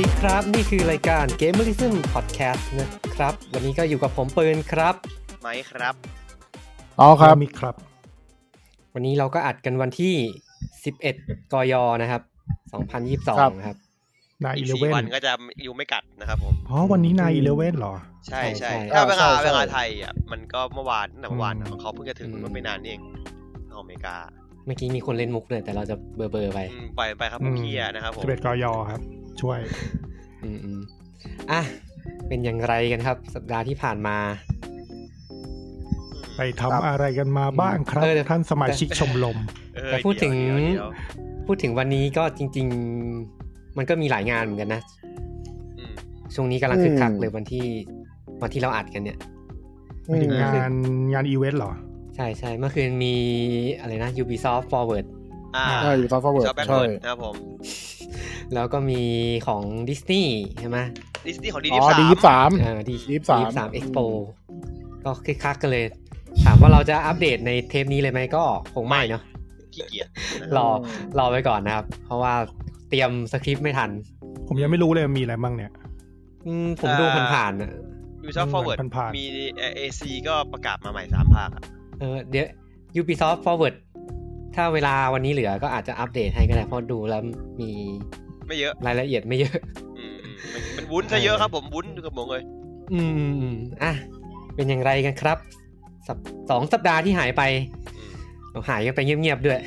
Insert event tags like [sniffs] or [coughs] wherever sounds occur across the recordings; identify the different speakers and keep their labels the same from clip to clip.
Speaker 1: ดีครับ นี่คือรายการ Gamerism Podcast นะครับ วันนี้ก็อยู่กับผมปืนครับ
Speaker 2: ไหมครับ
Speaker 3: อ๋อครับ
Speaker 4: มิกครับ
Speaker 1: วันนี้เราก็อัดกันวันที่ 11 กยนะครับ
Speaker 3: ครับ
Speaker 1: 2022นะครับ
Speaker 4: นาย
Speaker 2: อี
Speaker 4: อี
Speaker 2: ก
Speaker 4: เล
Speaker 2: สี่
Speaker 4: เว่น
Speaker 2: วันก็จะอยู่ไม่กัดนะครับผม
Speaker 4: อ๋อ วันนี้นายอีเลเว่นเหรอ
Speaker 2: ใช่
Speaker 1: ใช่
Speaker 2: ใช่
Speaker 1: ใช่
Speaker 2: ถ้าเวลา
Speaker 3: ใช่ใช่
Speaker 2: เวลาไทยอ่ะมันก็เมื่อวานตั้งแต่เมื่อวานอะ
Speaker 4: อืม
Speaker 2: เขาเพิ่งจะถึง
Speaker 1: อืม
Speaker 2: เมื่อไม่นานนี่เองของอเมริกา
Speaker 1: เมื่อกี้มีคนเล่นมุกเลยแต่เราจะเบอร์เบอร์ไป
Speaker 2: อืมปล่อยมันไปครับผมเคลียร์นะครับผม
Speaker 4: สิบเอ็ดกยอครับ ช่วย
Speaker 1: อืมอืมอ่ะ เป็นอย่างไรกันครับ สัปดาห์ที่ผ่านมา
Speaker 4: ไปทำอะไรกันมาบ้างครับ
Speaker 1: เออเดี๋ยว
Speaker 4: ท่านสมาชิกชมรม
Speaker 2: เออ
Speaker 1: แต่พูดถึง
Speaker 2: เยวเดี๋ยว
Speaker 1: พูดถึงวันนี้ก็จริง ๆ มันก็มีหลายงานเหมือนกันนะ
Speaker 2: อืม
Speaker 1: ช่วงนี้กำลังคึกคัก
Speaker 3: อืม
Speaker 1: เลยวันที่วันที่เราอัดกันเนี่ย
Speaker 3: อืม
Speaker 4: งานงานอีเวนต์เหรอ
Speaker 1: ใช่ใช่เมื่อคืนมีอะไรนะ Ubisoft Forward
Speaker 2: อ่า
Speaker 3: ใช่อยู่ซอฟต์แวร์
Speaker 2: ชอบแบ็ค
Speaker 3: ใช่
Speaker 2: เวิร์ดนะครับผม
Speaker 1: แล้วก็มีของ Disney ใช่ไหม
Speaker 2: ดิสนีย์ของดี
Speaker 3: อ๋อดี
Speaker 2: ดี
Speaker 3: สาม
Speaker 1: เออดี
Speaker 3: 23
Speaker 1: สามเอ็กโปก็คึกคักกันเลย ถามว่าเราจะอัปเดตในเทปนี้เลยไหมก็คงไม่เนาะ
Speaker 2: ขี้เกียจนะ
Speaker 1: รอรอไว้ก่อนนะครับ เพราะว่าเตรียมสคริปต์ไม่ทัน
Speaker 4: ผมยังไม่รู้เลยมีอะไรบ้างเนี่ย
Speaker 1: อืมผมดูผ่านๆอะ
Speaker 2: ดูชอบฟอร์เวิร์ด
Speaker 4: มันผ่าน
Speaker 2: มีเอซีก็ประกาศมาใหม่สามภาคอะ
Speaker 1: เออเดี๋ยว Ubisoft Forward ถ้าเวลาวันนี้เหลือก็อาจจะอัปเดตให้ก็ได้เพราะดูแล้วมี
Speaker 2: ไม่เยอะ
Speaker 1: รายละเอียดไม่เยอะ [laughs]
Speaker 2: อืมอืมมันมันวุ้นซะเยอะครับผมวุ้นกับหมงเลย
Speaker 1: อืมอืมอืมอ่ะ เป็นอย่างไรกันครับสัปสองสัปดาห์ที่หายไป
Speaker 2: อืม
Speaker 1: เราหายกันไปเงียบๆด้วย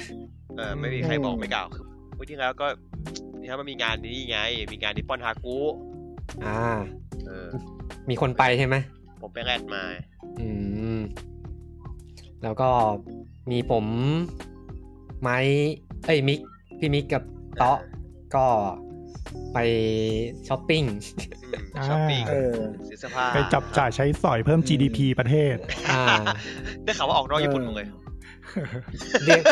Speaker 2: เออไม่มีใครบอกไม่กล่าวคือวันที่แล้วก็ที่แล้วมันมีงานนี้ไง มีงานนิปปอนฮากุ
Speaker 1: อ่า
Speaker 2: เออ
Speaker 4: [laughs]
Speaker 1: มีคนไปใช่ไหม
Speaker 2: ผมไปแรดมา
Speaker 1: อืม แล้วก็มีผมไม้เอ้ยมิก พี่มิกกับเตาะก็ไปช้อปปิ้ง
Speaker 2: อืม
Speaker 4: อ่า
Speaker 2: ช้อปปิ้ง
Speaker 3: เออ
Speaker 2: ซื้อเสื้อผ้า
Speaker 4: ไปจับจ่ายใช้สอยเพิ่ม GDP ประเทศ
Speaker 1: อ่า
Speaker 2: ได้ข่าวว่าออกนอกญี่ปุ่น
Speaker 3: เอ
Speaker 2: ห
Speaker 3: อ
Speaker 2: มดเลย
Speaker 1: [laughs] เรียก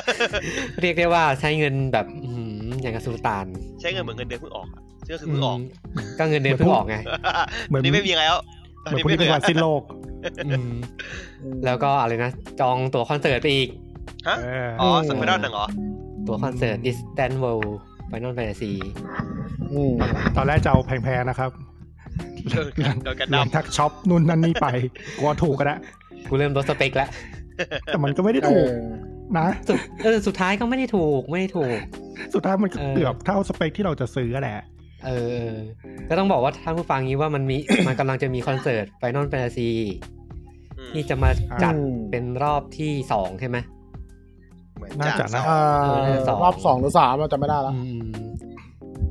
Speaker 1: เรียกได้ว่าใช้เงินแบบอื้อหืออย่างกับสุลต่าน
Speaker 2: ใช้เงินเหมือนเงินเดือนเพิ่งออกอะเชื่อคือเพิ่งออก
Speaker 1: มก็เงินเดือนเพิ่งออก
Speaker 2: [laughs]
Speaker 1: ไง
Speaker 4: เหมือน
Speaker 2: นี่ไม่มีแล้วตอน
Speaker 4: เหมือน
Speaker 2: นี้
Speaker 4: ค
Speaker 2: ไม่มี
Speaker 4: นที่เป็นวันสิ้นโลก
Speaker 1: อืม แล้วก็อะไรนะ จองตั๋วคอนเสิร์ตไปอีก
Speaker 2: ฮะ
Speaker 4: เออ
Speaker 2: อ๋อ
Speaker 3: ม
Speaker 2: สัมภาระหนังเหรอ
Speaker 1: ตั๋วคอนเสิร์ต Distant World Final Fantasy
Speaker 3: อืม
Speaker 4: ตอนแรกจะเอาแพงๆนะครับ
Speaker 2: เออโดนกันด
Speaker 4: ทักช็อปนู่นนั่นนี่ไปกลัวถูกก็ได้
Speaker 1: กูเริ่มลดสเปคแล้ว
Speaker 4: แต่มันก็ไม่ได้
Speaker 3: เอ
Speaker 4: ถูก
Speaker 3: อ
Speaker 4: นะ
Speaker 1: สุดเออสุดท้ายก็ไม่ได้ถูกไม่ได้ถูก
Speaker 4: สุดท้ายมันก็
Speaker 1: เออ
Speaker 4: เกือบเท่าสเปคที่เราจะซื้อแหละ
Speaker 1: เออเออก็ต้องบอกว่าท่านผู้ฟังนี้ว่ามันมี [coughs] มันกำลังจะมีคอนเสิร์ต Final Fantasy
Speaker 2: ำอืม
Speaker 1: ที่จะมาจัด
Speaker 3: อืม
Speaker 1: เป็นรอบที่สองใช่ไหม
Speaker 2: เหมือน
Speaker 4: น่า
Speaker 2: จ่า
Speaker 4: จะ
Speaker 2: ส
Speaker 4: นะ
Speaker 2: อง
Speaker 3: อ่า
Speaker 1: เออสอง
Speaker 3: รอบสองหรือสามเราจะไม่ได้ละ
Speaker 1: อืม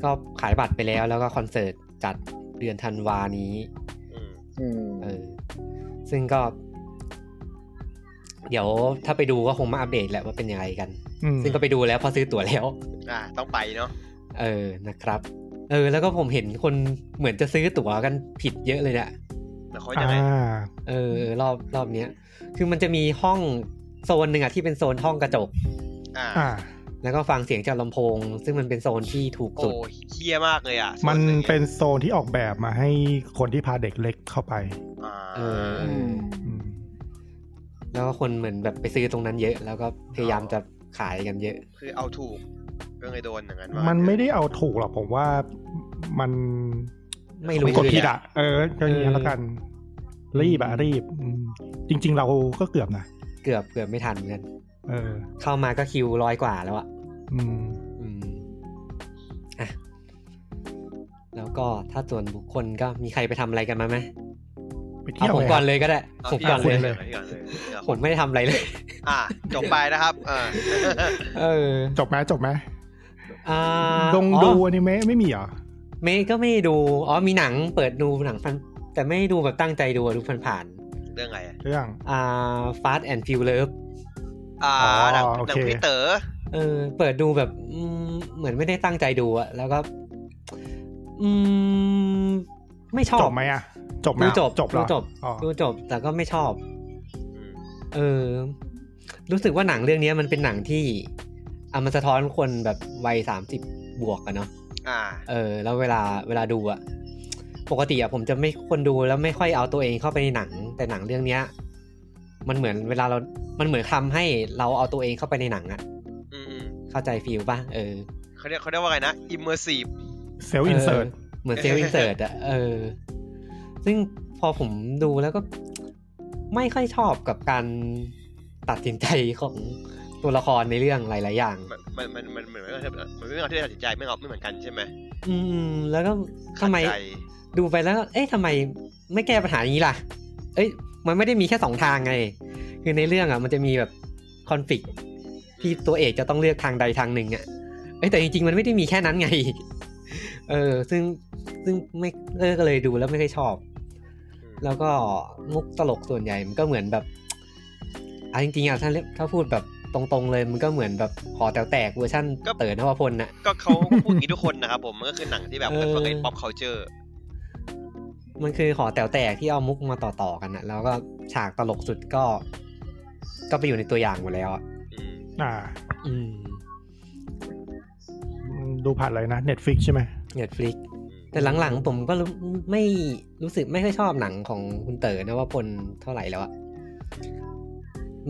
Speaker 1: ก็ขายบัตรไปแล้วแล้วก็คอนเสิร์ตจัดเดือนธันวานี้
Speaker 2: อืม
Speaker 3: อืม
Speaker 1: เออ ซึ่งก็ เดี๋ยวถ้าไปดูก็คงมาอัปเดตแหละว่าเป็นยังไงกัน
Speaker 4: อืม
Speaker 1: ซึ่งก็ไปดูแล้วเพอซื้อตั๋วแล้ว
Speaker 2: อ่าต้องไปเนาะ
Speaker 1: เออ นะครับ เออ แล้วก็ผมเห็นคนเหมือนจะซื้อตั๋วกันผิดเยอะเลยเนี่ย
Speaker 2: แล้วเขา
Speaker 4: อ่
Speaker 2: จะไง
Speaker 4: า
Speaker 1: เออเออ รอบรอบเนี้ย คือมันจะมีห้องโซนหนึ่งอะที่เป็นโซนห้องกระจก
Speaker 2: อ่า
Speaker 4: อ่า
Speaker 1: แล้วก็ฟังเสียงจากลำโพง ซึ่งมันเป็นโซนที่ถูก
Speaker 2: โอ้
Speaker 1: สุด
Speaker 2: เฮี้ยมากเลยอ่ะส่ว
Speaker 4: มัน
Speaker 2: หง
Speaker 4: เป็นโซนที่ออกแบบมาให้คนที่พาเด็กเล็กเข้าไป
Speaker 2: อ่า
Speaker 1: เออเออ
Speaker 4: อืม
Speaker 1: แล้วก็คนเหมือนแบบไปซื้อตรงนั้นเยอะ แล้วก็พยายามจะขายกันเยอะ
Speaker 2: คือเอาถูกก็เลยโดนอย่างนั้นว่า
Speaker 4: มันไม่ได้เอาถูกหรอกผมว่ามัน
Speaker 1: ไม่รู้
Speaker 4: กด
Speaker 1: เลย
Speaker 4: ผิด
Speaker 1: อะ
Speaker 4: อ่ะเออก็อย่างนี้แล้วกัน รีบอ่ะรีบอืมจริง ๆ เราก็เกือบนะ
Speaker 1: เกือบเกือบไม่ทันเหมือนกัน
Speaker 4: เออ
Speaker 1: เข้ามาก็คิวร้อยกว่าแล้วอะ
Speaker 4: อืม
Speaker 1: อืม อ่ะ แล้วก็ถ้าส่วนบุคคลก็มีใครไปทำอะไรกันมาไหม
Speaker 4: ไปเที่
Speaker 1: เอา
Speaker 4: ย
Speaker 1: ผ
Speaker 4: ว
Speaker 1: ม
Speaker 4: ไหม
Speaker 1: ก่อนเลยก็ได้
Speaker 2: เอา
Speaker 1: ผม
Speaker 2: พี่
Speaker 1: ก่อน
Speaker 2: คุ
Speaker 1: เลย
Speaker 2: เลยพี่ก่อนเลย
Speaker 1: ผมไม่ได้ทำอะไรเลย
Speaker 2: อ่ะจบไปนะครับ เออ
Speaker 1: เออ
Speaker 4: จบไหมจบไหม
Speaker 1: อ่า
Speaker 4: ลง
Speaker 1: อ๋อ
Speaker 4: ดูอนิเมะไม่มีเหรอ
Speaker 1: เมย์ก็ไม่ดู อ๋อมีหนังเปิดดูหนังฟัน แต่ไม่ได้ดูแบบตั้งใจดูอะดูผ่าน
Speaker 2: เรื่องอะไรอ่ะ
Speaker 4: เรื่อง
Speaker 1: ๆอ่า Fast and f u r i o u s
Speaker 2: อ่า
Speaker 4: อ๋อ
Speaker 2: หนัง
Speaker 4: โอ
Speaker 2: หนัง
Speaker 4: เค
Speaker 2: พี่เต๋อ
Speaker 1: เออ เปิดดูแบบอืมเหมือนไม่ได้ตั้งใจดูอะแล้วก็ อืม ไม่ชอบ
Speaker 4: จบไหมอ่ะ จบไหม
Speaker 1: ดูจบ
Speaker 4: จบเหร
Speaker 1: ดู
Speaker 4: อ
Speaker 1: จบ
Speaker 4: อ๋อ
Speaker 1: ดูจบ แต่ก็ไม่ชอบ
Speaker 2: อืม
Speaker 1: เออ รู้สึกว่าหนังเรื่องเนี้ยมันเป็นหนังที่เอามาสะท้อนคนแบบวัยสามสิบบวกอะเนาะ
Speaker 2: อ่า
Speaker 1: เออแล้วเวลาเวลาดูอะปกติอะผมจะไม่คนดูแล้วไม่ค่อยเอาตัวเองเข้าไปในหนัง แต่หนังเรื่องเนี้ย มันเหมือนเวลาเรา มันเหมือนทำให้เราเอาตัวเองเข้าไปในหนังอะ
Speaker 2: อืมอืม
Speaker 1: เข้าใจฟีลป่ะเออ
Speaker 2: เขาเรียกเขาเรียกว่าไงนะ immersive
Speaker 4: เซลล์อินเสิร์ต
Speaker 1: เออ เหมือนเซลล์อินเสิร์ตอะเออ ซึ่งพอผมดูแล้วก็ไม่ค่อยชอบกับการตัดสินใจของตัวละครในเรื่องหลาย ๆ อย่าง
Speaker 2: มันมันมันมันเหมือนไม่มันไม่เอาที่ตัดสินใจไม่เอาไม่เหมือนกันใช่ไหม
Speaker 1: อืม แล้วก็ทำไม
Speaker 2: ขัดใจ
Speaker 1: ดูไปแล้ว เอ๊ะทำไมไม่แก้ปัญหาอย่างนี้ล่ะ เอ้ย มันไม่ได้มีแค่สองทางไง คือในเรื่องอ่ะ มันจะมีแบบคอนฟ lict ที่ตัวเอกจะต้องเลือกทางใดทางหนึ่งอ่ะ เอ้ยแต่จริงๆ มันไม่ได้มีแค่นั้นไง [laughs] เออ ซึ่งซึ่งไม่เออก็เลยดูแล้วไม่ค่อยชอบ
Speaker 2: อืม
Speaker 1: แล้วก็มุกตลกส่วนใหญ่มันก็เหมือนแบบอ่ะจริงๆอ่ะถ้าเรียกถ้าพูดแบบตรงๆเลยมันก็เหมือนแบบหอแต๋วแตกเวอร์ชั่น
Speaker 2: ก็
Speaker 1: เต๋อนวพลน่ะ
Speaker 2: ก็เขาก็พูดอย่างนี้ทุกคนนะครับผม มันก็คือหนังที่แบบมันฝึกไอ้
Speaker 1: เออ
Speaker 2: ป๊อปเคาเจอร์
Speaker 1: มันคือหอแต๋วแตกที่เอามุกมาต่อๆกันนะแล้วก็ฉากตลกสุดก็ ก็ไปอยู่ในตัวอย่างหมดแล้วอะ
Speaker 4: อ่า
Speaker 1: อืม
Speaker 4: ดูผ่านอะไรนะ Netflix ใช่ไหม
Speaker 1: Netflix แต่หลังๆผมก็รู้ไม่รู้สึกไม่ค่อยชอบหนังของคุณเต๋อนะว่าพลเท่าไหร่แล้วอะ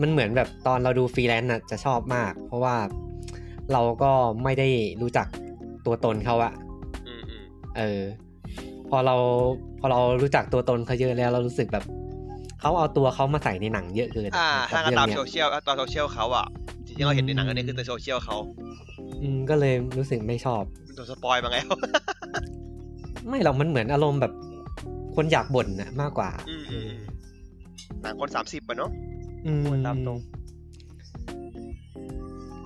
Speaker 1: มันเหมือนแบบตอนเราดูฟรีแลนซ์น่ะจะชอบมาก เพราะว่าเราก็ไม่ได้รู้จักตัวตนเขาอะ
Speaker 2: อืมอืม
Speaker 1: เออพอเราพอเรารู้จักตัวตนเขาเยอะแล้ว เรารู้สึกแบบเขาเอาตัวเขามาใส่ในหนังเยอะเกิน
Speaker 2: อ่าถ้า
Speaker 1: กับ
Speaker 2: งั้น
Speaker 1: เรื่
Speaker 2: ตาม
Speaker 1: เนี้ย
Speaker 2: โซเชียลตามโซเชียลเขาอ่ะจริงๆเราเห็นในหนังอันนี้คือในโซเชียลเขา
Speaker 1: อืมก็เลยรู้สึกไม่ชอบ
Speaker 2: โดนสปอยล์มาแล้ว
Speaker 1: ไม่หรอกมันเหมือนอารมณ์แบบคนอยากบ่นนะมากกว่า
Speaker 2: อืมอืม หนังคนสามสิบปะเนาะ
Speaker 1: อืม
Speaker 2: พูดตามตรง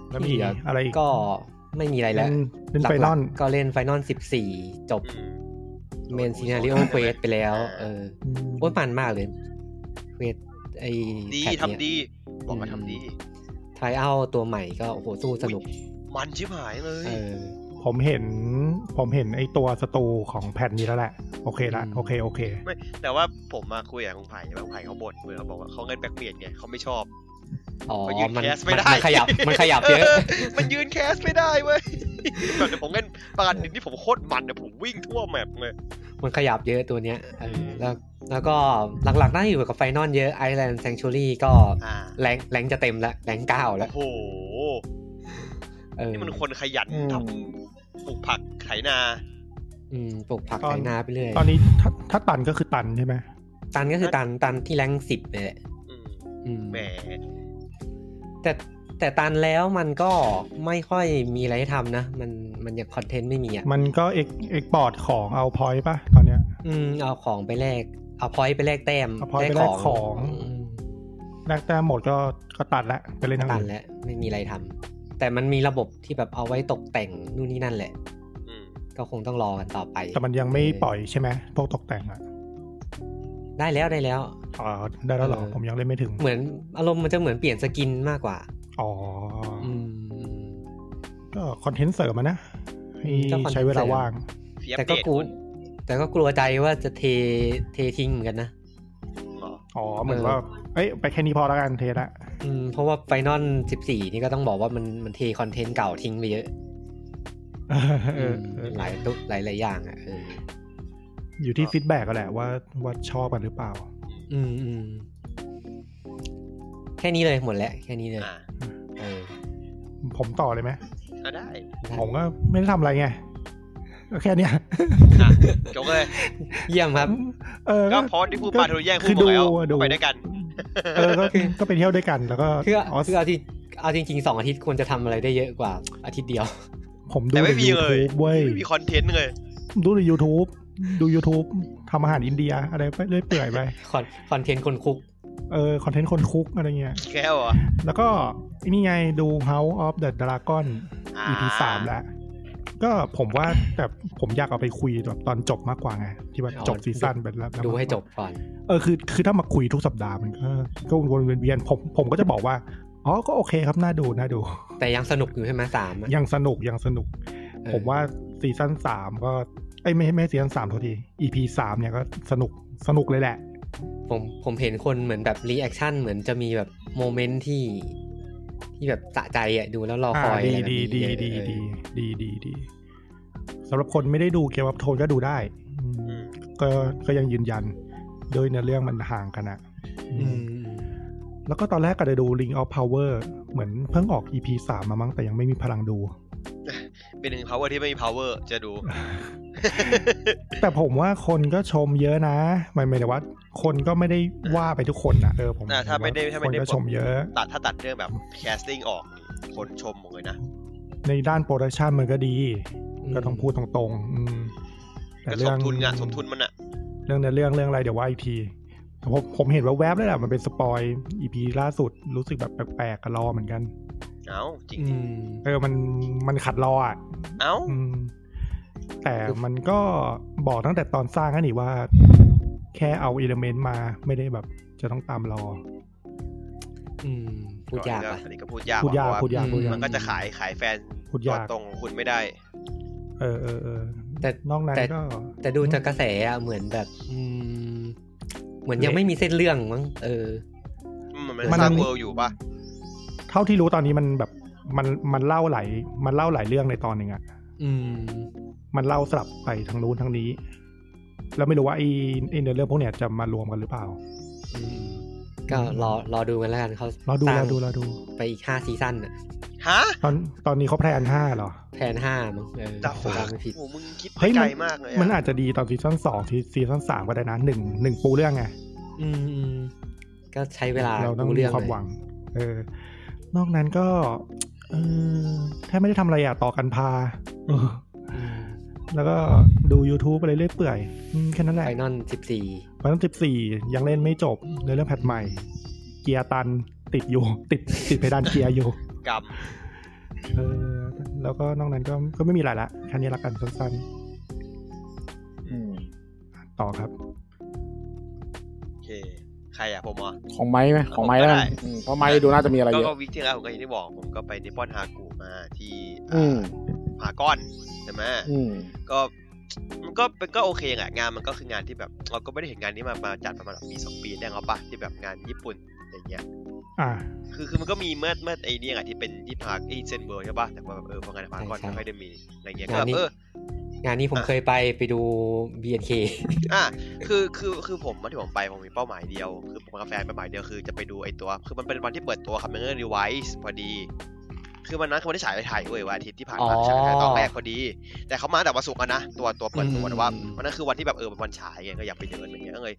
Speaker 4: แล้วมี
Speaker 1: ที่เหลือ
Speaker 4: อะไรอีก
Speaker 1: ก็ไม่มีอะไรแล้ว
Speaker 4: เนเป็น
Speaker 1: หลั
Speaker 4: ไฟ
Speaker 1: กๆ
Speaker 4: นอล
Speaker 1: ก็เล่นไฟนอลสิบสี่จบ
Speaker 2: อืม
Speaker 1: เมนซีนาริโอ
Speaker 2: โอ้ย
Speaker 1: เควสไปแล้ว
Speaker 2: อ่า
Speaker 1: เออโอ้ยมันมากเลยเควสไอ
Speaker 2: ดี
Speaker 1: แพท
Speaker 2: ทำ
Speaker 1: เนี่ย
Speaker 2: ดี บอกว่า
Speaker 1: อืม
Speaker 2: ทำดี
Speaker 1: ไทเอาตัวใหม่ก็โอ้โหสู้สนุก
Speaker 2: มันชิบหายเลย
Speaker 1: เออ
Speaker 4: ผมเห็น ผมเห็นไอตัวสตูของแผ่นนี้แล้วแหละ โอเคละ
Speaker 1: อืม
Speaker 4: โอเค โอเค
Speaker 2: ไม่แต่ว่าผมมาคุยกับคุณไผ่คุณไผ่เขาบ่นเบื่อเขาบอกว่าเขาเงินแบล็กเมียนไงเขาไม่ชอบ
Speaker 1: อ๋อ
Speaker 2: มันยื
Speaker 1: มัน
Speaker 2: น
Speaker 1: มัน
Speaker 2: แคสไม่ได้
Speaker 1: ข
Speaker 2: [laughs]
Speaker 1: ยับ มันขยับเยอะ
Speaker 2: มันยืนแคสไม่ได้เว้ยแต่เดี๋ยวผมเล่นประกันดินที่ผมโคตรมันนะผมวิ่งทั่วแมปเลย
Speaker 1: มันขยับเยอะตัวเนี้ยเออแล้วแล้วก็หลักๆน่าอยู่กับไฟนอลเยอะไอแลนด์แซงชูรี่ก็
Speaker 2: อ่า
Speaker 1: แรงแรงจะเต็มแล้วแรงเก้าแล้
Speaker 2: โอ้
Speaker 1: ว
Speaker 2: โห
Speaker 1: เออ
Speaker 2: นี่มันคนขยัน
Speaker 3: อืม
Speaker 2: ทำปลูกผักไถนา
Speaker 1: อืมปลูกผัก
Speaker 4: ตอน
Speaker 1: ไถนาไปเรื่อย
Speaker 4: ตอนนี้ถ้าถ้าตันก็คือตันใช่ไหม
Speaker 1: ตันก็คือตันตันที่แรงสิบเนี่ยแหละ
Speaker 2: อืม
Speaker 1: อืม
Speaker 2: แหม
Speaker 1: แต่แต่ตันแล้วมันก็ไม่ค่อยมีอะไรให้ทำนะ มันมันยังคอนเทนต์ไม่มีอ่ะ
Speaker 4: มันก็เอ็กเอ็กพอร์ตของเอาพอยป่ะ ตอนเนี้ย
Speaker 1: อืมเอาของไปแลกเอาพอยต์ไปแลกแต้ม
Speaker 4: เอา point ไปแลกของ
Speaker 1: อืม
Speaker 4: แรกแต้มหมดก็ก็ตัดละไปเล่นทาง
Speaker 1: ตัน
Speaker 4: อื่น
Speaker 1: แล้วไม่มีอะไรทำแต่มันมีระบบที่แบบเอาไว้ตกแต่งนู่นนี่นั่นแหละ
Speaker 2: อืม
Speaker 1: ก็คงต้องรอกันต่อไป
Speaker 4: แต่มันยังไม่ปล่อยใช่ไหมพวกตกแต่งอ่ะ
Speaker 1: ได้แล้วได้แล้ว
Speaker 4: อ๋อได้แล้วเหรอ
Speaker 1: เออ
Speaker 4: ผมยังเล่นไม่ถึง
Speaker 1: เหมือนอารมณ์มันจะเหมือนเปลี่ยนสกินมากกว่า
Speaker 4: อ๋ออ
Speaker 1: อืม
Speaker 4: ก็คอนเทนต์เสริมอะนะให้
Speaker 1: ก็คอนเทนต์เสริม
Speaker 4: ใช้เวลาว่าง
Speaker 2: เสีย
Speaker 1: แต่ก็กลัว
Speaker 2: เดต
Speaker 1: แต่ก็กลัวใจว่าจะเทเททิ้งเหมือนกันนะ
Speaker 2: คุณเหรอ
Speaker 4: อ๋อเหมือน
Speaker 1: เออ
Speaker 4: ว่า เอ้ยไปแค่นี้พอแล้วกันเทสละ
Speaker 1: อืมเพราะว่าไฟนอล14 นี่ก็ต้องบอกว่ามันมันเทคอนเทนต์เก่าทิ้งไปเยอะ
Speaker 4: เออ
Speaker 1: ม
Speaker 4: เออ
Speaker 1: หลายตุหลายหลายอย่างอ่ะเออ
Speaker 4: อยู่ที่ฟีดแบ็กก็แหละว่าว่าชอบกันหรือเปล่า
Speaker 1: อืมอืมแค่นี้เลยหมดแล้วแค่นี้เลย
Speaker 2: อ่า
Speaker 1: เออ
Speaker 4: ผมต่อเลยไหม
Speaker 2: อ่ะได้
Speaker 1: ได้
Speaker 4: ผมก็ไม่ได้ทำอะไรไงก็แค่เนี้ย
Speaker 2: อ่ะจบ
Speaker 1: [laughs]
Speaker 2: เลย
Speaker 1: เยี่ยมครับ
Speaker 4: เออ
Speaker 2: ก็
Speaker 4: ก็
Speaker 2: พอที่พูดมาทุกแย่ง
Speaker 4: คื
Speaker 2: พูด
Speaker 4: อ
Speaker 2: หมดแล้ว
Speaker 4: ดูดู
Speaker 2: ไปด้วยกัน
Speaker 4: เออก็ก็ไปเที่ยวด้วยกันแล้วก็
Speaker 1: คือ
Speaker 4: อ๋อ
Speaker 1: คือเอาจริงเอาจริงๆสองอาทิตย์ควรจะทำอะไรได้เยอะกว่าอาทิตย์เดียว [laughs]
Speaker 4: ผมดู
Speaker 2: แต่ไม่
Speaker 4: ใน
Speaker 2: มีเลย
Speaker 4: YouTube เว้ย
Speaker 2: ไม่มีคอนเทนต์เลย
Speaker 4: ดูใน YouTube ดู YouTube ทำอาหารอินเดียอะไรไปเรื่อยเปื่อยไป
Speaker 1: คอนคอนเทนต์คนคุก
Speaker 4: เออ คอนเทนต์คนคุกอะไรเงี้ย
Speaker 2: แค่เหรอ
Speaker 4: แล้วก็นี่ไงดู House of the Dragon
Speaker 2: อ่า
Speaker 4: EP สามแล้ว ก็ผมว่าแต่ผมอยากเอาไปคุยแบบตอนจบมากกว่าไง ที่ว่า
Speaker 1: อ๋อ
Speaker 4: จบซีซั่นไปแล้วแล้ว
Speaker 1: ดูให้จบก่อน
Speaker 4: เออคือคือถ้ามาคุยทุกสัปดาห์มันก็ก็วนๆเวียนๆผมผมก็จะบอกว่า อ๋อ ก็โอเคครับ น่าดู น่าดู
Speaker 1: แต่ยังสนุกอยู่ใช่ไหมสามอะ
Speaker 4: ยังสนุกยังสนุก
Speaker 1: เออ
Speaker 4: ผมว่าซีซั่นสามก็ไอ้ยไม่ไม่ซีซั่นสามโทษที EP สามเนี่ยก็สนุกสนุกเลยแหละ
Speaker 1: ผมผมเห็นคนเหมือนแบบรีแอคชั่นเหมือนจะมีแบบโมเมนต์ที่ ที่แบบสะใจอ่ะ ดูแล้วรอคอยอะไร
Speaker 4: ดี
Speaker 1: แบบ
Speaker 4: ดี
Speaker 1: นี้
Speaker 4: ดี
Speaker 1: เยอะ
Speaker 4: ดี
Speaker 1: เออ
Speaker 4: ดีดีดีดีสำหรับคนไม่ได้ดูเกมวับโทนก็ดูได้อืม
Speaker 2: อืม
Speaker 4: ก็ก็ยังยืนยัน โดยเนื้อเรื่องมันห่างกันอะ
Speaker 1: อืม
Speaker 4: แล้วก็ตอนแรกก็จะดู Ring of Power เหมือนเพิ่งออก EP สามมามั้งแต่ยังไม่มีพลังดู
Speaker 2: เป็นหนึ่ง power ที่ไม่มี power จะดู
Speaker 4: [laughs] แต่ผมว่าคนก็ชมเยอะนะหมายหมายถึงว่า คนก็ไม่ได้ว่าไปทุกคนนะเออผม
Speaker 2: อ่ะถ้าไม่ได้ถ้า
Speaker 4: ค
Speaker 2: ไม่
Speaker 4: น
Speaker 2: ได้
Speaker 4: ก็ชมเยอะ
Speaker 2: ตัดถ้าตัดเรื่องแบบแคสติ้งออกคนชมหมดเลยนะ
Speaker 4: ในด้านโปรดักชันมันก็ดี
Speaker 1: ม
Speaker 4: ก็ต้องพูดตรงๆ อืม
Speaker 2: ก็สมทุนไงสมทุนมันอะ
Speaker 4: เรื่องในอเรื่องเรื่องอะไรเดี๋ยวว่าอีกทีแต่ผมผมเห็นว่าแวบๆเลยแหละมันเป็นสปอยอีพีล่าสุดรู้สึกแบบแปลกๆกับรอเหมือนกัน
Speaker 2: เอ้าจริง
Speaker 1: อืม
Speaker 4: เออมันมันขัดรออ่ะ
Speaker 2: เอ้า
Speaker 4: อืม แต่มันก็บอกตั้งแต่ตอนสร้างแล้วนี่ว่า แค่เอาอิเลเมนต์มาไม่ได้แบบจะต้องตามรอ
Speaker 1: อืม พูดยากอะ
Speaker 2: อันนี้ก็พูดยาก
Speaker 4: พูดยาก
Speaker 2: เพระว่
Speaker 4: พูดยาก
Speaker 1: อืม
Speaker 4: พูดยาก
Speaker 2: มันก็จะขายขายแฟน
Speaker 4: พูดยาก
Speaker 2: ตัวตรงของคุณไม่ได้
Speaker 4: เออเออเออ
Speaker 1: แต่
Speaker 4: นอกนั้น
Speaker 1: แต่
Speaker 4: ก็
Speaker 1: แต่ดูจากกระแสอะเหมือนแบบ อืม เหมือนยังไม่มีเส้นเรื่องมั้งเออ
Speaker 2: อืมมัน
Speaker 4: มัน
Speaker 2: สร้างเวิลด์อยู่ป่ะ
Speaker 4: เท่าที่รู้ตอนนี้มันแบบมันมันเล่าหลายมันเล่าหลายเรื่องในตอนหนึ่งอะ
Speaker 1: อืม
Speaker 4: มันเล่าสลับไปทางนู้นทางนี้ แล้วไม่รู้ว่าไอ้ไอ้เนื้อเรื่องพวกเนี้ยจะมารวมกันหรือเปล่า
Speaker 1: อืม ก็รอรอดูกันแล้วกันเขา
Speaker 4: รอดู
Speaker 1: ส
Speaker 4: ร
Speaker 1: ร้า
Speaker 4: อง ดูรอดู
Speaker 1: ไปอีกห้าซีซั่นอะ
Speaker 2: ฮะ
Speaker 4: ตอนตอนนี้เขาแพลนห้าเหรอ
Speaker 1: แพนห้ามั้งเออ
Speaker 2: ดา
Speaker 1: ผม
Speaker 2: ฟัก
Speaker 1: จำไม่ผิด
Speaker 2: โอ้มึงคิดไป
Speaker 4: เฮ้ย
Speaker 2: ไก
Speaker 4: มั
Speaker 2: ล
Speaker 4: น
Speaker 2: มากเลย
Speaker 4: มัน
Speaker 2: อะ
Speaker 4: อาจจะดีตอนซีซั่นสองที่ซีซั่นสามก็ได้นะหนึ่งหนึ่งปูเรื่องไง
Speaker 1: อืมอืมก็ใช้เวลา
Speaker 4: เราต้อง
Speaker 1: ดู
Speaker 4: มี
Speaker 1: เรื่อง
Speaker 4: ความ
Speaker 1: เลย
Speaker 4: หวัง เออ นอกนั้นก็เออแทบไม่ได้ทำอะไรอะต่อกันพาเออ
Speaker 1: อืม
Speaker 4: แล้วก็ดู YouTube ไปเรื่อยๆเปื่อยอืมแค่นั้นแหละ
Speaker 1: ไฟนอลสิบสี่
Speaker 4: วันที่สิบสี่ยังเล่นไม่จบในเรื่องแพทใหม่ เกียร์ตันติดอยู่ ติดติดเพดานเกียร์อยู่
Speaker 2: กรรม
Speaker 4: เออแล้วก็นอกนั้นก็ก็ไม่มีอะไรละแค่นี้ละกันสั้น
Speaker 3: อืม
Speaker 4: ๆ ต่อครับ
Speaker 2: โอเค ใครอะผมเหรอ่ะ
Speaker 3: ของไม้ไหมของไม้แล้วกัน
Speaker 2: ได้
Speaker 3: อืมเพราะไม้ดูน่าจะมีอะไร
Speaker 2: ก็
Speaker 3: เยอะ
Speaker 2: ก็วิกที่แล้วผมก็อย่างที่บอก ผมก็ไปนิปปอนฮากูมาที่
Speaker 3: อืม
Speaker 2: ผาก้อนใช่ไหม
Speaker 3: อืม
Speaker 2: ก็มันก็มันก็โอเคอะงานมันก็คืองานที่แบบ เราก็ไม่ได้เห็นงานนี้มามาจัดประมาณแบบปีสองปีได้แล้วปะที่แบบงานญี่ปุ่นอย่างเงี้ย
Speaker 4: อ่า
Speaker 2: คือคือมันก็มีเมื่อเมื่อไอ้เนี่ยอะที่เป็นที่พาร์คไอ้เซนเวิร์ใช่ป่ะแต่ว่าแบบเออพองานพาร์คก่อนไม่ค่อยได้มีอะไรเงี้ยก็
Speaker 1: งาน
Speaker 2: แบบ
Speaker 1: นี้
Speaker 2: เออ
Speaker 1: งานนี้ผม
Speaker 2: อ่ะ
Speaker 1: เคยไปไปดู B N K [laughs]
Speaker 2: อ่ะคือคือคือผมมาที่ผมไปผมมีเป้าหมายเดียว คือผมกับแฟนเป้าหมายเดียวคือจะไปดูไอ้ตัว คือมันเป็นวันที่เปิดตัวคัมเมอร์รีไวซ์พอดี คือวันนั้นคือวันที่ฉายไปถ่ายเว้ยวันอาทิตย์ที่ผ่านมา
Speaker 1: อ๋อ
Speaker 2: ฉายไปถ่ายตอนแรกพอดี แต่เขามาแต่วันศุกร์อะนะตัวตัวเปิดตัว
Speaker 1: อืม
Speaker 2: แต่ว่าวันนั้นคือวันที่แบบเออเป็นวันฉายไงก็อยากไปเดินอะไรเงี้ยก็เลย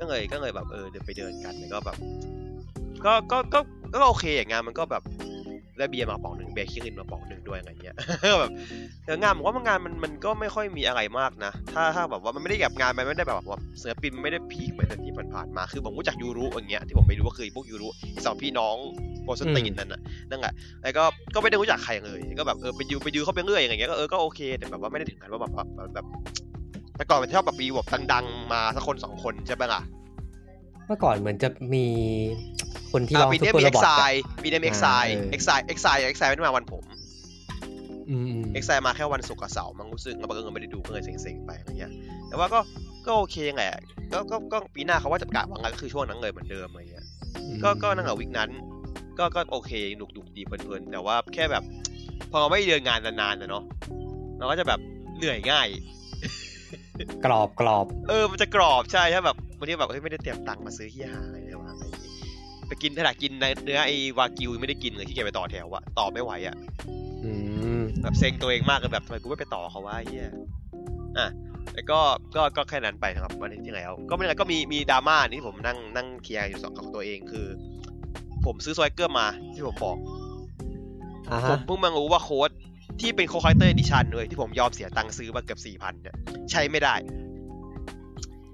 Speaker 2: ก็เลยก็เลยแบบเออเดินไปเดินกันแล้วก็แบบ ก็ก็ก็ก็โอเคอย่างงานมันก็แบบได้เบียร์มากระป๋องหนึ่งเบียร์คิรินมากระป๋องหนึ่งด้วยอะไรเงี้ย [laughs] แบบเอองานผมว่างานมันมันก็ไม่ค่อยมีอะไรมากนะ ถ้าถ้าแบบว่ามันไม่ได้แบบงานมันไม่ได้แบบว่าเสือปินมันไม่ได้พีคเหมือนที่ผ่านๆมาคือผมรู้จักยูรุอย่างเงี้ยที่ผมไม่รู้ว่าคือพวกยูรุสองพี่น้องโปสตีนนั่นน่ะนั่นแหละแล้วก็ก็ไม่ได้รู้จักใครเลยก็แบบเออไปยูไปยูเขาไปเรื่อยอย่างเงี้ยก็เออก็โอเคแต่แบบว่าไม่ได้ถึงขั้นว่าแบบแบบแบบแต่ก่อนมันชอบแบบมีแบบดังๆมาสักคนสองคนใช่ไหมล่ะ
Speaker 1: เมื่อก่อนเหมือนจะมีคนที่
Speaker 2: อ่ะ
Speaker 1: ร้อง
Speaker 2: ปี
Speaker 1: ซุป
Speaker 2: นี้
Speaker 1: เปอ
Speaker 2: มี
Speaker 1: ร์
Speaker 2: เอ็
Speaker 1: ระ
Speaker 2: ก
Speaker 1: บอท
Speaker 2: ไซ
Speaker 1: อะ
Speaker 2: ปีนี้มีเอ็กไซ
Speaker 1: อ่าเออ
Speaker 2: เอ็กไซเอ็กไซเอ็กไซไม่ได้มาวันผม
Speaker 1: อืมอืม
Speaker 2: เอ็กไซมาแค่วันศุกร์กับเสาร์มั้งรู้สึกมาบังเอิญไม่ได้ดูก็เลยเซ็งๆไปอะไรเงี้ยแต่ว่าก็ก็โอเคแหละก็ก็ก็ปีหน้าเขาว่าจะประกาศว่างานก็คือช่วงนั้นเลยเหมือนเดิมอะไรเงี้ยก็ก็นั่งกับวิกนั้น ก็ก็โอเคหนุกหนุกดีเพลินๆแต่ว่าแค่แบบ พอเราไม่เดินงานนานๆนะเนาะเราก็จะแบบเหนื่อยง่าย
Speaker 1: กรอบกรอบ
Speaker 2: เออ มันจะกรอบใช่ใช่แบบวันนี้แบบเฮ้ยไม่ได้เตรียมตังค์มาซื้อเฮียหาอะไรเลยวะอะไรอย่างงี้ไปกินขนาดกินเนื้อไอ้วากิวยังไม่ได้กินเลยที่แกยจไปต่อแถวอะต่อไม่ไหวอะ
Speaker 1: อืม
Speaker 2: แบบเซ็งตัวเองมากเลยแบบทำไมกูไม่ไปต่อเขาวะไอ้เฮียอ่ะแล้วก็ก็ก็แค่นั้นไปนะครับวันที่แล้ว ก็ไม่เป็นไรก็มีมีดราม่านี่ผมนั่งนั่งเคลียร์อยู่สองกับตัวเองคือ ผมซื้อสไวเกอร์มาที่ผมบอก
Speaker 1: อ่า
Speaker 2: ผ
Speaker 1: ฮะ
Speaker 2: มเพิ่งมารู้ว่าโค้ดที่เป็นโค้ดคาแรคเตอร์ดิชันเลยที่ผมยอมเสียตังค์ซื้อมาเกือบสี่พันเนี่ยใช้ไม่ได้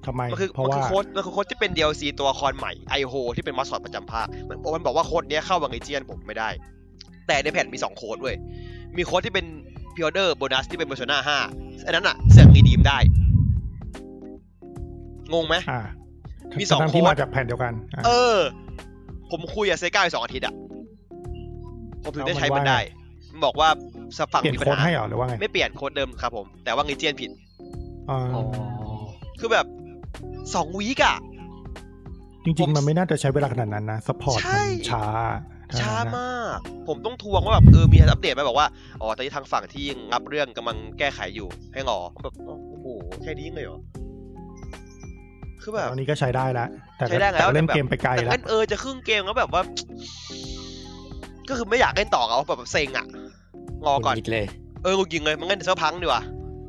Speaker 4: ทำไม
Speaker 2: มันคือ
Speaker 4: เพราะ
Speaker 2: มัน
Speaker 4: ว่า
Speaker 2: คือโค้ดมันคือโค้ดที่เป็น DLC ตัวละครใหม่ไอโฮที่เป็นมัสคอตประจำภาคมันมันบอกว่าโค้ดเนี้ยเข้าวังไอเจียนผมไม่ได้ แต่ในแผ่นมี 2 โค้ดเว้ย มีโค้ดที่เป็นพิออเดอร์โบนัสที่เป็นเบอร์ชนาห้าอันนั้นอะเสียงรีดีมได้ งงไหม
Speaker 4: อ่า
Speaker 2: มี
Speaker 4: มี
Speaker 2: สอง
Speaker 4: ที่
Speaker 2: โค้ด
Speaker 4: มาจากแผ่นเดียวกันอ่ะ
Speaker 2: เออ ผมคุยกับเซกาอยู่สองอาทิตย์อะผมถึงได้ใช้มันได้ มันบอกว่าสฝั่ง
Speaker 4: เปลี่ยน
Speaker 2: มีปัญ
Speaker 4: โค้ด
Speaker 2: หา
Speaker 4: ให้เหรอหรือว่าไง
Speaker 2: ไม่เปลี่ยนโค้ดเดิมครับผม แต่ว่าไอเจียนผิด
Speaker 4: อ๋อ
Speaker 1: อ๋อ
Speaker 2: คือแบบสองวีกอะ
Speaker 4: จริง ๆ มันไม่น่าจะใช้เวลาขนาดนั้นนะสปอร์ต
Speaker 2: ใช่
Speaker 4: มันช้า
Speaker 2: ช้า
Speaker 4: เท่นั้นนะ
Speaker 2: มาก ผมต้องทวงว่าแบบเออมีอัปเดตไหมบอกว่า อ๋อ ตอนนี้ทางฝั่งที่รับเรื่องกำลังแก้ไขอยู่ ให้หรอแบบ โอ้โห แค่นี้เลยเหรอ คือแบบ
Speaker 4: ตอนนี้ก็ใช้ได้แล้วแต่
Speaker 2: ใช้ได้แล้ว
Speaker 4: แต่เล่น
Speaker 2: แต่แบบ
Speaker 4: เกมไปไกล
Speaker 2: แต่
Speaker 4: แล้
Speaker 2: งั้
Speaker 4: วน
Speaker 2: เออจะครึ่งเกมแล้วแบบว่า [sniffs] ก็คือไม่อยากเล่นต่อเขาแบบเซ็งอ่ะ งอก่อน
Speaker 1: หงุดหงิดเลย
Speaker 2: เออกูยิงเลยมันเล่นเซอร์พังดีกว่า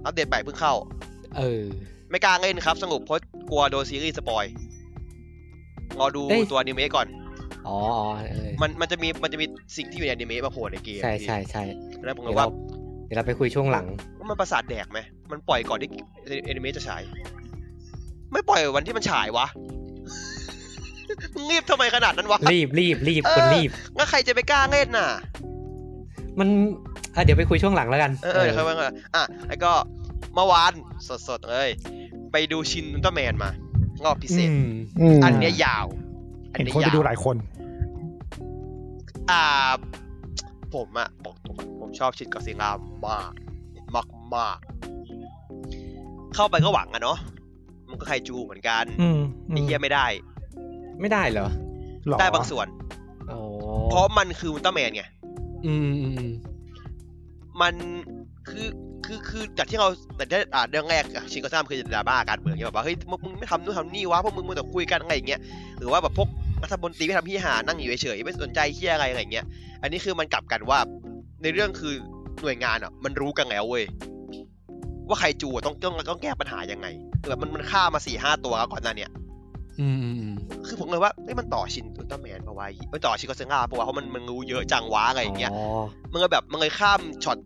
Speaker 2: อัปเดตใหม่เพิ่งเข้า
Speaker 1: เออ
Speaker 2: ไม่กล้าเล่นครับ สงบเพราะกลัวโดนซีรีส์สปอยรอดู
Speaker 1: เอ้ย
Speaker 2: ตัวอนิเมะก่อน
Speaker 1: อ๋ออ๋อเออ
Speaker 2: มันมันจะมีมันจะมีสิ่งที่อยู่ในอนิเมะมาโผล่ในเกม
Speaker 1: ใช่ใช่ใช่
Speaker 2: พี่แล้วผม
Speaker 1: เดี๋
Speaker 2: ก็
Speaker 1: ยว
Speaker 2: ว่า
Speaker 1: เราเดี๋ยวเราไปคุยช่วงหลัง
Speaker 2: ว่ามันประสาทแดกไหมมันปล่อยก่อนที่อนิเมะจะฉาย ไม่ปล่อยวันที่มันฉายวะ [laughs] มึงรีบทำไมขนาดนั้นวะ
Speaker 1: รีบรีบรีบ
Speaker 2: เออ
Speaker 1: คนรีบ
Speaker 2: งั้นใครจะไปกล้าเล่นน่ะ
Speaker 1: มันอ่ะเดี๋ยวไปคุยช่วงหลังแล้วกัน
Speaker 2: เออเออเดี๋ยวค่อยว่ากันอ่ะ แล้วก็เมื่อวานสดๆเลย ไปดูชินอุลตร้าแมนมา รอบพิเศษ
Speaker 1: อืม
Speaker 3: ม
Speaker 2: อันเนี้ยยาวอั
Speaker 4: เห็น
Speaker 2: ยยาว
Speaker 4: คนไปดูหลายคน
Speaker 2: อ่า ผมอะบอกตรงอะผมชอบชินกับซิงามมากมากมากเข้าไปก็หวังอะเนาะมันก็ใครจูเหมือนกัน
Speaker 4: อืม
Speaker 2: ไอ้เหี้ยไม่ได้
Speaker 1: ไม่ได้เหรอ
Speaker 4: หรอ
Speaker 2: ได้บางส่วน
Speaker 1: อ๋อ
Speaker 2: เพราะมันคืออุลตร้าแมนไง
Speaker 1: อืมอืมอืม
Speaker 2: มันคือคือคือจากที่เราแต่ที่อ่าเรื่องแรกอะชินก็ซ้ำคือดราม่าการเมืองที่แบบว่าเฮ้ยมึงมึงไม่ทำนู่นทำนี่วะพวกมึงมึงแต่คุยกันอะไรอย่างเงี้ยหรือว่าแบบพวกรัฐมนตรีไม่ทำที่หานั่งอยู่เฉยๆไม่สนใจที่อะไรอะไรอย่างเงี้ยอันนี้คือมันกลับกันว่าในเรื่องคือหน่วยงานอ่ะ มันรู้กันแล้วเว้ยว่าใครจูอะต้องต้องต้องแก้ปัญหายังไงคือแบบมันมันฆ่ามาสี่ห้าตัวแล้วก่อนหน้าเนี่ย
Speaker 1: อืมอืมอืม
Speaker 2: คือผมเลยว่าเอ้ยมันต่อชินอุลตร้าแมนปะวะไม่ต่อชินก็เซงาปะวะเพราะมันมันรู้เยอะจังวะอะไรอย่างเงี้ย
Speaker 1: อ๋อ
Speaker 2: มันเลยแบบมันเลยข้ามช็อต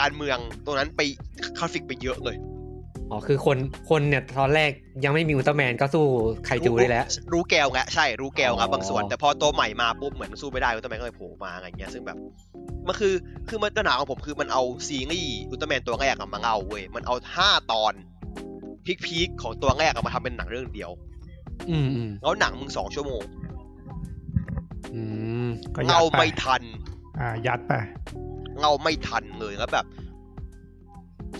Speaker 2: การเมืองตรงนั้นไปคราฟิกไปเยอะเลย
Speaker 1: อ๋อคือคนคนเนี่ยตอนแรกยังไม่มีอุลตร้าแมนก็สู้ไคจูได้แล้ว
Speaker 2: รู้รู้แกวแงะใช่รู้แกว
Speaker 1: อ๋
Speaker 2: แงะ
Speaker 1: อ
Speaker 2: บางส่วน แต่พอตัวใหม่มาปุ๊บเหมือนสู้ไม่ได้อุลตร้าแมนก็เลยโผล่มาอะไรเงี้ยซึ่งแบบมันคือคือมันปัญหาของผมคือมันเอาซีรีส์อุลตร้าแมนตัวแรกอะมาเล่าเว้ยมันเอาห้าตอนพีคๆของตัวแรกอะมาทำเป็นหนังเรื่องเดียว
Speaker 1: อืมอืม
Speaker 2: แล้วหนังมึงสองชั่วโมง
Speaker 1: อืม
Speaker 4: ก็ยัด
Speaker 2: เรา
Speaker 4: ไป
Speaker 2: ไม่ทัน
Speaker 4: อ่า ยัดไป
Speaker 2: เราไม่ทันเลยแล้วแบบ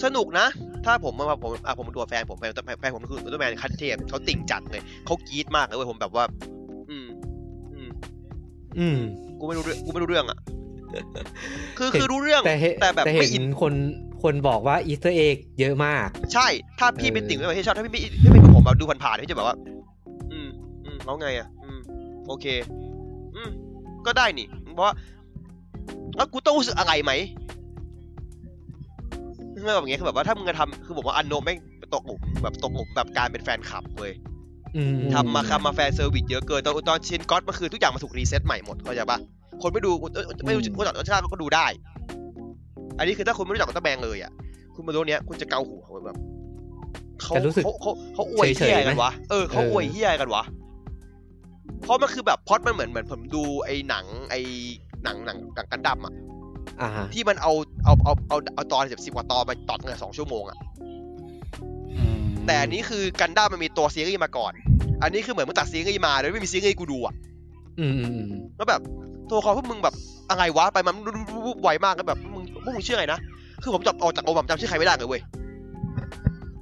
Speaker 2: สนุกนะ ถ้าผมมาผมอ่ะผมดูแฟนผมแฟนแฟนผมคือตัวแมนคันเทพเขาติ่งจัดเลยเขากรี๊ดมากเลยเว้ยผมแบบว่า อืม อืม
Speaker 1: อืม
Speaker 2: กูไม่รู้เรื่องกูไม่รู้เรื่องอ่ะ คือ
Speaker 1: เห็น
Speaker 2: คือรู้เรื่อง
Speaker 1: แต่เห็น
Speaker 2: แต่แบบ
Speaker 1: แต่เห็
Speaker 2: ไม่อิ
Speaker 1: น
Speaker 2: น
Speaker 1: คนคนบอกว่าอีสเตอร์เอกเยอะมาก
Speaker 2: ใช่ ถ้าพี่เป็น
Speaker 1: เออ
Speaker 2: ติ่งไม่ชอบถ้าพี่ไม่ไม่เป็นกับผมแบบดูผ่านๆพี่จะแบบว่า อืม อืมแล้วไงอ่ะ อืม โอเค อืม ก็ได้นี่เพราะว่าแล้วกูต้องรู้สึกอะไรไหมเรื่องแบบเงี้ยคือแบบว่าถ้ามึงจะทำคือผมว่าอันโนแม่งตกหลุมแบบตกหลุมแบบการเป็นแฟนคลับเว้ย
Speaker 1: อืม
Speaker 2: ทำมาคำมาแฟนเซอร์วิสเยอะเกินตอนตอนชินก็อตมันคือทุกอย่างมาถูกรีเซ็ตใหม่หมดเข้าใจปะคนไม่ดูเอ้ยไม่รู้คนต่างชาติก็ดูได้ อันนี้คือถ้าคุณไม่รู้จักกับตะแบงเลยอ่ะ คุณมาดูเนี้ยคุณจะเกาหัวเว้ยแบบเขา
Speaker 1: จะรู้สึก
Speaker 2: เขาเขาเขาอวย
Speaker 1: เฉ
Speaker 2: เฮี
Speaker 1: ยๆ
Speaker 2: ย
Speaker 1: ไหม
Speaker 2: กันวะเออเขา
Speaker 1: เออ
Speaker 2: อ
Speaker 1: อ
Speaker 2: วยเฮียกันวะเพราะมันคือแบบพล็อดมันเหมือนเหมือนผมดูไอ้หนังไอ้หนังหนังหนังกันดั้มอ่ะ
Speaker 1: อ่าฮะ
Speaker 2: ที่มันเอาเอาเอาเอาเอาตอนสิบสิบกว่าตอนมาตอดกันสองชั่วโมงอ่ะ
Speaker 1: อืม
Speaker 2: แต่อันนี้คือกันดั้มมันมีตัวซีรีส์มาก่อน อันนี้คือเหมือนมึงตัดซีรีส์มาโดยไม่มีซีรีส์กูดูอ่ะ
Speaker 1: อืมอืมอืม
Speaker 2: แล้วแบบตัวละครพวกมึงแบบอะไรวะไปมันรูบวูบไวมากแล้วแบบมึงพวกมึงชื่ออะไรนะคือผมจำออกจากโอผมจำชื่อใครไม่ได้เลยเว้ย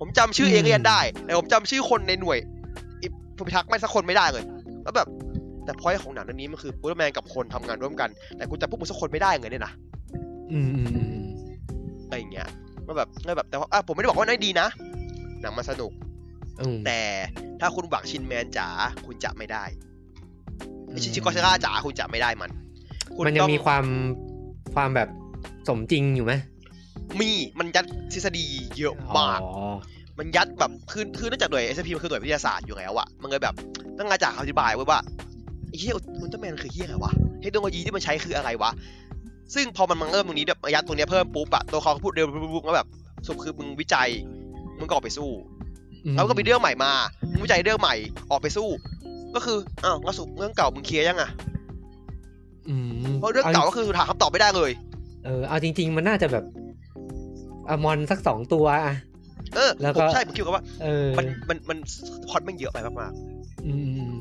Speaker 2: ผมจำชื่อเอเลียนได้แต่ผมจำชื่อคนในหน่วยอิผู้พิทักษ์ไม่สักคนไม่ได้เลย แล้วแบบแต่พอยของหนังเรื่องนี้มันคืออุลตร้าแมนกับคนทำงานร่วมกันแต่กูจำพวกมึงสักคนไม่ได้เลยเนี่ยนะ
Speaker 1: อืมอืมอืม
Speaker 2: อะไรอย่างเงี้ยมันแบบแล้วแบบแต่ว่าอ่ะผมไม่ได้บอกว่านั่นดีนะหนังมันสนุก
Speaker 1: อืม
Speaker 2: แต่ถ้าคุณหวังชินแมนจ๋าคุณจะไม่ได้ไอ้ชินชิโกเซราจ๋าคุณจะไม่ได้มันคุณ
Speaker 1: มันยัง
Speaker 2: ต้อง
Speaker 1: มีความความแบบสมจริงอยู่ไหม
Speaker 2: มีมันยัดทฤษฎีเยอะมาก
Speaker 1: อ๋อ
Speaker 2: มันยัดแบบคือคือเนื่องจากหน่วย s อ p มันคือหน่วยวิทยาศาสตร์อยู่แล้วอะมันเลยแบบต้องการจากอธิบายไว้ว่าไอ้เฮียอุลตร้าแมนมันคือเฮียอะไรวะเทคโนโลยีที่มันใช้คืออะไรวะ ซึ่งพอมันมังเริ่มตรงนี้แบบยัดตรงเนี้ยเพิ่มปุ๊บอะตัวเขาก็พูดเร็วปุ๊บแล้วแบบสรุดคือมึงวิจัยมึงก็ออกไปสู้ แล้วก็มีเรื่องใหม่มามึงวิจัยเรื่องใหม่ออกไปสู้ ก็คืออ้าวแล้วสรุดเรื่องเก่ามึงเคลียร์ยังอะ
Speaker 1: อืม
Speaker 2: เพราะเรื่องเก่าก็คือหาคำตอบไม่ได้เลย
Speaker 1: เออเอาจริง ๆ มันน่าจะแบบอะมอนสักสองตัวอะ
Speaker 2: เออ
Speaker 1: แล้ว
Speaker 2: ผ
Speaker 1: ก็
Speaker 2: มใช่ผมคิดว่า
Speaker 1: เออ
Speaker 2: มันมันมันพล็อตมันเยอะไปมากๆ
Speaker 1: อืมอืม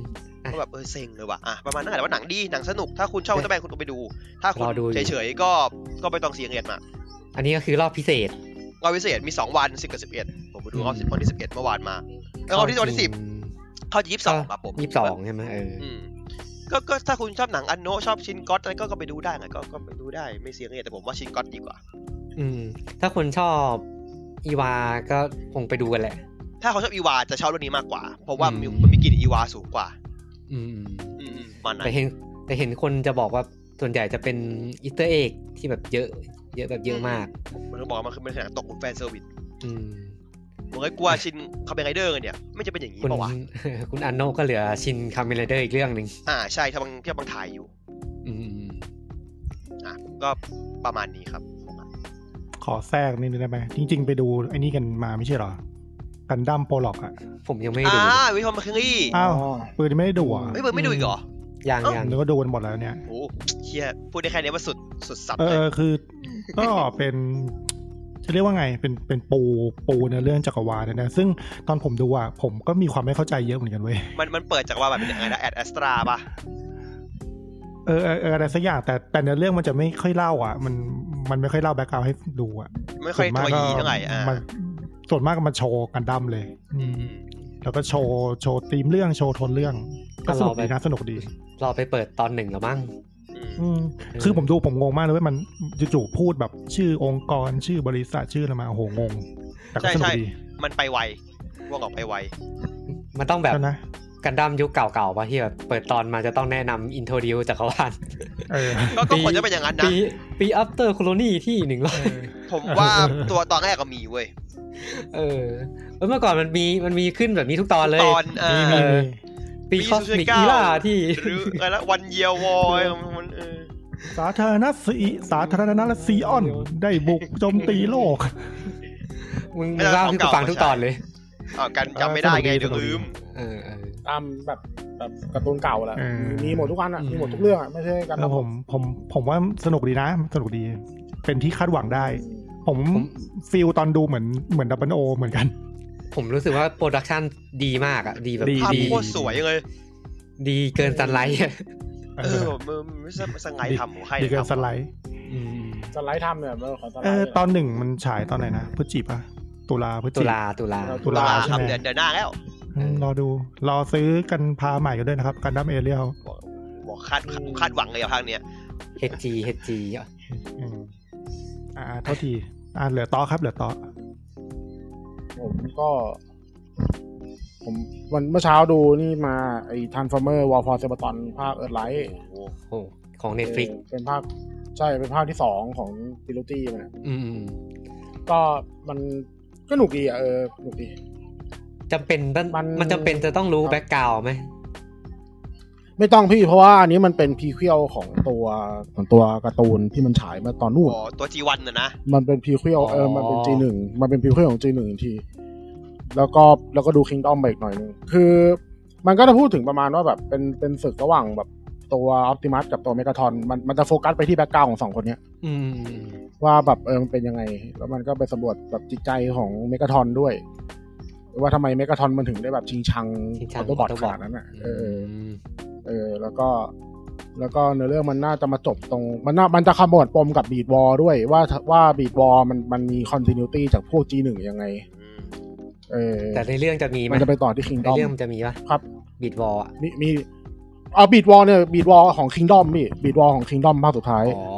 Speaker 2: ก็แบบเออเซ็งเลยว่ะอ่ะประมาณนั้นแหละแต่ว่าหนังดีหนังสนุกถ้าคุณชอบตัแบงคุณก็ไปดู ถ้าคุณ
Speaker 1: รอดูอยู่
Speaker 2: เฉยๆก็ก็ไปต้องเสียเงินมา
Speaker 1: อันนี้ก็คือรอบพิเศษ
Speaker 2: รอบพิเศษมี 2 วัน10กับ11 ผมไปดูรอบ10วันที่ 11 เมื่อวานมาแล้วรอบที่วันที่10เข้ายี่สิบสองครับผม
Speaker 1: ยี่สิบสองใช่ไหมเออ
Speaker 2: อืมก็ก็ถ้าคุณชอบหนังอันโนะชอบชินก็อตอะไรก็ก็ไปดูได้ไงก็ก็ไปดูได้ไม่เสียเงินแต่ผมว่าชินก็อตดีกว่า
Speaker 1: อืม ถ้าคนชอบอีวาก็คงไปดูกันแหละ
Speaker 2: ถ้าเขาชอบอีวาจะชอบเรื่องนี้มากกว่า เพราะว่ามัน
Speaker 1: อืม
Speaker 2: มันมีกลิ่นอีวาสูงกว่า
Speaker 1: อืมอืม
Speaker 2: อืมๆมันนะ
Speaker 1: แต่เห็นแต่เห็นคนจะบอกว่าส่วนใหญ่จะเป็นอีสเตอร์เอกที่แบบเยอะ เยอะแบบเยอะมาก
Speaker 2: มันก็บอกว่ามันคือเป็นหนังตกของแฟนเซอร์วิส
Speaker 1: อืม
Speaker 2: ผมเคยกลัวชินคาเมนไรเดอร์เนี่ยไม่จะเป็นอย่างนี้
Speaker 1: คุณ [laughs]
Speaker 2: ป่าวะ
Speaker 1: คุณอันโนก็เหลือชินคาเมเลเดอร์อีกเรื่องหนึ่ง
Speaker 2: อ่าใช่ที่บางที่บางถ่ายอยู่
Speaker 1: อืม
Speaker 2: อ่ะก็ประมาณนี้ครับผมอ่ะ
Speaker 4: ขอแทรกนิดนึงได้ไหมจริง ๆ ไปดูไอ้นี่กันมาไม่ใช่เหรอกันดั้มโปรล็อกอ่ะ
Speaker 1: ผมยังไม่ดู
Speaker 2: อ่าวิทอมมาคิงลี่
Speaker 4: อ้าวปืนไม่ได้ดูอ่ะ
Speaker 2: เฮ้ยเบิร์ดไม่ดูอีกเหรอ
Speaker 1: ยังยัง
Speaker 4: แล้วก็ดูกันหมดแล้วเนี่ย
Speaker 2: โอ้เฮียพูดได้แค่นี้ว่าสุดสุดสับ
Speaker 4: เอ
Speaker 2: เลย
Speaker 4: อ [laughs] คือ ก็เป็นจะเรียกว่าไงเป็นเป็นปูปูในเรื่องจักรวาลเนยนะซึ่งตอนผมดูอ่ะผมก็มีความไม่เข้าใจเยอะเหมือนกันเว้ย
Speaker 2: มันมันเปิดจากว่าแบบเป็นยังไงนะแอดแอสตราป่ะ
Speaker 4: เออเออเอออะไรสักอย่างแต่แต่ในเรื่องมันจะไม่ค่อยเล่าอ่ะ มันมันไม่ค่อยเล่าแบ็กกราวให้ดูอ่ะ
Speaker 2: ไม่ค่อยตัวยีเท่าไหร่อ่า
Speaker 4: มันส่วนมากก็มาโชว์กันดั้มเลย
Speaker 2: อืม
Speaker 4: แล้วก็โชว์โชว์ธีมเรื่องโชว์โทนเรื่องก็สนุกดีนะสนุกดี
Speaker 1: รอไปเปิดตอนหนึ่งแล้วมั้ง
Speaker 2: อืม
Speaker 4: อืม
Speaker 1: เออ
Speaker 4: คือผมดูผมงงมากเลยเว่ามันจู่ๆพูดแบบชื่อองค์กรชื่อบริษัทชื่ออะไรมาโอ้โหงง แต่ก็สนุกดี
Speaker 2: มันไปไวว่าออกไปไว
Speaker 1: มันต้องแบบ
Speaker 4: ใช่นะ
Speaker 1: กันดั้มยุคเก่าๆป่ะที่แบบเปิดตอนมาจะต้องแนะนำอินโทรดิวจักรวาล
Speaker 4: เออ
Speaker 2: ก็ก็ควรจะเป็นอย่างนั้นนะ
Speaker 1: ปีปีอัปเตอร์โคโลนีที่หนึ่งร้อย
Speaker 2: ผม
Speaker 4: [laughs]
Speaker 2: ว่าตัวตอนแรกก็มีเว้ย
Speaker 1: เออเออเมื่อก่อนมันมีมันมีขึ้นแบบนี้ทุกตอนเลย
Speaker 2: ทุกตอนเออ
Speaker 1: เออ
Speaker 2: ปี
Speaker 1: ปีคอสมิก
Speaker 2: ศูนย์เก้า
Speaker 1: อีล่าที่
Speaker 2: หรืออะไรละวันเยียววอยมันเออ
Speaker 4: สาธารณสีสาธารณรัฐซีออน ได้บุกโจมตีโลก
Speaker 1: มึงมึง
Speaker 2: ไม่ได้
Speaker 1: เล่าให้กู
Speaker 2: เก่าๆ
Speaker 1: ฟังทุก
Speaker 2: มา
Speaker 1: ต
Speaker 2: ใช้
Speaker 1: อนเลย
Speaker 2: อ่ากันจำไม่ได้ไง
Speaker 4: เออ
Speaker 2: เดี๋ยว
Speaker 4: สนุกดี
Speaker 2: ลืม
Speaker 1: เออเออ
Speaker 3: ตามแบบแบบการ์ตูนเก่าแหละ
Speaker 4: เออ
Speaker 3: มีมีหมดทุกอันอ่ะ
Speaker 1: อืม
Speaker 3: มีหมดทุกเรื่องอ่ะไม่ใช่การ์
Speaker 4: แล้
Speaker 3: ตู
Speaker 4: วน ผมผมผมว่าสนุกดีนะ สนุกดี เป็นที่คาดหวังได้ ผม
Speaker 1: ผม
Speaker 4: ฟิลตอนดูเหมือนเหมือนดับเบิลโอเหมือนกัน
Speaker 1: ผมรู้สึกว่าโปรดักชันดีมากอะดีแบบ
Speaker 4: ดี
Speaker 2: ภาพ
Speaker 1: ดี
Speaker 2: โคตรสวยเลย
Speaker 1: ดีเกินสันไลท์อะ
Speaker 4: เอ
Speaker 2: เออ
Speaker 4: อ
Speaker 2: แบบมันมันไม่ใช่สไงทำของใคร
Speaker 4: ดีเกินสไลด์
Speaker 1: อืม
Speaker 3: สไลด์ทำเนี่ยเราขอสไลด์
Speaker 4: เออ
Speaker 3: เลยนะ
Speaker 4: ตอนหนึ่งมันฉายตอนไหนนะพฤศจิกปะตุลาพฤศ
Speaker 1: ตุ
Speaker 4: จิก
Speaker 1: ลาตุลา
Speaker 3: ตุ
Speaker 2: ตุ
Speaker 4: ลา
Speaker 2: ลา
Speaker 4: ใช่
Speaker 2: ครับ
Speaker 4: ไหม
Speaker 2: เดือนเดือนหน้าแล้ว
Speaker 4: อืมรอดูรอซื้อกันพาใหม่กันด้วยนะครับกันดั้มเอเรียล
Speaker 2: บอกคาดคาดหวังเลยกับภาคเนี้ย
Speaker 1: HG HG อะ
Speaker 4: อืมอ่าเท่าทีอ่าเหลือต่อครับเหลือต่อ
Speaker 3: ผมก็ ผมวันเมื่อเช้าดูนี่มาไอ้ทันฟอร์เมอร์วอลฟอร์เซบตอนภาคเอิร์ธไลท์
Speaker 1: โอ้ของ Netflix
Speaker 3: เป็นภาคใช่เป็นภาคที่สองของดิลูตี้มันอะ
Speaker 1: อืมอืม
Speaker 3: ก็มันก็หนุกดีอ่ะเออหนุกดี
Speaker 1: จำเป็นปะ
Speaker 3: มัน
Speaker 1: มันจำเป็นจะต้องรู้แบ็กกราวไหม
Speaker 3: ไม่ต้องพี่เพราะว่าอันนี้มันเป็นพรีเควลของตัวของตัวการ์ตูนที่มันฉายมาตอนนู่น
Speaker 2: อ๋อตัวจีวันน่ะนะ
Speaker 3: มันเป็นพรีเควลเออมันเป็นจีหนึ่งมันเป็นพรีเควลของจีหนึ่งที แล้วก็แล้วก็ดูคิงดอมไปอีกหน่อยหนึงคือ มันก็จะพูดถึงประมาณว่าแบบเป็นเป็นศึกระหว่างแบบตัวออ t ติมัสกับตัวเมกาทอนมันมันจะโฟกัสไปที่แบ็กกราวของสองคนเนี้ย
Speaker 1: อืมอืม
Speaker 3: ว่าแบบเออมันเป็นยังไง แล้วมันก็ไปสำรวจแบบจิตใจของเมกาทอนด้วย ว่าทำไมเมกาทอนมันถึงได้แบบชิงชัง
Speaker 1: ที่
Speaker 3: อ
Speaker 1: ทาง
Speaker 3: อโตบอทขนาดนั้นอ่ะเออ
Speaker 1: ม
Speaker 3: เออแล้วก็แล้วก็เนื้อเรื่องมันน่าจะมาจบตรง มันน่ามันจะขมวดปมกับบีดวอลด้วยว่าว่าบีดวอลมันมันมีคอนติเนียตี้จากพวก G1 ยังไง เออ
Speaker 1: แต่ในเรื่องจะมีไหม
Speaker 3: มันจะไปต่อที่คิง
Speaker 1: ใน
Speaker 3: ดอม
Speaker 1: เรื่องมันจะมีปะ
Speaker 3: ครับ
Speaker 1: บิดวอลอะ
Speaker 3: มีมีเอาบีดวอลเนี่ยบีดวอลของคิงดอมพี่บีดวอลของคิงดอมภาคสุดท้าย
Speaker 1: อ๋อ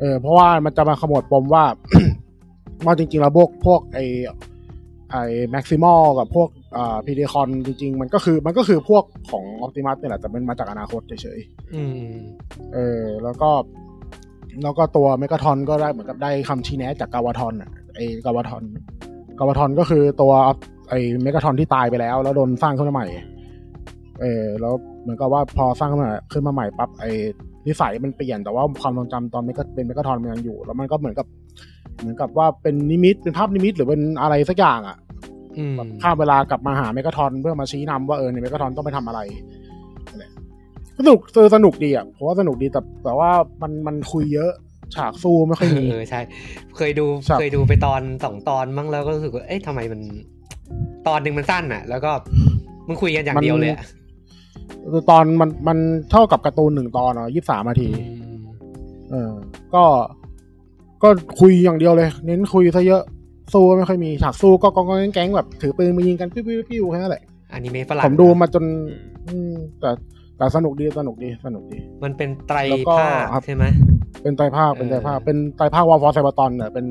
Speaker 3: เออเพราะว่ามันจะมาขมวดปมว่า [coughs] ว่าจริงๆแล้วพวกพวกไอไอแม็กซิมอลกับพวกอ่าพีเดคอนจริง ๆ มันก็คือมันก็คือพวกของออ t ติมัสเนี่ยแหละแต่มันมาจากอนาคตเฉยๆ
Speaker 1: อืม
Speaker 3: เออแล้วก็แล้วก็ตัวเมกาทอนก็ได้เหมือนกับได้คำชี้แนะจากกาวาทอนอ่ะไอ้กาวาทอนกาวาทอนก็คือตัวไอ้เมกาทอนที่ตายไปแล้ว แล้วโดนสร้างขึ้นมาใหม่เออแล้วเหมือนกับว่าพอสร้างขึ้นมาขึ้นมาใหม่ปั๊บไอ้นิสัยมันเปลี่ยนแต่ว่าความทรงจำตอนเมกาเป็นเมกาทอนมันยังอยู่ แล้วมันก็เหมือนกับ เหมือนกับว่าเป็นนิมิตเป็นภาพนิมิตหรือเป็นอะไรสักอย่างอ่ะ
Speaker 1: อืม
Speaker 3: แบบข้ามเวลากลับมาหาเมกาทอนเพื่อมาชี้นำว่าเออในเมกาทอนต้องไปทำอะไรนั่นแหละสนุกเออสนุกดีอ่ะเพราะว่าสนุกดีแต่แต่ว่ามันมันคุยเยอะ ฉากสู้ไม่
Speaker 1: เอ
Speaker 3: ค่อย
Speaker 1: อ
Speaker 3: มี
Speaker 1: เออใช่ เคยดู
Speaker 3: ครับ
Speaker 1: เคยดูไปตอนสองตอนมั้งแล้วก็รู้สึกว่าเอ๊ะทำไมมัน ตอนหนึ่งมันสั้นอะแล้วก็มึงคุยกันอย่างเดียวเลยอะ
Speaker 3: คือตอนมันมันเท่ากับการ์ตูนหนึ่งตอนเนาะยี่สามนาที
Speaker 1: อืม
Speaker 3: เออ ก็ก็คุยอย่างเดียวเลย เน้นคุยซะเยอะสู้ไม่ค่อยมีฉากสู้ก็กองกองแก๊งๆแบบถือปืนมายิงกันปิ้วปิ้วปิ้วแค่นั้นแหละ
Speaker 1: อนิเมะฝรั่ง
Speaker 3: ผมดู
Speaker 1: นะ
Speaker 3: มาจน อืมแต่แต่สนุกดีสนุกดีสนุกดี
Speaker 1: มันเป็นไตร
Speaker 3: แล้วก็
Speaker 1: ภาค
Speaker 3: ครับ
Speaker 1: ใช่ไหม
Speaker 3: เป็นไตรภาค เป็นไตรภาค
Speaker 1: เออ
Speaker 3: เป็นไตรภาควอลฟอร์ไซบอตอนเนี่ยเป็น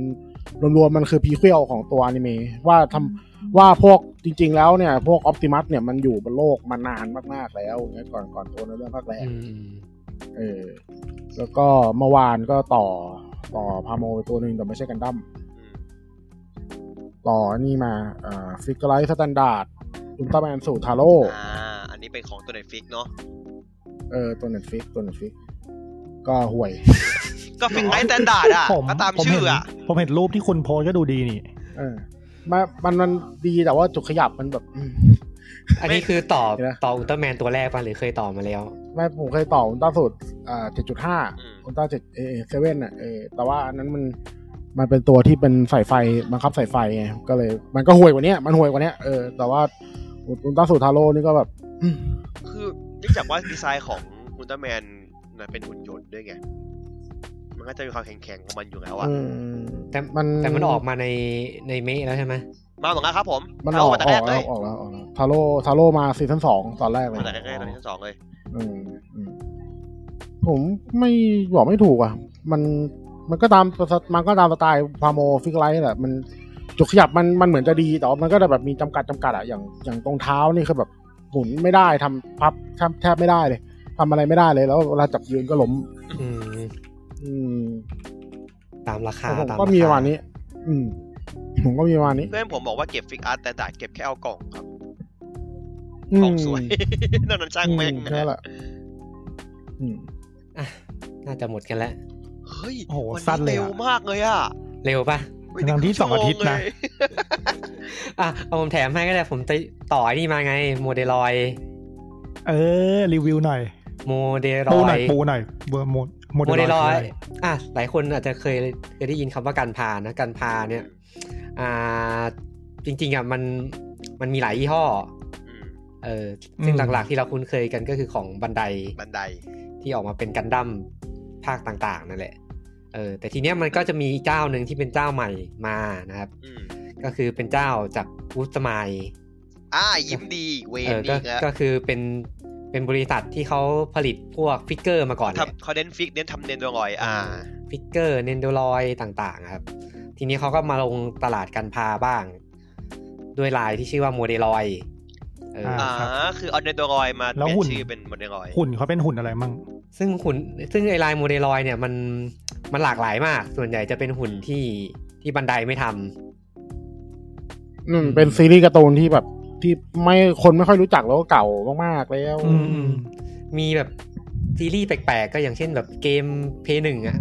Speaker 3: รวมๆมันคือพีเควลของตัวอนิเมะว่าทำว่าพวกจริง ๆ แล้วเนี่ย พวกออปติมัสเนี่ยมันอยู่บนโลกมานานมากๆแล้วอย่างเงี้ยก่อนก่อนตัวในเรื่องภาคแรก
Speaker 1: อืม
Speaker 3: เออแล้วก็เมื่อวานก็ต่อต่อพาโมไปตัวหนึ่งแต่ไม่ใช่กันดั้ม ต่อนี่มาฟิกเกอร์ไลท์สแตนดาร์ดอุลตร้าแมนสู่ทาโร่
Speaker 2: อ่าอันนี้เป็นของตัวเน็ตฟิกเนาะ
Speaker 3: เออตัวเน็ตฟิกตัวเน็ตฟิกก็ห่วย
Speaker 2: ก็ฟิกไลท์สแตนดาร์ดอ่ะ
Speaker 4: ผม
Speaker 2: ก็ตาม
Speaker 4: ผม
Speaker 2: ชื่
Speaker 4: เห็
Speaker 2: อน อ่ะ
Speaker 4: ผมเห็นรูปที่คุณโพสก็ดูดีนี่
Speaker 3: เออมามันมันดีแต่ว่าจุดขยับมันแบบอืม
Speaker 1: อันนี้คือต่อ
Speaker 3: เดี๋ยวนะ
Speaker 1: ต่ออุลตร้าแมนตัวแรกป่ะหรือเคยต่อมาแล้ว
Speaker 3: ไม่ผมเคยต่ออุลตร้าสุดอ่าเจ็ดจุดห้า
Speaker 2: อืม
Speaker 3: อุลตร้าเจ็ดเอเซเว่นอ่ะเออแต่ว่าอันนั้นมันมันเป็นตัวที่เป็นสายไฟบังคับสายไฟไงก็เลย มันก็ห่วยกว่าเนี้ยมันห่วยกว่าเนี้ยเออแต่ว่าอุลตร้าสุดทาโร่นี่ก็แบบอืม
Speaker 2: คือเนื่องจากว่าดีไซน์ของอุลตร้าแมนน่ะเป็นหุ่นยนต์ด้วยไง มันก็จะมีความแข็งๆของมันอยู่แล้วอ่ะ
Speaker 3: อืม
Speaker 1: แต่
Speaker 3: มัน
Speaker 1: แต่มันออกมาในในเมะแล้วใช่ไหม
Speaker 2: มาเหมือนกันครับผม
Speaker 3: มันอ
Speaker 2: เอา
Speaker 3: อก
Speaker 2: มาแต่
Speaker 3: อ
Speaker 2: แร
Speaker 3: อก
Speaker 2: กเล
Speaker 3: แล้ว
Speaker 2: ย
Speaker 3: ออกแล้วออกแล้วทาโร่ทาโร่มาซีซั่นสองตอนแรกเลย
Speaker 2: มาแต่แรกเลยตอนที่สองเลย
Speaker 3: อืมอืมผมไม่บอกไม่ถูกอ่ะ มันมันก็ตามมันก็ตามสไตล์พาโมฟิกไลท์แหละมันจุดขยับมันมันเหมือนจะดีแต่ว่ามันก็แบบมีจำกัดจำกัดอะอย่างอย่างตรงเท้านี่คือแบบหมุนไม่ได้ทำพับแทบแทบไม่ได้เลยทำอะไรไม่ได้เลยแล้วเวลาจับยืนก็ล้ม
Speaker 1: อืม
Speaker 3: อืม
Speaker 1: ตามราคา
Speaker 3: ผม
Speaker 1: ตาม
Speaker 3: ก็
Speaker 1: ค
Speaker 3: มีประมาณนี้ อืม ผมก็มีประมาณนี้
Speaker 2: เพื่อนผมบอกว่าเก็บฟิกอาร์ตแต่แต่เก็บแค่เอากล่องครับ
Speaker 3: อื
Speaker 2: ก
Speaker 3: ม
Speaker 2: ล่องสวย นอกนั้นช่างแม่ง
Speaker 3: อืมแค่นั้นแหละ อืม
Speaker 1: อ่ะน่าจะหมดกันแล้ว
Speaker 2: เฮ้ย
Speaker 4: โอ้โห
Speaker 2: วัน
Speaker 4: สั้นเล
Speaker 2: เร็
Speaker 4: ย
Speaker 2: ว
Speaker 4: อะ
Speaker 2: มากเลยอ่ะ
Speaker 1: เร็วป่ะ
Speaker 2: ไม่ถึ
Speaker 4: ทั้ง
Speaker 2: ค
Speaker 4: ที่
Speaker 2: รึ่
Speaker 4: สองอาทิตย์
Speaker 2: ชั่
Speaker 4: นะ
Speaker 2: วโมเล
Speaker 1: อ่ะเอาผมแถมให้ก็ได้ผมจะต่อไอ้นี่มาไง โมเดลอย
Speaker 4: เออ รีวิวหน่อย
Speaker 1: โมเดล
Speaker 4: ปูห
Speaker 1: อ
Speaker 4: น่อย
Speaker 1: ย
Speaker 4: ปูหน่อยเบอร์โมดโม
Speaker 1: โม
Speaker 4: เด
Speaker 1: เด
Speaker 4: ล
Speaker 1: ล
Speaker 4: ล
Speaker 1: อ
Speaker 4: อ
Speaker 1: ย
Speaker 4: ยคืออะไร
Speaker 1: อ่ะหลายคนอาจจะเคยเคยได้ยินคำว่าการพานะการพาเนี่ย อ่า จริงๆอ่ะมันมันมีหลายยี่ห้อ
Speaker 2: อืม
Speaker 1: เออซึ่งหลักๆที่เราคุ้นเคยกันก็คือของบันได
Speaker 2: บันได
Speaker 1: ที่ออกมาเป็นกันดั้มภาคต่างๆนั่นแหละ เออ แต่ทีเนี้ยมันก็จะมีเจ้าหนึ่งที่เป็นเจ้าใหม่มานะครับ
Speaker 2: อืม
Speaker 1: ก็คือเป็นเจ้าจากอุสมาย
Speaker 2: อ่ายิ้มดีเว
Speaker 1: เออ
Speaker 2: นี่
Speaker 1: ก็
Speaker 2: อีกแล้ว
Speaker 1: ก็คือเป็นเป็นบริษัทที่เขาผลิตพวกฟิกเกอร์มาก่อนแหละ
Speaker 2: ทำเขาเน้นฟิกเน้นทำเน้นตัวลอย อ่า
Speaker 1: ฟิกเกอร์เนนโดรอยต่างๆครับ ทีนี้เขาก็มาลงตลาดกันพาบ้าง ด้วยลายที่ชื่อว่าโมเดลอยเอออ
Speaker 2: อ่า
Speaker 4: าครับ
Speaker 2: คือเอาเน้นตัวลอยมา
Speaker 4: แล้ว
Speaker 2: เปลี่ย
Speaker 4: หุ่น
Speaker 2: นชื่อเป็นบันไดลอย
Speaker 4: หุ่นเขาเป็นหุ่นอะไรมั่ง
Speaker 1: ซึ่งหุ่นซึ่งไอลายโมเดลอยเนี่ยมันมันหลากหลายมาก ส่วนใหญ่จะเป็นหุ่นที่ที่บันไดไม่ทำ
Speaker 3: อืมเป็นซีรีส์การ์ตูนที่แบบที่ไม่คนไม่ค่อยรู้จักแล้วก็เก่ามากๆแล้ว
Speaker 4: อืมอืม
Speaker 1: มีแบบซีรีส์แปลกๆ ก็อย่างเช่นแบบเกมเพย์หนึ่งอะ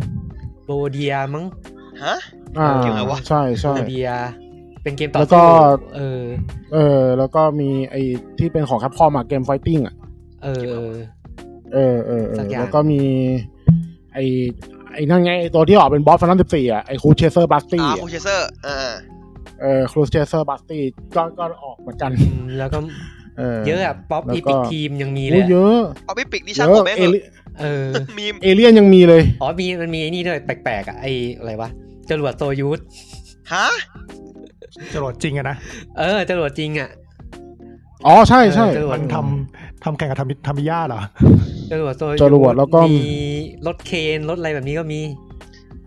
Speaker 1: โรเดียมั้ง
Speaker 2: ฮะ
Speaker 3: อ่า
Speaker 2: เกี่ยวไงวะ
Speaker 3: ใช่ใช่
Speaker 1: โรเดีย เป็นเกมต่อ
Speaker 3: แล้วก็
Speaker 1: สู้เออ
Speaker 3: เออ แล้วก็มีไอ้ที่เป็นของแคปคอมอะเกมไฟติ้งอ่ะ
Speaker 1: เออเออ
Speaker 3: เออเออเอ
Speaker 1: สั
Speaker 3: อก
Speaker 1: อย่าง
Speaker 3: แล้วก็มี ไอ้ไอ้นั่นไงไอ้ตัวที่ออกเป็นบอสฟันนัมสิบสี่อ่ะไอ้ครูเชเซอร์บัสตี้
Speaker 2: อ่าคูเชเซอร์ อ่า
Speaker 3: เออครูเชเซอร์บัสตี้ก็ก็ออกเหมือนกัน
Speaker 1: อืมแล้วก็
Speaker 3: เออ
Speaker 1: เยอะอะป๊อป
Speaker 3: แล้ว
Speaker 1: อี
Speaker 3: ก็
Speaker 1: พิกทีมยังมีเล
Speaker 3: โอ้
Speaker 1: ย
Speaker 3: เย
Speaker 1: อะ
Speaker 3: อะ
Speaker 2: เอาไปปิกนี่
Speaker 3: เย
Speaker 2: ช่างผ
Speaker 3: อะ
Speaker 2: มแม่ง
Speaker 3: เอ
Speaker 2: เห
Speaker 3: ลิ
Speaker 2: อะ
Speaker 1: เออ
Speaker 2: มีม
Speaker 3: เอเลี่ยนยังมีเลย
Speaker 1: อ๋อมีมันมีไอ้นี่ด้วยแปลกๆอ่ะไออะไรวะจรวดโซยูธ
Speaker 2: ฮะ
Speaker 4: จรวดจริงอะนะ
Speaker 1: เออจรวดจริงอ่ะ
Speaker 3: อ๋อใช่ใช่
Speaker 1: เออเจอ
Speaker 4: มันทำทำแข่งกับทำทำมิย่าเหรอ
Speaker 1: จรวดโซยูธ
Speaker 3: จรวดแล้วก็
Speaker 1: มีรถเคนรถอะไรแบบนี้ก็มี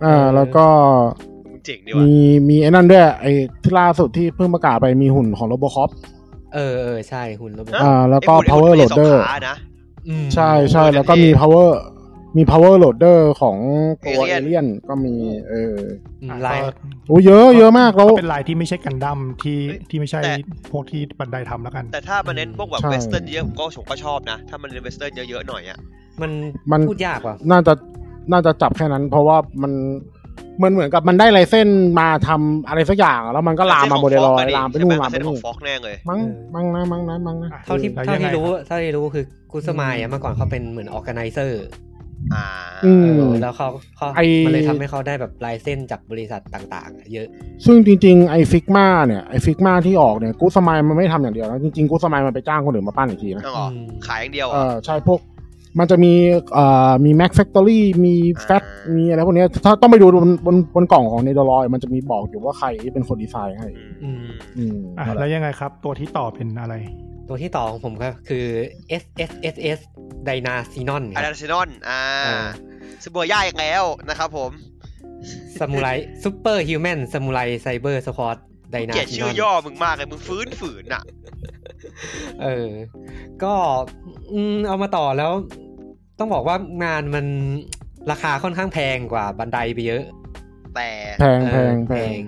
Speaker 3: อ่าแล้วก็
Speaker 2: เจ๋งดีว่ะ
Speaker 3: มีมีไอ้นั่นด้วยไอ้ที่ล่าสุดที่เพิ่งประกาศไปมีหุ่นของโรบอคอป
Speaker 1: เออเออใช่หุ่นระบบ
Speaker 2: ฮะ
Speaker 3: อ่าแล้วก็
Speaker 2: ไอ้หุ่น
Speaker 3: power
Speaker 2: ไอ้หุ่นมันมี
Speaker 3: loader
Speaker 2: สองขานะ
Speaker 1: อืม
Speaker 3: ใช่ใช่
Speaker 2: โอ้โห
Speaker 3: แล้วก็
Speaker 2: เท่
Speaker 3: มี power มี power loader ของตัว
Speaker 2: Alien
Speaker 3: เอเลี่ยนก็มีเออ
Speaker 1: อืมลาย
Speaker 3: โอ้เยอะเยอะมากแล้ว
Speaker 4: เป็นลายที่ไม่ใช่กันดั้มที่
Speaker 2: เฮ้ย
Speaker 4: ที่ไม่ใช่
Speaker 2: แต่
Speaker 4: พวกที่บันไดทำแล้วกัน
Speaker 2: แต่ถ้ามันเน้นพวกแบบ
Speaker 3: ใช่
Speaker 2: เวสเทิร์นเยอะผมก็ผมก็ชอบนะ ถ้ามันเน้นเวสเทิร์นเยอะๆหน่อยอ่ะ
Speaker 1: มัน
Speaker 3: มัน
Speaker 1: พูดยากว่ะ
Speaker 3: น่าจะน่าจะจับแค่นั้น เพราะว่ามันมันเหมือนกับมันได้ลายเส้นมาทำอะไรสักอย่าง แล้วมันก็ลามมาโมเดลลอยลามไปนู่นลามไป
Speaker 2: เส้นขอ
Speaker 3: นู่
Speaker 2: ง
Speaker 3: น
Speaker 2: ฟอกแน่เลย
Speaker 3: มั้งมั้งนะมั้งนะมั้งนะ
Speaker 1: เท่าที่
Speaker 4: แล้วยังไง
Speaker 1: เท่าที่รู้เท่าที่รู้คือกุสมายอ่ะเมื่อก่อนเขาเป็นเหมือนออแกไนเซอร์
Speaker 2: อ่า
Speaker 3: อื
Speaker 1: เอ
Speaker 3: ม
Speaker 1: อแล้วเขาเขา
Speaker 3: ไอ้
Speaker 1: มันเลยทำให้เขาได้แบบลายเส้นจากบริษัทต่างๆอะเยอะ
Speaker 3: ซึ่งจริงๆ ไอ้ฟิกมาเนี่ยไอ้ฟิกมาที่ออกเนี่ยกูสมายมันไม่ทำอย่างเดียวนะจริงๆกูสมายมันไปจ้างคนอื่นมาปั้นอีกทีนะ
Speaker 2: ต้องเหรอขายอย่างเดียว
Speaker 3: เอ
Speaker 2: อ่ะ
Speaker 3: อใช่พวกมันจะมีเอ่อมี Mac Factory มี Fat
Speaker 2: อ่ามี
Speaker 3: มีอะไรพวกเนี้ยถ้าต้องไปดูบนบนบนกล่องของเนดลอยมันจะมีบอกอยู่ว่าใครเป็นคนดีไซน์ให้
Speaker 2: อืม
Speaker 3: อืม
Speaker 4: อ่ะ
Speaker 3: นั่นแห
Speaker 4: แล้ว
Speaker 3: ละ
Speaker 4: ยังไงครับ ตัวที่ต่อเป็นอะไร
Speaker 1: ตัวที่ต่อของผมก็คือ S S S S ไดนาซีนอนค
Speaker 2: อา
Speaker 1: รับ
Speaker 2: ร์เซนอลอ่า
Speaker 1: เออ
Speaker 2: สบัวย่าอีกแล้วนะครับผม
Speaker 1: ซามูไรซูเปอร์ฮิวแมนซามูไรไซเบอร์สควอตไดนา
Speaker 2: เกลียดชื่อย่อมึงมากเลย มึงฟื้นฝืนอ่ะ
Speaker 1: เออ ก็อืมเอามาต่อแล้ว ต้องบอกว่างานมันราคาค่อนข้างแพงกว่าบันไดไปเยอะ
Speaker 2: แต่
Speaker 3: แพง
Speaker 1: เออ
Speaker 3: แพงแพง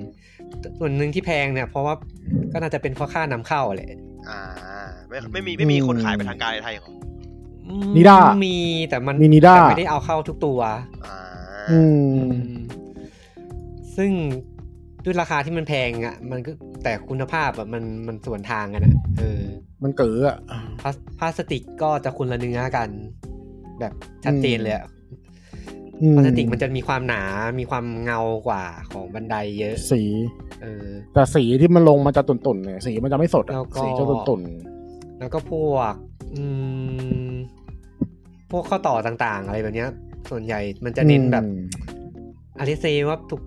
Speaker 1: ส่วนหนึ่งที่แพงเนี่ยเพราะว่าก็น่าจะเป็นเพราะค่านำเข้าแหละ
Speaker 2: อ่าไม่ไม่มีไม่มี
Speaker 3: อืม
Speaker 2: คนขายไปนทางการในไทยหรอ
Speaker 1: อืม
Speaker 3: นิด้า
Speaker 1: มีแต่มัน
Speaker 3: มีนิด้า
Speaker 1: แต่ไม่ได้เอาเข้าทุกตัว
Speaker 2: อ่า
Speaker 3: อืม
Speaker 1: ซึ่งด้วยราคาที่มันแพงอ่ะ มันก็แต่คุณภาพอะมันมันส่วนทางกันอ่ะเออ
Speaker 3: มันเก๋ออะ
Speaker 1: พลาสพลาสติกก็จะคนละเนื้อกัน แบบชัดเจนเลยอะ
Speaker 3: อื
Speaker 1: พ
Speaker 3: ม
Speaker 1: ลาสติกมันจะมีความหนา มีความเงากว่าของบันไดเยอะ
Speaker 3: สี
Speaker 1: เออ
Speaker 3: แต่สีที่มันลงมันจะตุ่นๆเนี่ยสีมันจะไม่สดอะ
Speaker 1: แล้วก็
Speaker 3: สีจะตุ่น
Speaker 1: แล้วก็พวก อืม พวกข้อต่อต่างๆ อะไรแบบเนี้ย ส่วนใหญ่มัน
Speaker 3: ๆ
Speaker 1: จะเน้นแบบ
Speaker 3: อืม
Speaker 1: อาริเซว่าถูก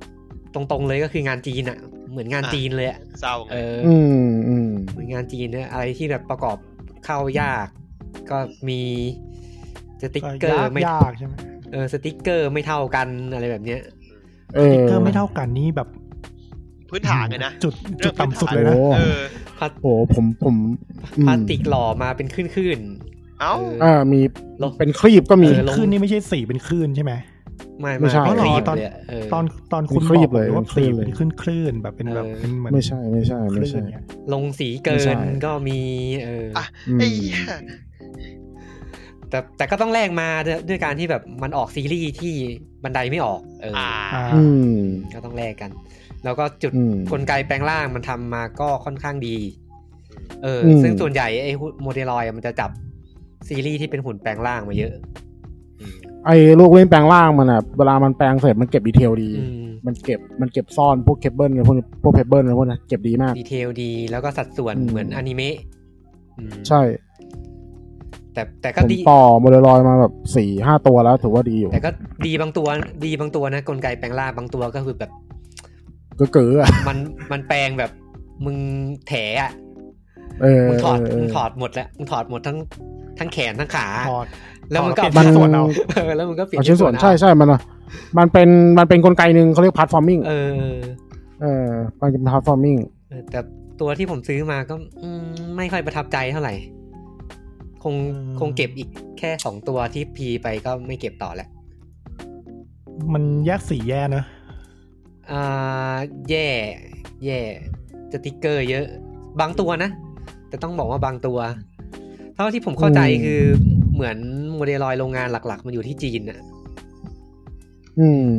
Speaker 1: ตรงๆเลยก็คืองานจีนอะเหมือนงานจีนเลยอะ
Speaker 2: เศร้าไง
Speaker 1: เออ
Speaker 3: อืมอืม
Speaker 1: เหมือนงานจีนเนี่ยอะไรที่แบบประกอบเข้ายาก ก็มีสติกเกอร์ไม่
Speaker 4: ยากๆใช่ไหม
Speaker 1: เออสติกเกอร์ไม่เท่ากันอะไรแบบเนี้ย
Speaker 3: เออ
Speaker 4: สติ๊กเกอร์ไม่เท่ากันนี่แบบ
Speaker 2: พื้นฐานเลยนะ
Speaker 4: จุดจุดต่ำสุดเลยนะ
Speaker 3: โอ้
Speaker 2: เออ
Speaker 1: พลาส
Speaker 3: โหผมผมอืม
Speaker 1: พลาสติกหล่อมาเป็นคลื่น
Speaker 2: เอ้า
Speaker 1: ๆเอ
Speaker 3: อ่า
Speaker 1: อ
Speaker 3: มี
Speaker 1: ลง
Speaker 3: เป็นครีบก็มี
Speaker 1: เออ ลง
Speaker 4: คลื่นนี่ไม่ใช่สีเป็นคลื่นใช่ไหม
Speaker 1: ไม่
Speaker 3: ไม่
Speaker 1: ไม่
Speaker 3: ใช่
Speaker 1: ไม่
Speaker 4: อ๋อเหรอ
Speaker 1: รีบ
Speaker 4: ตอน
Speaker 1: เลยะเออ
Speaker 4: ตอนตอนคุณ
Speaker 3: เป็นค
Speaker 4: บ
Speaker 3: รี
Speaker 4: อก
Speaker 3: บเลย
Speaker 4: ผมว่า
Speaker 3: เป็น
Speaker 4: ค
Speaker 3: ครี
Speaker 4: รี
Speaker 3: บบ เลย
Speaker 4: เป็นคลื่นคลื่นๆแบบเป็นแบบ
Speaker 1: เออ
Speaker 4: เป็นเหมือน
Speaker 3: ไม่ใช่ไม่ใช่
Speaker 4: ค
Speaker 3: ไม่
Speaker 4: ลื่น
Speaker 3: ใช่
Speaker 4: เนี่ย
Speaker 1: ลงสีเกิ
Speaker 3: ไม่ใช่
Speaker 1: นก็มีเอออ
Speaker 2: อ่ะ
Speaker 3: อืม
Speaker 2: ไอ้เหี้ย
Speaker 1: แต่แต่ก็ต้องแลกมาด้วยด้วยการที่แบบมันออกซีรีส์ที่บันไดไม่ออกเอออ
Speaker 2: อ่า
Speaker 4: อ่า
Speaker 3: อืม
Speaker 1: ก็ต้องแลกกัน แล้วก็จุด
Speaker 3: อืม
Speaker 1: กลไกแปลงร่างมันทำมาก็ค่อนข้างดี เอออ
Speaker 3: ม
Speaker 1: ซึ่งส่วนใหญ่ไอ้หุ่นโมเดลลอยด์อะมันจะจับซีรีส์ที่เป็นหุ่นแปลงร่างมาเยอะ
Speaker 3: ไอ้ลูกเล่นแปลงร่างมันอ่ะเวลามันแปลงเสร็จมันเก็บดีเทลดี
Speaker 1: อืม
Speaker 3: มันเก็บมันเก็บซ่อนพวกเคเบิลอะไรพวกพวกเพเบิลอะไรพวกนั้นเก็บดีมาก
Speaker 1: ดีเทลดีแล้วก็สัดส่วน
Speaker 3: อืม
Speaker 1: เหมือนอนิเมะอืม
Speaker 3: ใช่
Speaker 1: แต่แต่
Speaker 3: ผ
Speaker 1: ก็
Speaker 3: ม
Speaker 1: ดี
Speaker 3: ต่อโมเดลลอยมาแบบสี่ห้าตัวแล้วถือว่าดีอยู่
Speaker 1: แต่ก็ดีบางตัวดีบางตัวนะ กลไกแปลงร่างบางตัวก็คือแบบ
Speaker 3: ก็เก๋อๆอ่ะ
Speaker 1: มันมันแปลงแบบมึงแถอะ
Speaker 3: เออ
Speaker 1: มึงถอด
Speaker 3: เเ
Speaker 1: มึงถอดหมดแล้วมึงถอดหมดทั้งทั้งแขนทั้งขา
Speaker 4: ถอด
Speaker 1: แล้วมันก็
Speaker 4: มั
Speaker 1: มัน น
Speaker 4: ส่วเอา
Speaker 1: แล้วมันก็เปลี่ยน
Speaker 3: เอาชิ้นส่วน
Speaker 1: เอา
Speaker 3: ใช่ใช่มันอะมันเป็นมันเป็นกลไกหนึ่งเขาเรียกพาร์ทฟอร์มิง
Speaker 1: เออ
Speaker 3: เออมันเป็นพาร์ทฟอร์มิง
Speaker 1: เออแต่ตัวที่ผมซื้อมาก็อืมไม่ค่อยประทับใจเท่าไหร่ คง
Speaker 4: อืม
Speaker 1: คงเก็บอีกแค่สองตัวที่พีไปก็ไม่เก็บต่อแล้ว
Speaker 4: มันแยกสีแย่นะ
Speaker 1: อ่าแย่แย่สติกเกอร์เยอะ บางตัวนะ แต่ต้องบอกว่าบางตัว เท่าที่ผมเข้าใจคือเหมือนโมเดลลอยโรงงานหลักๆ มันอยู่ที่จีนน่ะ
Speaker 3: อืม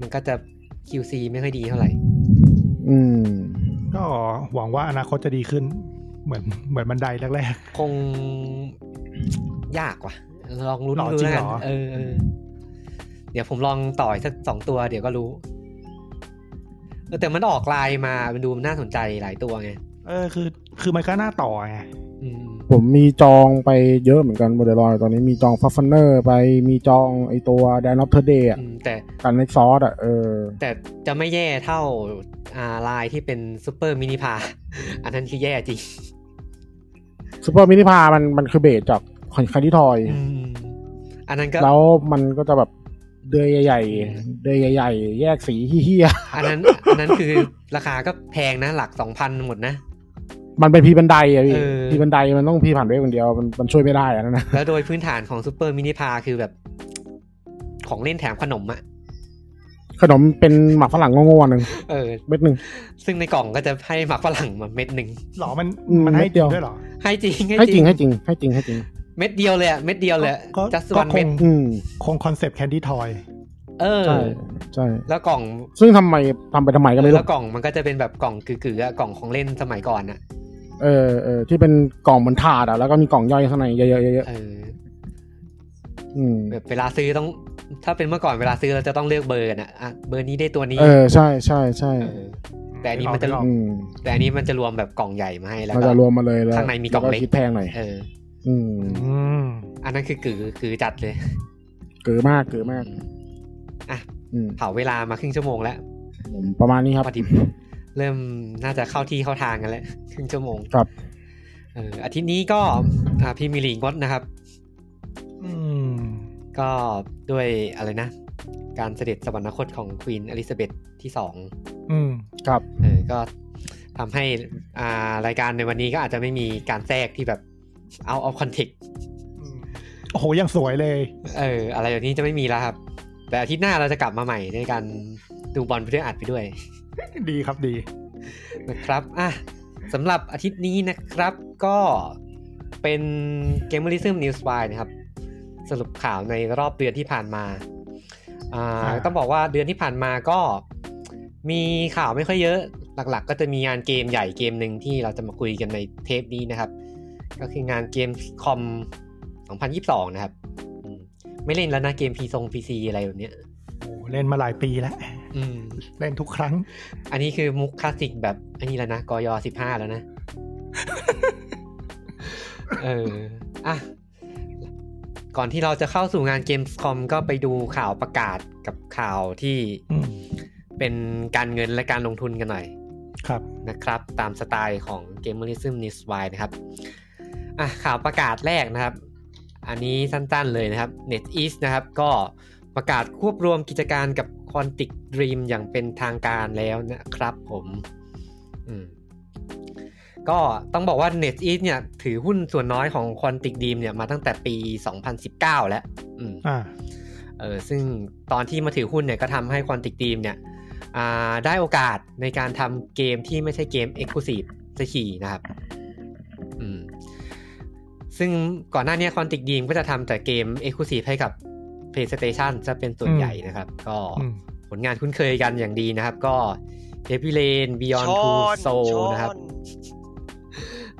Speaker 1: มันก็จะ QC ไม่ค่อยดีเท่าไหร่
Speaker 3: อืม
Speaker 4: ก็หวังว่าอนาคตจะดีขึ้น เหมือนเหมือนบันไดแรก
Speaker 1: คงยากว่ะ ลองรุ้น
Speaker 4: หรอ
Speaker 1: ดู
Speaker 4: จริ
Speaker 1: แล้ว
Speaker 4: ง
Speaker 1: กัน
Speaker 4: เหรอ
Speaker 1: เออเออ เดี๋ยวผมลองต่อยสักสองตัวเดี๋ยวก็รู้เออแต่มันออกลายมามันดูมันน่าสนใจหลายตัวไง
Speaker 4: ๆ เออคือ คือมันก็หน้าต่อไง
Speaker 1: อืม
Speaker 3: ผมมีจองไปเยอะเหมือนกันโมเดลลอยตอนนี้มีจองฟัฟเฟนเนอร์ไปมีจองไอตัวแดนอฟเทอร์เดย์
Speaker 1: อืมแต่
Speaker 3: กันในซอสอ่ะเออ
Speaker 1: แต่จะไม่แย่เท่าอ่าลายที่เป็นซูเปอร์ [laughs] มินิพา อันนั้นคือแย่จริง
Speaker 3: ซูเปอร์มินิพามันมันคือเบสจากคันที่ทอย
Speaker 1: อืมอันนั้นก็
Speaker 3: แล้วมันก็จะแบบเดือยใหญ่ๆเดือยใหญ่ๆ แยกสีเฮี้ย
Speaker 1: อันนั้น อันนั้นคือราคาก็แพงนะหลักสองพันหมดนะ
Speaker 3: ๆมันเป็นพีบันไดอะพี่
Speaker 1: เออ
Speaker 3: พีบันไดมันต้องพีผ่านเว็บคนเดียวมันมันช่วยไม่ได้อะนั่นนะ
Speaker 1: แล้วโดยพื้นฐานของซูเปอร์มินิพาคือแบบ ของเล่นแถมขนมอะ
Speaker 3: ขนมเป็นหมักฝรั่งโง่ๆอันหนึ่ง
Speaker 1: เออ
Speaker 3: เม็ดหนึ่ง
Speaker 1: ซึ่งในกล่องก็จะให้หมักฝรั่งมาเม็ดหนึ่ง
Speaker 4: หรอมัน
Speaker 3: อืม
Speaker 4: มันให้
Speaker 3: นิด
Speaker 4: จ
Speaker 3: เดี
Speaker 4: ริ
Speaker 3: ยว
Speaker 4: งด้วยเหรอ
Speaker 1: ให้จริง
Speaker 3: ให้จริงให้จริงให้จริงให้จริง
Speaker 1: เม็ดเดียวเลยอะเม็ดเดียวเลย
Speaker 4: ก็
Speaker 1: จัส
Speaker 4: ก็
Speaker 1: วัน
Speaker 4: ค
Speaker 1: เม็ด
Speaker 4: ง
Speaker 3: อืม
Speaker 4: คงคอนเซปต์แคนดี้ทอย
Speaker 1: เออ
Speaker 3: ใช่ใช่
Speaker 1: แล้วกล่อง
Speaker 3: ซึ่งทำไมทำไปทำไมก็ไม่รู้
Speaker 1: แล้วกล่องมันก็จะเป็นแบบกล่องกือๆอะกล่องของเล่นสมัยก่อนอะ
Speaker 3: เออเออที่เป็นกล่องเหมือนถาดอ่ะแล้วก็มีกล่องย่อยข้างในเยอะๆเยอะ
Speaker 1: เออ
Speaker 3: ๆอืม
Speaker 1: แบบเวลาซื้อต้อง ถ้าเป็นเมื่อก่อนเวลาซื้อเราจะต้องเลือกเบอร์กันอะอ่ะเบอร์นี้ได้ตัวนี้
Speaker 3: เออใช่ใช่ใช่
Speaker 1: เออ แต่อันนี้มันจะ
Speaker 4: เออ
Speaker 3: อืม
Speaker 1: แต่อันนี้มันจะรวมแบบกล่องใหญ่มาให้แล้ว
Speaker 3: มัน
Speaker 1: ก็
Speaker 3: จะรวมมาเลยแล้ว
Speaker 1: ข้างในมีกล่องเล็ก
Speaker 3: แวคิดแพงหน่อย
Speaker 1: เออ
Speaker 3: อืม
Speaker 4: อืม
Speaker 1: อันนั้นคือกือกือจัดเลย
Speaker 3: เก๋มากเก๋มาก อืม
Speaker 1: เผาเวลามาครึ่งชั่วโมงแล้ว
Speaker 3: ผมประมาณนี้ครับ
Speaker 1: พอดีเริ่มน่าจะเข้าที่เข้าทางกันแล้วครึ่งชั่วโมง
Speaker 3: ครับ
Speaker 1: เอออาทิตย์นี้ก็อ่าพรี่มียร์ลีกงดนะครับ
Speaker 4: อืม
Speaker 1: ก็ด้วยอะไรนะ การเสด็จสวรรคตของควีนอลิซาเบธที่สอง
Speaker 4: อืม
Speaker 3: ครับ
Speaker 1: เออก็ทำให้อ่ารายการในวันนี้ก็อาจจะไม่มีการแทรกที่แบบเอาเอาคอนเทก
Speaker 4: อืมโอ้โหยังสวยเลย
Speaker 1: เอออะไรแบบนี้จะไม่มีแล้วครับ แต่อาทิตย์หน้าเราจะกลับมาใหม่ในการ ดูบอลไปด้วยอัดไปด้วย
Speaker 4: ดีครับดี
Speaker 1: นะครับอ่ะสำหรับอาทิตย์นี้นะครับก็เป็น g a m e r i s m News Wire นะครับ สรุปข่าวในรอบเดือนที่ผ่านมาอ่า
Speaker 4: อ่า
Speaker 1: ต้องบอกว่าเดือนที่ผ่านมาก็มีข่าวไม่ค่อยเยอะ หลักๆ ก็จะมีงานเกมใหญ่เกมหนึ่งที่เราจะมาคุยกันในเทปนี้นะครับ ก็คืองานเกมคอม 2022 นะครับอืมไม่เล่นแล้วนะเกมพีซงพีซีอะไรแบบเนี้ย
Speaker 4: โอ้เล่นมาหลายปีแล้ว
Speaker 1: อืม
Speaker 4: เล่นทุกครั้ง
Speaker 1: อันนี้คือมุกคลาสสิกแบบอันนี้แล้วนะกยสิบห้าแล้วนะ เอออ่ะก่อนที่เราจะเข้าสู่งานเกมคอมก็ไปดูข่าวประกาศกับข่าวที่
Speaker 4: อืม
Speaker 1: เป็นการเงินและการลงทุนกันหน่อย
Speaker 4: ครับ
Speaker 1: นะครับ ตามสไตล์ของ g a m e r i s m News w i นะครับอ่ะข่าวประกาศแรกนะครับ อันนี้สั้นๆเลยนะครับ NetEase นะครับ ก็ประกาศควบรวมกิจการกับ Quantic Dream อย่างเป็นทางการแล้วนะครับผมอืมก็ต้องบอกว่า NetEase เนี่ย ถือหุ้นส่วนน้อยของ Quantic Dream เนี่ย มาตั้งแต่ปี 2019 แล้วอืม
Speaker 4: อ่า
Speaker 1: เออซึ่งตอนที่มาถือหุ้นเนี่ยก็ทำให้ควอนติกทีมเนี่ยอ่าได้โอกาสในการทำเกมที่ไม่ใช่เกม Exclusive สักทีนะครับอืมซึ่งก่อนหน้าเนี้ควอนติกทีมก็จะทำแต่เกม Exclusive ให้กับ PlayStation จะเป็นส่วน
Speaker 4: อืม
Speaker 1: ใหญ่นะครับ ก็
Speaker 4: อืม
Speaker 1: ผลงานคุ้นเคยกันอย่างดีนะครับ ก็ Heavy Rain Beyond
Speaker 2: ช้
Speaker 1: Two
Speaker 2: อนช้
Speaker 1: Soul
Speaker 2: อน
Speaker 1: นะครับ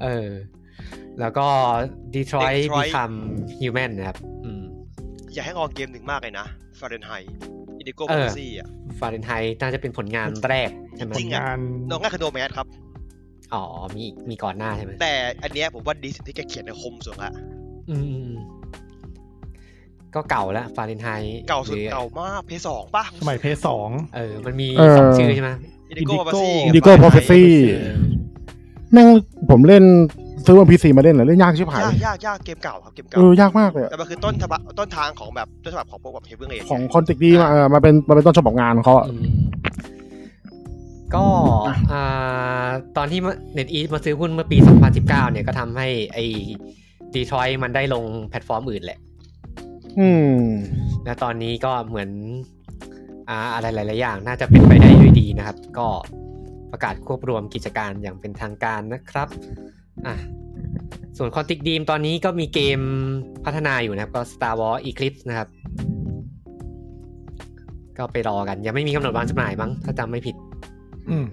Speaker 1: เออ แล้วก็ Detroit
Speaker 2: Detroit
Speaker 1: Become Human นะครับอืม
Speaker 2: อย่าให้งอเกมหนึ่งมากเลยนะฟาเรนไฮอินดิโก้
Speaker 1: เอ
Speaker 2: โพ
Speaker 1: อ
Speaker 2: ซี่อ่ะ
Speaker 1: ฟาเรนไฮน่าจะเป็นผลงานแรกใช่ไหม
Speaker 2: จริง
Speaker 4: งาน
Speaker 2: น้องง่ายคือโนแมสครับ
Speaker 1: อ๋อ มีมีก่อนหน้าใช่ไหม
Speaker 2: แต่อันเนี้ยผมว่าดีสุดที่แกเขียนในคมสุดละ
Speaker 1: อืมอืมอืมก็เก่าแล้วฟาเรนไฮ
Speaker 2: เก่าสุดเก่ามากเพสองป่ะ
Speaker 4: สมัยเพย์สอง
Speaker 1: เออ มันมี
Speaker 3: เออ
Speaker 1: สองชื่อใช่ไหม
Speaker 2: อินดิโก้โพซี่
Speaker 3: Indigo Prophecy แม่งผมเล่นซื้อวันพีซีมาเล่นเหรอเล่นยากชิบหาย
Speaker 2: ยากยากยากเกมเก่าครับเกม
Speaker 3: เอ
Speaker 2: เก่า
Speaker 3: อยากมากเลยอะ
Speaker 2: แต่มันคือต้นฉบับต้นทางของแบบต้นฉบับของพวกแบบเฮเบิลเอท
Speaker 3: ของคอนติกดีมาเออมาเป็นมาเป็นต้นฉบับงานของเขาอะ
Speaker 1: อืมก็อ่าตอนที่เน็ตอีมาซื้อหุ้นเมื่อปี 2019 เนี่ยก็ทำให้ไอ้ดีทรอยมันได้ลงแพลตฟอร์มอื่นแหละ
Speaker 3: อืม
Speaker 1: แล้วตอนนี้ก็เหมือนอ่าอะไรหลาย ๆ อย่าง น่าจะเป็นไปได้ด้วยดีนะครับ ก็ประกาศควบรวมกิจการอย่างเป็นทางการนะครับอ่ะส่วนคอนติกดีมตอนนี้ก็มีเกมพัฒนาอยู่นะครับ ก็ Star Wars Eclipse นะครับ ก็ไปรอกัน ยังไม่มีกำหนดวางจำหน่ายมั้งถ้าจำไม่ผิด
Speaker 4: อืม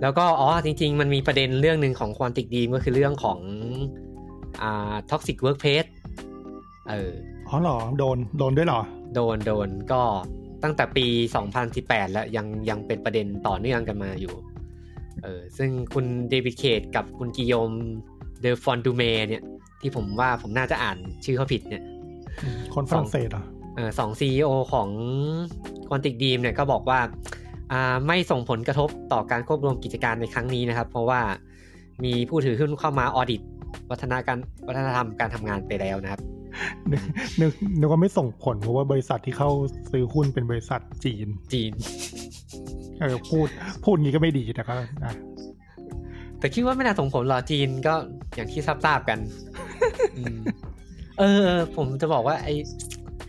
Speaker 1: แล้วก็อ๋อจริง ๆ มันมีประเด็นเรื่องหนึ่งของควอนติกดีมก็คือเรื่องของอ่าท็อกซิกเวิร์กเพสเออ
Speaker 4: อ๋อเหรอ โดน โดนด้วยเหรอ
Speaker 1: โดนโดนก็ตั้งแต่ปี 2018 แล้วยังยังเป็นประเด็นต่อเนื่องกันมาอยู่ เออซึ่งคุณเดวิดเคทกับคุณกิโยมเดฟอนดูเมเนี่ย ที่ผมว่าผมน่าจะอ่านชื่อเขาผิดเนี่ย
Speaker 4: อืมคนฝรั่งเศสเหรอ
Speaker 1: เออสองซีอของควอนติกดีมเนี่ยก็บอกว่าอ่า ไม่ส่งผลกระทบต่อการควบรวมกิจการในครั้งนี้นะครับ เพราะว่ามีผู้ถือหุ้นเข้ามาออดิตวัฒนาการวัฒนธรรมการทำงานไปแล้วนะครับ
Speaker 4: นึกนึกนึกว่าไม่ส่งผลเพราะว่าบริษัทที่เข้าซื้อหุ้นเป็นบริษัทจีน
Speaker 1: จีน
Speaker 4: เออพูดพูดงี้ก็ไม่ดีแต่ก็อ่ะ
Speaker 1: แต่คิดว่าไม่น่าส่งผลหรอกจีนก็อย่างที่ทราบทราบๆ
Speaker 4: [laughs]
Speaker 1: กัน อืมเออเออ ผมจะบอกว่าไอ้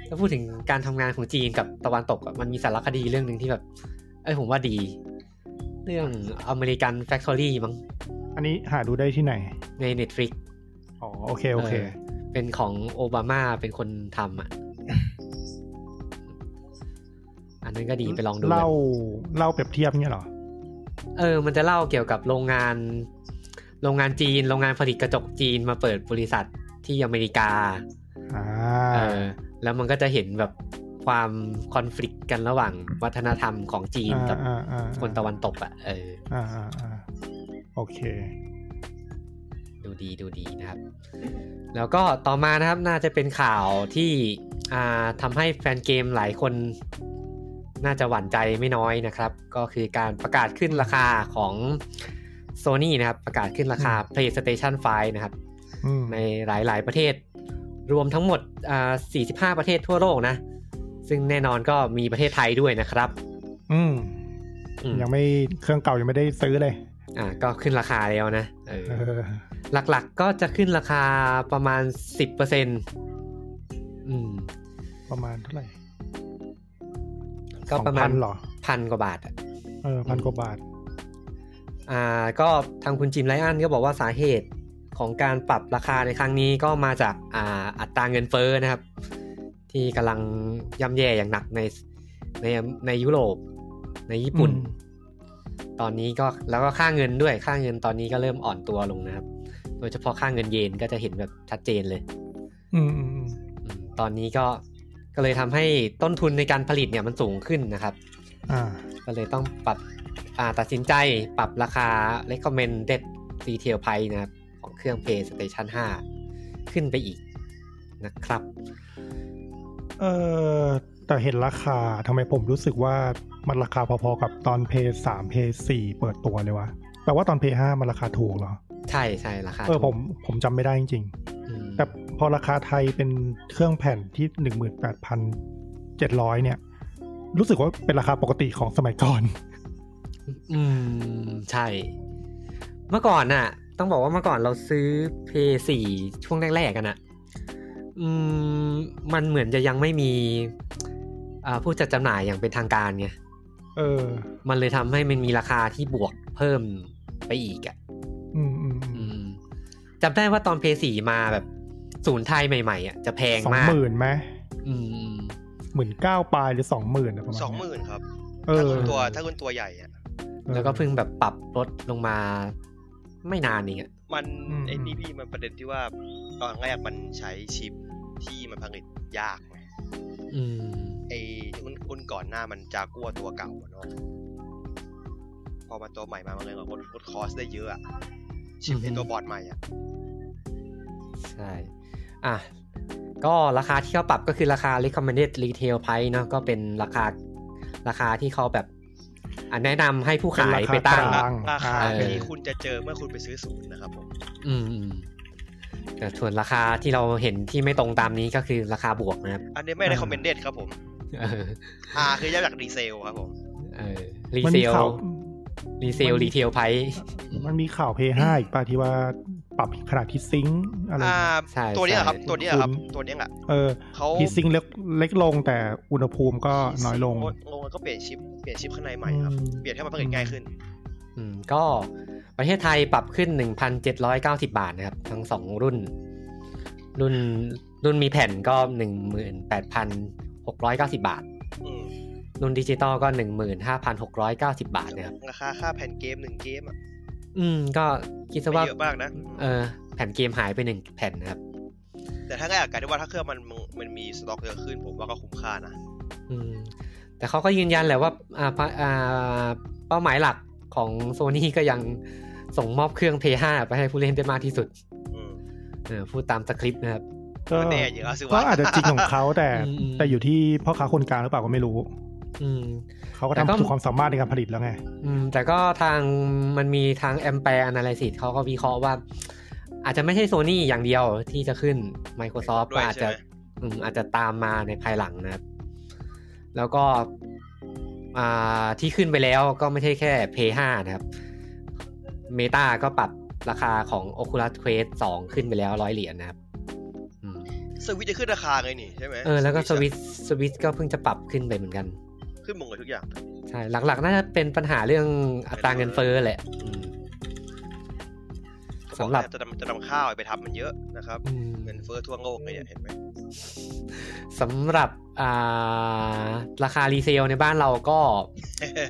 Speaker 1: ถ้าพูดถึงการทำงานของจีนกับตะวันตกอะมันมีสารคดีเรื่องหนึ่งที่แบบ เอ้ยผมว่าดี เรื่องอเมริกันแฟคทอรี่มั้ง
Speaker 4: อันนี้หาดูได้ที่ไหน
Speaker 1: ใน Netflix
Speaker 4: อ๋อโอเคโอเค
Speaker 1: เออเป็นของโอบามาเป็นคนทำอ่ะ อันนั้นก็ดีไปลองดูกัน
Speaker 4: เล่าเล่าเปรียบเทียบเนี่ยเหรอ
Speaker 1: เออ มันจะเล่าเกี่ยวกับโรงงาน โรงงานจีน โรงงานผลิตกระจกจีนมาเปิดบริษัทที่อเมริกา
Speaker 4: อ่า
Speaker 1: เออ แล้วมันก็จะเห็นแบบความคอนฟ lict กันระหว่างวัฒนธรรมของจีนกับ
Speaker 4: อ่าอ่าอ่า
Speaker 1: คนตะวันตกอะ่ะ เออ
Speaker 4: อ่าอ่าอ่าโอเค
Speaker 1: ดูดีดูดีนะครับ แล้วก็ต่อมานะครับน่าจะเป็นข่าวที่อ่าทำให้แฟนเกมหลายคน น่าจะหวั่นใจไม่น้อยนะครับ ก็คือการประกาศขึ้นราคาของ Sony นะครับ ประกาศขึ้นราคา PlayStation 5 นะครับ
Speaker 4: อืม
Speaker 1: ในหลาย ๆ ประเทศ รวมทั้งหมดอ่า45 ประเทศทั่วโลกนะ ซึ่งแน่นอนก็มีประเทศไทยด้วยนะครับ
Speaker 4: อืม
Speaker 1: อืม
Speaker 4: ยังไม่เครื่องเก่ายังไม่ได้ซื้อเลย
Speaker 1: อ่าก็ขึ้นราคาแล้วนะเออ
Speaker 4: เออ
Speaker 1: หลัก ๆ ก็จะขึ้นราคาประมาณ 10%อืม
Speaker 4: ประมาณเท่าไหร่
Speaker 1: ก็ประมาณ
Speaker 4: 2,000เหรอ
Speaker 1: พันกว่าบาทอะ
Speaker 4: เออพันกว่าบาท
Speaker 1: อ่าก็ทางคุณจิมไรอันก็บอกว่าสาเหตุของการปรับราคาในครั้งนี้ก็มาจากอ่าอัตราเงินเฟ้อนะครับ ที่กำลังย่ำแย่อย่างหนักในในในยุโรป ในญี่ปุ่น
Speaker 4: อืม
Speaker 1: ตอนนี้ก็แล้วก็ค่าเงินด้วยค่าเงินตอนนี้ก็เริ่มอ่อนตัวลงนะครับ โดยเฉพาะค่าเงินเยนก็จะเห็นแบบชัดเจนเลย
Speaker 4: อืมอืมอืม
Speaker 1: อืมตอนนี้ก็ก็เลยทำให้ต้นทุนในการผลิตเนี่ยมันสูงขึ้นนะครับ
Speaker 4: อ่า
Speaker 1: ก็เลยต้องปรับอ่าตัดสินใจปรับราคา recommended retail price นะครับ ของเครื่อง PlayStation 5 ขึ้นไปอีกนะครับ
Speaker 4: เออแต่เห็นราคาทำไมผมรู้สึกว่ามันราคาพอๆกับตอนเพย์สามเพย์สี่เปิดตัวเลยวะแปลว่าตอนเพย์ห้ามันราคาถูกเหรอ
Speaker 1: ใช่ใช่ราคา
Speaker 4: เออ
Speaker 1: ถูก
Speaker 4: ผมผมจำไม่ได้จริง
Speaker 1: อืม
Speaker 4: ๆ แต่พอราคาไทยเป็นเครื่องแผ่นที่หนึ่งหมื่นแปดพันเจ็ดร้อยเนี่ย รู้สึกว่าเป็นราคาปกติของสมัยก่อน
Speaker 1: อืม ใช่ เมื่อก่อนน่ะ ต้องบอกว่าเมื่อก่อนเราซื้อ PS4 ช่วงแรกๆกันน่ะ อืม มันเหมือนจะยังไม่มีอ่าผู้จัดจำหน่ายอย่างเป็นทางการไง
Speaker 4: เออ
Speaker 1: มันเลยทำให้มันมีราคาที่บวกเพิ่มไปอีกอ่ะ
Speaker 4: อืมอืมอื
Speaker 1: อืม
Speaker 4: ม
Speaker 1: จำได้ว่าตอนเพย์สี่มาแบบศูนย์ไทยใหม่ๆอ่ะจะแพง
Speaker 4: สอง
Speaker 1: มาก
Speaker 4: หมื่นไหม
Speaker 1: อืม
Speaker 4: หมื่นเก้าปลายหรือสองหมื่นะประมาณ
Speaker 2: สองห
Speaker 4: เนี้ย
Speaker 2: มื่นครับ
Speaker 4: เอ
Speaker 2: ถ้า
Speaker 4: อ
Speaker 2: คุณตัวถ้าคุณตัวใหญ่อะ
Speaker 1: แล้วก็เพิ่งแบบปรับลดลงมาไม่นานนี้อ่ะ
Speaker 2: มันไอ้นี่พี่มันประเด็นที่ว่าตอนแรกมันใช้ชิปที่มันผลิตยากไง
Speaker 1: อืม
Speaker 2: ไอ้รุ่นรุ่นก่อนหน้ามันจากัวตัวเก่าอะเนาะพอมาตัวใหม่มามันเลยแบบลดลดคอสได้เยอะอะชิป
Speaker 1: อือฮึ
Speaker 2: ไอ้ตัวบอร์ดใหม่อะ
Speaker 1: ใช่ อ่ะ ก็ราคาที่เขาปรับก็คือราคา recommended retail price เนาะก็เป็นราคาราคาที่เขาแบบอ่ะแนะนำให้ผู้ขายไปตั้ง
Speaker 4: เป็นราคากลาง
Speaker 2: ราคา
Speaker 1: อ่า
Speaker 2: ที่คุณจะเจอเมื่อคุณไปซื้อศูนย์นะครับผม
Speaker 1: อืมอืมแต่ส่วนราคาที่เราเห็นที่ไม่ตรงตามนี้ก็คือราคาบวกนะครับ
Speaker 2: อันนี้ไม่
Speaker 4: อ่า
Speaker 2: ได้คอมเมนเด็ดครับผม
Speaker 1: เออ
Speaker 2: อาคือย่อจากดีเซลครับผม
Speaker 1: เออรี
Speaker 4: มัน
Speaker 1: เซ
Speaker 4: มี
Speaker 1: ล
Speaker 4: ข่าว
Speaker 1: รีเซล
Speaker 4: มันมี
Speaker 1: รีเทลไพ
Speaker 4: มันมีข่าวเพย์ห้าอีกป่ะที่ว่าปรับขนาดที่ซิงค์อะไร
Speaker 2: อ่า
Speaker 4: เนี่ย
Speaker 1: ใช่
Speaker 2: ตัวเนี้ยครับ
Speaker 1: ใช่
Speaker 2: ตัวเนี้ยครับ
Speaker 4: คุ้น
Speaker 2: ตัวเนี้ยอะ
Speaker 4: เออ
Speaker 2: เขา
Speaker 4: ฮีตซิงค์เล็กเล็กลงแต่อุณหภูมิก็น้อยลง
Speaker 2: ลงแล้วก็เปลี่ยนชิปเปลี่ยนชิปข้างในใหม่ครับ
Speaker 4: อืม
Speaker 2: เปลี่ยนให้มันผลิตง่ายขึ้น
Speaker 1: อืมก็ประเทศไทยปรับขึ้น 1,790 บาทนะครับ ทั้งสองรุ่น รุ่นรุ่นมีแผ่นก็ 18,690 บาท
Speaker 2: อืม
Speaker 1: รุ่นดิจิตอลก็ 15,690 บาทนะครับ
Speaker 2: ราคาค่าแผ่นเกมหนึ่งเกมอ่ะ
Speaker 1: อืมก็คิดซะ
Speaker 2: ไม่
Speaker 1: ว่า
Speaker 2: เยอะมากนะ
Speaker 1: เออแผ่นเกมหายไปหนึ่งแผ่นนะครับ
Speaker 2: แต่ถ้าง่ายกับการที่ว่าถ้าเครื่องมันมันมีสต็อกเยอะขึ้น ผมว่าก็คุ้มค่านะ
Speaker 1: อืมแต่เขาก็ยืนยันแหละว่าอ่าพะอ่าเป้าหมายหลักของโซนี่ก็ยังส่งมอบเครื่อง Play 5ไปให้ผู้เล่นได้มากที่สุด
Speaker 2: อืม
Speaker 1: เออพูดตามสคริปต์นะครับ
Speaker 4: ก็
Speaker 2: แน่อยู่แล้วสิวะ
Speaker 4: ก็อาจจะจริงของเขาแต่
Speaker 1: อืม
Speaker 4: แต่อยู่ที่พ่อค้าคนกลางหรือเปล่าก็ไม่รู้
Speaker 1: อืม
Speaker 4: เขาก็
Speaker 1: แต่ก็
Speaker 4: ทำสุดความสามารถในการผลิตแล้วไง
Speaker 1: อืมแต่ก็ทางมันมีทางแอม e r ร์ a นาลิซิสเขาก็วิเคราะห์ว่า อาจจะไม่ใช่โซนี่อย่างเดียวที่จะขึ้น Microsoft
Speaker 2: ด้
Speaker 1: ก็
Speaker 2: วย
Speaker 1: อาจ
Speaker 2: ใช่
Speaker 1: จะ
Speaker 2: ไหม
Speaker 1: อืมอาจจะตามมาในภายหลังนะครับ แล้วก็อ่าที่ขึ้นไปแล้วก็ไม่ใช่แค่ Play 5 นะครับ Meta ก็ปรับราคาของ Oculus Quest 2 ขึ้นไปแล้วร้อยเหรียญนะครับอืม
Speaker 2: สวิตช์จะขึ้นราคาไงนี่ใช่ไหม
Speaker 1: เออแล้วก็สวิ
Speaker 2: ตช์
Speaker 1: ตสวิตก็เพิ่งจะปรับขึ้นไปเหมือนกัน
Speaker 2: ขึ้นหมดเลยทุกอย่าง
Speaker 1: ใช่ หลักๆ น่าจะเป็นปัญหาเรื่องอัตราเงินเฟ้อแหละอืม สำหรับ
Speaker 2: จะนำจะนำข้าวไปทำมันเยอะนะครับ
Speaker 1: อืม
Speaker 2: เงินเฟ้อทั่วโลกเลยเนี่ยเห็นไหม
Speaker 1: สำหรับอ่าราคารีเซลในบ้านเราก็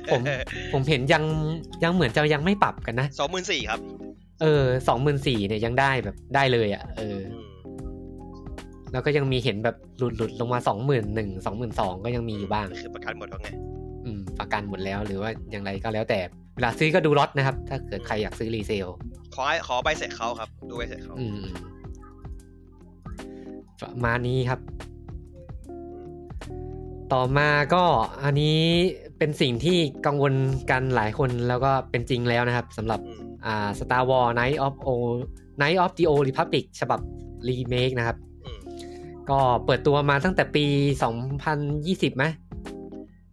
Speaker 2: [laughs]
Speaker 1: ผมผมเห็นยังยังเหมือนจะยังไม่ปรับกันนะ
Speaker 2: สองหมื่นสี่ ครับ
Speaker 1: เออสองหมื่นสี่เนี่ยยังได้แบบได้เลยอะ่ะเออ
Speaker 2: อืม
Speaker 1: แล้วก็ยังมีเห็นแบบหลุดหลุดลงมาสองหมื่นหนึ่งสองหมื่นสองก็ยังมีอยู่บ้าง
Speaker 2: คือประกันหมดแล้วไง
Speaker 1: อืมประกันหมดแล้วหรือว่าอย่างไรก็แล้วแต่เวลาซื้อก็ดูล็อตนะครับ ถ้าเกิดใครอยากซื้อรีเซล
Speaker 2: ขอให้ขอใบเสร็จเขาครับ ดูใบเสร็จเขา
Speaker 1: อืมอืมประมาณนี้ครับ ต่อมาก็อันนี้เป็นสิ่งที่กังวลกันหลายคนแล้วก็เป็นจริงแล้วนะครับสำหรับ
Speaker 2: อืม
Speaker 1: อ่า Star Wars Night of O Night of the Old Republic ฉบับรีเมคนะครับ
Speaker 2: อืม
Speaker 1: ก็เปิดตัวมาตั้งแต่ปี 2020ไหม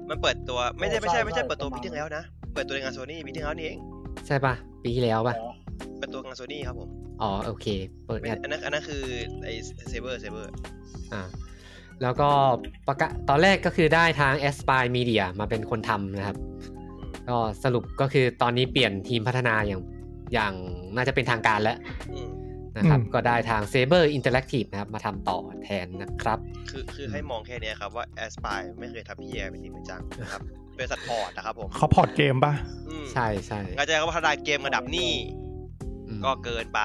Speaker 2: มันเปิดตัวไม่ใช่ไม่ใช่ไม่ใช่
Speaker 3: ใช่
Speaker 2: เปิดตัวปีที่แล้วนะ เปิดตัวในงานโซนี่ปีที่แล้วนี่เอง
Speaker 1: ใช่ปะปีที่แล้วปะ
Speaker 2: เปิดตัวงานโซนี่ครับผม
Speaker 1: อ๋อ โอเค เปิด
Speaker 2: ไม่
Speaker 1: แอด
Speaker 2: อันนั้นอันนั้นคือไอ้เซเบอร์เซเบอร์
Speaker 1: อ่า แล้วก็ประกาศตอนแรกก็คือได้ทาง a s p i r e Media มาเป็นคนทำนะครับ ก็สรุปก็คือตอนนี้เปลี่ยนทีมพัฒนาอย่างอย่างน่าจะเป็นทางการแล้ว
Speaker 2: อืม
Speaker 1: นะครับ
Speaker 4: อืม
Speaker 1: ก็ได้ทาง Saber Interactive นะครับ มาทำต่อแทนนะครับ
Speaker 2: คือคือให้มองแค่เนี้ยครับว่าแอสปายไม่เคยทำพี่แอเป็นจริงเป็นจังนะครับเป็นสัตว์พอร์ตนะครับผม
Speaker 4: เขาพอร์ตเกมปะ [laughs]
Speaker 2: อืม
Speaker 1: ใช่ใช่
Speaker 2: อาจารย์ก็พัฒนาเกมระดับนี้
Speaker 1: อืม
Speaker 2: ก็เกินไป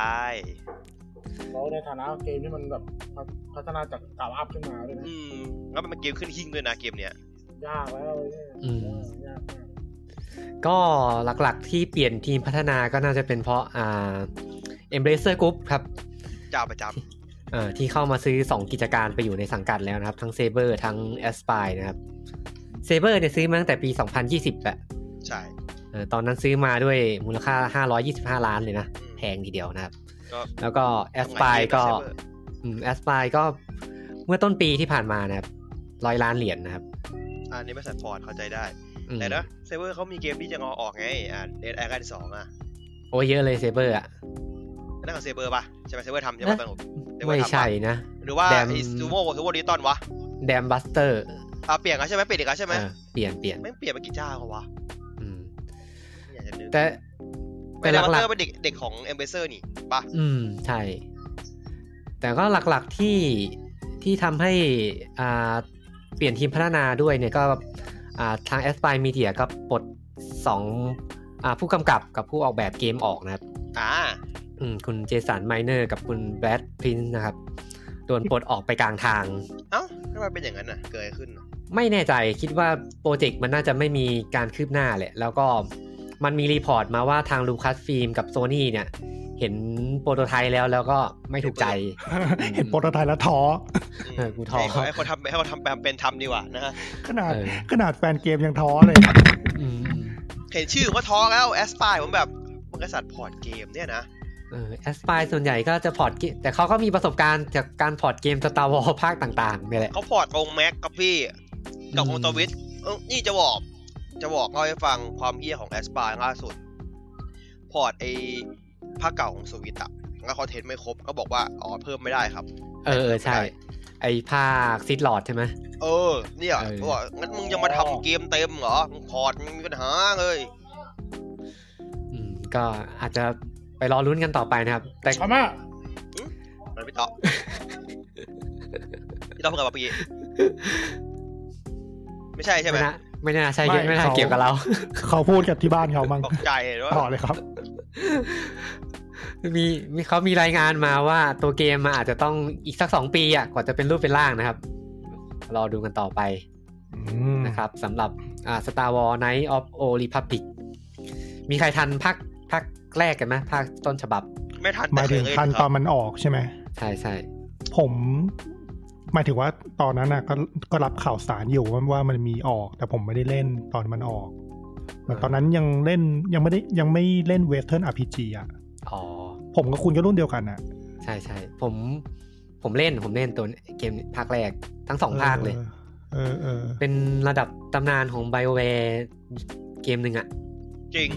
Speaker 3: แล้วในฐานะเกมที่มันแบบพัฒพัฒนาจากเก่าอัพขึ้นมาด้วยนะ
Speaker 2: อืมแล้วมันเป็นเกมขึ้นหิ้งด้วยนะเกมเนี้ย
Speaker 3: ยากแล้วเนี่ย
Speaker 1: อืม
Speaker 3: ยากมาก
Speaker 1: ก็หลักๆที่เปลี่ยนทีมพัฒนาก็น่าจะเป็นเพราะอ่า Embracer Group ครับ
Speaker 2: เจ้าประจำ
Speaker 1: เอ่อที่เข้ามาซื้อ 2 กิจการไปอยู่ในสังกัดแล้วนะครับ ทั้ง Saber ทั้ง a s p i r e นะครับ Saber เนี่ยซื้อมาตั้งแต่ปี 2020แหละ
Speaker 2: ใช่
Speaker 1: เอ่อตอนนั้นซื้อมาด้วยมูลค่า 525 ล้านเลยนะ
Speaker 2: อืม
Speaker 1: แพงทีเดียวนะครับ
Speaker 2: ก็
Speaker 1: แล้วก็ a s p i r e ก็แอสปายก็เมื่อต้นปีที่ผ่านมานะครับร้อยล้านเหรียญนะครับ
Speaker 2: อันนี้ไม่สัตว์พอร์ตเข้าใจได้
Speaker 1: อืม
Speaker 2: แต่นะเซเวอร์เขามีเกมที่จะงอออกไง อ่าเดนแอร์กันสองอ่ะ
Speaker 1: โอ้ยเยอะเลย Saber อ่ะ
Speaker 2: นั่นของเซเวอร์ป่ะ ใช่ไหมเซเวอร์ทำใช่ไหม
Speaker 1: นะ
Speaker 2: ตอนผมเซเวอ
Speaker 1: ไม่
Speaker 2: ร์ทำปะ
Speaker 1: ใช่นะ
Speaker 2: หรือว่า
Speaker 1: แดม
Speaker 2: ไอ้ซูโม่ซูโม่ดิตอนวะ
Speaker 1: แดมบัสเตอร์
Speaker 2: อ่าเปลี่ยนกันใช่ไหมเปลี่ยนอีกแล้วใช่ไหม
Speaker 1: เปลี่ยนเปลี่ยน
Speaker 2: ไม่งเปลี่ยนไปกี่เจ้าเขาวะ
Speaker 1: อืม
Speaker 2: ไม่อยากจะนึก
Speaker 1: แต่
Speaker 2: เป็
Speaker 1: แต่
Speaker 2: น
Speaker 1: ห
Speaker 2: ลาเต
Speaker 1: ลั
Speaker 2: อก ร์
Speaker 1: ๆ
Speaker 2: เป็นเด็กเด็กของเอมเบเซอร์นี่ป่ะ
Speaker 1: อืม ใช่ แต่ก็หลักๆที่ที่ทำให้อ่าเปลี่ยนทีมพัฒนาด้วยเนี่ยก็อ่าทาง a s p i r e Media ก็ปลดสองอาผู้กำกับกับผู้ออกแบบเกมออกนะครับ
Speaker 2: อ่า
Speaker 1: อืมคุณเจสันไมเนอร์กับคุณแบรดพินนะครับโดนปลดออกไปกลางทาง
Speaker 2: เอ้าทำไมเป็นอย่างนั้นน่ะ เกิดอะไรขึ้นน่ะ
Speaker 1: ไม่แน่ใจคิดว่าโปรเจกต์มันน่าจะไม่มีการคืบหน้าแหละ แล้วก็มันมีรีพอร์ตมาว่าทางลูคัสฟิล์มกับโซนี่เนี่ย เห็นโปรโตไทป์แล้วแล้วก็ไม่ถูกใจ
Speaker 4: เห็นโปรโตไทป์แล้วท้อ
Speaker 2: ม
Speaker 1: เออกูท้อ
Speaker 2: ให้เขาให้เขาทำให้เขาทำแบบเป็นทำดีกว่านะฮะ
Speaker 4: ขนาด
Speaker 1: เออ
Speaker 4: ขนาดแฟนเกมยังท้อเลย
Speaker 1: อืม
Speaker 2: เห็นชื่อผมก็ท้อแล้วแอสปายผมแบบมันก็สัตว์พอร์ตเกมเนี่ยนะ
Speaker 1: เออแอสปายส่วนใหญ่ก็จะพอร์ตเกมแต่เขาก็มีประสบการณ์จากการพอร์ตเกมสตาร์วอลภาคต่างๆเนี่ยแหละ
Speaker 2: เขาพอร์ตองแม็กกับพี่ กับ
Speaker 1: อืม
Speaker 2: องตวิทเอ้านี่จะบอก จะบอกเล่าให้ฟังความเอี้ยของแอสปาล่าสุด พอร์ตไอ้ภาคเก่าของสวิตอะแล้วคอนเทนต์ไม่ครบก็บอกว่า อ๋อ เพิ่มไม่ได้ครับ
Speaker 1: เออเออใช่ ไอภาคซิดหลอดใช่ไหม
Speaker 2: เออ เนี่ย
Speaker 1: เออ
Speaker 2: เขาบอกงั้นมึงยังมาทำเกมเต็มเหรอมึงพอร์ตมึงมีปัญหาเลย
Speaker 1: อืมก็อาจจะไปรอลุ้นกันต่อไปนะครับ แต่
Speaker 3: ชามา
Speaker 2: มันไม่ตอบ [laughs] พี่ตอบเพิ่งกลับมาปีไม่ใช่ใช่ไหม
Speaker 1: ไม่น่าไม่น่าใช่
Speaker 4: ไม่
Speaker 1: ไม่น่า
Speaker 4: เขา
Speaker 1: เกี่ยวกับเรา [laughs]
Speaker 4: เขาพูดกับที่บ้านเขามั้ง
Speaker 2: ตกใจเลยว่า
Speaker 4: ต่อเลยครับ
Speaker 1: มีมีเขามีรายงานมาว่าตัวเกมมาอาจจะต้องอีกสักสองปีอ่ะกว่าจะเป็นรูปเป็นร่างนะครับ รอดูกันต่อไป
Speaker 4: อืม
Speaker 1: นะครับสำหรับอ่า Star Wars Night of Old Republic มีใครทันภาคภาคแรกกันไหมภาคต้นฉบับ
Speaker 2: ไม่ทัน
Speaker 4: ห
Speaker 2: แต่
Speaker 4: มาย
Speaker 2: เค
Speaker 4: ถึ
Speaker 2: ย
Speaker 4: ง
Speaker 2: เล่น
Speaker 4: ทัน
Speaker 2: ค
Speaker 4: ต
Speaker 2: รั
Speaker 4: อบ นมันออกใช่ไหม
Speaker 1: ใช่ใช่
Speaker 4: ผมหมายถึงว่าตอนนั้นน่ะก็ก็รับข่าวสารอยู่ว่าว่ามันมีออก แต่ผมไม่ได้เล่นตอนมันออกเหมือนตอนนั้นยังเล่นยังไม่ได้ยังไม่เล่นเวสเทิร์นอาร์พีจีอ่ะ
Speaker 1: อ๋อ
Speaker 4: ผมกับคุณก็รุ่นเดียวกันอ่ะ
Speaker 1: ใช่ใช่ผมผมเล่นผมเล่นตัวเกมภาคแรกทั้งสองภาคเลย
Speaker 4: เออเออเออ
Speaker 1: เป็นระดับตำนานของ BioWare เกมหนึ่งอะ
Speaker 2: จริง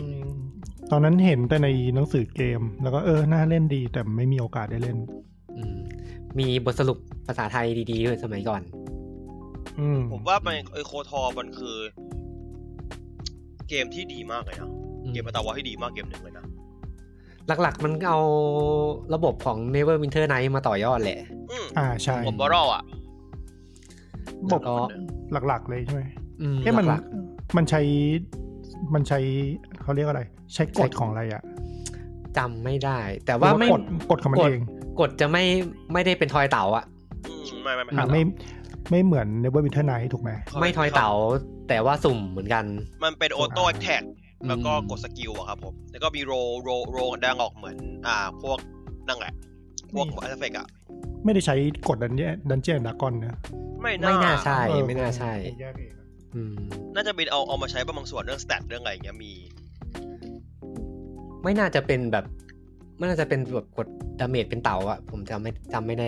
Speaker 4: ตอนนั้นเห็นแต่ในหนังสือเกม แล้วก็เออ น่าเล่นดีแต่ไม่มีโอกาสได้เล่น
Speaker 1: อืมมีบทสรุปภาษาไทยดีๆด้วยสมัยก่อน
Speaker 4: อืม
Speaker 2: ผมว่ามันไอโคทอมันคือ เกมที่ดีมากเลยนะ เกมมาตาวาที่ดีมากเกมหนึ่งเลยนะ
Speaker 1: หลักๆมันเอาระบบของ Neverwinter Night มาต่อยอดแหละ
Speaker 2: อืม
Speaker 4: อ่าใช่
Speaker 2: ผมบอรอลอ่ะ
Speaker 4: บ
Speaker 1: แล้
Speaker 4: บ
Speaker 1: วก็
Speaker 4: หลักๆเลยใช่ไหม
Speaker 1: อืม
Speaker 4: เอ๊ะมัน
Speaker 1: หลักๆ
Speaker 4: มันใช้มันใช้เขาเรียกอะไร ใช้กฎของอะไรอ่ะ
Speaker 1: จำไม่ได้ แต่ว่าไม่
Speaker 4: กดกดของมันเอง
Speaker 1: กดจะไม่ไม่ได้เป็นทอยเต๋าอะ
Speaker 2: อืมไม่ไม่ไม่
Speaker 4: อ่ะไม่ไม่เหมือน Never Winter Night ถูกไหม
Speaker 1: ไม่ทอยเต๋าแต่ว่าสุ่มเหมือนกัน
Speaker 2: มันเป็นออโต้
Speaker 4: อ่า
Speaker 2: แท็กแล้วก็
Speaker 1: อืม
Speaker 2: กดสกิลอะครับผม แล้วก็มีโรโรโรแดงออกเหมือน อ่า พวกนั่งแหละ พวกอัลเฟกอะ
Speaker 4: ไม่ได้ใช้กดดันเจดันเจียนดากอนนะ
Speaker 2: ไม่
Speaker 1: ไม่น่าใช่
Speaker 4: เออ
Speaker 1: ไม่น่าใช่
Speaker 4: แยกเองอะ
Speaker 1: อืม
Speaker 2: น่าจะเป็นเอาเอามาใช้บางส่วนเรื่องสเตตเรื่องอะไรอย่างเงี้ยมี
Speaker 1: ไม่น่าจะเป็นแบบ ไม่น่าจะเป็นแบบกดดาเมจเป็นเต๋าอะผมจำไม่จำไม่ได้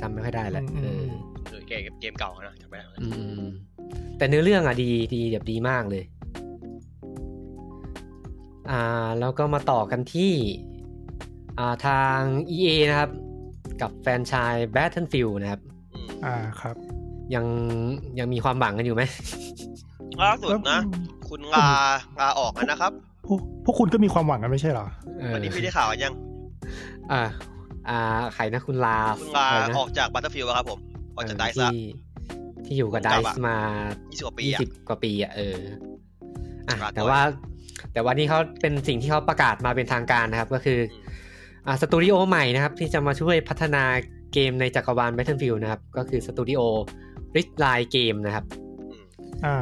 Speaker 1: จำไม่ค่อยได้แหละเออ
Speaker 2: เออเกมเกมเก่าอะนะจำไม่ได้เหมือนกั
Speaker 1: อื
Speaker 2: น
Speaker 1: มอืมแต่เนื้อเรื่องอะดีดีแบบดีมากเลย อ่า แล้วก็มาต่อกันที่ อ่าทาง EA นะครับ กับแฟรนไชาย Battlefield นะครับ
Speaker 2: อืม
Speaker 4: อ่าครับ
Speaker 1: ยังยังมีความหวังกันอยู่ไหม
Speaker 2: ล่าสุดนะ คุณลาลาออกแล้วนะครับ
Speaker 4: พวกพวกคุณก็มีความหวังกันไม่ใช่เหรอ
Speaker 1: เออ
Speaker 2: วันนี้พี่ได้ข่าวยัง
Speaker 1: อ่าอ่าใครนะคุณลา
Speaker 2: คุณลา
Speaker 1: ใครนะ
Speaker 2: ออกจากบัตเตอร์ฟิลครับผมออกจากไดซ์ละ
Speaker 1: ที่ที่อยู่กับ
Speaker 2: ผม
Speaker 1: ได
Speaker 2: กลับอะ
Speaker 1: ซ์มา
Speaker 2: ยี่สิบกว่าปี
Speaker 1: ยี่
Speaker 2: อะ
Speaker 1: สิบกว่าปีอ่ะเอออ่ะ
Speaker 2: ครับ
Speaker 1: แต่ว่า แต่ว่านี่เขาเป็นสิ่งที่เขาประกาศมาเป็นทางการนะครับ ก็คืออ่าสตูดิโอใหม่นะครับ ที่จะมาช่วยพัฒนาเกมในจักรวาล Battlefield นะครับ ก็คือสตูดิโอ Ridgeline Game นะครับ
Speaker 4: อ่า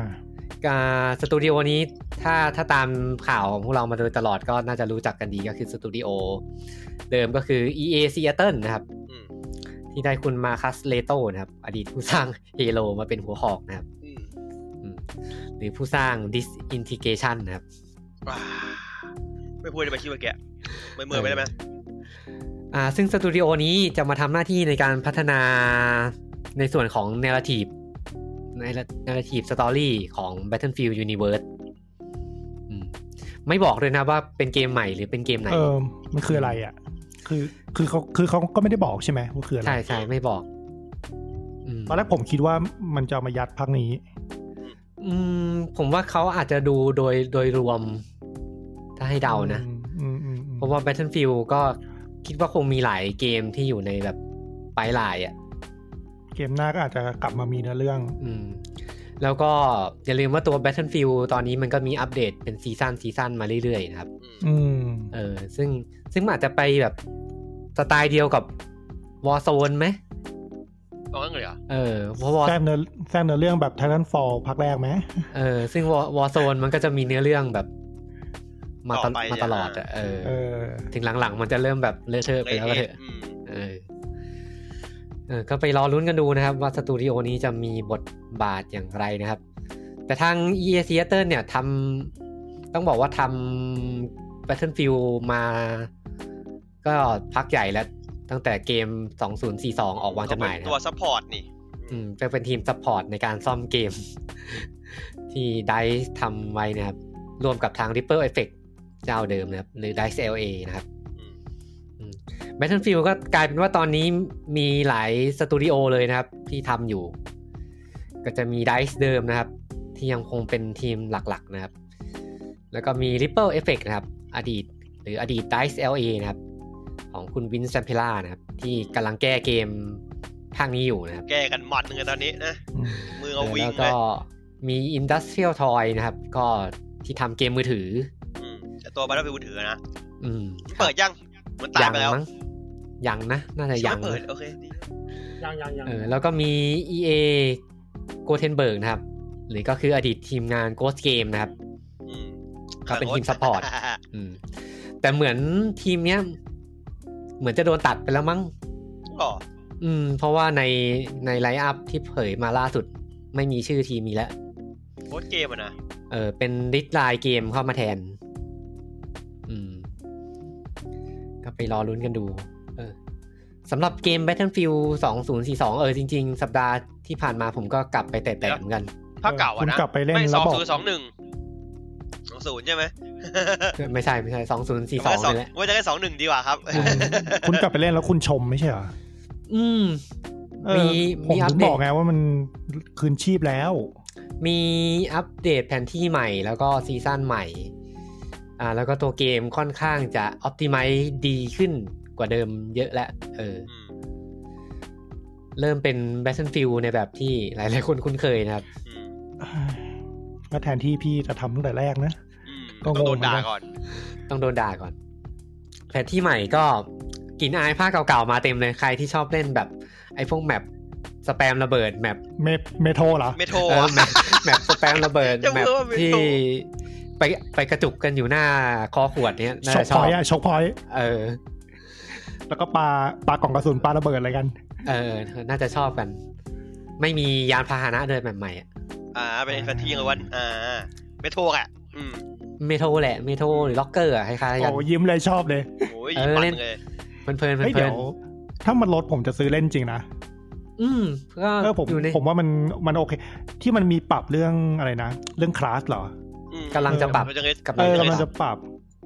Speaker 1: อ่าสตูดิโอนี้ถ้าถ้าตามข่าวของพวกเรามาโดยตลอดก็น่าจะรู้จักกันดีก็คือสตูดิโอเดิมก็คือ EA Seattle นะครับ
Speaker 2: อืม
Speaker 1: ที่ได้คุณมาคัสเลโตนะครับ อดีตผู้สร้าง Halo มาเป็นหัวหอกนะครับ
Speaker 2: อืม
Speaker 1: อืมหรือผู้สร้าง Disintegration นะครับ
Speaker 2: ว้าไม่พูดได้ไหมชื่อเมื่อกี้ไม่เมื่อยไปได้ไหม
Speaker 1: อ่าซึ่งสตูดิโอนี้จะมาทำหน้าที่ในการพัฒนาในส่วนของ Narrative ใน Narrative Story ของ Battlefield Universe อืมไม่บอกเลยนะว่าเป็นเกมใหม่หรือเป็นเกมไหน
Speaker 4: เออ มันคืออะไรอ่ะ คือคือเขาคือเขาก็ไม่ได้บอกใช่ไหมว่าคืออะไร
Speaker 1: ใช่ใช่ไม่บอกอืม
Speaker 4: ตอนแรกผมคิดว่ามันจะเอามายัดพักนี้
Speaker 1: อืมผมว่าเขาอาจจะดูโดยโดยรวม ถ้าให้เดานะ
Speaker 4: อืมอืมอืม
Speaker 1: เพราะว่า Battlefield ก็คิดว่าคงมีหลายเกมที่อยู่ในแบบปลายลายอ่ะ
Speaker 4: เกมหน้าก็อาจจะกลับมามีเนื้อเรื่อง
Speaker 1: อืม แล้วก็อย่าลืมว่าตัว Battlefield ตอนนี้มันก็มีอัปเดตเป็นซีซันซีซันมาเรื่อยๆนะครับ
Speaker 2: อื
Speaker 4: อื
Speaker 2: ม
Speaker 4: ม
Speaker 1: เออ ซึ่งซึ่งมันอาจจะไปแบบสไตล์เดียวกับ Warzone ไหม
Speaker 2: ตอนนั้นเลยเหรอ
Speaker 1: เออเพราะว่า
Speaker 4: แทรกเนื้อแทรกเนื้อเรื่องแบบ Titan Fall ภาคแรกไหม
Speaker 1: เออซึ่งวอ r z โซนมันก็จะมีเนื้อเรื่องแบบมาตลมาตลอดอะเออ
Speaker 4: เออ
Speaker 1: ถึงหลังๆ มันจะเริ่มแบบเลอะเทอะไปแล้วก็เถอะ
Speaker 2: อืม
Speaker 1: เออเออ ก็ไปรอลุ้นกันดูนะครับ ว่าสตูดิโอนี้จะมีบทบาทอย่างไรนะครับ แต่ทาง e a s e a t t l e เนี่ยทำต้องบอกว่าทำ Battlefield มา ก็พักใหญ่แล้ว ตั้งแต่เกม 2042 ออกวางจำหน่าย
Speaker 2: เข
Speaker 1: นะ
Speaker 2: เป็
Speaker 1: ค
Speaker 2: นตัว
Speaker 1: รับ
Speaker 2: ซัพพอร์ตนี่
Speaker 1: อืมจะเป็นทีมซัพพอร์ตในการซ่อมเกม [laughs] ที่ได c e ทำไว้นะครับ รวมกับทาง Ripple Effect เจ้าเดิมนะครับ หรือ Dice LA นะครับ
Speaker 2: อืม
Speaker 1: Battlefield ก็กลายเป็นว่าตอนนี้มีหลายสตูดิโอเลยนะครับ ที่ทำอยู่ ก็จะมี DICE เดิมนะครับ ที่ยังคงเป็นทีมหลักๆนะครับ แล้วก็มี Ripple Effect นะครับ อดีต หรืออดีต DICE LA นะครับ ของคุณวินแซมเพล่านะครับ ที่กำลังแก้เกมภาคนี้อยู่นะครับ
Speaker 2: แก้กันหมัดหนึ่งกันตอนนี้นะมือเอาวิ่ง
Speaker 1: แล้ว
Speaker 2: เล
Speaker 1: ก็
Speaker 2: ย
Speaker 1: มี Industrial Toy นะครับ ก็ที่ทำเกมมือถือ
Speaker 2: อืมแต่ตัวบัตเตอร์ฟิลถือนะ
Speaker 1: อืม
Speaker 2: เปิดยังเหมันตายไปแล้ว
Speaker 1: งมั้งยังนะ น่าจะยัง
Speaker 2: ไม่เปิด
Speaker 1: นะ
Speaker 2: โอเคดี
Speaker 3: ยังยังยัง
Speaker 1: เออแล้วก็มี EA Gothenburg นะครับ หรือก็คืออดีตทีมงาน Ghost Game นะครับ
Speaker 2: อืม
Speaker 1: ก็เป็นทีมซัพพอร์ต อืมแต่เหมือนทีมเนี้ย เหมือนจะโดนตัดไปแล้วมั้ง
Speaker 2: ก็
Speaker 1: อืม เพราะว่าในในไลน์อัพที่เผยมาล่าสุด ไม่มีชื่อทีมนี้แล้ว
Speaker 2: โค้ดเกมอะนะ
Speaker 1: เออเป็นริดไลน์เกมเข้ามาแทน อืม ก็ไปรอลุ้นกันดู เออสำหรับเกม Battlefield 2042 เออจริง ๆ สัปดาห์ที่ผ่านมาผมก็กลับไปแตะๆเหมือนกัน
Speaker 2: ภาพเก่าอะ
Speaker 4: คุณ
Speaker 2: นะ
Speaker 4: กลับไปเล่น
Speaker 2: ไม่
Speaker 4: แล้
Speaker 2: ส
Speaker 4: ว
Speaker 2: อง
Speaker 4: บอก
Speaker 2: ศูนย์สองหนึ่งสองศูนย์ใช่ไหม
Speaker 1: ไม่ใช่ไม่ใช่สองศูนย์สี่สองนี่แหละ
Speaker 2: ว่าจะได้สองหนึ่งดีกว่าครับ
Speaker 4: คุณคุณกลับไปเล่นแล้วคุณชมไม่ใช่เหรอ
Speaker 1: อืม
Speaker 4: เออ
Speaker 1: มี
Speaker 4: ผม
Speaker 1: มีอัป
Speaker 4: ถึง
Speaker 1: เด
Speaker 4: บ
Speaker 1: ต
Speaker 4: อกไงว่ามันคืนชีพแล้ว
Speaker 1: มีอัปเดตแผนที่ใหม่แล้วก็ซีซั่นใหม่ อ่า แล้วก็ตัวเกมค่อนข้างจะออ t ติไม e ดีขึ้นกว่าเดิมเยอะและเออ
Speaker 2: อืม
Speaker 1: เริ่มเป็น Battlefield ในแบบที่หลายๆคนคุ้นเคยนะครับ
Speaker 2: อืม
Speaker 4: ก็แทนที่พี่จะทำตั้งแต่แรกนะ
Speaker 2: อืม
Speaker 4: ก็
Speaker 2: ต้อง
Speaker 4: งง
Speaker 2: โดนด่าก่อน
Speaker 1: ต้องโดนด่าก่อน แผนที่ใหม่ก็กลินอายภาคเก่าๆมาเต็มเลยใครที่ชอบเล่นแบบ ไอ้พวกแมปสแปมระเบิดแมป
Speaker 4: เมเมโทรเหรอ
Speaker 2: เมโทร
Speaker 1: เออ
Speaker 2: อะ
Speaker 1: แมปแมปสแปมระเบิ
Speaker 2: [laughs]
Speaker 1: ด
Speaker 2: จะ
Speaker 1: แมป
Speaker 2: พูดว่าเป็น
Speaker 1: ที่
Speaker 2: ตัว
Speaker 1: ไปไปกระจุกกันอยู่หน้าคอขวดเนี้ยน่า
Speaker 4: ช
Speaker 1: จะ
Speaker 4: ก
Speaker 1: ช
Speaker 4: พ
Speaker 1: อ
Speaker 4: อบ ยต์อะชกพอยต์
Speaker 1: เออ
Speaker 4: แล้วก็ปาปากล่องกระสุนปาระเบิดอะไรกัน
Speaker 1: เออ น่าจะชอบกัน ไม่มียานพาหนะเลยแบบใหม่อะ
Speaker 2: อ่า เป็นอินฟันทีกับวัน อ่าเมโทรอ่ะ อืม
Speaker 1: เมโทรแหละเมโทรหรือล็อกเกอร์อะคล้ายๆกัน
Speaker 4: โอ้ยิ้มเลยชอบเลย
Speaker 2: โอ้ย
Speaker 1: เออ
Speaker 2: มัน
Speaker 1: เล่น
Speaker 2: เลย
Speaker 1: เพลินเพลินๆ
Speaker 4: เฮ้ย
Speaker 1: เพลิ
Speaker 4: เดี๋ย
Speaker 1: น
Speaker 4: ว ถ้ามันลดผมจะซื้อเล่นจริงนะ
Speaker 1: ๆอืมก็
Speaker 4: เออผม
Speaker 1: อยู่ใน
Speaker 4: ผมว่ามันมันโอเค ที่มันมีปรับเรื่องอะไรนะ เรื่องคลาสเหรอ
Speaker 2: อืม
Speaker 1: กำลังจะปรับ
Speaker 2: มันจะเล่น
Speaker 1: กำ
Speaker 4: เอ
Speaker 1: ลังจะ
Speaker 4: อกำลัง
Speaker 1: ป
Speaker 4: จะ
Speaker 1: รับ
Speaker 4: ปรับ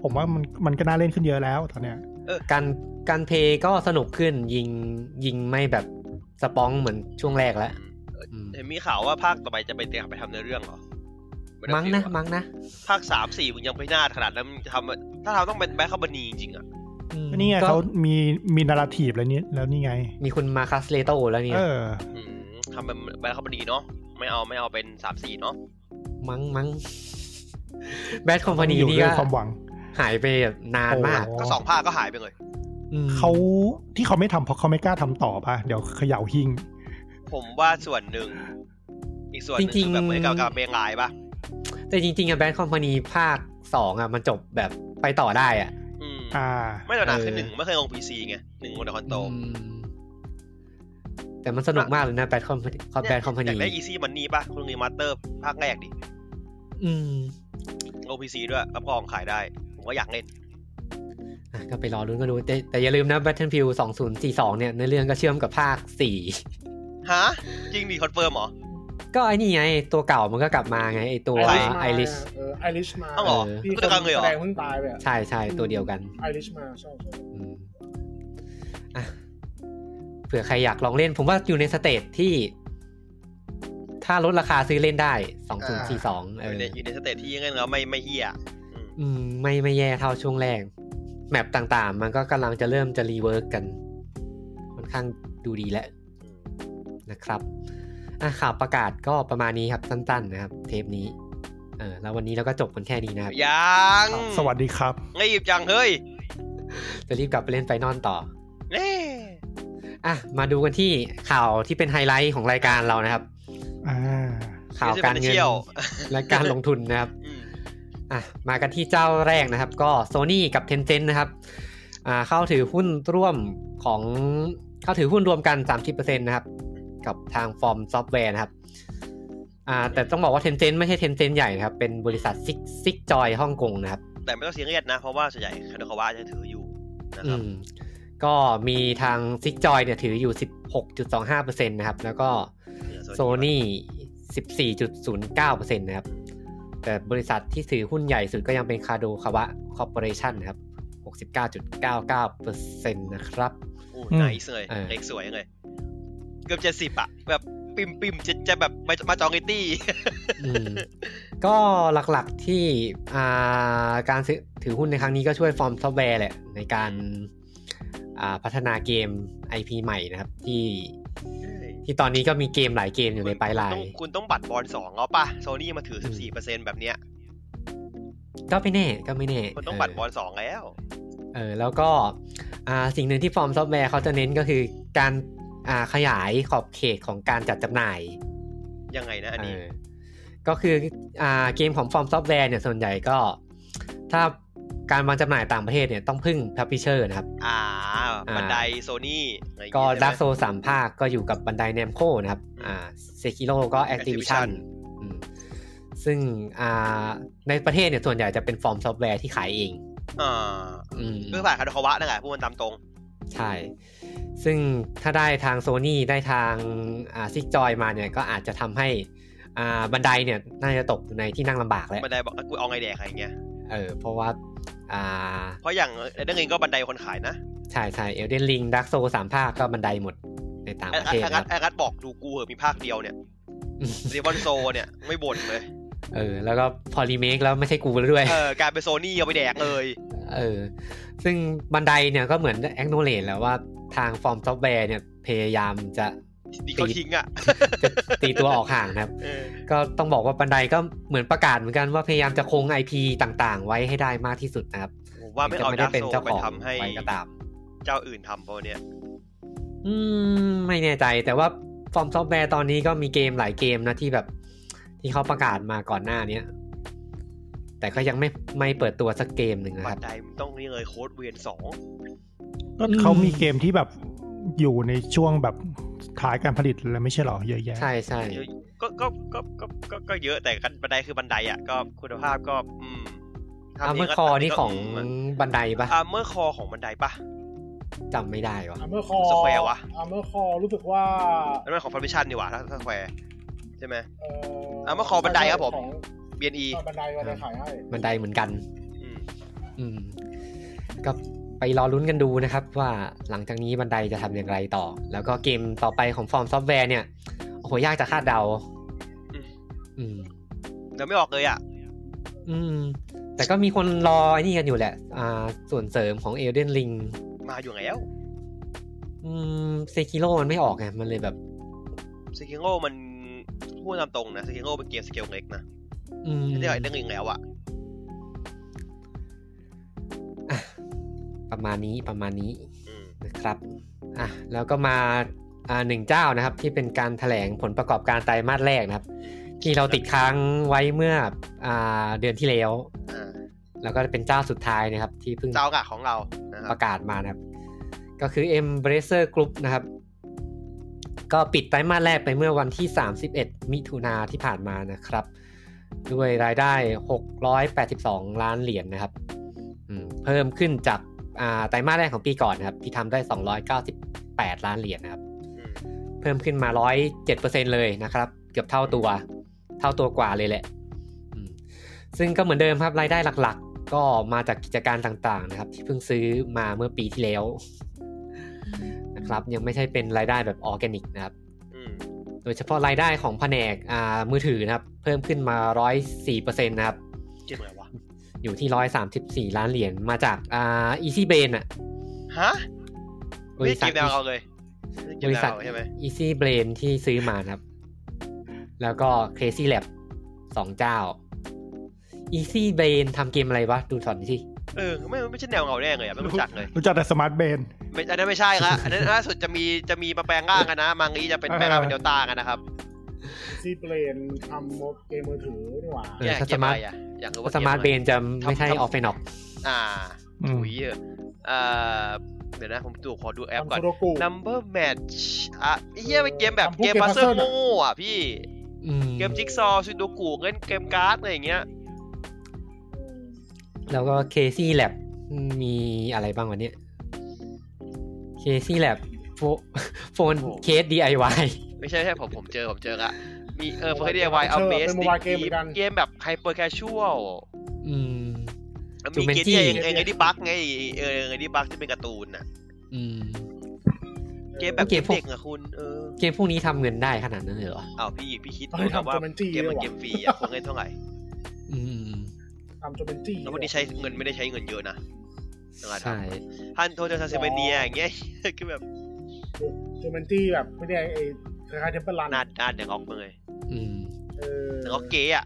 Speaker 4: ผมว่ามันมันก็น่าเล่นขึ้นเยอะแล้วตอนเนี้ย
Speaker 1: การการเพลย์ก็สนุกขึ้นยิงยิงไม่แบบสปองเหมือนช่วงแรกแล้ว อืม
Speaker 2: เห็นมีข่าวว่าภาคต่อไปจะไปเตรียมไปทำในเรื่องเหรอไได้
Speaker 1: มั้งนะ
Speaker 2: ฟิลอ
Speaker 1: มั้งนะ
Speaker 2: ภาคสามสี่มึงยังไม่น่าขนาดนั้นมึงจะทำถ้าทำต้องเป็นแบ็คคาบนีจริงๆอ่ะ
Speaker 1: อืม
Speaker 4: ก็นี่ไง
Speaker 1: ก็
Speaker 4: เขามีมีนาราทีฟแล้วนี่แล้วนี่ไง
Speaker 1: มีคุณมาคัสเลโตแล้วเนี่ย
Speaker 4: เออ
Speaker 2: อืมทำเป็นแบ็คคาบนีเนาะไม่เอาไม่เอาเป็นสามสี่เนาะ
Speaker 1: มั้งมั้งแบทคอมพานี
Speaker 4: อยู่
Speaker 1: นี่
Speaker 4: ด้ว
Speaker 1: ก็
Speaker 4: ยความหวัง
Speaker 1: หายไปแบบนานมาก
Speaker 4: โอ้
Speaker 2: ก็สองภาคก็หายไปเลย
Speaker 1: อืม
Speaker 4: เขาที่เขาไม่ทำเพราะเขาไม่กล้าทำต่อป่ะ เดี๋ยวเขย่าหิ้ง
Speaker 2: ผมว่าส่วนหนึ่ง อีกส่วนหนึ่งคือแบบเหมือนกับกับเบงไลน์ปะ
Speaker 1: แต่จริงๆอะแบทคอมพานีภาคสองอะมันจบแบบไปต่อได้อะ
Speaker 2: อืม
Speaker 4: อ่า
Speaker 2: ไม่หรอกนะคื
Speaker 1: เอ
Speaker 2: อ
Speaker 1: อ
Speaker 2: หนึ่งไม่เคยลงพีซีไงหนึ่งบนคอนโต
Speaker 1: อืมแต่มันสนุกมากเลยนะแบทคอมแบทคอมพา
Speaker 2: อยาก
Speaker 1: นี
Speaker 2: ได้อีซี่มันนี่ปะคุณรีมาสเตอร์ภาคแรกดิ
Speaker 1: อืม
Speaker 2: ลงพีซีด้วยรับรองขายได้ ผมก็อยากเล่น
Speaker 1: อ่ะก็ไปรอรุ้นก็ดูแต่แต่อย่าลืมนะ Battlefield 2042 เนี่ยในอเรื่องก็เชื่อมกับภาค 4
Speaker 2: ฮะ จริงดิคอนเฟิร์มเหรอ
Speaker 1: ก็ไอ้นี่ไง ตัวเก่ามันก็กลับมาไงไอ้ตัว
Speaker 2: ไอ้
Speaker 1: ไอริส
Speaker 3: ไอริชมา
Speaker 2: เอ้าเหรอ
Speaker 1: เออ
Speaker 3: ที่
Speaker 2: พูดกลางเลยเหรอ
Speaker 3: แสดงเพิ่งตายไปอะ
Speaker 1: ใช่ใช่ตัวเดียวกัน
Speaker 3: ไอริชมาใช่ใช่
Speaker 1: อืมอ่ะเผื่อใครอยากลองเล่น ผมว่าอยู่ในสเตจที่ ถ้าลดราคาซื้อเล่นได้ 2042 เอ
Speaker 2: อ
Speaker 1: อ
Speaker 2: ยู่ในอยู่ในสเตจที่เล่นแล้วไม่ไม่เฮียอืม
Speaker 1: อืมไม่ไม่แย่เท่าช่วงแรก แมปต่างๆ มันก็กำลังจะเริ่มจะรีเวิร์กกัน ค่อนข้างดูดีแล้วนะครับ อ่ะข่าวประกาศก็ประมาณนี้ครับสั้นๆนะครับ เทปนี้ เออ แล้ววันนี้เราก็จบกันแค่นี้นะครับ
Speaker 2: ยัง
Speaker 4: สวัสดีครับ
Speaker 2: รีบจังเฮ้ย
Speaker 1: จะรีบกลับไปเล่นไฟนอลต่อ
Speaker 2: เน่
Speaker 1: อ่ะมาดูกันที่ข่าวที่เป็นไฮไลท์ของรายการเรานะครับ
Speaker 4: อ่า
Speaker 1: ข่าวการเงิน
Speaker 2: เที่ยว
Speaker 1: และการลงทุนนะครับ
Speaker 2: อืม
Speaker 1: อ่ะมากันที่เจ้าแรกนะครับ ก็ Sony กับ Tencent นะครับอ่าเข้าถือหุ้นร่วมของเข้าถือหุ้นรวมกัน 30%นะครับ กับทางฟอร์มซอฟต์แวร์นะครับอ่าแต่ต้องบอกว่า Tencent ไม่ใช่ Tencent ใหญ่นะครับ เป็นบริษัทซิกซิกจอยฮ่องกงนะครับ
Speaker 2: แต่ไม่ต้องเสียงเรียดนะ เพราะว่าส่วนใหญ่คาโดคาวะจะถืออยู่นะค
Speaker 1: อื
Speaker 2: รับ
Speaker 1: มก็มีทางซิกจอยเนี่ยถืออยู่ 16.25%นะครับ แล้วก็ โซนี่สิบสี่จุดศูนย์เก้าเปอร์เซ็นต์นะครับ แต่บริษัทที่ถือหุ้นใหญ่สุดก็ยังเป็นคาโดคาวะคอร์ปอเรชันนะครับหกสิบเก้าจุดเก้าเก้าเปอร์เซ็นต์นะครับ
Speaker 2: โอ้
Speaker 4: อืม
Speaker 2: ไนส์เลย
Speaker 1: เออ
Speaker 2: เล็กสวยเลยเกือบเจ็ดสิบ70อะแบบปิ่มปิ่มจะจะแบบมามาจองไอตี้ [laughs]
Speaker 1: อืม ก็หลักๆที่อ่าการซื้อถือหุ้นในครั้งนี้ก็ช่วยฟอร์มซอฟต์แวร์แหละ ในการอ่าพัฒนาเกม IP ใหม่นะครับ ที่ที่ตอนนี้ก็มีเกมหลายเกมอยู่ในปลายไล
Speaker 2: คุณ
Speaker 1: น์
Speaker 2: ต้องคุณต้องบัตรบอลสองเอาป่ะโซนี่มาถือสิบสี่เปอร์เซ็นแบบเนี้ย
Speaker 1: ก็ไม่แน่ก็ไม่แน่
Speaker 2: มันต้อง
Speaker 1: เ
Speaker 2: บัตรบอลสองแล้ว
Speaker 1: เออแล้วก็อ่าสิ่งหนึ่งที่ฟอร์มซอฟต์แวร์เขาจะเน้นก็คือการอ่าขยายขอบเขตของการจัดจำหน่าย
Speaker 2: ยังไงนะอัน
Speaker 1: เอ
Speaker 2: นี้
Speaker 1: อก็คืออ่าเกมของฟอร์มซอฟต์แวร์เนี่ยส่วนใหญ่ก็ถ้าการวางจำหน่ายต่างประเทศเนี่ยต้องพึ่งพับพิเชอร์นะครับ
Speaker 2: อ่า
Speaker 1: อ่า
Speaker 2: บันไดโซนี่อะไรอย่าง
Speaker 1: ก็
Speaker 2: งี้ใช่ไหม
Speaker 1: ดักโซสามภาคก็อยู่กับบันไดแนมโคนะครับอ่าเซคิโ o ก็แอค i ิวิชั
Speaker 2: Activision
Speaker 1: นซึ่งอ่าในประเทศเนี่ยส่วนใหญ่จะเป็นฟอร์มซอฟต์แวร์ที่ขายเอง
Speaker 2: อ่า
Speaker 1: อืม
Speaker 2: คือฝ่ายคาโดคาวะนั่นแหละพูดมันตามตรง
Speaker 1: ใช่ ซึ่งถ้าได้ทาง Sony ได้ทางซิกจอยมาเนี่ย ก็อาจจะทำให้อ่าบันไดเนี่ย น่าจะตกอยู่ในที่นั่งลำบากแล้ว
Speaker 2: บันไดบอกเอ้ยกูเอาไงแดกอะไรอย่างเงี้ย
Speaker 1: เออ เพราะว่าอ่า
Speaker 2: เพราะอย่างเรื่องเงินก็บันไดคนขายนะ
Speaker 1: ใช่ใช่เอลเดนลิงดักโซสามภาคก็บันไดหมดในต่างประเทศนะ
Speaker 2: ไอ้
Speaker 1: ค
Speaker 2: กั
Speaker 1: รั
Speaker 2: ด
Speaker 1: บ
Speaker 2: ไอ้กัดบอกดูกูเหอะมีภาคเดียวเนี่ยเรบอนโซเนี่ยไม่บ่นเลย
Speaker 1: เออ แล้วก็พอรีเมคแล้วไม่ใช่กูแล้วด้วย
Speaker 2: เออกลารเป็นโซนี่เอาไปแดกเลย
Speaker 1: เออ ซึ่งบันไดเนี่ยก็เหมือนแอ n โนเล e แล้วว่าทางฟอร์มซอฟต์แวร์เนี่ย พยายามจะ [laughs]
Speaker 2: ดีเขาทิ้งอ่ะ
Speaker 1: จะตีตัวออกห่างนะครับ
Speaker 2: เออ
Speaker 1: ก็ต้องบอกว่าบันไดก็เหมือนประกาศเหมือนกันว่าพยายามจะคง IP ต่างๆ ไว้ให้ได้มากที่สุดนะครับ
Speaker 2: ผมว่าไม่เอา
Speaker 1: ถึงจะ
Speaker 2: ดา
Speaker 1: ได้
Speaker 2: ร์
Speaker 1: เป็น
Speaker 2: โซ
Speaker 1: เจ้า
Speaker 2: ไป
Speaker 1: ของ
Speaker 2: ทำให้
Speaker 1: ไว้ก็ตาม
Speaker 2: เจ้าอื่นทำเพราะเนี่ย
Speaker 1: อืม ไม่แน่ใจแต่ว่าฟอร์มซอฟต์แวร์ตอนนี้ก็มีเกมหลายเกมนะที่แบบ ที่เขาประกาศมาก่อนหน้าเนี้ยแต่ก็ยังไม่ไม่เปิดตัวสักเกมหนึ่งนะ
Speaker 2: บั
Speaker 1: คน รับ
Speaker 2: ไดมันต้องนี่เลยโค้ดเวียนสอง
Speaker 4: ก็
Speaker 1: อืม
Speaker 4: เขามีเกมที่แบบอยู่ในช่วงแบบท้ายการผลิตแล้วไม่ใช่เหรอเยอะแยะ
Speaker 1: ใช่ใช่
Speaker 2: ก็ก็ก็ก็ก็ก็เยอะแต่กันบันไดคือบันไดอ่ะก็คุณภาพก็อืมทำ
Speaker 1: อาร์
Speaker 2: ง
Speaker 1: เมอร์
Speaker 2: ก็
Speaker 1: คอนี่ของ
Speaker 2: มะ
Speaker 1: บันไดปะ
Speaker 2: อาร์เมอร์คอของบันไดปะ
Speaker 1: จำไม่ได้วะ
Speaker 3: อาร์เมอร์คอร์
Speaker 2: Square วะ
Speaker 3: อาร์เมอร์คอร์รู้สึกว่า
Speaker 2: อันนั้นของฟาร์มิชันนี่หว่าถ้าถ้าแควร์ใช่ไหม
Speaker 3: เอ่อ
Speaker 2: อาร์เมอร์คอร์บันไดครับผม
Speaker 3: ของ
Speaker 2: เบียนอี
Speaker 3: บันไดบันไดขายให้
Speaker 1: บันไดเหมือนกัน อืมก็ไปรอลุ้นกันดูนะครับ ว่าหลังจากนี้บันไดจะทำอย่างไรต่อ แล้วก็เกมต่อไปของฟอร์มซอฟต์แวร์เนี่ย โอ้โห หัวยากจะคาดเดา
Speaker 2: อืม
Speaker 1: อืม
Speaker 2: เดาไม่ออกเลยอ่ะ
Speaker 1: อืม แต่ก็มีคนรอไอ้นี่กันอยู่แหละ อ่า ส่วนเสริมของเอเดนลิง
Speaker 2: มาอยู่แล้ว
Speaker 1: อืมเซคิโรมันไม่ออกไง มันเลยแบบ
Speaker 2: ซ e กิโ o มันพูดตามตรงนะซ e กิโ o เป็นเกมสเกลเล็กนะ
Speaker 1: อืม
Speaker 2: ไม่ได้เรื่องอื่นแล้วอ่ะ
Speaker 1: อ่ะประมาณนี้ประมาณนี้
Speaker 2: อืม
Speaker 1: นะครับ อ่ะ แล้วก็มา อ่าหนึ่งเจ้านะครับ ที่เป็นการถแถลงผลประกอบการไตรมาสแรกนะครับ ที่เราติดค้างไว้เมื่อ อ่า เดือนที่แล้ว
Speaker 2: อ่า
Speaker 1: แล้วก็เป็นเจ้าสุดท้ายนะครับ ที่เพิ่ง
Speaker 2: เจ้าอากาศของเรานะค
Speaker 1: ป
Speaker 2: รับ
Speaker 1: ระกาศมานะครับ ก็คือ Embracer Group นะครับ ก็ปิดไตรมาสแรกไปเมื่อวันที่ 31 มิถุนาที่ผ่านมานะครับ ด้วยรายได้ 682 ล้านเหรียญนะครับอืมเพิ่มขึ้นจากอ่าไตรมาสแรกของปีก่อนนะครับ ที่ทำได้ 298 ล้านเหรียญนะครับ
Speaker 2: อืม
Speaker 1: เพิ่มขึ้นมา 107%เลยนะครับ เกือบเท่าตัว เท่าตัวกว่าเลยแหละอืมซึ่งก็เหมือนเดิมครับ รายได้หลักๆ ก็มาจากกิจการต่างๆนะครับ ที่เพิ่งซื้อมาเมื่อปีที่แล้วนะครับ ยังไม่ใช่เป็นรายได้แบบออร์แกนิกนะครับ
Speaker 2: อืม
Speaker 1: โดยเฉพาะรายได้ของแผนกอ่ามือถือนะครับ เพิ่มขึ้นมา 104%นะครับ
Speaker 2: เกมอะไรวะ
Speaker 1: อยู่ที่ 134 ล้านเหรียญมาจากอ่า Easy Brain อะ
Speaker 2: ฮะ
Speaker 1: บริ
Speaker 2: ไม่ได้
Speaker 1: ษัท
Speaker 2: เกมแนวเราเลยไม่ได้เก
Speaker 1: บ
Speaker 2: ม
Speaker 1: ริ
Speaker 2: แนว
Speaker 1: ษัท
Speaker 2: เราใช่ไหม
Speaker 1: Easy Brain ที่ซื้อมานะครับ แล้วก็ Crazy Lab สองเจ้า Easy Brain ทำเกมอะไรวะ ดูถอนที่
Speaker 2: เออไม่ไม่ใช่แนวเราแน่
Speaker 1: [laughs]
Speaker 2: เลยอะไม่รู้จักเลย
Speaker 4: รู้จักแต่สมาร์ทเบน
Speaker 2: ไม่อันนั้นไม่ใช่ละอันนั้นล่าสุดจะมีจะมีมาแปลงร่างกันนะมังงี้จะเป็นแปลงร่างเป็นเดลต้ากันนะครับ
Speaker 3: ซีเปลนทำโมบเกมมือถือนี่หว่า
Speaker 1: เออ
Speaker 2: เนี่ย
Speaker 1: ถ้า
Speaker 2: เกมอะ
Speaker 1: สมา
Speaker 2: ไร
Speaker 1: ร์ท
Speaker 2: อ่ะอยากรู้ว่า
Speaker 1: สมาร์ท
Speaker 2: ก
Speaker 1: เบ
Speaker 2: อะไ
Speaker 1: นจะไม่ใช่
Speaker 2: ทำ
Speaker 1: อ
Speaker 2: ทำ
Speaker 1: อฟเฟนอก
Speaker 2: อ่า
Speaker 4: อืม
Speaker 2: ถุยเยอะเอ่อเดี๋ยวนะผมดูขอดูแอป
Speaker 3: ทำ
Speaker 2: ก่อน
Speaker 3: โซโลกู
Speaker 2: number match อ่ะไอ้เหี้ยเป็นเกมแบบ
Speaker 3: ทำพวก
Speaker 2: เกม
Speaker 3: เกม
Speaker 2: พัซเซิล
Speaker 3: puzzle น่ะ
Speaker 2: โง่อ่ะพี่ เกมจิ๊กซอว์ซูดูกูเล่นเกมการ์ดอะไรอย่างเงี้ย
Speaker 1: แล้วก็ Crazy Lab มีอะไรบ้างวันเนี้ย Crazy Lab โฟ [laughs] โฟนเคส DIY
Speaker 2: ไม่ใช่ไม่ใช่ผมผมเจอผมเจอละมีเออเฟอร์เดียไว
Speaker 3: Puzzle
Speaker 2: เอาเมส
Speaker 3: เป็น mobile game เหมือนกัน
Speaker 2: เกมแบบไฮเปอร์แคชชวล
Speaker 1: อืม
Speaker 2: มีเกม
Speaker 1: Jumanji
Speaker 2: ที่เองเองไอ้ที่บักไงเออเองไอ้ที่บักที่เป็นการ์ตูนน่ะ
Speaker 1: อืม
Speaker 2: เกมแบบ
Speaker 1: เกมพวก
Speaker 2: เด็กๆอะคุณเออ
Speaker 1: เกมพวกนี้ทำเงินได้ขนาดนั้นเลยเหรอ
Speaker 2: เอาพี่พี่คิด
Speaker 3: เฮ้
Speaker 2: ดู
Speaker 3: ย
Speaker 2: นะ
Speaker 3: ทำ
Speaker 2: ว่า
Speaker 3: Jumanji
Speaker 2: เกมมัน
Speaker 3: ด้วยว่ะ
Speaker 2: เกมฟรีอะคนเล่นเท่าไหร่
Speaker 1: อืม
Speaker 3: ทำจนเป็นจี้
Speaker 2: แล้ววันนี้ใช้เงินไม่ได้ใช้เงินเยอะนะ
Speaker 1: ใช่
Speaker 2: ฮันโทเจอร์ซาเซเบเนียอย่างเงี้ย [laughs] คือแบบ
Speaker 3: จนเป็นจี้แบบไม่ได้ไอ้คล้ายๆเทมเปอร์ลัน
Speaker 2: นาดนาดเด็กออกเลย
Speaker 1: อืม
Speaker 3: เออ
Speaker 2: เด็กออกเก๋อะ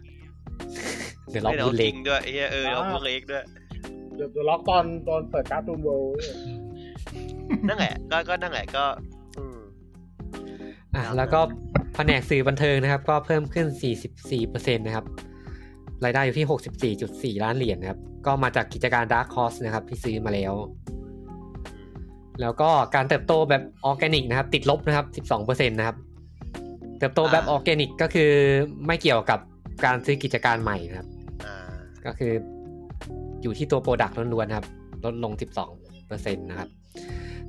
Speaker 1: เดี๋ยวเรา
Speaker 2: ไม่ได้
Speaker 1: พู
Speaker 2: เอา
Speaker 1: ดเล็ก
Speaker 2: จริงด้วยไอ้เหี้ยเออเอาพวกเล็กด้วย
Speaker 3: เดี๋ยวเดี๋ยวล็อกตอนตอนเปิดการ์ดดูมเวิลด์เนี่ย
Speaker 2: นั่นแหละก็ก็นั่นแหละก็อืม
Speaker 1: อ่ะแล้วก็แผนกสื่อบันเทิงนะครับ ก็เพิ่มขึ้น 44%นะครับ รายได้อยู่ที่ 64.4 ล้านเหรียญนะครับ ก็มาจากกิจการ Dark Horse นะครับ ที่ซื้อมาแล้ว แล้วก็การเติบโตแบบออร์แกนิกนะครับ ติดลบนะครับ 12%นะครับ เติบโตแบบออร์แกนิกก็คือไม่เกี่ยวกับการซื้อกิจการใหม่นะครับ
Speaker 2: อ่า
Speaker 1: ก็คืออยู่ที่ตัวโปรดักต์ล้วนๆนะครับ ลดลง 12%นะครับ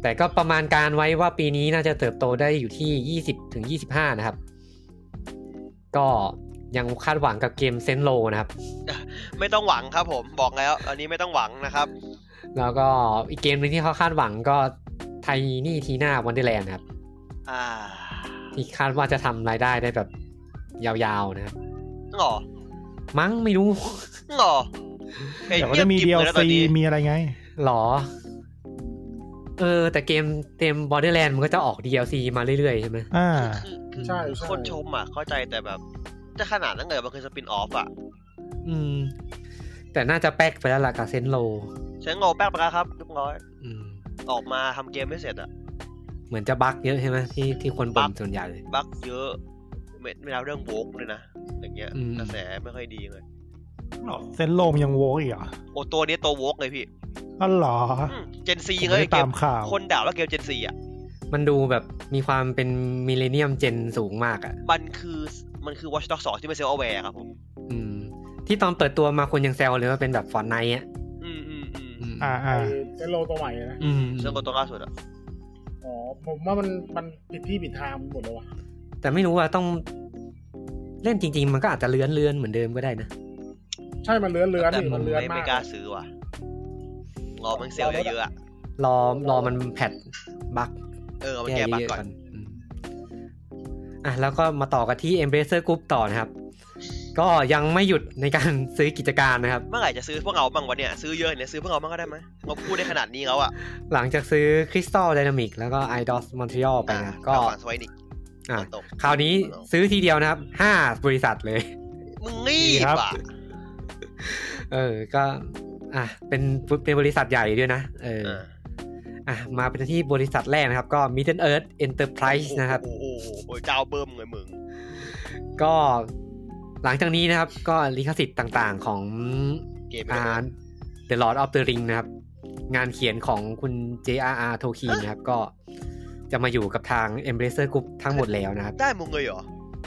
Speaker 1: แต่ก็ประมาณการไว้ว่าปีนี้น่าจะเติบโตได้อยู่ที่ 20ถึง25 นะครับ ก็ยังคาดหวังกับเกมเซนโลนะครับ
Speaker 2: ไม่ต้องหวังครับผมบอกแล้ว อันนี้ไม่ต้องหวังนะครับ
Speaker 1: แล้วก็อีกเกมหนึงที่เขาคาดหวังก็ไทนี่ทีน่าวันเดอร์แลนด์ครับ
Speaker 2: อ่า
Speaker 1: ที่คาดว่าจะทำรายได้ได้แบบยาวๆนะครับ
Speaker 2: หรอ
Speaker 1: มั้งไม่รู้ [laughs]
Speaker 2: หรอไอ้
Speaker 4: เดี๋ยวก็
Speaker 2: เหี้ย
Speaker 4: จะมี
Speaker 2: กิบเลยนะต
Speaker 4: DLC
Speaker 2: อนนี้
Speaker 4: มีอะไรไง
Speaker 1: หรอ เออ แต่เกมเต็ม Borderland มันก็จะออก DLC มาเรื่อยๆใช่ไหม
Speaker 4: อ่า
Speaker 2: คือคือ
Speaker 3: ใช่
Speaker 2: คือ
Speaker 3: ใช่
Speaker 2: คนชมอ่ะเข้าใจแต่แบบจะขนาดนั้นเลยมันคือสปินออฟอ่ะ
Speaker 1: อืม แต่น่าจะแป๊กไปแล้วล่ะกับเซนโล
Speaker 2: ฉันงอแป๊บไปแล้วครับเรียบร้อย
Speaker 1: อืม
Speaker 2: ออกมาทำเกมไม่เสร็จอ่ะ
Speaker 1: เหมือนจะบั๊กเยอะใช่ไหมที่ที่คนบ่
Speaker 2: บั๊
Speaker 1: น
Speaker 2: ก
Speaker 1: ส่วนใหญ่เลย
Speaker 2: บั๊กเยอะไม่ไม่เอาเรื่องโวกเลยนะอย่างเงี้ย
Speaker 1: อืม
Speaker 2: กระแสไม่ค่อยดีเลย
Speaker 4: เซนโลมยังโวอีกเหรอ
Speaker 2: โอ้ตัวนี้ตัวโวกเลยพี่
Speaker 4: อ๋อเหรอ
Speaker 2: เจนซี
Speaker 4: ผม
Speaker 2: เลย
Speaker 4: ไม่ได้
Speaker 2: เก
Speaker 4: ตาม มข่าว
Speaker 2: คนด่าว่าเกมเจนซีอ่ะ
Speaker 1: มันดูแบบมีความเป็นมิเลเนียมเจนสูงมากอะ่ะ
Speaker 2: มันคือมันคือ Watch Dogs 2ที่เป็นเซลล์แวร์ครับผม
Speaker 1: อืม ที่ตอนเปิดตัวมาคนยังแซวเลยว่าเป็นแบบฟอนไนอ่ะ
Speaker 2: อืมอืมอืม
Speaker 1: อืม
Speaker 4: อ่า
Speaker 3: ไอ้
Speaker 4: อ่า
Speaker 3: เซนโลตัวใหม่นะ
Speaker 1: อืม
Speaker 2: เรื่องตัวล่าสุดอะ
Speaker 3: อ๋อผมว่ามันมันผิดที่ผิดทางหมดเลยว่ะ
Speaker 1: แต่ไม่รู้ว่าต้องเล่นจริง ๆ มันก็อาจจะเลื้อนเลือนๆเหมือนเดิมก็ได้นะ
Speaker 3: ใช่มันเลื้อนเลื้อน
Speaker 2: แต่
Speaker 3: นี่
Speaker 2: ผ
Speaker 3: มั
Speaker 2: ม
Speaker 3: นเลื้อน
Speaker 2: ไม่
Speaker 3: มา
Speaker 2: ไม่
Speaker 3: ก
Speaker 2: กล้าซื้อว่ะรอมันเซลล์เยอะๆอะ
Speaker 1: รอรอมันแพทบั๊ก
Speaker 2: เออเอามัน
Speaker 1: แก้
Speaker 2: แก้บั๊ก
Speaker 1: เยอะๆ
Speaker 2: ก่อน
Speaker 1: ก่อนอืม อ่ะแล้วก็มาต่อกันที่ Embracer Group ต่อนะครับ ก็ยังไม่หยุดในการ [laughs] ซื้อกิจการนะครับ
Speaker 2: เมื่อไหร่จะซื้อพวกเราบ้างวะเนี่ยซื้อเยอะเนี่ยซื้อพวกเราบ้างก็ได้ไหมเราพูดได้ขนาดนี้แล้วอ่ะ
Speaker 1: หลังจากซื้อ Crystal Dynamic แล้วก็ IDOS Montreal ไปนะก็
Speaker 2: อ่ะฝั่งสวายนิก
Speaker 1: อ่ะ
Speaker 2: ตก
Speaker 1: คราวนี้ซื้อทีเดียวนะครับห้าบริษัทเลย [laughs]
Speaker 2: มึงรีบอ่ะ
Speaker 1: เออ ก็ อ่ะ เป็นเป็นบริษัทใหญ่ด้วยนะ เออ
Speaker 2: เออ
Speaker 1: อ่ะ มาเป็นที่บริษัทแรกนะครับ ก็ Middle Earth Enterprise นะครับ
Speaker 2: โอ้โหโอ้โหโอ้โหเจ้าเบิ่มเลยมึง
Speaker 1: ก็หลังจากนี้นะครับ ก็ลิขสิทธิ์ต่างๆของ
Speaker 2: เกม
Speaker 1: อ่า The Lord of the Ring นะครับ งานเขียนของคุณ J.R.R. Tolkien นะครับ ก็จะมาอยู่กับทาง Embracer Group ทั้งหมดแล้วนะครับ
Speaker 2: ได้มึงเลยเหรอ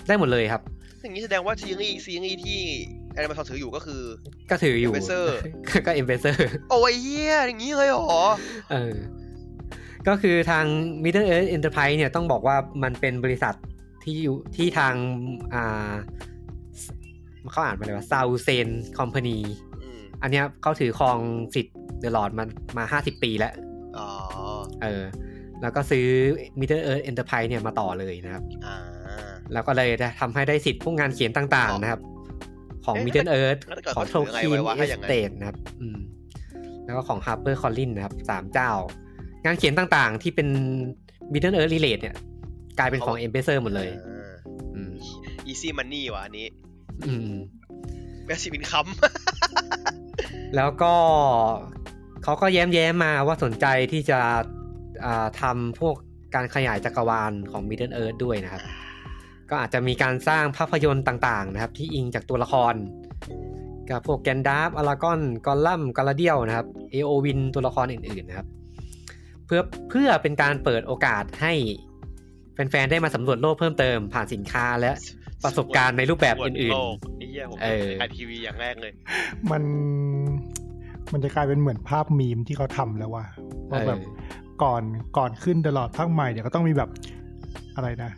Speaker 1: ได้หมดเลยครับ
Speaker 2: อย่างนี้แสดงว่าซีรีส์ซีรีส์ที่แอนิเมชันถืออยู่ก็คือ
Speaker 1: ก็ถืออยู่
Speaker 2: Embracer
Speaker 1: [laughs] ก็ Embracer [laughs]
Speaker 2: โอ้ยเฮียอย่างนี้เลยเหรอ
Speaker 1: เออ ก็คือทาง Middle Earth Enterprise เนี่ยต้องบอกว่ามันเป็นบริษัทที่อยู่ที่ทางอ่าสเขาอ่านมาเลยว่าซาวเซนคอมพานี
Speaker 2: อืม
Speaker 1: อันเนี้ยเขาถือครองสิทธิ์เดอะลอดมามาห้าสิบปีแล้ว
Speaker 2: อ๋อ
Speaker 1: เออ แล้วก็ซื้อ Middle Earth Enterprise เนี่ยมาต่อเลยนะครับ
Speaker 2: อ่า
Speaker 1: แล้วก็เลยได้ทำให้ได้สิทธิ์พวกงานเขียนต่าง ๆ นะครับ ของ
Speaker 2: เอ๊ะ
Speaker 1: Middle Earth
Speaker 2: แล้วแต่ก่อ
Speaker 1: ของ
Speaker 2: นเขา
Speaker 1: โท
Speaker 2: ถือยัง
Speaker 1: เคีน
Speaker 2: ไงไว้วะ
Speaker 1: เอ
Speaker 2: ให้อ
Speaker 1: ส
Speaker 2: ย่างไง
Speaker 1: เตดนะครับ อืม แล้วก็ของ Harper Collin นะครับสามเจ้า งานเขียนต่างๆ ที่เป็น Middle Earth Relate เนี่ย กลายเป็นของ e m b r a c e r หมดเลย อืม
Speaker 2: อีซี่มันนี่ว่ะอันนี้
Speaker 1: อืม
Speaker 2: แบสิบินคัม
Speaker 1: แล้วก็เขาก็แย้มแย้มๆมาว่าสนใจที่จะอ่าทำพวกการขยายจักรวาลของ Middle Earth ด้วยนะครับ ก็อาจจะมีการสร้างภาพยนตร์ต่างๆ นะครับ ที่อิงจากตัวละครกับพวกแกนดาร์ฟอลากอนกอลลัมกาลาเดียวนะครับเอโอวินตัวละครอื่นๆนะครับ เพื่อเพื่อเป็นการเปิดโอกาสให้แฟนๆ ได้มาสำรวจโลกเพิ่มเติมผ่านสินค้าและประสบการณ์ในรูปแบบอื่น
Speaker 2: โลกไอ้เหี้ยผม
Speaker 1: เออ
Speaker 2: ไอทีวีอย่างแรกเลย
Speaker 4: มัน มันจะกลายเป็นเหมือนภาพมีมที่เขาทำแล้วว่า
Speaker 1: ๆ
Speaker 4: ว่าแบบ
Speaker 1: เออ
Speaker 4: ก่อนก่อนขึ้นตลอดภาคใหม่เดี๋ยวก็ต้องมีแบบอะไรนะ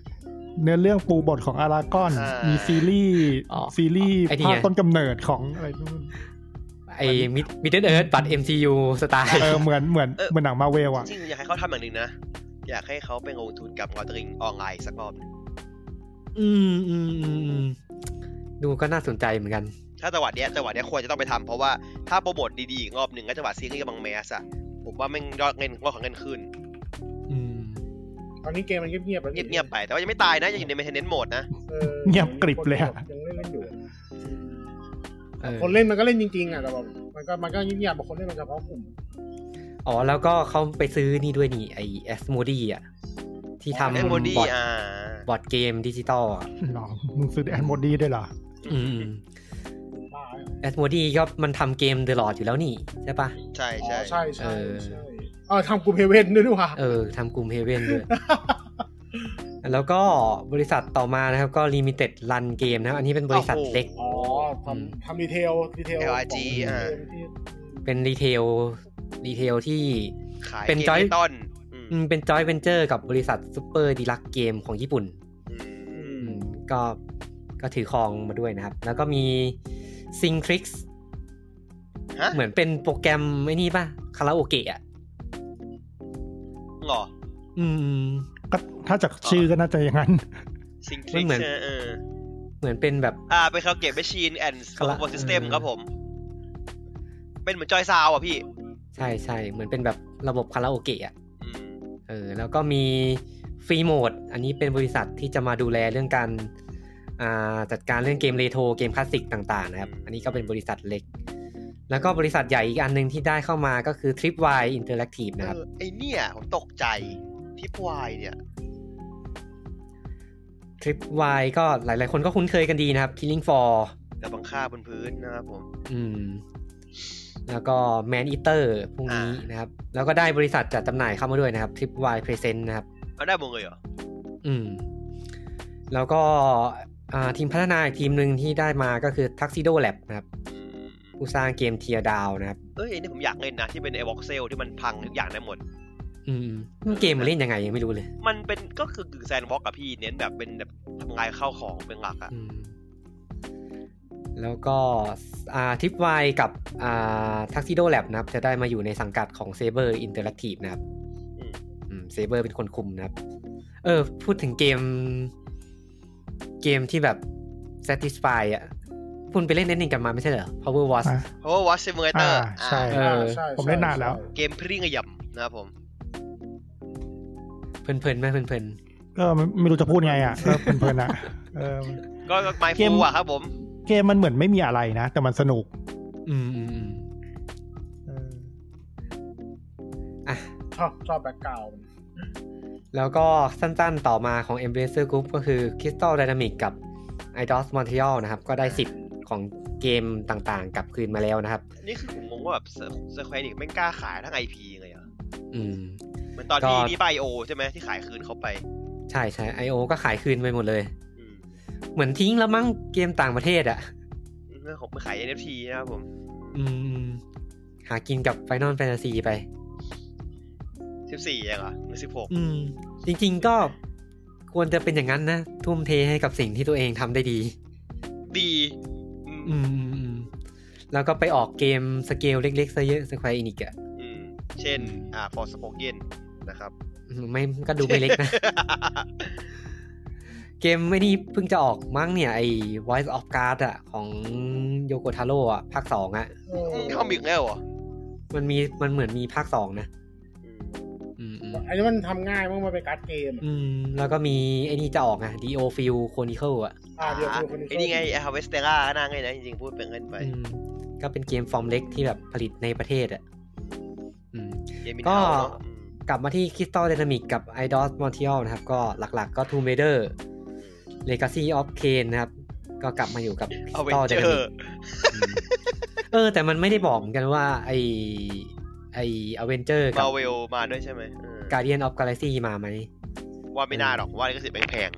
Speaker 4: เนื้อเรื่องปูบทของอารากอน
Speaker 2: อ่ามี
Speaker 4: มีซีรีส์
Speaker 1: อ๋อ
Speaker 4: ซีรีส์
Speaker 1: ไอ้นี่
Speaker 4: ภาค
Speaker 1: ไง
Speaker 4: ต้นกำเนิด
Speaker 1: [laughs]
Speaker 4: ของอะไรนู่น
Speaker 1: ไอ้มิดเดิลเอิร์ธบัตร MCU สไตล์
Speaker 4: เออเหมือนเหมือนเหมือนหนังมาเวลอะ
Speaker 2: จริงๆอยากให้เขาทำอย่างหนึ่งนะ อยากให้เขาไปลงทุนกับลอตเตอรี่ออนไลน์สักรอบหนึ่ง
Speaker 1: อืมอืมอืมอืมดูก็น่าสนใจเหมือนกัน
Speaker 2: ถ้าจังหวะเนี้ยจังหวะเนี้ยควรจะต้องไปทำเพราะว่าถ้าโปรโมทดีๆอีกรอบหนึ่งก็จังหวะซีรีส์กำลังแมสอะผมว่าแม่งยอดเงินยอดของเงินขึ้น
Speaker 1: อืม
Speaker 3: ตอนนี้เกมมันเงียบๆแล้ว
Speaker 2: เงียบๆไปแต่ว่ายังไม่ตายนะยังอยู่ใน maintenance mode นะ
Speaker 3: เออ
Speaker 4: เงียบกริบเลยอะ
Speaker 3: ยังเล่นเล่นอยู่
Speaker 1: เออ
Speaker 3: คนเล่นมันก็เล่นจริงๆอ่ะแต่แบบมันก็มันก็เงียบๆบางคนเล่นมันเฉพาะกลุ่ม
Speaker 1: อ๋อ แล้วก็เขาไปซื้อนี่ด้วยนี่ ไอแอสโมดีอ่ะ ที่ทำ
Speaker 2: แอนโมดี
Speaker 1: บอร์ด
Speaker 2: อ่า
Speaker 1: บอร์ดเกมดิจิตอลอ่ะ
Speaker 4: หรอมึงซื้อแอนโมดีด้วยเหรอ
Speaker 1: อืม
Speaker 3: บ้าเนี่ย
Speaker 1: แอสโมดีก็มันทำเกมเดอะลอดอยู่แล้วนี่ ใช่ปะ
Speaker 2: ใช่
Speaker 3: อ๋
Speaker 2: ใช่
Speaker 3: อใช่ใช่
Speaker 1: เออ
Speaker 3: ใช่เออทำกลุ่มเฮเว่นด้วยดีกว่า
Speaker 1: เออทำกลุ่มเฮเว่น [laughs] ด้วย แล้วก็บริษัทต่อมานะครับ ก็ลิมิเต็ดรันเกมนะครับ อันนี้เป็นบริษัทเล็ก
Speaker 3: อ๋อทำทำดีเทลดีเทล
Speaker 2: LRG อ่า
Speaker 1: เป็นรีเทลรีเทลที่
Speaker 2: ขาย
Speaker 1: เป็น Joy
Speaker 2: ต้นอืม
Speaker 1: อืมเป็นจอยเวนเจอร์กับบริษัทซูเปอร์ดีลักเกมของญี่ปุ่น
Speaker 2: อืม
Speaker 1: อืมก็ก็ถือครองมาด้วยนะครับ แล้วก็มี s y n c r i x
Speaker 2: ฮะ
Speaker 1: เหมือนเป็นโปรแกรมไอ้นี่ป่ะ คาราโอเกะอ่ะ
Speaker 2: หรอ
Speaker 1: อืม
Speaker 4: ก็ถ้าจากชื่อก็น่าจะอย่างนั้น
Speaker 2: ซิงค
Speaker 1: มั
Speaker 2: ลิ
Speaker 1: น
Speaker 2: ก
Speaker 1: เหมือน
Speaker 2: เออ
Speaker 1: เหมือนเป็นแบบ
Speaker 2: อ่าเป็นคาราเกะแมชชีนแอนด์ค
Speaker 1: คา
Speaker 2: อ
Speaker 1: ราม
Speaker 2: โบซิสเต็ม
Speaker 1: เออ
Speaker 2: ครับผม เป็นเหมือนจอยซาวอ่ะพี่
Speaker 1: ใช่ใช่เหมือนเป็นแบบระบบคาราโอเกะอ่ะ
Speaker 2: อืม
Speaker 1: เออแล้วก็มีฟรีโหมดอันนี้เป็นบริษัทที่จะมาดูแลเรื่องการอ่าจัดการเรื่องเกมเรโทรเกมคลาสสิกต่างๆนะครับ อันนี้ก็เป็นบริษัทเล็ก แล้วก็บริษัทใหญ่อีกอันหนึ่งที่ได้เข้ามาก็คือ Tripwire Interactive นะครับ
Speaker 2: เออไอเนี่ยผมตกใจทิปวายเนี่ย
Speaker 1: ทริปวายก็หลาย ๆ คนก็คุ้นเคยกันดีนะครับ Killing for
Speaker 2: แต่บังค่าบนพื้นนะครับผม
Speaker 1: อืม แล้วก็ Man Eater พวกนี้นะครับ แล้วก็ได้บริษัทจัดจำหน่ายเข้ามาด้วยนะครับ Tripwire Present นะครับ
Speaker 2: เอาได้หมดเลยเหรอ
Speaker 1: อืม แล้วก็อ่าทีมพัฒนาอีกทีมหนึ่งที่ได้มาก็คือ Tuxedo Lab นะครับผู้สร้างเกม Tear Down นะครับ
Speaker 2: เอ้ยไอ้นี่ผมอยากเล่นนะ ที่เป็นไอวอ x เซลที่มันพังทุกอย่างได้หมด
Speaker 1: อืมเกมมันเล่นยังไงยังไม่รู้เลย
Speaker 2: มันเป็นก็คือกึ่งแซนด์บ็อกกับพี่เน้นแบบเป็นแบบทำลายข้าวของเป็นหลักอะ
Speaker 1: อืม แล้วก็อ่าทิปวายกับอ่าทักซิโดแลบนะครับ จะได้มาอยู่ในสังกัดของ Saber Interactive นะครับ เซเบอร์เป็นคนคุมนะครับ เออ พูดถึงเกม เกมที่แบบ satisfy อ่ะ คุณไปเล่นเล่นนิ่งกันมาไม่ใช่เหรอ Power Watch
Speaker 4: อ่ะ
Speaker 2: โอ้วอชซิมูเลเตอร์
Speaker 4: อ่าใช่
Speaker 1: เออ
Speaker 3: ใช่
Speaker 4: ผมเล่นนานแล้ว
Speaker 3: ใช่
Speaker 2: เกมพริ้งกระยำนะครับผม
Speaker 1: เพลินๆไหมเพลิน
Speaker 4: เออมันไม่รู้จะพูดไง
Speaker 1: [laughs]
Speaker 4: อ่ะก็เพลินๆอ่ะเออ
Speaker 2: ก็ไม
Speaker 4: เกม
Speaker 2: ฟูอะครับผม
Speaker 4: เกมมันเหมือนไม่มีอะไรนะ แต่มันสนุก
Speaker 1: ๆอืมอืมอืม
Speaker 4: เออ
Speaker 1: อ่ะ
Speaker 3: ชอบชอบแบ็กกราวด์
Speaker 1: แล้วก็สั้นๆต่อมาของ Embracer Group ก็คือ Crystal Dynamics กับ IDOS Montreal นะครับ ก็ได้สิทธิ์ของเกมต่างๆ กลับคืนมาแล้วนะครับ
Speaker 2: นี่คือผมงงว่าแบบสแควร์นิกไม่งกล้าขายทั้งไอพีเลยเหรอ
Speaker 1: อืม
Speaker 2: เหมือนตอน
Speaker 1: ก็
Speaker 2: ที่นี่ไบโอใช่ไหมที่ขายคืนเขาไป
Speaker 1: ใช่ใช่ IO ก็ขายคืนไปหมดเลย
Speaker 2: อืม
Speaker 1: เหมือนทิ้งแล้วมั้งเกมต่างประเทศอะ่ะ
Speaker 2: เรื่องของไปขาย NFT นะครับผม
Speaker 1: อืมอืม หากินกับ Final Fantasy ไป
Speaker 2: สิบสี่เองเหรอหรือสิบหก
Speaker 1: อืม จริงๆก็ควรจะเป็นอย่างนั้นนะ ทุ่มเทให้กับสิ่งที่ตัวเองทำได้ดี
Speaker 2: ดีอืม
Speaker 1: อืมอืมอืมแล้วก็ไปออกเกมสเกลเล็กๆซะเยอะ Square Enix อะ
Speaker 2: อืมเช่นอ่าฟอร์สโปเกนนะครับ
Speaker 1: อืมไม่ก็ดูไม่เล็กนะ เกมไม่นี่เพิ่งจะออกมั้งเนี่ย ไอ้ Voice of God อะของโยโกทาโร่อะภาคสองอะ
Speaker 2: คอมิกแล้ว [laughs] เหรอ
Speaker 1: มันมีมันเหมือนมีภาคสองนะ
Speaker 2: อืม
Speaker 1: อืมอืม
Speaker 3: อันนี้มันทำง่ายมากมันเป็นการ์ดเกม
Speaker 1: อืม แล้วก็มีไอ้นี่จะออกอะ Dio Field Chronicle อะ
Speaker 3: อ่าเดี๋ยวดูคน
Speaker 2: ไอ้นี่ไงฮาเวสเตราน่าไงนะจริงๆพูดเป็นเงินไป
Speaker 1: อืมก็เป็นเกมฟอร์มเล็กที่แบบผลิตในประเทศอะอืม
Speaker 2: เกมมิน
Speaker 1: ก็
Speaker 2: เทาเนาะอืม
Speaker 1: กลับมาที่ Crystal Dynamics กับ IDOS Montreal นะครับ ก็หลักๆก็ Tomb Raider Legacy of Kane นะครับ ก็กลับมาอยู่กับ
Speaker 2: เอาเวน
Speaker 1: Crystal
Speaker 2: เจอ
Speaker 1: Dynamics
Speaker 2: ร์
Speaker 1: อืมเออ แต่มันไม่ได้บอกเหมือนกันว่า ไอไออเวนเจอร์กั
Speaker 2: มา
Speaker 1: บ
Speaker 2: เวลมาด้วยใช่ไหมเออ
Speaker 1: Guardian of Galaxy มาไหม
Speaker 2: ว่าไม่น่าหรอกว่าลิขสิทธิ์แพง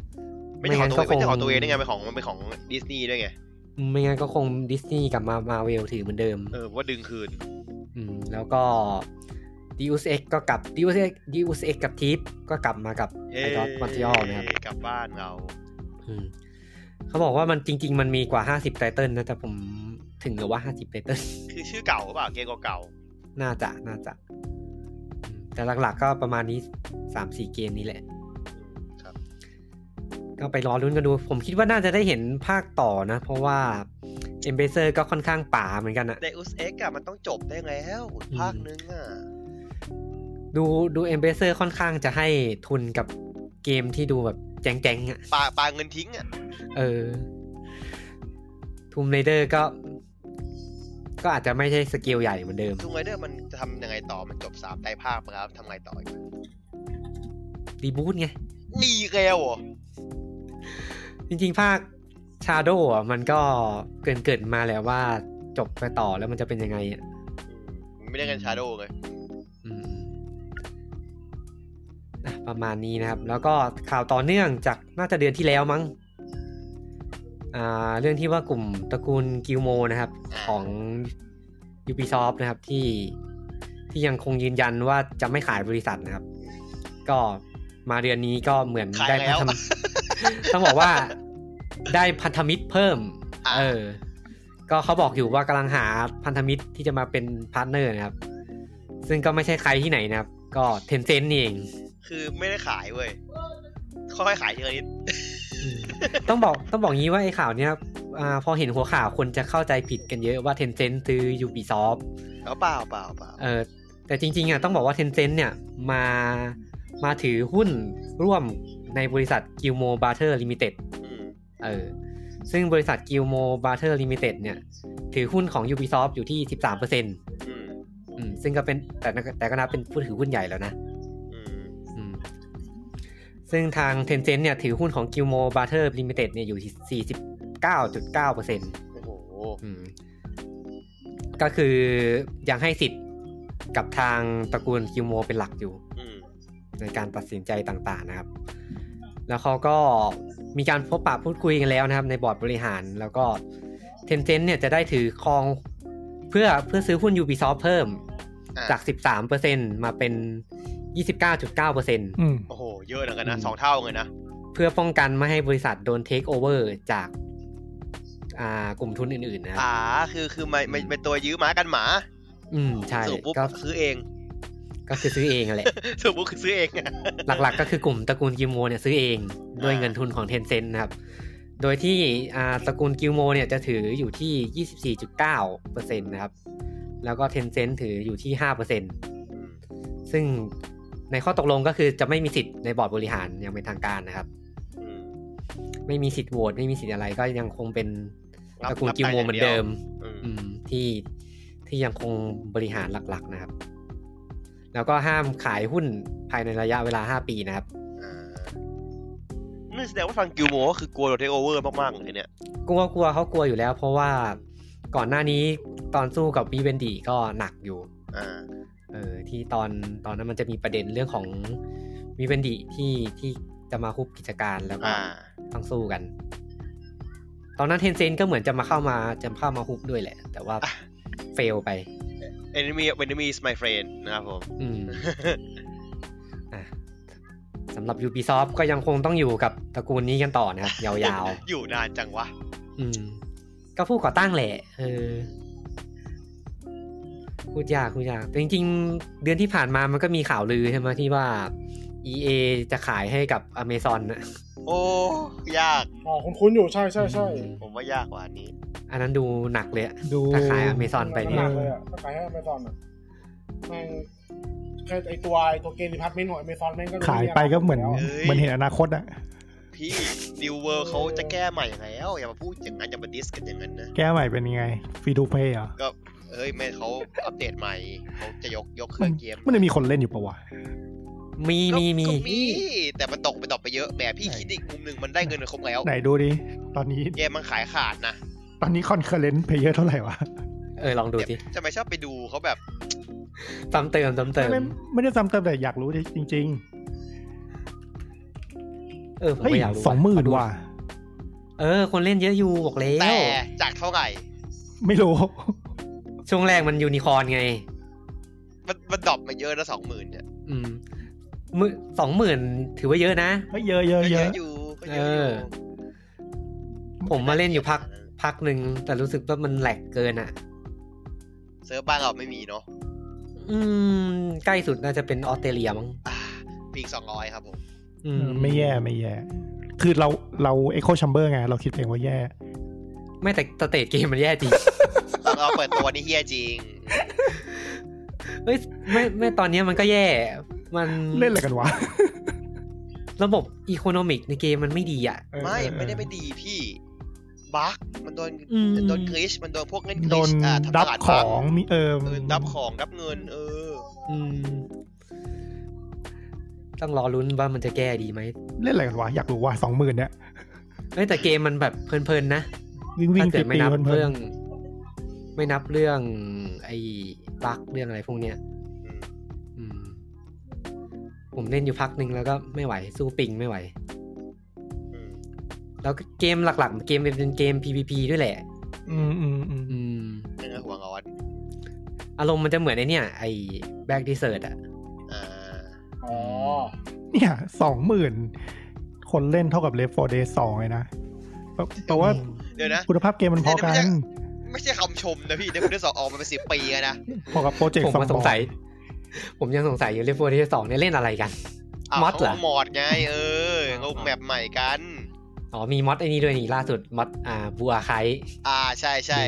Speaker 2: ๆไม่ใช่
Speaker 1: ไม่
Speaker 2: ข
Speaker 1: งั้
Speaker 2: อง
Speaker 1: น
Speaker 2: ตัวเอง
Speaker 1: ก็คง
Speaker 2: ไม่ใช่ของตัวเองได้ไงเป็นของมันเป็นของดิสนีย์ด้วยไง
Speaker 1: ไม่งั้นก็คงดิสนีย์กลับมามาเวลถือเหมือนเดิม
Speaker 2: เออว่าดึงคืน
Speaker 1: อืมแล้วก็ Deus Ex ก็กลับ Deus Ex Deus Ex กับทีฟก็กลับมากับ
Speaker 2: เฮ้
Speaker 1: IDOS Montreal นะครับ
Speaker 2: กลับบ้านเรา
Speaker 1: อืมเขาบอกว่ามันจริง ๆ มันมีกว่า 50 ไตเติลนะ แต่ผมถึงกับว่า 50 ไตเติล
Speaker 2: คือชื่อเก่าหรือเปล่าเกมเก่า
Speaker 1: น่าจะ น่าจะอืมแต่หลักๆก็ประมาณนี้ 3-4 เกมนี้แหละ
Speaker 2: ๆครับ
Speaker 1: ก็ไปรอรุ้นกันดู ผมคิดว่าน่าจะได้เห็นภาคต่อนะ เพราะว่าเอมเบเซอร์ก็ค่อนข้างป่าเหมือนกันอะ
Speaker 2: ในอุสเอ็กอะมันต้องจบได้แล้วภาคนึงอะ
Speaker 1: ดูดูเอมเบเซอร์ค่อนข้างจะให้ทุนกับเกมที่ดูแบบแจ้งๆอะ
Speaker 2: ปาปาเงินทิ้งอะ
Speaker 1: เออทูมเรเดอร์ก็ ก็อาจจะไม่ใช่สเกลใหญ่เหมือนเดิม
Speaker 2: ทุงไรเดอร์มันจะทำยังไงต่อมันจบสามไตรภาคไปแล้วทำไงต่ออีก
Speaker 1: รีบูตไง
Speaker 2: นี่อีกแล้วเหรอ
Speaker 1: จริงๆ ภาคชาโดอ่ะ มันก็เกินเกินๆมาแล้วว่าจบไปต่อแล้วมันจะเป็นยังไงอ่ะ
Speaker 2: อืมไม่ได้กันชาโดว์เลย
Speaker 1: อืมอ่ะประมาณนี้นะครับ แล้วก็ข่าวต่อเนื่องจากน่าจะเดือนที่แล้วมั้งอ่าเรื่องที่ว่ากลุ่มตระกูลกิลโมนะครับ ของ Ubisoft นะครับที่ที่ยังคงยืนยันว่าจะไม่ขายบริษัทนะครับ ก็มาเดือนนี้ก็เหมือน
Speaker 2: ขาย
Speaker 1: ได้
Speaker 2: แล้ว
Speaker 1: พันธมิตร ต้องบอกว่าได้พันธมิตรเพิ่ม
Speaker 2: อ่า
Speaker 1: เออ ก็เขาบอกอยู่ว่ากำลังหาพันธมิตรที่จะมาเป็นพาร์ทเนอร์นะครับ ซึ่งก็ไม่ใช่ใครที่ไหนนะครับ ก็เทนเซนนี่เอง
Speaker 2: คือไม่ได้ขายเว้ยค่อยๆขายทีละนิด
Speaker 1: อืมต้องบอกต้องบอกงี้ว่าไอ้ข่าวเนี้ยอ่าพอเห็นหัวข่าวคนจะเข้าใจผิดกันเยอะว่าเทนเซนซื้อ Ubisoft
Speaker 2: แล้วเปล่าเปล่าเปล่า
Speaker 1: เออแต่จริงๆอ่ะต้องบอกว่าเทนเซ n นเนี่ยมามาถือหุ้นร่วมในบริษัทกิลโมบาร์เทอร์ลิมิเต็ด
Speaker 2: อืม
Speaker 1: เออซึ่งบริษัทกิลโมบาร์เทอร์ลิมิเต็ดเนี่ยถือหุ้นของ Ubisoft อยู่ที่ 13%อ
Speaker 2: อืมื
Speaker 1: มซึ่งก็เป็นแต่นะแต่ก็นับเป็นผู้ถือหุ้นใหญ่แล้วนะ
Speaker 2: อืม
Speaker 1: อืมซึ่งทางเทนเซ n นเนี่ยถือหุ้นของกิลโมบาร์เทอร์ลิมิเต็ดเนี่ยอยู่ที่49.9%
Speaker 2: โอ้โห
Speaker 1: อืมก็คือยังให้สิทธิ์กับทางตระกูลคิวโมเป็นหลักอยู่
Speaker 2: อืม
Speaker 1: ในการตัดสินใจต่างๆนะครับ แล้วเขาก็มีการพบปะพูดคุยกันแล้วนะครับ ในบอร์ดบริหารแล้วก็เทนเซนเนี่ยจะได้ถือครองเพื่อเพื่อซื้อหุ้น Ubisoft เพิ่ม
Speaker 2: อ่ะ
Speaker 1: จาก 13%มาเป็น 29.9%
Speaker 4: อืม
Speaker 2: โอ้โห เยอะเหมือนกันนะสองเท่าเลยนะ
Speaker 1: เพื่อป้องกันไม่ให้บริษัทโดนเทคโอเวอร์จากอ่ากลุ่มทุนอื่นๆนะครับ
Speaker 2: อ่าคือคือมันมันเป็นตัวยื้อหมากันหมา
Speaker 1: อืมใช่
Speaker 2: สรุปปุ๊บ
Speaker 1: ก็
Speaker 2: ซื้อเอง
Speaker 1: ก็คือซื้อเอง
Speaker 2: [laughs]
Speaker 1: แหละ
Speaker 2: สมมุติคือซื้อเองอะ
Speaker 1: หลักๆ ก็คือกลุ่มตระกูลกิลโมเนี่ยซื้อเองด้วยเงินทุนของเทนเซ็นนะครับ โดยที่อ่าตระกูลกิลโมเนี่ยจะถืออยู่ที่ 24.9%นะครับ แล้วก็เทนเซ็นถืออยู่ที่ 5%ซึ่งในข้อตกลงก็คือจะไม่มีสิทธิ์ในบอร์ดบริหารอย่างเป็นทางการนะครับ
Speaker 2: อืม
Speaker 1: ไม่มีสิทธิ์โหวตไม่มีสิทธิ์อะไรก็ยังคงเป็น
Speaker 2: รับ
Speaker 1: ตระกูล
Speaker 2: รับ
Speaker 1: กิลโม
Speaker 2: แต่อย่าง
Speaker 1: เหมือนเดิม
Speaker 2: เดียว อืม
Speaker 1: อืมที่ที่ยังคงบริหารหลักๆนะครับ แล้วก็ห้ามขายหุ้นภายในระยะเวลา 5 ปีนะครับ
Speaker 2: อ่านั่นแสดงว่าทางกิลโมก็คือกลัวโดนเทคโอเวอร์มากๆเลยเนี่ย
Speaker 1: กลัวกลัวเขากลัวอยู่แล้ว เพราะว่าก่อนหน้านี้ตอนสู้กับวีเวนดีก็หนักอยู่
Speaker 2: อ่า
Speaker 1: เออที่ตอนตอนนั้นมันจะมีประเด็นเรื่องของวีเวนดีที่ที่จะมาคุบกิจการแล้วก็
Speaker 2: อ่า
Speaker 1: ต้องสู้กัน ตอนนั้นเทนเซนก็เหมือนจะมาเข้ามาจะเข้ามาฮุบด้วยแหละ แต่ว่า
Speaker 2: อ่ะ
Speaker 1: เฟลไป
Speaker 2: enemy enemy is my friend นะครับผม
Speaker 1: อืม อ่ะสำหรับ Ubisoft ก็ยังคงต้องอยู่กับตระกูลนี้กันต่อนะครับ [laughs] ยาว
Speaker 2: อยู่นานจังวะ
Speaker 1: ๆ อืม ก็ผู้ก่อตั้งแหละเออพูดยากพูดยากแต่จริงๆ เดือนที่ผ่านมามันก็มีข่าวลือใช่ไหมที่ว่า EA จะขายให้กับ Amazon นะ
Speaker 2: โอ้ยาก
Speaker 3: อ๋อคุณคุ้นๆอยู่ใช่ใช่ใช่
Speaker 1: อืม
Speaker 2: ผมว่ายากกว่าอันนี้
Speaker 1: อันนั้นดูหนักเลยอะ
Speaker 4: ดู
Speaker 1: ถ้าขาย Amazon ไปเนี่
Speaker 3: ห
Speaker 1: ย
Speaker 3: กเลยอ่ะถ้าขายให้อเมซอนอ่ะแม่งแค่ไอตัวไอตัวเกมดีพาร์ตเมนต์ของอเมซอนแม่งก็ดู
Speaker 4: ขายไปก็เหมือน
Speaker 3: แล้วะ
Speaker 2: เอ้ย
Speaker 4: เหมือนเห็นอนาคตอะ
Speaker 2: พี่ดิวเวอร์เขาจะแก้ใหม่แล้ว อย่ามาพูดอย่างนั้นอย่ามาดิสกันอย่างนั้นนะ
Speaker 4: แก้ใหม่เป็นยังไงฟรีดูเพย์เหรอ
Speaker 2: ก็เอ้ยแม่เขาอัปเดตใหม่เขาจะยกยกเครื่องเกม
Speaker 4: มันจะมีคนเล่นอยู่ปะวะ
Speaker 1: มี
Speaker 2: ก็
Speaker 1: มีมี
Speaker 2: ก็มี แต่มันตกไปตกไปเยอะแหมพี่คิดอีกมุมหนึ่งมันได้เงินครบแล้ว
Speaker 4: ไหนดูดิ ตอนนี้
Speaker 2: เกมมันขายขาดนะ
Speaker 4: ตอนนี้คอนเคอร์เรนต์เพเยอร์เท่าไหร่วะ
Speaker 1: เออ ลองดูสิ
Speaker 2: ทำไมชอบไปดูเขาแบบ
Speaker 1: ซ้ำเติมซ้ำเติม
Speaker 4: ไม่ไม่ได้ซ้ำเติมแต่อยากรู้จริง
Speaker 1: เออผม
Speaker 4: ๆเฮ้ย
Speaker 1: ไม่อยากรู้
Speaker 4: สองหมื่น
Speaker 1: ขดู
Speaker 4: ว่ะ
Speaker 1: เออ คนเล่นเยอะอยู่บอกแล้ว
Speaker 2: แต่จากเท่าไหร่
Speaker 4: ไม่รู้
Speaker 1: ช่วงแรกมันยูนิคอร์นไง
Speaker 2: มันมันดรอปมาเยอะนะสองหมื่นเนี่ย
Speaker 1: อืมมือสองหมื่นถือว่าเยอะนะ
Speaker 4: เฮ้ยเยอะเยอะ
Speaker 2: ก็
Speaker 4: เย
Speaker 2: เย
Speaker 4: อะ
Speaker 2: อะอยู่ก็เยอะอ
Speaker 1: เอยู่อ ผมมาเล่นอยู่พักพักหนึ่งแต่รู้สึกว่ามันแหลกเกินอะ่ะ
Speaker 2: เซิร์ฟบ้านเราไม่มีเนาะ
Speaker 1: อืม ใกล้สุดน่าจะเป็นออสเตรเลียมั้ง
Speaker 2: อ่าปีกสองร้อยครับผม
Speaker 1: อื
Speaker 4: เออไม่แย่ไม่แย่ คือเราเราเอ็กโคแชมเบอร์ไง เราคิดเองว่าแย่
Speaker 1: ไม่แต่สเตจเกมมันแย่จริง [laughs]
Speaker 2: เราเปิดตัวนี่เฮียจริง
Speaker 1: เอ้ยไม่ไม่ตอนเนี้ยมันก็แย่ มัน
Speaker 4: เล่นอะไรกันวะ
Speaker 1: ระบบอีโคโนมิกในเกมมันไม่ดีอะ่ะ
Speaker 2: ไม่
Speaker 4: เออเออ
Speaker 2: ไม่ได้ไม่ดีพี่บั๊กมันโดน
Speaker 1: อืม
Speaker 2: โดนกริชมันโดนพวกเงินก
Speaker 4: โด
Speaker 2: ริ
Speaker 4: น
Speaker 2: ชอ่าทำ
Speaker 4: ดั
Speaker 2: ต
Speaker 4: บ
Speaker 2: ลาด
Speaker 4: ข
Speaker 2: บั๊
Speaker 4: อก งมีเออ
Speaker 2: เออดับของดับเงิน เออ
Speaker 1: อืม ต้องรอลุ้นว่ามันจะแก้ดีไหม
Speaker 4: เล่นอะไรกันวะ อยากรู้ว่าสองหมื่นเนี่ย
Speaker 1: เอ้ยแต่เกมมันแบบเพลินๆนะ
Speaker 4: วิ่งวิ่ง
Speaker 1: ถ้า
Speaker 4: ตี
Speaker 1: เกิดไม่
Speaker 4: ตี
Speaker 1: นับ
Speaker 4: เพลินๆ
Speaker 1: เรื่อง ไม่นับเรื่อง ไอ้บั๊กเรื่องอะไรพวกเนี้ย อืม ผมเล่นอยู่พักหนึ่งแล้วก็ไม่ไหว สู้ปิงไม่ไหว
Speaker 2: อืม
Speaker 1: แล้วก็เกมหลักๆ เกมเป็นเกม PVP ด้วยแหละ
Speaker 4: อืมอืมอืม
Speaker 1: อืม
Speaker 2: เนื้อหัวร้อน
Speaker 1: อารมณ์มันจะเหมือนไอเนี่ย ไอ้แบ็กดีเซิร์ตอะ
Speaker 2: อ่า
Speaker 3: อ๋อ
Speaker 4: เนี่ยสองหมื่นคนเล่นเท่ากับเลฟโฟเดย์สองเลยนะแปลแปลว่า
Speaker 2: เดี๋ยวนะ
Speaker 4: คุณภาพเกมมันพอกั
Speaker 2: เดี๋ย
Speaker 4: น
Speaker 2: ว ไม่ใช่คำชมนะพี่เดี๋ยวคุณได้สอบออกมาเป็นสิบปีแล้วนะ
Speaker 4: พอกับโปรเจก
Speaker 1: ผม
Speaker 4: ต์สอง
Speaker 1: มาสงสัย ผมยังสงสัยอยู่เลฟโฟที่สองเนี่ยเล่นอะไรกัน
Speaker 2: าว
Speaker 1: มอดเหรอ
Speaker 2: ขาามอดไง เออเอาแมปใหม่กัน
Speaker 1: อ๋อมีมอดไอ้นี่ด้วยนี่ล่าสุดมอดอ่าบัวไค
Speaker 2: อ่าใช่ใช่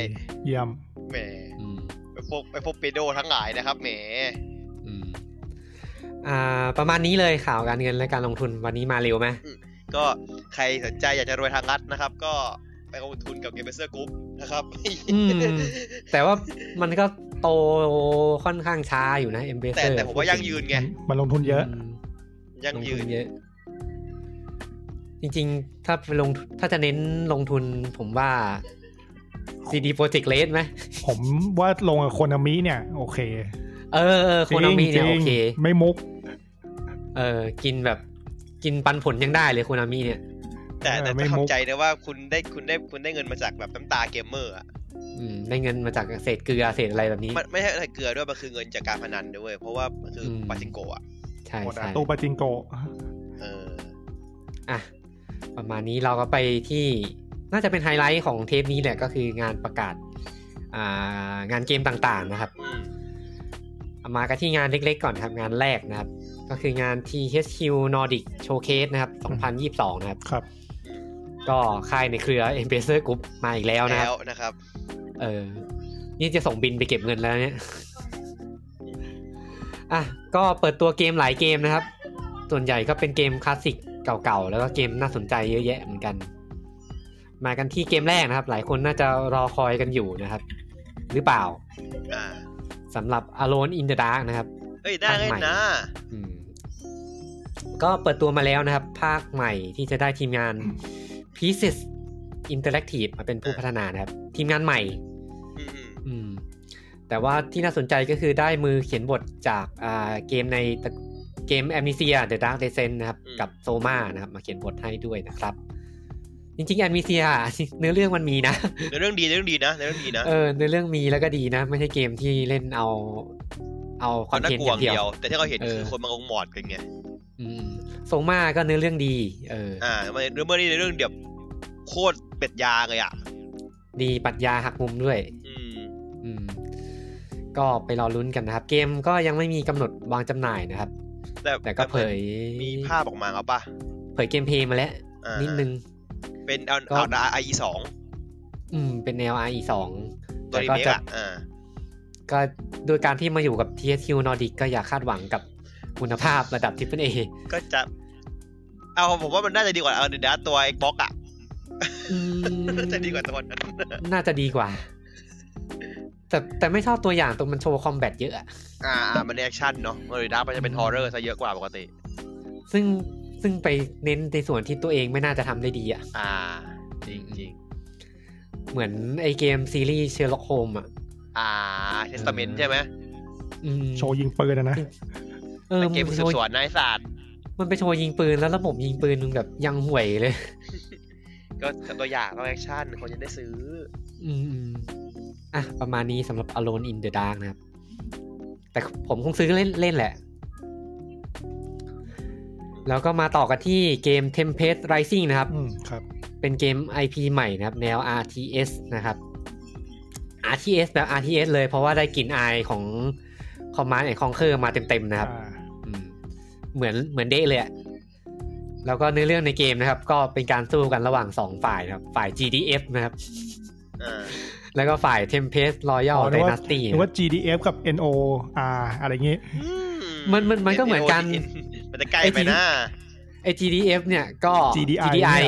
Speaker 4: เยี่ยม
Speaker 2: แหม
Speaker 1: อืม
Speaker 2: ไปพบไปพบเปโดทั้งหลายนะครับแหม
Speaker 1: อืม อ่า ประมาณนี้เลยข่าวการเงินและการลงทุนวันนี้มาเร็วไหม
Speaker 2: ก็ใครสนใจอยากจะรวยทางรัฐนะครับ ก็ไปลงทุนกับเกมเบเซอร์กรุ๊ปนะครับ
Speaker 1: อืม แต่ว่ามันก็โตค่อนข้างช้าอยู่นะเอ็มเบ
Speaker 2: แต่
Speaker 1: เซอร์
Speaker 2: แต่ผมว่ายั่งยืนไง
Speaker 4: มันลงทุนเยอะ
Speaker 2: ยั่งยืน
Speaker 1: เยอะ จริงๆ ถ้าไปลงทุนถ้าจะเน้นลงทุนผมว่า CD Project Red ไหม
Speaker 4: ผมว่าลงกับโคนามิเนี่ย โอเค
Speaker 1: เออเออโคโนมิเนี่ย
Speaker 4: จริ
Speaker 1: โอง
Speaker 4: ๆ
Speaker 1: เค
Speaker 4: ไม่มุก
Speaker 1: เออ กินแบบกินปันผลยังได้เลยโคโนมิเนี่ย
Speaker 2: แต่แต่
Speaker 4: เออไม่
Speaker 2: ต้อง
Speaker 4: มุก
Speaker 2: เข้าใจนะว่าคุณได้คุณได้คุณได้เงินมาจากแบบน้ำตาเกมเมอร์อะ
Speaker 1: อืม ได้เงินมาจากเศษเกลือเศษอะไรแบบนี้
Speaker 2: มันไม่ใช่อะไรเกลือด้วยมันคือเงินจากการพนันด้วยเพราะว่ามันคืออ
Speaker 1: ม
Speaker 2: ปาจิงโกะอะ
Speaker 1: ใช่
Speaker 4: โอดา
Speaker 1: ใช่
Speaker 4: โตปาจิงโกะ
Speaker 2: เออ
Speaker 1: อ่ะ ประมาณนี้เราก็ไปที่น่าจะเป็นไฮไลท์ของเทปนี้แหละก็คืองานประกาศ อ่างานเกมต่างๆนะครับ
Speaker 2: อืม
Speaker 1: เอ มากันที่งานเล็กๆก่อนครับ งานแรกนะครับ ก็คืองาน THQ Nordic Showcase นะครับ 2022 นะครับ
Speaker 4: ครับ
Speaker 1: ก็ค่ายในเครือ e m b a s s a d o r Group มาอีกแล้วนะค
Speaker 2: แล้
Speaker 1: รั
Speaker 2: ว
Speaker 1: บ
Speaker 2: นะครับ
Speaker 1: เออ นี่จะส่งบินไปเก็บเงินแล้วเนี่ย อ่ะ ก็เปิดตัวเกมหลายเกมนะครับ ส่วนใหญ่ก็เป็นเกมคลาสสิกเก่าๆ แล้วก็เกมน่าสนใจเยอะแยะเหมือนกัน มากันที่เกมแรกนะครับ หลายคนน่าจะรอคอยกันอยู่นะครับ หรือเปล่า
Speaker 2: อ่า
Speaker 1: สำหรับ Alone in the Dark นะครับ
Speaker 2: เอ้ยได้เล่นนะ
Speaker 1: อืมก็เปิดตัวมาแล้วนะครับ ภาคใหม่ที่จะได้ทีมงาน Pieces Interactive มาเป็นผู้พัฒนานะครับ ทีมงานใหม่
Speaker 2: อืมอืม
Speaker 1: อืม แต่ว่าที่น่าสนใจก็คือได้มือเขียนบทจากอ่าเกมในตระเกม Amnesia The Dark Descent นะครับ กับ Soma นะครับ มาเขียนบทให้ด้วยนะครับ จริงๆ Amnesia เนื้อเรื่องมันมีนะ
Speaker 2: ในเรื่องดีในเรื่องดีนะในเรื่องดีนะ
Speaker 1: เออเนื้อเรื่องมีแล้วก็ดีนะ ไม่ใช่เกมที่เล่นเอา เอา
Speaker 2: ควา
Speaker 1: คาม
Speaker 2: ว
Speaker 1: ม
Speaker 2: น่า
Speaker 1: เพียร
Speaker 2: กลั
Speaker 1: อย่าง
Speaker 2: วเดี
Speaker 1: เดี
Speaker 2: ย
Speaker 1: ยว ว
Speaker 2: แต่ที่เราเห็น
Speaker 1: เออ
Speaker 2: คือคนมันงงหมอดกันไง
Speaker 1: โซมาก็เนื้อเรื่องดี เออ
Speaker 2: อ่ามันเรื่องเมื่อนี้ในเรื่องเดียวโคตรเป็ดยาเลยอ่ะ
Speaker 1: ดีปรัชญาหักมุมด้วย
Speaker 2: อืม
Speaker 1: อืม ก็ไปรอลุ้นกันนะครับ เกมก็ยังไม่มีกำหนดวางจำหน่ายนะครับ
Speaker 2: แต่
Speaker 1: แต่ก็เผย
Speaker 2: มีภาพออกมาแล้วป่ะ
Speaker 1: เผยเกมเพลย์มาแล้ว
Speaker 2: อ่า
Speaker 1: นิดนึง
Speaker 2: เป็นเอา
Speaker 1: ก็
Speaker 2: เอาดาไอสอง
Speaker 1: อืม เป็นแนว RE สอง
Speaker 2: ตัว
Speaker 1: แต่
Speaker 2: รี
Speaker 1: ก็
Speaker 2: เมค
Speaker 1: จะ
Speaker 2: อ่ะอ่า
Speaker 1: ก็โดยการที่มาอยู่กับ THQ Nordic ก็อย่าคาดหวังกับคุณภาพระดับ Triple A
Speaker 2: ก็จะ เอาผมว่ามันน่าจะดีกว่าเอาเดนดาตัวไอ้บ็อกอ่ะ
Speaker 1: อืม
Speaker 2: น่าจะดีกว่าตัวนั้น
Speaker 1: น่าจะดีกว่า แต่แต่ไม่ชอบตัวอย่างตรงมันโชว์คอมแบทเยอะอะ
Speaker 2: อ่าอ่ามันแอคชั่นเนาะเดนดามันจะเป็นฮอร์เรอร์ซะเยอะกว่าปกติ
Speaker 1: ซึ่งซึ่งไปเน้นในส่วนที่ตัวเองไม่น่าจะทำได้ดีอ่ะ
Speaker 2: อ่า จริงจริง
Speaker 1: เหมือนไอเกมซีรีส์เชอร์ล็อกโฮมอ่ะ
Speaker 2: อ่าเทสตเมนต์ใช่ไหม
Speaker 1: อืม
Speaker 4: โชว์ยิงปืนอะนะ
Speaker 1: เออ
Speaker 2: แต่
Speaker 1: มันไป
Speaker 2: เกมสื
Speaker 1: โช
Speaker 2: บ
Speaker 1: ว์
Speaker 2: สวนนายศาสตร์
Speaker 1: มันไปโชว์ยิงปืนแล้วระบบยิงปืนมันแบบยังห่วยเลย
Speaker 2: ก็ตัวอย่างก็แอคชั่นคนจะได้ซื้อ
Speaker 1: อืมอืมอ่ะ ประมาณนี้สำหรับ Alone in the Dark นะครับ แต่ผมคงซื้อเล่นเล่นแหละ แล้วก็มาต่อกันที่เกม Tempest Rising นะครับ
Speaker 4: อืมครับ
Speaker 1: เป็นเกม IP ใหม่นะครับ แนว RTS นะครับ RTS แบบ RTS เลยเพราะว่าได้กลิ่นอายของ Command and Conquer มาเต็มๆนะครับ
Speaker 4: อ่า
Speaker 1: อืมเหมือนเหมือนเดะเลยอะแล้วก็เนื้อเรื่องในเกมนะครับ ก็เป็นการสู้กันระหว่างสองฝ่ายนะครับ ฝ่าย GDF นะครับ
Speaker 2: อ่า
Speaker 1: แล้วก็ฝ่าย Tempest Royal
Speaker 4: อ๋อนึกว่า
Speaker 1: Dynasty
Speaker 4: หรือว่า GDF กับ NOR อะไรเงี้ย
Speaker 2: อื
Speaker 1: มันมันมันก็เหมือนกัน
Speaker 2: [laughs] มันจะใกล้ไปนะ
Speaker 1: ไอ้ GDF เนี่ยก็
Speaker 4: GDI เนี่ย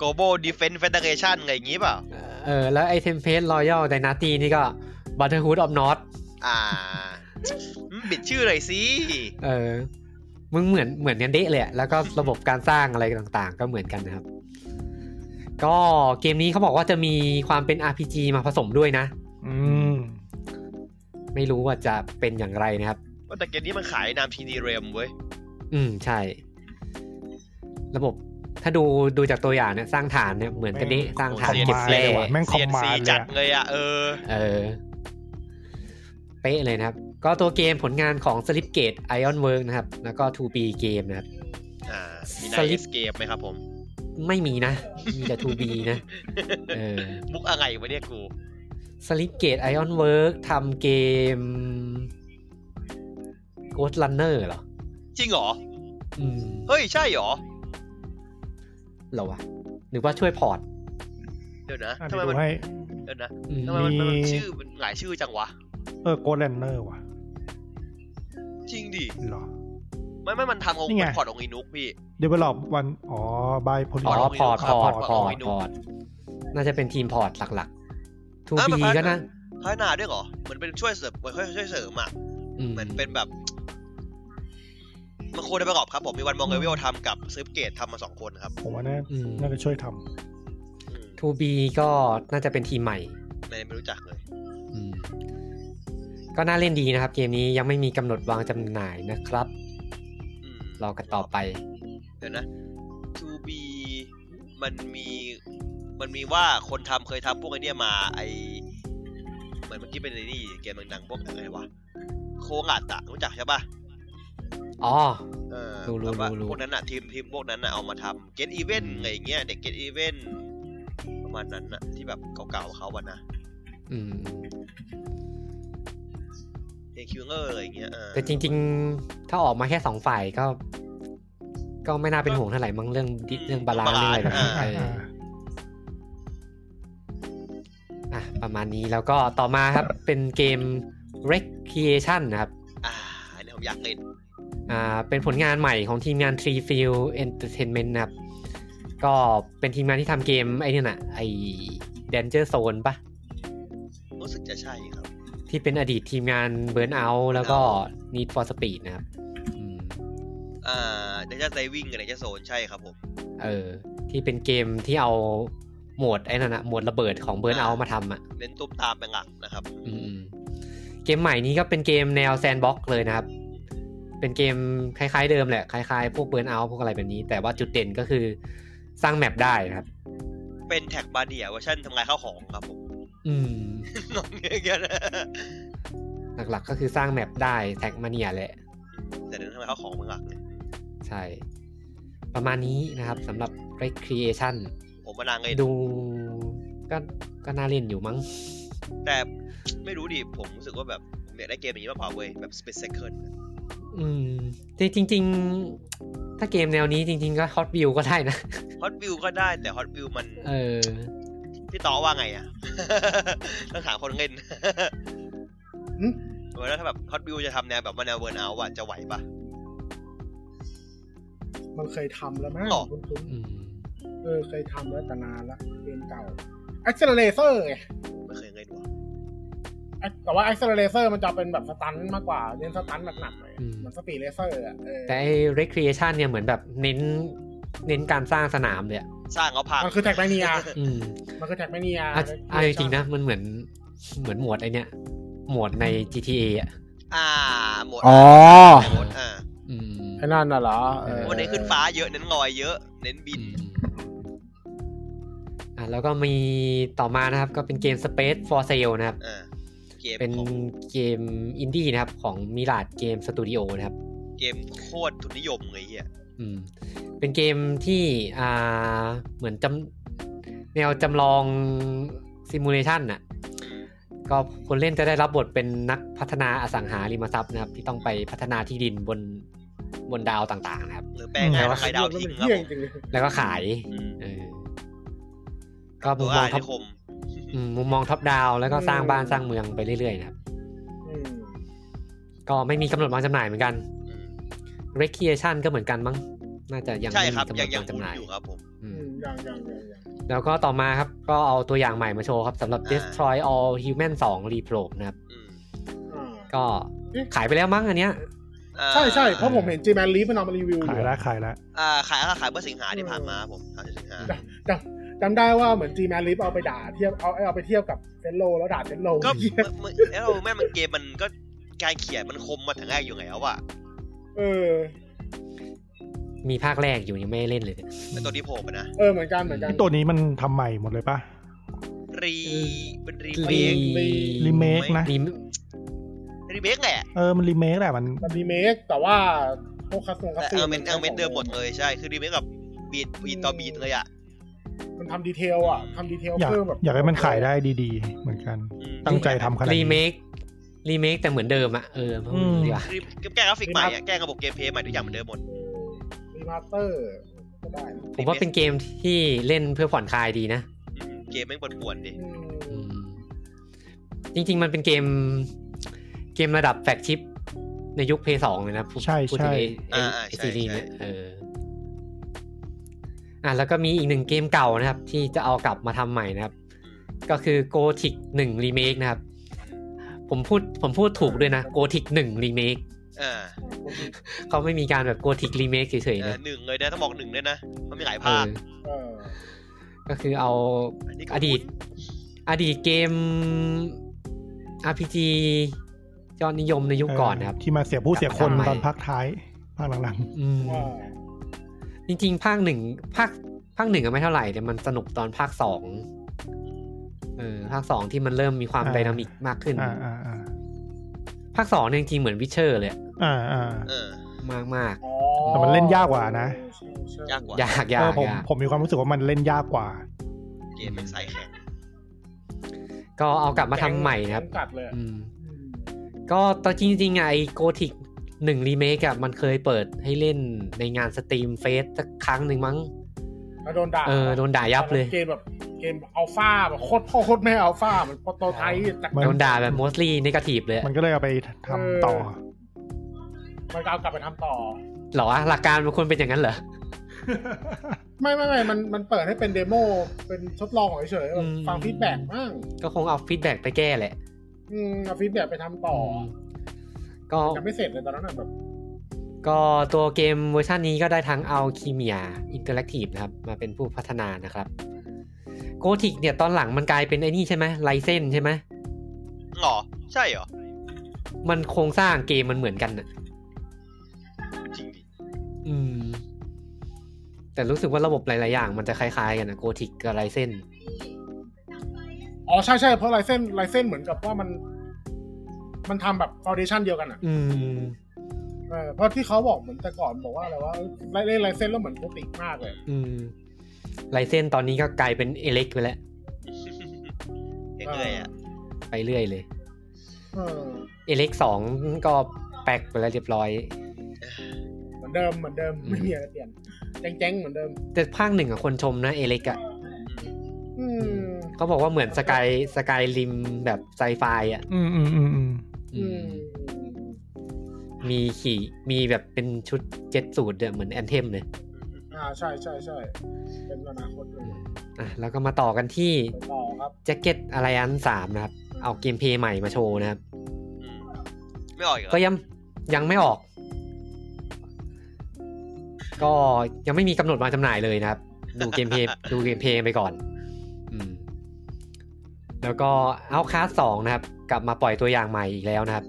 Speaker 2: Global Defense Federation ไงอย่างงี้เปล่า
Speaker 1: เออแล้วไอ้ Tempest Royal Dynasty นี่ก็ Brotherhood of North
Speaker 2: อ่าอืมบิดชื่อหน่อยสิ
Speaker 1: เออ มึงเหมือนเหมือนกันเดะเลยอะแล้วก็ระบบการสร้างอะไรต่างๆ ก็เหมือนกันนะครับ ก็เกมนี้เขาบอกว่าจะมีความเป็น RPG มาผสมด้วยนะ
Speaker 4: อืม
Speaker 1: ไม่รู้ว่าจะเป็นอย่างไรนะครับ
Speaker 2: ว่าแต่เกมนี้มันขายนามทีดีเรมเว้ย
Speaker 1: อืม ใช่ ระบบถ้าดูดูจากตัวอย่างเนี่ย สร้างฐานเนี่ยเหมือนกันเดะส
Speaker 4: แม่ง
Speaker 1: ร้างฐาน
Speaker 2: โอ้โห
Speaker 1: เก็บแร่
Speaker 4: เลยว่ะแม่งคอมมาน
Speaker 2: CNC
Speaker 4: เลย
Speaker 2: จัด
Speaker 4: อะ
Speaker 2: เลยอ่ะ เออ
Speaker 1: เออ เป๊ะเลยนะครับ ก็ตัวเกมผลงานของ Slipgate Ironwork นะครับ แล้วก็ 2B เกมนะครับ
Speaker 2: อ่า มี
Speaker 1: ส
Speaker 2: นาย
Speaker 1: ลิ
Speaker 2: เอ
Speaker 1: ป
Speaker 2: สเกไหมครับผม [laughs]
Speaker 1: ไม่มีนะ มีแต่ 2B นะ เออ
Speaker 2: มุกอะไรวะเนี่ยกู
Speaker 1: Slipgate Ironwork ทำเกม Ghost Runner เหรอ
Speaker 2: จริงเหรอ
Speaker 1: อืม
Speaker 2: เฮ้ย ใช่เหรอ
Speaker 1: เหรอวะหรือว่าช่วยพอร์ต
Speaker 2: เดี๋ยวนะ
Speaker 4: อ่ะ
Speaker 2: ทำไม
Speaker 4: เดี๋ยว
Speaker 2: มัน
Speaker 4: ดูให้
Speaker 2: เดี๋ยวนะ
Speaker 1: อืม
Speaker 2: ทำไมมัน
Speaker 4: มี
Speaker 2: มันชื่อมันหลายชื่อจังวะ
Speaker 4: เออโกลเลนเนอร์ว่ะ
Speaker 2: จริงดิ
Speaker 4: เหรอ
Speaker 2: ไม่ไม่มันทำอง
Speaker 4: นี่
Speaker 2: ค์
Speaker 4: ไง
Speaker 2: พอร์ตองค์อินุกพี่
Speaker 4: Develop วันอ๋อ by
Speaker 1: อ๋อ
Speaker 4: Polygon
Speaker 1: พอร์ต พอร์ต พอร์ต
Speaker 2: พอร์ต
Speaker 1: พอร์ต น่าจะเป็นทีมพอร์ตหลักๆ
Speaker 2: อ่ะ
Speaker 1: 2B
Speaker 2: มันพัฒนา
Speaker 1: ก็นะ
Speaker 2: พัฒนาด้วยเหรอ เหมือนเป็นช่วยเสริมเหมือนช่วยเสริมอ่ะ
Speaker 1: อืม
Speaker 2: เหมือนเป็นแบบ มันโคได้ประกอบครับผม มีวันมองเลเวลทำกับซิร์ฟเกตทำมาสองคนครับ
Speaker 4: ผมว่าน่า
Speaker 1: อืม
Speaker 4: น่าจะช่วยท
Speaker 1: 2B ก็น่าจะเป็นทีมใหม่
Speaker 2: ไม่ไม่รู้จักเลย
Speaker 1: อืมก็น่าเล่นดีนะครับ เกมนี้ยังไม่มีกำหนดวางจำหน่ายนะครับ
Speaker 2: อืม
Speaker 1: รอกันต่อไป
Speaker 2: เดี๋ยวนะ to be มันมี มันมีว่าคนทำเคยทำพวกไอเนี้ยมา ไอเหมือนเมื่อกี้เป็นไอ้นี่เกมดังๆพวกอะไรวะ โคงัดอะรู้จักใช่ปะ
Speaker 1: อ๋อ
Speaker 2: เออ
Speaker 1: รู้รู้
Speaker 2: แบบว่า
Speaker 1: รู้รู้
Speaker 2: พวกนั้นอะทีมทีมพวกนั้นอะเอามาทำ get event อะไรอย่างเงี้ย เด็ก get event ประมาณนั้นอะที่แบบเก่าๆเขาอะนะ
Speaker 1: อืม
Speaker 2: เอคิวเออร์อะไรอย่างเงี้ยอ่า
Speaker 1: แต่จริง ๆ ถ้าออกมาแค่สองฝ่ายก็ ก็ไม่น่าเป็นห่วงเท่าไหร่มั้งเรื่องดิเรื่องบาลานซ์เรื่องอะไรแบบนี้
Speaker 4: อ่า
Speaker 1: เอออ่ะประมาณนี้แล้วก็ต่อมาครับเป็นเกม Recreation นะครับ
Speaker 2: อ่าอันนี้ผมอยากเล่น
Speaker 1: อ่าเป็นผลงานใหม่ของทีมงาน Tree Field Entertainment นะครับ ก็เป็นทีมงานที่ทำเกมไอ้นี่น่ะไอ้ Danger Zone ปะ
Speaker 2: รู้สึกจะใช่ครับ
Speaker 1: ที่เป็นอดีตทีมงาน Burnout แล้วก็ Need for Speed นะครับอืม
Speaker 2: อ่าเดนจะไดวิ่งกับเดนจะโซนใช่ครับผม
Speaker 1: เออที่เป็นเกมที่เอาโหมดไอ้นั่นน่ะโหมดระเบิดของ Burnout มาทำอ่ะ
Speaker 2: เน้นตุ้มตามเป็นหลักนะครับ
Speaker 1: อืมเกมใหม่นี้ก็เป็นเกมแนว Sandbox เลยนะครับ เป็นเกมคล้ายๆเดิมแหละ คล้ายๆ พวก Burnout พวกอะไรแบบนี้ แต่ว่าจุดเด่นก็คือสร้างแมปได้นะครับ
Speaker 2: เป็นแท็กบาเดียเวอร์ชันทำลายข้าวของครับผม [laughs]
Speaker 1: อืม
Speaker 2: งงเงี้ยนะ
Speaker 1: หลักๆก็คือสร้างแมปได้แท็กมาเนียแหละ
Speaker 2: แต่เดินทำลายข้าวของเป็นหลักเนี่ย
Speaker 1: ใช่ ประมาณนี้นะครับสำหรับ Recreation
Speaker 2: ผมมานางเลย
Speaker 1: ดูก็ก็น่าเล่นอยู่มั้ง
Speaker 2: แต่ไม่รู้ดิผมรู้สึกว่าแบบผมอยากได้เกมอย่างนี้มากกว่าเว้ยแบบ split second
Speaker 1: อืมแต่จริง ๆ ถ้าเกมแนวนี้จริง ๆ ก็ Hot View ก็ได้นะ
Speaker 2: hot view ก็ได้แต่ hot view มัน
Speaker 1: เออ
Speaker 2: พี่ต่อว่าไงอ่ะ [laughs] ต้องถามคนเล่น
Speaker 3: หึ
Speaker 2: เออแล้วถ้าแบบ hot view จะทำแนวแบบว่าแนวเวิร์นเอาอ่ะจะไหวปะ
Speaker 3: มันเคยทำแล้วมั้ง
Speaker 2: หรอ
Speaker 3: คุ้น
Speaker 1: อืม
Speaker 3: ๆเออเคยทำแล้วแต่นานละเกมเก่า Accelerator ไง
Speaker 2: ไม่เคยเล่นว่ะ
Speaker 3: แต่ว่า Accelerator มันจะเป็นแบบสตันมากกว่าเล่นสตันหนักๆหน่อย
Speaker 1: อืม
Speaker 3: เหมือนสปีดเลเซอร์อ่ะเออ
Speaker 1: แต่ไอ้ Recreation เนี่ยเหมือนแบบเน้น เน้นการสร้างสนามเลยอะ
Speaker 2: สร้างเอาพัง
Speaker 3: มันคือแท็กแมเนีย
Speaker 1: อืม
Speaker 3: มันคือแท็กแมเนีย
Speaker 1: เอาเอาจริงๆนะ มันเหมือนเหมือนหมวดไอเนี้ยหมวดใน GTA อ่ะ
Speaker 2: อ่าหมด
Speaker 3: อ๋อ
Speaker 2: หมดอ่า
Speaker 1: อืม
Speaker 3: ไอ้นั่นน่ะเหรอเออ
Speaker 2: วันนี้ขึ้นฟ้าเยอะเน้นลอยเยอะเน้นบิน
Speaker 1: อ่ะแล้วก็มีต่อมานะครับ ก็เป็นเกม Space for Sale นะครับ
Speaker 2: อ่าเกม
Speaker 1: เป็น
Speaker 2: ของ
Speaker 1: เกมอินดี้นะครับ ของมิลาดเกมสตูดิโอนะครับ
Speaker 2: เกมโคตรทุนนิยมเลยเฮีย
Speaker 1: อืม เป็นเกมที่อ่าเหมือนจำแนวจำลองซิมูเลชันน่ะ ก็คนเล่นจะได้รับบทเป็นนักพัฒนาอสังหาริมทรัพย์นะครับ ที่ต้องไปพัฒนาที่ดินบนบนดาวต่างๆนะครับ
Speaker 2: หรือแปลงง่ายว่าใครดาวทิ้งครับ
Speaker 3: เหี้ย
Speaker 2: ผม
Speaker 3: จริง
Speaker 1: แล้วก็ขาย
Speaker 2: อืม
Speaker 1: เออก็มุ
Speaker 2: ตั
Speaker 1: ม
Speaker 2: ว
Speaker 1: มอง
Speaker 2: อาย
Speaker 1: ท็อป
Speaker 2: นิคม
Speaker 1: อืมมุมมองท็อปดาวแล้วก็สร้างบ้านสร้างเมืองไปเรื่อยๆนะครับ
Speaker 3: ๆอืม
Speaker 1: ก็ไม่มีกำหนดวางจำหน่ายเหมือนกัน
Speaker 2: อืม
Speaker 1: Recreation ก็เหมือนกันมั้งน่าจะยัง
Speaker 2: ใช่
Speaker 1: ไม่มี
Speaker 2: ครับ
Speaker 1: กำหน
Speaker 2: ยัง
Speaker 1: ด
Speaker 2: ยั
Speaker 1: วาง ง
Speaker 2: บุ
Speaker 1: จำ
Speaker 2: ญ
Speaker 1: หน่าย
Speaker 2: อยู่ครับผม
Speaker 1: อื
Speaker 3: อื
Speaker 1: ม
Speaker 3: มยังยังยังยัง
Speaker 1: แล้วก็ต่อมาครับ ก็เอาตัวอย่างใหม่มาโชว์ครับสำหรับ
Speaker 2: อ่า
Speaker 1: Destroy All Human 2 Reprobe นะครับ
Speaker 2: อืม
Speaker 3: อ่า
Speaker 1: ก็ขายไปแล้วมั้งอันเนี้ย
Speaker 2: อ่า
Speaker 3: ใช่ใช่เพราะผมเห็นจีแมนลีฟมันเอามารีวิวอ
Speaker 4: ขาย
Speaker 3: ยู่
Speaker 4: ละขายละ
Speaker 2: อ่าขายก็ขายเมื่อสิงหาที่ผ่านมาครับผมสามสิงหา
Speaker 3: จำจำได้ว่าเหมือนจีแมนลีฟเอาไปด่าเทียบเอาเอาไปเทียบกับเซนโลแล้วด่าเซนโล
Speaker 2: ก็
Speaker 3: เหี้ย
Speaker 2: มึงแล้วแม่มันเกมมันก็การเขียนมันคมมาแต่แรกอยู่แล้วอ่ะ
Speaker 3: เออ
Speaker 1: มีภาคแรกอยู่ยังไม่ได้เล่นเลยเนี่ย
Speaker 2: เป็นตัวที่โผล่มานะ
Speaker 3: เออเหมือนกันเหมือนกัน
Speaker 4: ไอ้ตัวนี้มันทำใหม่หมดเลยปะ
Speaker 2: รีเป็นรีเม
Speaker 1: รี
Speaker 2: ค
Speaker 3: รี
Speaker 4: รีเมคนะ
Speaker 1: รี
Speaker 2: รีเมคแหละ
Speaker 4: เออมันรีเมคแหละมัน
Speaker 3: มันรีเมคแต่ว่าพวกคัสตอมคัส
Speaker 2: แต่
Speaker 3: ตอม
Speaker 2: เอาเม็ดเอาเม็ดเดิมหมดเลยใช่คือรีเมคกับบีดบีดต่อบีดเลยอ่ะ
Speaker 3: มันทำดีเทลอ่ะทำดีเทล
Speaker 4: อยาก
Speaker 3: เพิ่มแบบ
Speaker 4: อยากให้มันขายได้ดีๆ เหมือนกัน
Speaker 2: อืม
Speaker 4: ตั้งใจทำขนาด
Speaker 1: รี
Speaker 4: นี้
Speaker 1: เมครีเมคแต่เหมือนเดิมอ่ะเออ
Speaker 4: อืม
Speaker 1: ดีกว่า
Speaker 2: รีแก้กราฟิกใหม่อะแก้ระบบเกมเพลย์ใหม่ทุกอย่างเหมือนเดิมหมด
Speaker 3: รีมาสเตอร์ก็ได้นะ
Speaker 1: ผมว่าเป็นเกมที่เล่นเพื่อผ่อนคลายดีนะ
Speaker 2: อืมเกมแม่งปวดๆดิ
Speaker 3: อื
Speaker 1: อื
Speaker 3: ม
Speaker 1: มจริง ๆ มันเป็นเกม เกมระดับแฟกชิป ในยุคเพย์สองเลยนะพูด
Speaker 4: ใช่
Speaker 1: พูดถึงไอ้ไอ้
Speaker 2: ใช่อ่า
Speaker 1: ไอ้
Speaker 2: ใช่
Speaker 1: ซีรีส์เนี่ย
Speaker 2: ใช่
Speaker 1: เอออ่ะแล้วก็มีอีกหนึ่งเกมเก่านะครับ ที่จะเอากลับมาทำใหม่นะครับ ก็คือ Gothic 1 Remake นะครับ ผมพูดผมพูดถูกด้วยนะ Gothic 1 Remake
Speaker 2: อ่า
Speaker 1: เขาไม่มีการแบบ Gothic Remake เฉย
Speaker 2: เอ
Speaker 1: ๆ
Speaker 2: อ
Speaker 1: นะ
Speaker 2: หนึ่งเลยนะต้องบอกหนึ่งด้วยนะมันมีหลาย
Speaker 1: เอ
Speaker 2: ภาค
Speaker 1: อ
Speaker 3: เออ
Speaker 1: ก็คือเอา
Speaker 2: นนี้ก็
Speaker 1: อดีต อดีตเกม RPG ยอดนิยมในยุคก่อนนะครับ
Speaker 4: เที่มาเสียผู้เสียคน
Speaker 1: ทำไม
Speaker 4: ตอนภาคท้ายภาคหลัง
Speaker 1: อืม
Speaker 3: ว่า
Speaker 1: จริงๆ ภาคหนึ่งภาคภาคหนึ่งอะไม่เท่าไหร่แต่มันสนุกตอนภาคสองเออภาคสองที่มันเริ่มมีความไดนามิกมากขึ้น
Speaker 4: ๆอ่าอ่าอ่า
Speaker 1: ภาคสองเนี่ยจริงๆเหมือนวิเชอร์เลย
Speaker 4: อ่าอ่า
Speaker 2: เออ
Speaker 1: มากมาก
Speaker 3: อ๋อ
Speaker 4: แต่มันเล่นยากกว่านะ
Speaker 3: ใช่ใช่
Speaker 2: ยากกว่า
Speaker 1: ๆยากยา
Speaker 4: เออก ผม
Speaker 1: ยาก
Speaker 4: ผมมีความรู้สึกว่ามันเล่นยากกว่า
Speaker 2: เกมเป็นสายแข่ง
Speaker 1: ก็เอากลับมาทำใหม่นะครับ
Speaker 3: แกงกัดเลย
Speaker 1: อืม ก็ตอนจริงๆอะไอโกธิกหนึ่งรีเมคอะมันเคยเปิดให้เล่นในงานสตรีมเฟสสักครั้งหนึ่งมั้ง
Speaker 3: แล้วโดนด่า
Speaker 1: เออโดนด่ายับเลย
Speaker 3: เกมแบบเกมอัลฟาแบบโคตรพ่อโคตรแม่อัลฟามันโปรโตไทป์จาก
Speaker 4: มัน
Speaker 1: โดนด่าแบบ mostly negative เลยอะ
Speaker 4: มันก็เลยเอาไปทำต่อ
Speaker 3: มันก็เอากลับไปทำต่อ
Speaker 1: เหรอวะหลักการมันควรเป็นอย่างนั้นเหรอ
Speaker 3: ไม่ไม่ไม่มันมันเปิดให้เป็นเดโมเป็นทดลองเฉยๆแบ
Speaker 1: อื
Speaker 3: บ
Speaker 1: ม
Speaker 3: ฟังฟีดแบ็กบ้าง
Speaker 1: ก็คงเอาฟีดแบ็ไปแก้แหละ
Speaker 3: อืมเอาฟีดแบ็กไปทำต่อ
Speaker 1: ก็
Speaker 3: ยังไม่เสร็จเลยตอนนั้นอะแบบ
Speaker 1: ก็ตัวเกมเวอร์ชันนี้ก็ได้ทั้งเอาคีเมียอินเตอร์แอคทีฟนะครับ มาเป็นผู้พัฒนานะครับโกธิกเนี่ยตอนหลังมันกลายเป็นไอ้นี่ใช่ไหมไลเซนใช่ไหม
Speaker 2: หรอใช่เหรอ
Speaker 1: มันโครงสร้างเกมมันเหมือนกันน่ะ
Speaker 2: จริงดิ
Speaker 1: อืม แต่รู้สึกว่าระบบหลาย ๆ อย่างมันจะคล้าย ๆ กันนะโกธิกกับไลเซน
Speaker 3: อ๋อใช่ใช่เพราะลายเส้นลายเส้นเหมือนกับว่ามัน มันทำแบบฟาวเดชันเดียวกันอะ
Speaker 1: อืม
Speaker 3: เออเพราะที่เขาบอกเหมือนแต่ก่อนบอกว่าอะไรว่าเล่นเล่นลายเส้นแล้วเหมือนโคติกมากเลย
Speaker 1: อืมไลเซนตอนนี้ก็กลายเป็นเอเล็กไปแล้ว
Speaker 2: เอ้ยเอ้ยอ่ะ
Speaker 1: ไปเรื่อยเลย
Speaker 3: เออ
Speaker 1: เอเล็กสองก็แปลกไปแล้วเรียบร้อย
Speaker 3: เหมือนเดิมเหมือนเดิมไม่มีอะไรเปลี่ยนแจ้งๆเหมือนเดิม
Speaker 1: แต่ภาคหนึ่งอะคนชมนะเอเล็กอะ
Speaker 3: อืม
Speaker 1: เขาบอกว่าเหมือนสกายสกายริมแบบไซไฟอ่ะ
Speaker 4: อืมอืมอืมอืม
Speaker 1: อืมมีขี่มีแบบเป็นชุดเจ็ตสูตรเหมือนแอนเทมเลย
Speaker 3: อ่าใช่ใช่ใช่เป็นอนาคตเล
Speaker 1: อื
Speaker 3: ย
Speaker 1: มอ่ะแล้วก็มาต่อกันที่
Speaker 3: ไปต่อครับ
Speaker 1: แจ็คเก็ตอะไรอันสามนะครับ เอาเกมเพลย์ใหม่มาโชว์นะครับ
Speaker 2: อืมไม่ออกอีกเหร
Speaker 1: ก็
Speaker 2: อ
Speaker 1: ยังยังไม่ออก ก็ยังไม่มีกำหนดวางจำหน่ายเลยนะครับ ดูเกมเพลย์ [laughs] ดูเกมเพลย์ไปก่อน อืม แล้วก็เอาคาสสองนะครับ กลับมาปล่อยตัวอย่างใหม่อีกแล้วนะครับ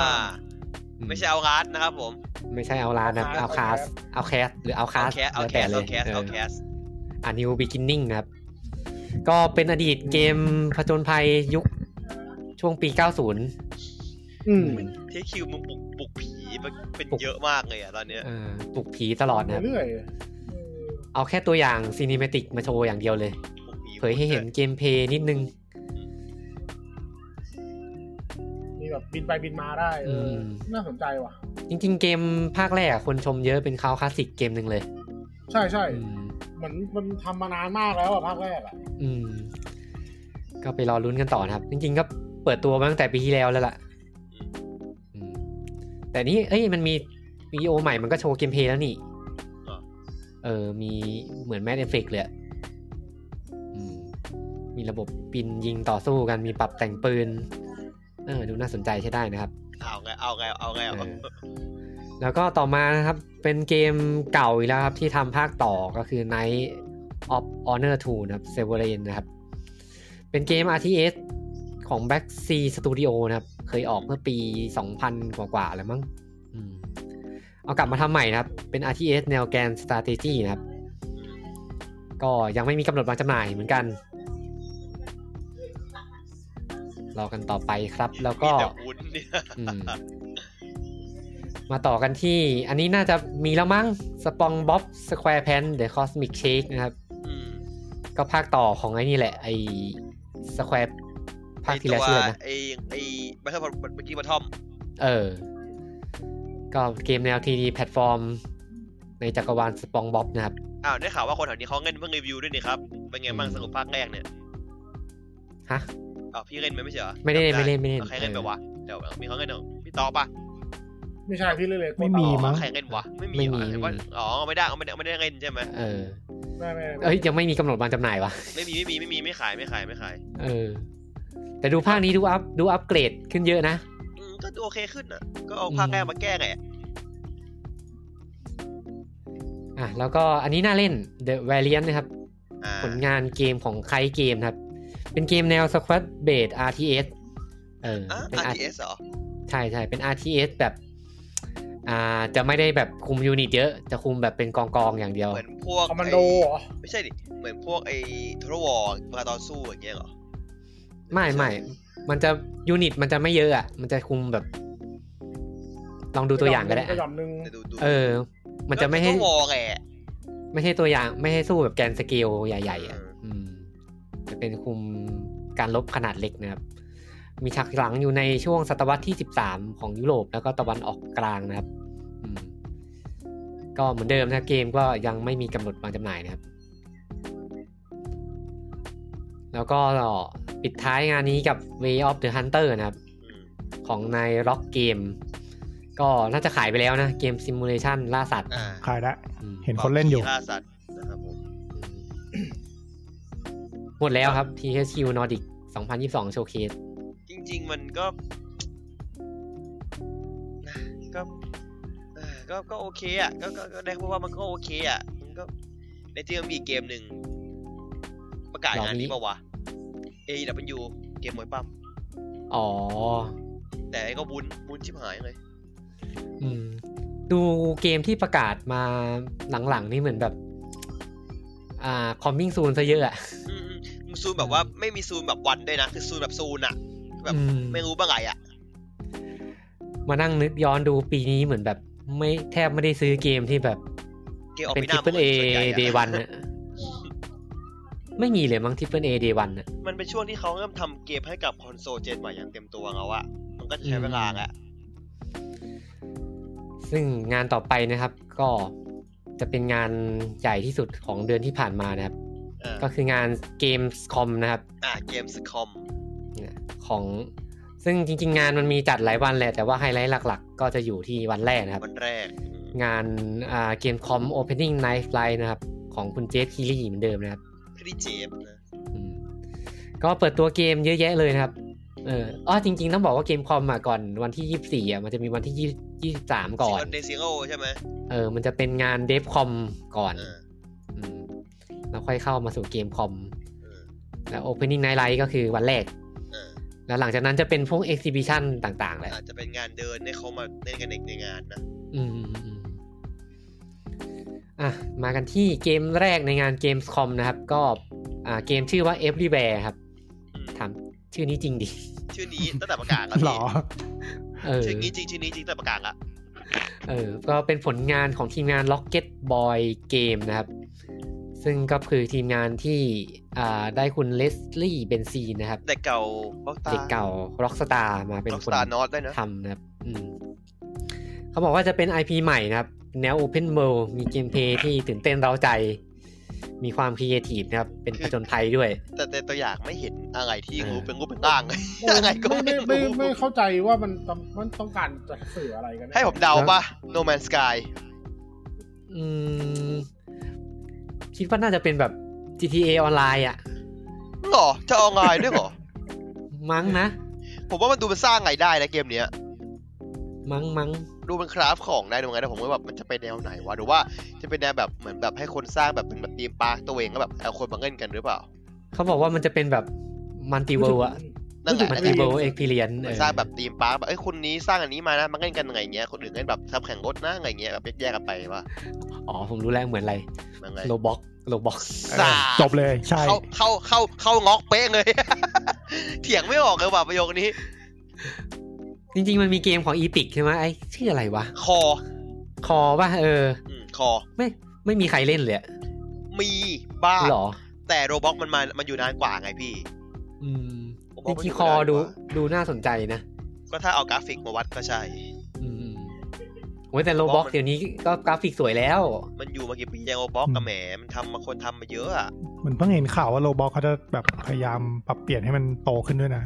Speaker 2: อ่า
Speaker 1: อื
Speaker 2: ไม่ใช่เอาการ์ดนะครับผม
Speaker 1: ไม่ใช่เอาลานนะเอาคาส
Speaker 3: Outcast
Speaker 1: เอาแคสหรือเอาคา
Speaker 2: เอา
Speaker 1: ส
Speaker 2: แคสเอาแคสเอาแคสเอาแคส
Speaker 1: อันนิวบิกินนิ่งครับ ก็เป็นอดีตเกมผจญภัยยุคช่วงปี 90
Speaker 3: อืม
Speaker 2: เทคคิวมึงปลุกปลุกผีมันเป็นเยอะมากเลยอ่ะตอนเนี้ย
Speaker 1: เอ่อปลุกผีตลอดนะครับ
Speaker 3: เรื่อย
Speaker 1: เอาแค่ตัวอย่างซีนิเมติกมาโชว์อย่างเดียวเลย
Speaker 2: ปลุกผี
Speaker 1: เผยให้เห็นเกมเพลย์นิดนึง
Speaker 3: มีแบบบินไปบินมาได้เอออน่าสนใจว่ะ
Speaker 1: จริงๆ เกมภาคแรกอะคนชมเยอะเป็นคาวคลาสสิกเกมหนึ่งเลย
Speaker 3: ใช่ใช่
Speaker 1: อืม
Speaker 3: เหมือนมันทำมานานมากแล้วอะภาคแรกอะ
Speaker 1: อืม ก็ไปรอลุ้นกันต่อนะครับ จริงๆ ก็เปิดตัวมาตั้งแต่ปีที่แล้วแล้วล่ะอืมแต่นี้เอ้ยมันมีวิดีโอใหม่มันก็โชว์เกมเพลย์แล้วนี่ เออ มีเหมือนแม d เอฟเฟกเลยอะอืม มีระบบปินยิงต่อสู้กัน มีปรับแต่งปืน เออ ดูน่าสนใจใช้ได้นะครับ
Speaker 2: เอาไงเอาไงเอาไงเอาไง
Speaker 1: เออ
Speaker 2: [laughs]
Speaker 1: แล้วก็ต่อมานะครับ เป็นเกมเก่าอีกแล้วครับ ที่ทำภาคต่อก็คือ Night of Honor 2 นะครับ s e v e r a n นะครับ เป็นเกม RTS ของ Back C Studio นะครับ เคยออกเมื่อปี 2000 กว่าๆแล้วมั้งอืมเอากลับมาทำใหม่นะครับ เป็น RTS แนวแกน Strategy นะครับ ก็ยังไม่มีกำหนดวางจำหน่ายเหมือนกัน รอกันต่อไปครับ แล้วก็
Speaker 2: มีแต่วุ้นเนี่ย [laughs]
Speaker 1: อืม มาต่อกันที่ อันนี้น่าจะมีแล้วมั้งสปองบ๊อบสแควร์แพนเดอะคอสมิกเชคนะครับ
Speaker 2: อืม
Speaker 1: ก็ภาคต่อของไอ้นี่แหละ ไอ้สแควร์ภาคที่แล้วชื่ออะไรนะ
Speaker 2: ไอตัวไอไอไม่ใช่เมื่อกี้มาทอม
Speaker 1: เออ ก็เกมแนวทีดีแพลตฟอร์ม ในจักรวาลสปองบ๊อบนะครับ
Speaker 2: อ้าวได้ข่าวว่าคนแถวนี้เขาเล่นเพิ่งรีวิวด้วยนี่ครับ เป็นไงบ้างสรุปภาคแรกเนี่ย
Speaker 1: ฮะ
Speaker 2: อ้าวพี่เล่นไหมไม่ใช่เหรอ
Speaker 1: ไม่ได้เล่นไม่
Speaker 2: จำ
Speaker 1: เล่นไม่เล่น
Speaker 2: อาใครเล่นไป
Speaker 1: เออ
Speaker 2: วะเดี๋ยวมีเขาเล่นเหรอพี่ต่อปะ
Speaker 3: ไม่ใช่พี่เลยเลย
Speaker 4: ไม่มีมั้ง
Speaker 2: ใครเล่นวะไม่มี
Speaker 1: ไม่มี
Speaker 2: เหรอเห็นว่า
Speaker 1: ไม่มี
Speaker 2: อ๋อไม่ได้ไม่ได้ไม่ได้เล่นใช่ไหม
Speaker 1: เออ
Speaker 3: ไม่ไม่ไม่
Speaker 1: เอ้ย ยังไม่มีกำหนดวางจำหน่ายวะ
Speaker 2: ไม่มีไม่มีไม่มีไม่ขายไม่ขายไม่ขาย
Speaker 1: เออ แต่ดูภาคนี้ดูอัพดูอัพเกรดขึ้นเยอะนะ
Speaker 2: อืมก็ดูโอเคขึ้นอ่ะ ก็เอาภาคแรกมาแก้ไง
Speaker 1: อ่ะแล้วก็อันนี้น่าเล่น The Valiant นะครับ
Speaker 2: อ่า
Speaker 1: ผลงานเกมของใครเกมนะครับ เป็นเกมแนว Squad Based RTS เออ
Speaker 2: อ่ะ
Speaker 1: เป็น R-
Speaker 2: RTS เหรอ
Speaker 1: ใช่ใช่เป็น RTS แบบ อ่า จะไม่ได้แบบคุมยูนิตเยอะ จะคุมแบบเป็นกองกองๆอย่างเดียว
Speaker 2: เหมือนพวก
Speaker 3: คอมมานโดเหรอ
Speaker 2: ไม่ใช่ดิเหมือนพวกไอ้ทรวอร์มาตอนสู้อย่างเงี้ยเหรอ
Speaker 1: ไม่ไม่มันจะยูนิตมันจะไม่เยอะอ่ะ มันจะคุมแบบ ลองดูตัวอย่างก็ได้
Speaker 3: ระดั
Speaker 1: อ่ะ
Speaker 3: บหนึ่ง
Speaker 2: ดูดู
Speaker 1: เออ มันจะไม่ให้
Speaker 2: ก็วอแหละ
Speaker 1: ไม่ใช่ตัวอย่าง ไม่ให้สู้แบบแกนสเกลใหญ่ๆอ่ะ อืม จะเป็นคุมการลบขนาดเล็กนะครับ มีฉากหลังอยู่ในช่วงศตวรรษที่ 13 ของยุโรปแล้วก็ตะวันออกกลางนะครับอืมก็เหมือนเดิมนะเกมก็ยังไม่มีกำหนดวางจำหน่ายนะครับ แล้วก็ปิดท้ายงานนี้กับ Way of the Hunter นะครับ
Speaker 2: อืม
Speaker 1: ของนายร็อกเกม ก็น่าจะขายไปแล้วนะ เกมซิมูเลชันล่าสัตว์
Speaker 2: อ่า
Speaker 4: ขายละ
Speaker 1: อืม
Speaker 4: เห็นคนเล่นอยู่
Speaker 2: ขี่ล่าสัตว์นะครับผม
Speaker 1: [coughs] หมดแล้วครับ THQ Nordic 2022 Showcase
Speaker 2: จริง ๆ มันก็นะก็เออก็ก็โอเคอ่ะก็ก็ก็ได้พูดว่ามันก็โอเคอ่ะมันก็ในที่มันมีเกมหนึ่งประกาศงานนี้ปะวะ AEW เกมมวยปั้ม
Speaker 1: อ๋อ
Speaker 2: แต่ไอ้ก็วุ้นวุ้นชิบหายเลย
Speaker 1: อืม ดูเกมที่ประกาศมาหลังๆ นี่เหมือนแบบ อ่าคอมมิ่งซูนซะเยอะอะ
Speaker 2: อืมอืมซูนแบบว่าไม่มีซูนแบบวันด้วยนะ คือซูนแบบซูนอะแบบ
Speaker 1: อืม
Speaker 2: ไม่รู้บ้างไงอะ
Speaker 1: มานั่งนึกย้อนดูปีนี้เหมือนแบบ ไม่แทบไม่ได้ซื้อเกมที่แบบ
Speaker 2: เกมออก
Speaker 1: เป็น
Speaker 2: ไป
Speaker 1: ท
Speaker 2: ห
Speaker 1: ริป
Speaker 2: น้า
Speaker 1: เปิลเอ
Speaker 2: ส่วนใหญ่อะ
Speaker 1: เดวัน
Speaker 2: [laughs]
Speaker 1: อะไม่มีเลยมั้งทริปเปิลเอเดวันอะ
Speaker 2: มันเป็นช่วงที่เขาเริ่มทำเกมให้กับคอนโซลเจนใหม่อย่างเต็มตัวแล้วอะมันก็จะใช้เวลาแหละ
Speaker 1: ซึ่งงานต่อไปนะครับ ก็จะเป็นงานใหญ่ที่สุดของเดือนที่ผ่านมานะครับ
Speaker 2: เออ
Speaker 1: ก็คืองาน Gamescom นะครับ
Speaker 2: อ่าเกมสคอม
Speaker 1: เนี่ยของซึ่งจริง ๆ งานมันมีจัดหลายวันแหละ แต่ว่าไฮไลท์หลัก ๆ ก็จะอยู่ที่วันแรกนะครับ
Speaker 2: วันแรกอืม
Speaker 1: งานอ่าเกมคอมโอเพนนิ่งไนฟ์ไลน์นะครับ ของคุณเจฟคีรีเหมือนเดิมนะครับ
Speaker 2: พี่เจฟนะ
Speaker 1: อืมก็เปิดตัวเกมเยอะแยะเลยนะครับ เอออ้อจริง ๆ ต้องบอกว่าเกมคอมมาก่อนวันที่ยี่สี่อ่ะมันจะมีวันที่ยี่ยี่สามก่อน
Speaker 2: เดซิโอใช่ไหม
Speaker 1: เออ มันจะเป็นงานเดฟคอมก่อน
Speaker 2: เออ
Speaker 1: อืมแล้วค่อยเข้ามาสู่เกมคอม
Speaker 2: เออ
Speaker 1: แล้ว Opening Night Live ก็คือวันแรก
Speaker 2: เออ
Speaker 1: แล้วหลังจากนั้นจะเป็นพวก Exhibition ต่างๆแหละ
Speaker 2: อาจจะเป็นงานเดินให้เขามาเล่นกันในในงานนะ
Speaker 1: อืมอืมอืมอ่ะ มากันที่เกมแรกในงาน Gamescom นะครับ ก็อ่าเกมชื่อว่า Everywhere ครับ
Speaker 2: อืม
Speaker 1: ถามชื่อนี้จริงดิ
Speaker 2: ชื่อ
Speaker 1: [laughs]
Speaker 2: นี้ตั้งแต่ประกาศแล้ว
Speaker 4: หรอ
Speaker 1: เออ
Speaker 2: ชื่อนี้จริงชื่อนี้จริงตั้งแต่ประกาศละ
Speaker 1: เออ ก็เป็นผลงานของทีมงาน Rocket Boy Game นะครับ ซึ่งก็คือทีมงานที่อ่าได้คุณเลสลี่เบนซีนะครับ
Speaker 2: แต่เก่าบ็อกตา
Speaker 1: เด็กเก่า Rockstar มาเป็น
Speaker 2: บ็อก
Speaker 1: คน
Speaker 2: ตานอตด้วยนะ
Speaker 1: ทำนะครับอืมเขาบอกว่าจะเป็น IP ใหม่นะครับ แนว Open World มีเกมเพลย์ที่ตื่นเต้นเร้าใจ มีความครีเอทีฟนะครับ เป็นผจญภัยด้วย
Speaker 2: แต่แต่ตัวอย่างไม่เห็นอะไรที่
Speaker 1: เออ
Speaker 2: รูปเป็นรูปเป็นร่างเลย [laughs] อะไรก็
Speaker 3: ไม่
Speaker 2: ไม่
Speaker 3: ไม่
Speaker 2: รู้
Speaker 3: ไม่ไม่เข้าใจว่ามันต้องมันต้องการจะสื่ออะไรกันแน่
Speaker 2: ให้ผมเดาปะ No Man's Sky
Speaker 1: อืมคิดว่าน่าจะเป็นแบบ GTA ออนไลน์อ่ะ
Speaker 2: หรอ จะออนไลน์ด้วยเหรอ
Speaker 1: มั้งนะ
Speaker 2: ผมว่ามันดูมันสร้างไงได้นะเกมเนี้ย
Speaker 1: มั้งมั้ง
Speaker 2: ดูมันคราฟของได้ดูไงแต่ผมว่าแบบมันจะไปแนวไหนวะหรือว่าจะเป็นแนวแบบเหมือนแบบให้คนสร้างแบบเป็นแบบทีมปาร์คตัวเองก็แบบเอาคนมาเล่นกันหรือเปล่า
Speaker 1: เขาบอกว่ามันจะเป็นแบบมันติเวิลอะ
Speaker 2: นั่นแหละ
Speaker 1: มั
Speaker 2: ไอ้
Speaker 1: นติ
Speaker 2: ที่
Speaker 1: เวิลเอ็กเพ i รียน
Speaker 2: มันสร้างแบบทีมปาร์คแบบเอ้ยคนนี้สร้างอันนี้มานะมาเล่นกันไงเงี้ยคนอื่นเล่นแบบทำแข่งรถนะไงเงี้ยแบบแยกๆกันไปวะ
Speaker 1: อ๋อ ผมรู้แล้วเหมือนอะไร
Speaker 2: มันไง
Speaker 1: โลบ็อกโลบ็อก
Speaker 2: สา
Speaker 4: จบเลยใช่
Speaker 2: เข้าเข้าเข้าเข้าง้อกเป๊ะเลย [laughs] เถียงไม่ออกเลยว่ะประโยคนี้
Speaker 1: จริง ๆ มันมีเกมของอีพิกใช่ไหมไอ้ชื่ออะไรวะ
Speaker 2: คอ
Speaker 1: คอป่ะ เออ
Speaker 2: อืมคอ
Speaker 1: ไม่ไม่มีใครเล่นเลยอะ
Speaker 2: มีบ้าง
Speaker 1: หรอ
Speaker 2: แต่โรบ็อกมันมา มันอยู่นานกว่าไงพี่
Speaker 1: อืม
Speaker 2: ผม
Speaker 1: จ
Speaker 2: ว่ามัน
Speaker 1: ริง
Speaker 2: ยู่
Speaker 1: ๆคอน
Speaker 2: านก
Speaker 1: ดู
Speaker 2: ว่า
Speaker 1: ดูน่าสนใจนะ
Speaker 2: ก็ถ้าเอากราฟิกมาวัดก็ใช่
Speaker 1: อืมโอ้ยแต่โลบ็อก
Speaker 2: มัน
Speaker 1: เดี๋ยวนี้ก็กราฟิกสวยแล้ว
Speaker 2: มันอยู่มากี่ปียังโรบ็อก
Speaker 4: อืม
Speaker 2: กับแหมมันทำมาคนทำมาเยอะอะ
Speaker 4: มันเพิ่งเห็นข่าวว่าโรบอทเขาจะแบบพยายามปรับเปลี่ยนให้มันโตขึ้นด้วยนะ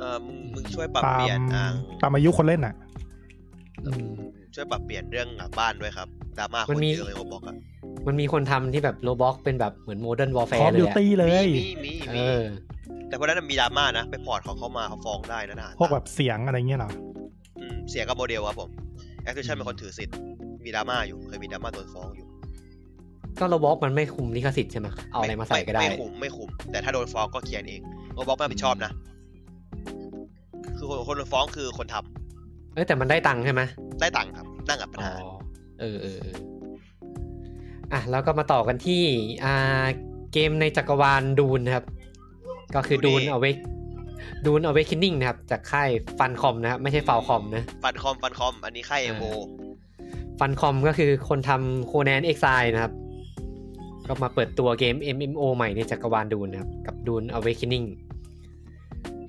Speaker 2: เออมึงมึงช่วยปรับ
Speaker 4: ตา
Speaker 2: เป
Speaker 4: ม
Speaker 2: ลี่ยนอ่า
Speaker 4: ตามอายุคนเล่นอ่ะ
Speaker 1: อืม
Speaker 2: ช่วยปรับเปลี่ยนเรื่องหลังบ้านด้วยครับดราม่าค
Speaker 1: มันนมี
Speaker 2: เยอะเลยโรบ็อกอะ
Speaker 1: มันมีคนทำที่แบบโลบ็อกเป็นแบบเหมือนโมเดิร์นวอลแฟ
Speaker 4: คอ
Speaker 1: ร์
Speaker 4: ฟ
Speaker 1: เลย
Speaker 4: ดิว
Speaker 1: อะ
Speaker 4: ตี้เลย
Speaker 2: มีมี
Speaker 1: เอ
Speaker 2: มี
Speaker 1: อ
Speaker 2: แต่เพราะนั้นมีดราม่านะ ไปพอร์ตของเขามาเขาฟ้องได้นะทหาร
Speaker 4: พวกแบบเสียงอะไรเงี้ยเหรอ
Speaker 2: อืมเสียกับโมเดลครับผมแอคชั่นเป็นคนถือสิทธิ์มีดราม่าอยู่เคยมีดราม่าโดนฟ้องอยู่
Speaker 1: ก็โลบ็อกมันไม่คุมลิขสิทธิ์ใช่ไหมเอาอะไรมาใส่ก็ได้
Speaker 2: ไม่คุมไม่คุม แต่ถ้าโดนฟ้องก็เคลียร์เองโรบ็อกไม่รับผิดชอบนะคือคนคนโดนฟ้องคือคนทำ
Speaker 1: เอ้ยแต่มันได้ตังค์ใช่ไหม
Speaker 2: ได้ตังค์ครับนั่งกับปัญหา
Speaker 1: อ๋อเออเออเอออ่ะแล้วก็มาต่อกันที่อ่าเกมในจักรวาลดูนนะครับ ก็คือดูนเอาเวกดูนเอาเวคินิ่งนะครับ จากค่ายฟันคอมนะครับ ไม่ใช่ฟาวคอมนะ
Speaker 2: ฟันคอมฟันคอม อันนี้ค่ายเอโบ
Speaker 1: ฟันคอมก็คือคนทำโค n น n เอ็กซนะครับ ก็มาเปิดตัวเกม MMO ใหม่ในจักรวาลดูนนะครับ กับดูน Awakening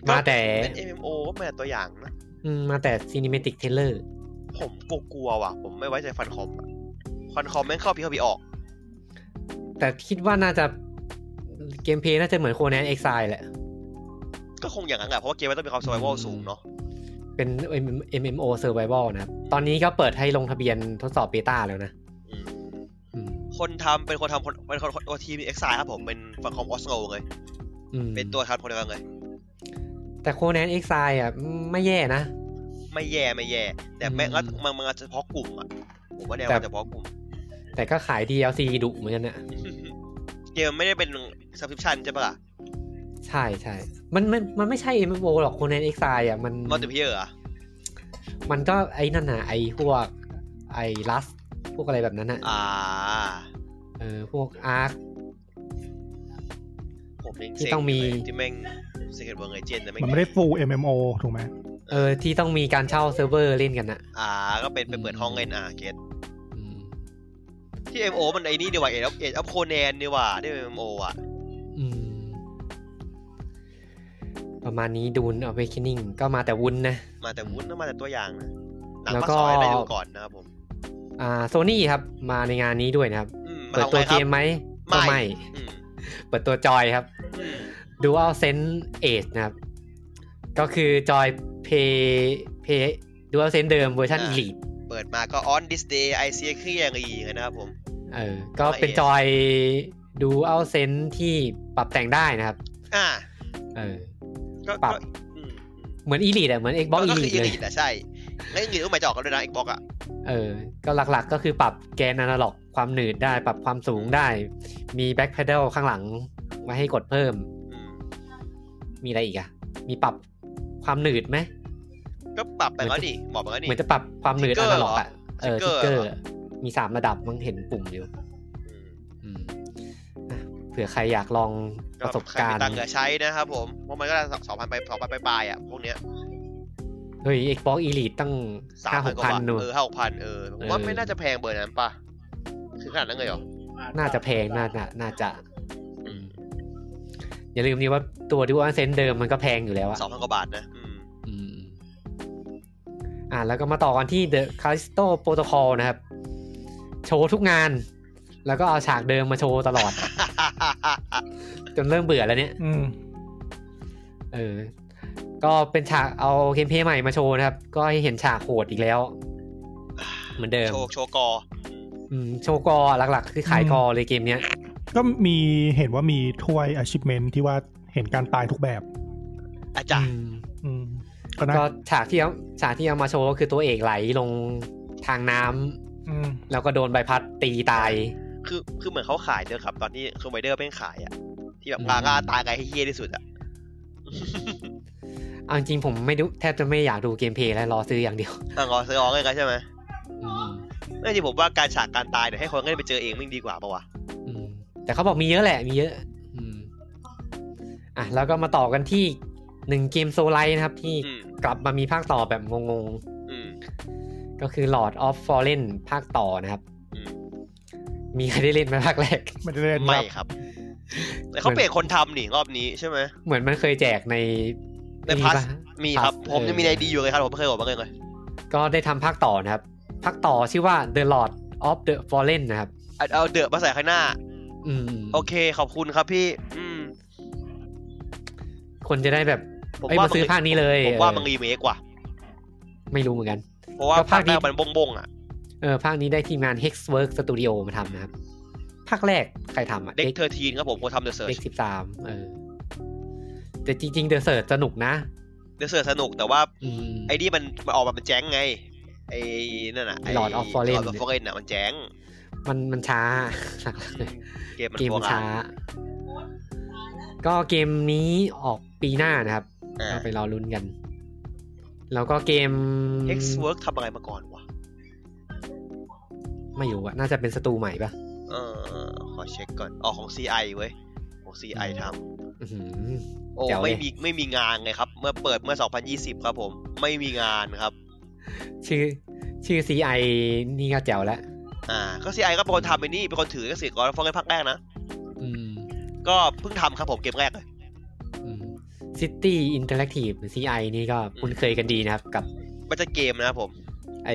Speaker 1: มาแต่
Speaker 2: เป็น MMO ก็มาตัวอย่างนะ
Speaker 1: อืมมาแต่ซีนิเมติกเทเลอร์
Speaker 2: ผมกลัวๆว่ะ ผมไม่ไว้ใจฟันคอมอะฟันคอมแม่งเข้าพี่เข้าพี่ออก
Speaker 1: แต่คิดว่าน่าจะเกมเพลย์น่าจะเหมือนโคนันเอ็กซายแหละ
Speaker 2: ก็คงอย่างนั้นแหละเพราะว่าเกมมันต้องมีความ survival สูงเนาะ
Speaker 1: เป็น MMO Survival นะครับ ตอนนี้ก็เปิดให้ลงทะเบียนทดสอบเบต้าแล้วนะ
Speaker 2: อืม
Speaker 1: อืม
Speaker 2: คนทำเป็นคนทำคนเป็นคนตัวทีมเอ็กซ์ไซครับผมเป็นฟันคอมออสโนเลย
Speaker 1: อืม
Speaker 2: เป็นตัวทัดคนเดียวกันเลย
Speaker 1: แต่โคนันเอ็กซายอ่ะไม่แย่นะ
Speaker 2: ไม่แย่ไม่แย่ แต่แม่ง
Speaker 1: อืม
Speaker 2: ก็มันมันเฉพาะกลุ่มอ่ะผมว่าแนว
Speaker 1: แต่
Speaker 2: มันเฉพาะกลุ่ม
Speaker 1: แต่ก็ขาย DLC ดุเหมือนกันนะ
Speaker 2: เกมไม่ได้เป็น subscription ใช่ปะล่ะ
Speaker 1: ใช่ใช่มันมันมันไม่ใช่ MMO หรอกโคนันเอ็กซายอ่ะมัน
Speaker 2: มัลติเพเยอร์อะ
Speaker 1: มันก็ไอ้นั่นน่ะไอ้พวกไอ้ลัสพวกอะไรแบบนั้นน่ะ
Speaker 2: อ่า
Speaker 1: เออพวกอาร์ค
Speaker 2: ผมยัง
Speaker 1: ที่ต้องมี
Speaker 2: เซ็ยู่เลยที่แม่งเซกเวิร์กเอเจนนะแม่ง
Speaker 4: มันไม่ได้ full MMO ถูกไหม
Speaker 1: เออที่ต้องมีการเช่าเซิร์ฟเวอร์เล่นกันน่ะ
Speaker 2: อ่า ก็เป็นไปเปิดห้องเล่นอ่าเกต
Speaker 1: อืม
Speaker 2: ที่ MO มันไอ้นี่ดีกว่าเอ็ดอัพเอ็ดอัพโคแนนดีกว่าที่ MO อ่ะ
Speaker 1: อืมประมาณนี้ดูนอเวคินิ่งก็มาแต่วุ้นนะ
Speaker 2: มาแต่วุ้นนะมาแต่ตัวอย่างนะหนัง
Speaker 1: แล้ว
Speaker 2: มา
Speaker 1: ก็
Speaker 2: ซอยได้ดูก่อนนะครับผม
Speaker 1: อ่าโซนี่ครับ มาในงานนี้ด้วยนะครับ
Speaker 2: อืมมา
Speaker 1: เปิด
Speaker 2: ทำ
Speaker 1: ตัวเก
Speaker 2: ไงครับ
Speaker 1: มไหมก็
Speaker 2: ไม่
Speaker 1: ไม่
Speaker 2: อืม
Speaker 1: เปิดตัวจอยครับ
Speaker 2: อืม
Speaker 1: Dual Sense Edge นะครับ ก็คือจอยเพย์เพย์ Dual Sense เดิมเวอร์ชัน
Speaker 2: อ่า
Speaker 1: Elite
Speaker 2: เปิดมาก็ on this day I see a clear อีกนะครับผม
Speaker 1: เออ ก็
Speaker 2: แล้ว
Speaker 1: เป็นจอย Dual Sense ที่ปรับแต่งได้นะครับ
Speaker 2: อ่า
Speaker 1: เออ
Speaker 2: ก็
Speaker 1: ปรับ
Speaker 2: ก็อืม
Speaker 1: เหมือน Elite อะเหมือน
Speaker 2: ก็
Speaker 1: Xbox
Speaker 2: ก็คือ
Speaker 1: Elite เลย
Speaker 2: elite อะใช่แล้ว elite ก็หมายจะออกกันด้วยนะ Xbox อ่ะ
Speaker 1: เออ ก็หลักๆก็คือปรับแกนอนาล็อกความหนืดได้ ปรับความสูงได้ มี Back Pedal ข้างหลังไว้ให้กดเพิ่ม
Speaker 2: อืม
Speaker 1: มีอะไรอีกอะมีปรับความหนืดไหม
Speaker 2: ก็ปรับไปแล้วนี่บอกไปแล้ว
Speaker 1: เห
Speaker 2: นี่
Speaker 1: มือนจะปรับความหนืดอ
Speaker 2: Trigger
Speaker 1: นาล็อกอะเออ
Speaker 2: เหร
Speaker 1: ทิ
Speaker 2: อ
Speaker 1: กเกอร์ มีสามระดับมั้งเห็นปุ่มอยู่
Speaker 2: อืม
Speaker 1: อืมอ่ะเผื่อใครอยากลองประสบ
Speaker 2: ใคร
Speaker 1: การ
Speaker 2: มี
Speaker 1: ณ์
Speaker 2: ตังค์เหลือใช้นะครับผมเพราะมันก็สองพันไปสองพันไปปลายๆอ่ะพวกเนี้ย
Speaker 1: เฮ้ย Xbox Elite ตั้ง
Speaker 2: สาม
Speaker 1: ห้าห
Speaker 2: พัน
Speaker 1: ก
Speaker 2: ก
Speaker 1: พัน
Speaker 2: ว่า
Speaker 1: นู่น
Speaker 2: เออห้าหกพันเออผมว่า
Speaker 1: เออ
Speaker 2: ไม่น่าจะแพงเบอร์นั้นปะถึงขนาดนั้นเลยเหรอ
Speaker 1: น่าจะแพงน่าน่าน่าจะ
Speaker 2: อืม
Speaker 1: อย่าลืมนี่ว่าตัว Dual Sense เดิมมันก็แพงอยู่แล้วอะ
Speaker 2: สองพันกว่าบาทนะ
Speaker 1: [laughs]
Speaker 2: อืม
Speaker 1: อืมอ่ะแล้วก็มาต่อกันที่ The Callisto Protocol นะครับ โชว์ทุกงาน แล้วก็เอาฉากเดิมมาโชว์ตลอด จนเริ่มเบื่อแล้วเนี่ย
Speaker 4: อืม
Speaker 1: เออ ก็เป็นฉากเอาเกมเพลย์ใหม่มาโชว์นะครับ ก็ให้เห็นฉากโหดอีกแล้ว เหมือนเดิม
Speaker 2: โชว์โชว์กอ
Speaker 1: อืมโชว์กอหลักๆ คือขายกอเลยเกมเนี้ย
Speaker 4: ก็มีเห็นว่ามีถ้วย achievement ที่ว่าเห็นการตายทุกแบบ
Speaker 2: อาจารย์
Speaker 1: อืม
Speaker 4: อืม ก็นะ
Speaker 1: ก็ฉากที่เอาฉากที่เอามาโชว์ก็คือตัวเอกไหลลงทางน้ำ
Speaker 4: อืม
Speaker 1: แล้วก็โดนใบพัดตีตาย
Speaker 2: คือคือเหมือนเขาขายด้วยครับ ตอนที่คือไวเดอร์เป็นขายอ่ะ ที่แบบ
Speaker 1: อืม
Speaker 2: ลาก้าตายไกลให้เฮี้ยที่สุดอ่ะ
Speaker 1: เอาจริงๆผมไม่ดูแทบจะไม่อยากดูเกมเพลย์แล้วรอซื้ออย่างเดียว
Speaker 2: อ่ะงอซื้อออกเลยกันใช่ไหม
Speaker 1: อืม
Speaker 2: เออจริงผมว่าการฉากการตายเนี่ยให้คนเล่นไปเจอเองมันดีกว่าปะวะ
Speaker 1: อืมแต่เขาบอกมีเยอะแหละ มีเยอะ อืมอ่ะแล้วก็มาต่อกันที่หนึ่งเกมโซลไลท์นะครับ ที่
Speaker 2: อืม
Speaker 1: กลับมามีภาคต่อแบบงงๆ
Speaker 2: อืม
Speaker 1: ก็คือ Lord of Fallen ภาคต่อนะครับ
Speaker 2: อืม
Speaker 1: มีใครได้เล่นไหมภาคแรก
Speaker 4: ไม่ได้เล่น
Speaker 2: ไม่
Speaker 4: ค
Speaker 2: ครั
Speaker 4: รับ
Speaker 2: บ แต่เขาเปลี่ยนคนทำนี่รอบนี้ใช่ไหม
Speaker 1: เหมือนมันเคยแจกใน
Speaker 2: ใน Plus
Speaker 1: ปะ
Speaker 2: มีครับ
Speaker 1: เออ
Speaker 2: ผมยังมีในดีอยู่เลยครับ ผมไม่เคยบอกมาเลยเลย
Speaker 1: ก็ได้ทำภาคต่อนะครับ ภาคต่อชื่อว่า The Lord of the Fallen นะครับ
Speaker 2: อ่ะเอาเดอะมาใส่ข้างหน้า
Speaker 1: อืม
Speaker 2: โอเค ขอบคุณครับพี่ อืม
Speaker 1: คนจะได้แบบ
Speaker 2: ผม
Speaker 1: เอ้ย
Speaker 2: ว่า
Speaker 1: มาซื้อ
Speaker 2: มัน
Speaker 1: ภาคนี้เลย
Speaker 2: ผมว่ามัน
Speaker 1: เออ
Speaker 2: รีเมคว่ะ
Speaker 1: ไม่รู้เหมือนกัน
Speaker 2: เพราะว่า
Speaker 1: ก็ภา
Speaker 2: ภา
Speaker 1: ค
Speaker 2: ค
Speaker 1: นี้
Speaker 2: แรกมันบงบงๆอ่ะ
Speaker 1: เออภาคนี้ได้ทีมงาน Hexwork Studio มาทำนะครับ ภาคแรกใครทำอ่ะ
Speaker 2: เด็กเธอทีนครับผมคนทำเดอะเซิร์
Speaker 1: เด็
Speaker 2: ช
Speaker 1: กสิบสามเออ แต่จริงๆ The Search สนุกนะ
Speaker 2: เดอะเซิร์ชสนุกแต่ว่า
Speaker 1: อืม
Speaker 2: ไอ้นี่มันมันออกมาเป็นแจ้งไง ไอ้นั่นน่ะ
Speaker 1: Lord of Fallen
Speaker 2: หลอดออฟฟอเรนน่ะมันแจ้ง
Speaker 1: มันมัน
Speaker 2: [laughs]
Speaker 1: ช้าหลักๆเลย
Speaker 2: เกมมัน
Speaker 1: เกม
Speaker 2: โบรณ
Speaker 1: ช้า ก็เกมนี้ออกปีหน้านะครับ
Speaker 2: อ่า
Speaker 1: ก็ไปรอลุ้นกัน แล้วก็เกม
Speaker 2: X Work ทำอะไรมาก่อนวะ
Speaker 1: ไม่อยู่อะน่าจะเป็นสตูใหม่ปะ
Speaker 2: เออขอเช็คก่อนอ๋อของ CI เว้ยของ CI ทำ
Speaker 1: อื้อหือ
Speaker 2: โอ้
Speaker 1: แจ๋วเลย
Speaker 2: ไม่มีไม่มีงานไงครับ เมื่อเปิดเมื่อ 2020 ครับผม ไม่มีงานครับ
Speaker 1: ชื่อชื่อ CI นี่ก็แจ๋วแล้ว
Speaker 2: อ่าก็ซีไอก็เป็นคนทำไปนี่เป็นคนถือก็สิก่อนฟองเงินภาคแรกนะ
Speaker 1: อืม
Speaker 2: ก็เพิ่งทำครับผมเกมแรกเลย
Speaker 1: อืม City Interactive หรือ CI นี่ก็คุ้นเคยกันดีนะครับ กับ
Speaker 2: มันจะเกมนะครับผม
Speaker 1: ไอ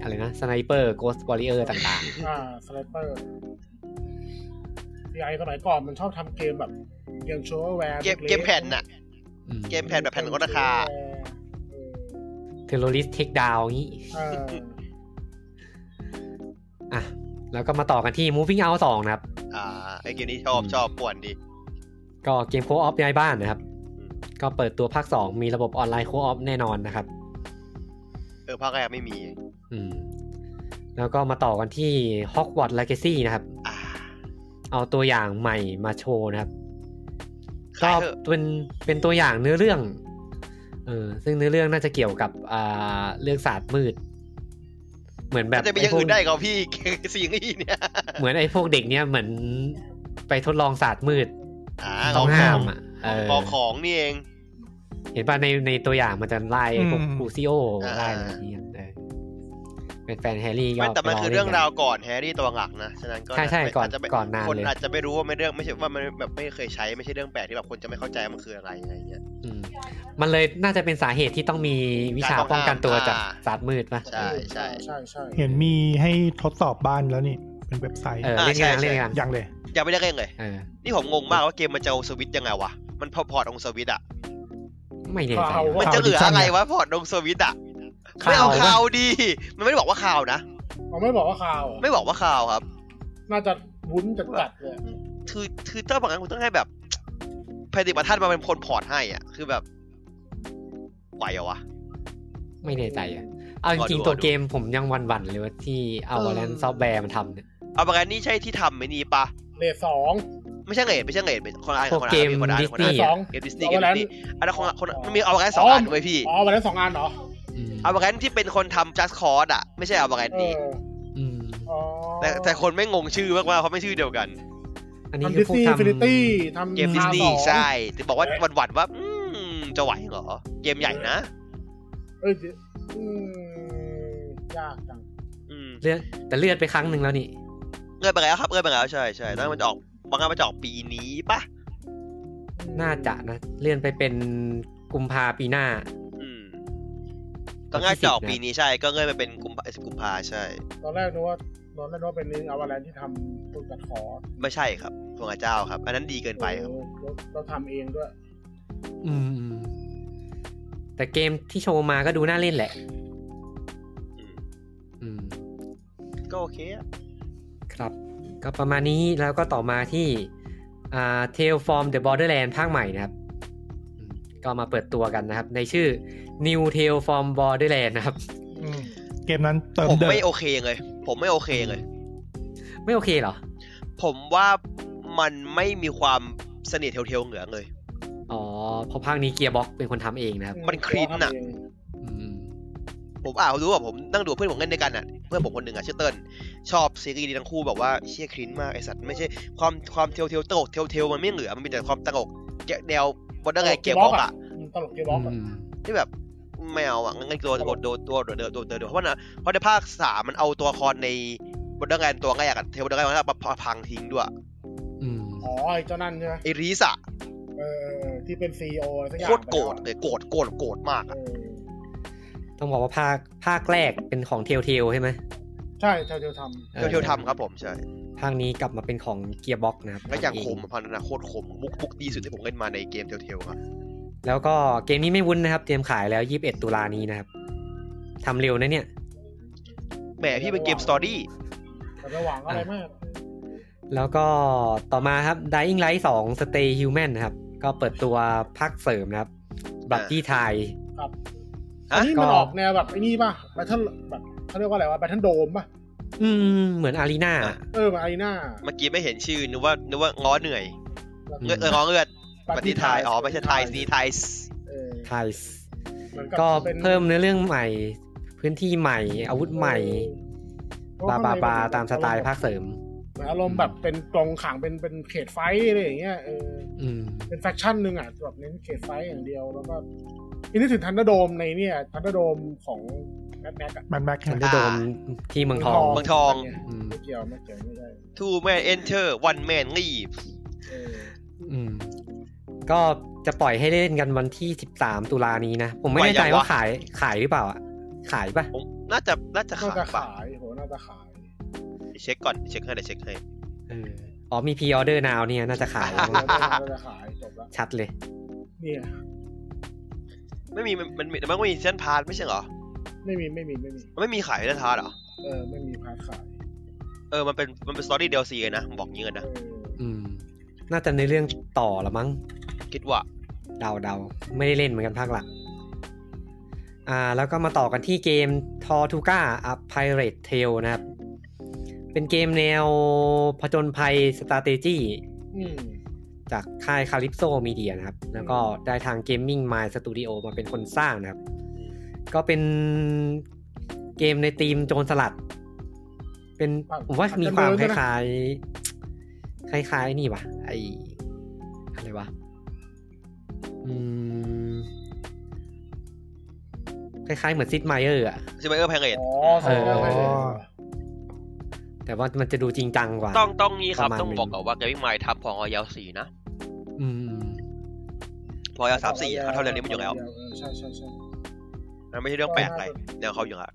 Speaker 1: อะไรนะ Sniper Ghost Warrior ต่าง
Speaker 3: อ่าสไนเปอร์ไอสมัยก่อนมันชอบทำเกมแบบเกมโชว์แวร์
Speaker 2: เกมเกมแผ่นน่ะ
Speaker 1: ๆอื
Speaker 2: เกมแผ่นแบบแผ่นลดราคา
Speaker 1: เทอร์โรลิสเทคดาวงี้
Speaker 3: เออ
Speaker 1: อ่ะ แล้วก็มาต่อกันที่ Moving Out 2 นะครับ
Speaker 2: อ่าไอเกมนี้ชอบชอบป่วนดี
Speaker 1: ก็เกมโคออฟย้ายบ้านนะครับ ก็เปิดตัวภาค 2 มีระบบออนไลน์โคออฟแน่นอนนะครับ
Speaker 2: เออภาคแรกไม่มี
Speaker 1: อืม แล้วก็มาต่อกันที่ Hogwarts Legacy นะครับ
Speaker 2: อ่า
Speaker 1: เอาตัวอย่างใหม่มาโชว์นะครับ
Speaker 2: ขาย
Speaker 1: ก็
Speaker 2: เถอะ
Speaker 1: เป็นเป็นตัวอย่างเนื้อเรื่อง เออซึ่งเนื้อเรื่องน่าจะเกี่ยวกับอ่าเรื่องศาสตร์มืด เหมือนแบ
Speaker 2: มั
Speaker 1: บ
Speaker 2: นจะมีอย่างอื่นได้กับพี่ [laughs] ซีรีส์เนี่ย
Speaker 1: เหมือนไอ้พวกเด็กเนี้ยเหมือนไปทดลองศาสตร์มืด
Speaker 2: อ่า
Speaker 1: ต้
Speaker 2: เอา
Speaker 1: อง
Speaker 2: ข
Speaker 1: ห้า
Speaker 2: อง
Speaker 1: มอ่ะเออ
Speaker 2: เอาของนี่เอง
Speaker 1: เห็นป่ะในในตัวอย่างมันจะไล่ไอ้พวก
Speaker 4: อืม
Speaker 1: ครูซิโอ
Speaker 2: อ่า
Speaker 1: ไล่อะไรอย่างเงี้ยเออเป็นแฟนแฮร์รี่ก็
Speaker 2: ไม่แต่มัน
Speaker 1: ไป
Speaker 2: คือ
Speaker 1: ล่น
Speaker 2: เรื่อง
Speaker 1: กัน
Speaker 2: ราวก่อนแฮร์รี่ตัวหลักนะ ฉะนั้นก็
Speaker 1: ใช่ใช่
Speaker 2: ไม่
Speaker 1: ก่อน
Speaker 2: จจะไม่
Speaker 1: ก่อนนาน
Speaker 2: คน
Speaker 1: เลย
Speaker 2: อาจจะไม่รู้ว่าไม่เรื่องไม่ใช่ว่ามันแบบไม่เคยใช้ไม่ใช่เรื่องแปลกที่แบบคนจะไม่เข้าใจมันคืออะไรอะไรเงี้ย
Speaker 1: อืมมันเลยน่าจะเป็นสาเหตุที่ต้องมีวิชาป้องกันตัวจากศาสตร์มืดป่ะ
Speaker 2: ใช่ใช่
Speaker 3: ใช่ใช่
Speaker 4: เห็นมีให้ทดสอบบ้านแล้วนี่ เป็นเว็บไซต์
Speaker 1: เออ
Speaker 2: อ่า
Speaker 1: เล่นกัน
Speaker 2: ใช่
Speaker 1: เล่นกัน
Speaker 4: ยังเลย
Speaker 2: ยังไม่ได้เล่นเลย
Speaker 1: เออ
Speaker 2: นี่ผมงงมากว่าเกมมันจะเอาสวิตช์ยังไงวะ มันพอพอร์ตองค์สวิตช์อะ
Speaker 1: ไม่แน่ใจ
Speaker 3: ข่าว
Speaker 2: มั
Speaker 3: ว่าน
Speaker 4: ข่าว
Speaker 2: จะเหลือ
Speaker 4: ดิจิทัล
Speaker 2: อะไรวะพอร์ตองค์สวิตช์อะ
Speaker 1: ข่าว
Speaker 2: ไม่เอาข่าวดี มันไม่ได้บอกว่าข่าวนะ
Speaker 3: เขาไม่บอกว่าข่าวเหรอ
Speaker 2: ไม่บอกว่าข่าวครับ
Speaker 3: น่าจะวุ้นจัดจัดๆเลย
Speaker 2: คือคือถ้าบางครั้งคุณต้องให้แบบแพดิบัท่านมาเป็นคนพอร์ตให้อ่ะ คือแบบไหวเหรอวะ
Speaker 1: ไม่แน่ใจอ่ะ เอาจริง
Speaker 2: รอดู
Speaker 1: ๆ ตัว
Speaker 2: รอดู
Speaker 1: เกมผมยังหวันๆเลยว่าที่เอา
Speaker 2: เออ
Speaker 1: แลนซอฟต์แวร์มาทำเนี่ย
Speaker 2: เอาบางครั้งนี่ใช่ที่ทำไม่นี่ปะ
Speaker 3: เลทสอง
Speaker 2: ไม่ใช่เงรดไม่ใช่เงรดเป็นคนละอัน
Speaker 1: พวก
Speaker 2: คนละ
Speaker 1: เก
Speaker 2: อั
Speaker 1: ม
Speaker 2: นคนละอัน
Speaker 1: ดิส
Speaker 2: คน
Speaker 1: นี
Speaker 2: ละอัน
Speaker 1: ย์
Speaker 3: สอง
Speaker 2: เกมดิสนีย์เกมดิสนีย์อันนั้นคนละคนละมันมีเอาบางครั้งสองอันไว้ยพี่
Speaker 3: อ๋อวันนั้นสองอันเหรอ
Speaker 1: อืม
Speaker 2: เอาบางครั้งที่เป็นคนทำ just cause อ่ะ ไม่ใช่เอาบางครั้ง
Speaker 3: เอ
Speaker 2: นี้
Speaker 3: อ
Speaker 1: อืม
Speaker 3: อ๋อ
Speaker 2: แต่แต่คนไม่งงชื่อมากว่าเขาะไม่ชื่อเดียวกัน
Speaker 1: อันนี้
Speaker 3: ทำ
Speaker 1: คื
Speaker 3: ดิ
Speaker 1: อ
Speaker 3: ส
Speaker 1: พวก
Speaker 3: นีย์
Speaker 1: ทำ
Speaker 3: ฟินิตี้ทำ
Speaker 2: เกมดิสนีย์
Speaker 3: ข่าวอง
Speaker 2: ใช่แต่บอกว่าหวั่นๆว่าอืมจะไหวเหรอ เกมใหญ่นะ
Speaker 3: เอ้ยอืมยากจัง
Speaker 2: อืม
Speaker 1: เลือดแต่เลือดไปครั้งหนึ่งแล้วนี่
Speaker 2: เงินไปแล้วครับเงินไปแล้วใช่ใช่แล้วมันจะออกบางครั้งมันจะออกปีนี้ปะ
Speaker 1: น่าจะนะ เลื่อนไปเป็นกุมภาปีหน้า
Speaker 2: อืม ก็ง่ายจะออกปีนี้ใช่ ก็เงื่อนไปเป็นกุมภาเอ่อกุมภาใช่
Speaker 3: ตอนแรกนึกว่าตอนแรกนึกว่าเป็นเอาอะไรที่ทำตุกจัดขอ
Speaker 2: ไม่ใช่ครับพระเจ้าครับ อันนั้นดีเกินไปครับ
Speaker 3: เราเราทำเองด้วย
Speaker 1: อืมอืมแต่เกมที่โชว์มาก็ดูน่าเล่นแหละ
Speaker 2: อืม
Speaker 1: อืม
Speaker 2: ก็โอเคอะ
Speaker 1: ครับ ก็ประมาณนี้แล้วก็ต่อมาที่อ่า Tale from the Borderland ภาคใหม่นะครับอืมก็มาเปิดตัวกันนะครับ ในชื่อ New Tale from Borderland นะครับ
Speaker 4: อืมเกมนั้นเติม
Speaker 2: ผม
Speaker 4: เดิม
Speaker 2: ไม่โอเคเลย ผมไม่โอเคเลย
Speaker 1: ไม่โอเคเหรอ
Speaker 2: ผมว่ามันไม่มีความเสน่ห์เทลๆเหลือเลย
Speaker 1: อ๋อเพราะภาคนี้เกียร์บ็อกเป็นคนทำเองนะครับ
Speaker 2: มันคลีนอะ
Speaker 1: อืม
Speaker 2: ผมอ่ารู้ว่าผมนั่งดูเพื่อนผมเล่นด้วยกันอ่ะเพื่อนผมคนหนึ่งอ่ะชื่อเติ้ลชอบซีรีส์นี้ทั้งคู่แบบว่าเชี่ยคลิ้นมากไอสัตว์ไม่ใช่ความความเทลเทลตลกเทลเทลมันไม่เหลือมันมีแต่ความตลกแกะแนวบอดเดอร์ไงเกมบอกอ่ะ
Speaker 3: ตลกเกมบล็อกอะ
Speaker 1: อืม
Speaker 2: ที่แบบไม่เอาอ่ะงั้นตัวตัวตัวตัวเดิมตัวเดิมเพราะว่านะเพราะในภาคสามมันเอาตัวละครในบอดเดอร์ไงตัวแรกอ่ะเทลบอดเดอร์ไงมาพังทิ้งด้วย
Speaker 1: อืม
Speaker 3: อ๋อไอ้เจ้านั่นใช่ไหม
Speaker 2: ไอรีสอ่ะ
Speaker 3: เออที่เป็นซีโอสักอ
Speaker 2: โค
Speaker 3: ย่าง
Speaker 2: ตรโกรธเลยโกรธโกรธโกรธมาก
Speaker 3: เอ
Speaker 2: อ่ะ
Speaker 3: อ
Speaker 1: ต้องบอกว่าภาคภาคแรกเป็นของเทลเทลใช่ไหม
Speaker 3: ใช่เจ้าเจ้าท
Speaker 2: เทลเทลทำครับผมใช่
Speaker 1: ภาคนี้กลับมาเป็นของเกียร์บ็อกนะครับ
Speaker 2: แล้วอย่าง
Speaker 1: ทำเ
Speaker 2: คมอะพันธนาโคตรคมมุกมุกดีสุดที่ผมเล่นมาในเกมเทลเทลอ่ะ
Speaker 1: แล้วก็เกมนี้ไม่วุ้นนะครับ เตรียมขายแล้ว 21 ตุลานี้นะครับทำเร็วนะเนี่ย
Speaker 2: แหมพี่เป็นเกมสตอรี่
Speaker 3: ำแต่จะหวังอะไรมาก
Speaker 1: แล้วก็ต่อมาครับ Dying Light 2 Stay Human นะครับ ก็เปิดตัวภาคเสริมนะครับ บัตตี้ไทย
Speaker 3: ครับ
Speaker 2: ฮะ
Speaker 3: อันนี้มัน
Speaker 1: ก็
Speaker 3: ออกแนวแบบไอ้นี่ป่ะแบทเทิลแบบเขาเรียกว่าอะไรวะแบทเทิลโดมป่ะ
Speaker 1: อืม เหมือนอารีนา
Speaker 3: เออมาอารีนา
Speaker 2: เมื่อกี้ไม่เห็นชื่อนึกว่านึกว่าง้อเหนื่อย
Speaker 3: แล้ว
Speaker 2: เงือ
Speaker 1: ม
Speaker 2: เออง้อเงือดปฏิทายอ๋อไม่ใช่ไทยสีไทย
Speaker 3: เออ
Speaker 1: ไทย
Speaker 3: หมือนบ
Speaker 1: ก็
Speaker 3: ป็น
Speaker 1: เพิ่มเนื้อเรื่องใหม่ พื้นที่ใหม่ อาวุธใหม่ บาบาบาตามสไตล์ภาคเสริม
Speaker 3: เหมือนอารมณ์แบบเป็นกองขังเป็นเป็นเขตไฟท์อะไรอย่างเงี้ยเออ
Speaker 1: อืม
Speaker 3: เป็นแฟคชั่นหนึ่งอ่ะแบบเน้นเขตไฟท์อย่างเดียวแล้วก็อินนี่ถึงทันเดอร์โดมในเนี่ยทันเดอร์โดมของแมทแม็กอะ
Speaker 4: มันแม็ก
Speaker 1: มันจะโดนที่เมืองทอง
Speaker 3: เมื
Speaker 2: เมือ
Speaker 3: อง ง
Speaker 2: ท
Speaker 3: ท
Speaker 2: อ
Speaker 3: อง ง
Speaker 1: อืม
Speaker 3: ไม่เกี่ยวไม่เกี่ยวไม่ได้
Speaker 2: two man enter one man leave
Speaker 3: เออ
Speaker 1: อืม ก็ จะปล่อยให้เล่นกันวันที่ 13 ตุลานี้นะ ผมไม่
Speaker 2: ปล่อย
Speaker 1: แน่ใจ
Speaker 2: ยั
Speaker 1: ว่าว
Speaker 2: งะ
Speaker 1: ขายขายหรือเปล่าอะขายปะ
Speaker 2: ผมน่าจะน่าจะ
Speaker 3: น่า
Speaker 2: ขาย
Speaker 3: จะ
Speaker 2: ป่ะ
Speaker 3: ขายโหน่าจะขาย
Speaker 2: เดี๋ยวเช็คก่อนเช็คให้เดี๋ยวเช็คให้
Speaker 1: เอออ๋อมีพีออเดอร์นาวเนี่ยน่าจะขาย
Speaker 2: อ่
Speaker 3: น่าจะขายจบละ
Speaker 1: [laughs] ชัดเลย
Speaker 3: นี่ไง
Speaker 2: ไม่มีมันมันมันไม่มีเส้นพาร์ทไม่ใช่เหรอ
Speaker 3: ไม่มีไม่มีไม่มี
Speaker 2: มันไม่มีขายเส้นพาร์ทเหรอ
Speaker 3: เออไม่มีพาร์ทขาย
Speaker 2: เออมันเป็นมันเป็นสตอรี่เดลซีนะผมบอกงี้กันนะ
Speaker 3: เออ
Speaker 1: อืม น่าจะในเรื่องต่อละมั้ง
Speaker 2: คิดว่า
Speaker 1: เดาเดาไม่ได้เล่นเหมือนกันภาคหลัก อ่า แล้วก็มาต่อกันที่เกม t o r t u g a A Pirate Tale นะครับ เป็นเกมแนวผจญภัย Strategy
Speaker 3: อืม
Speaker 1: จากค่าย Calypso Media นะครับ แล้วก็ได้ทาง Gaming Mind Studio มาเป็นคนสร้างนะครับ ก็เป็นเกมในธีมโจรสลัด เป็นผมว่ามีความคล้ายๆ คล้ายๆ นี่วะไออะไรวะ อืม คล้ายๆ เหมือนซิดไมเออร์อะ
Speaker 2: ซิมเออร์แพงเอท
Speaker 3: อ๋อ
Speaker 1: เอ
Speaker 3: ใช่
Speaker 1: อ
Speaker 3: ใช่ใช่
Speaker 1: แต่ว่ามันจะดูจริงจังกว่า
Speaker 2: ต้องต้องงี้ครั
Speaker 1: ประ
Speaker 2: บ
Speaker 1: มาณ
Speaker 2: ต้อ
Speaker 1: ห
Speaker 2: ง
Speaker 1: นึ่ง
Speaker 2: บอกก่อนว่าเกมมิ่งไมล์ทับของออยสี่นะ
Speaker 1: อืม
Speaker 2: พอยสามสี่เขาเท่าเร็วนี้มันอยู่แล้ว
Speaker 3: เออใช่ใช่ใช่
Speaker 2: มันไม่ใช่เรื่องแปลกอะไรเดี๋ยวเขาอยู่ละ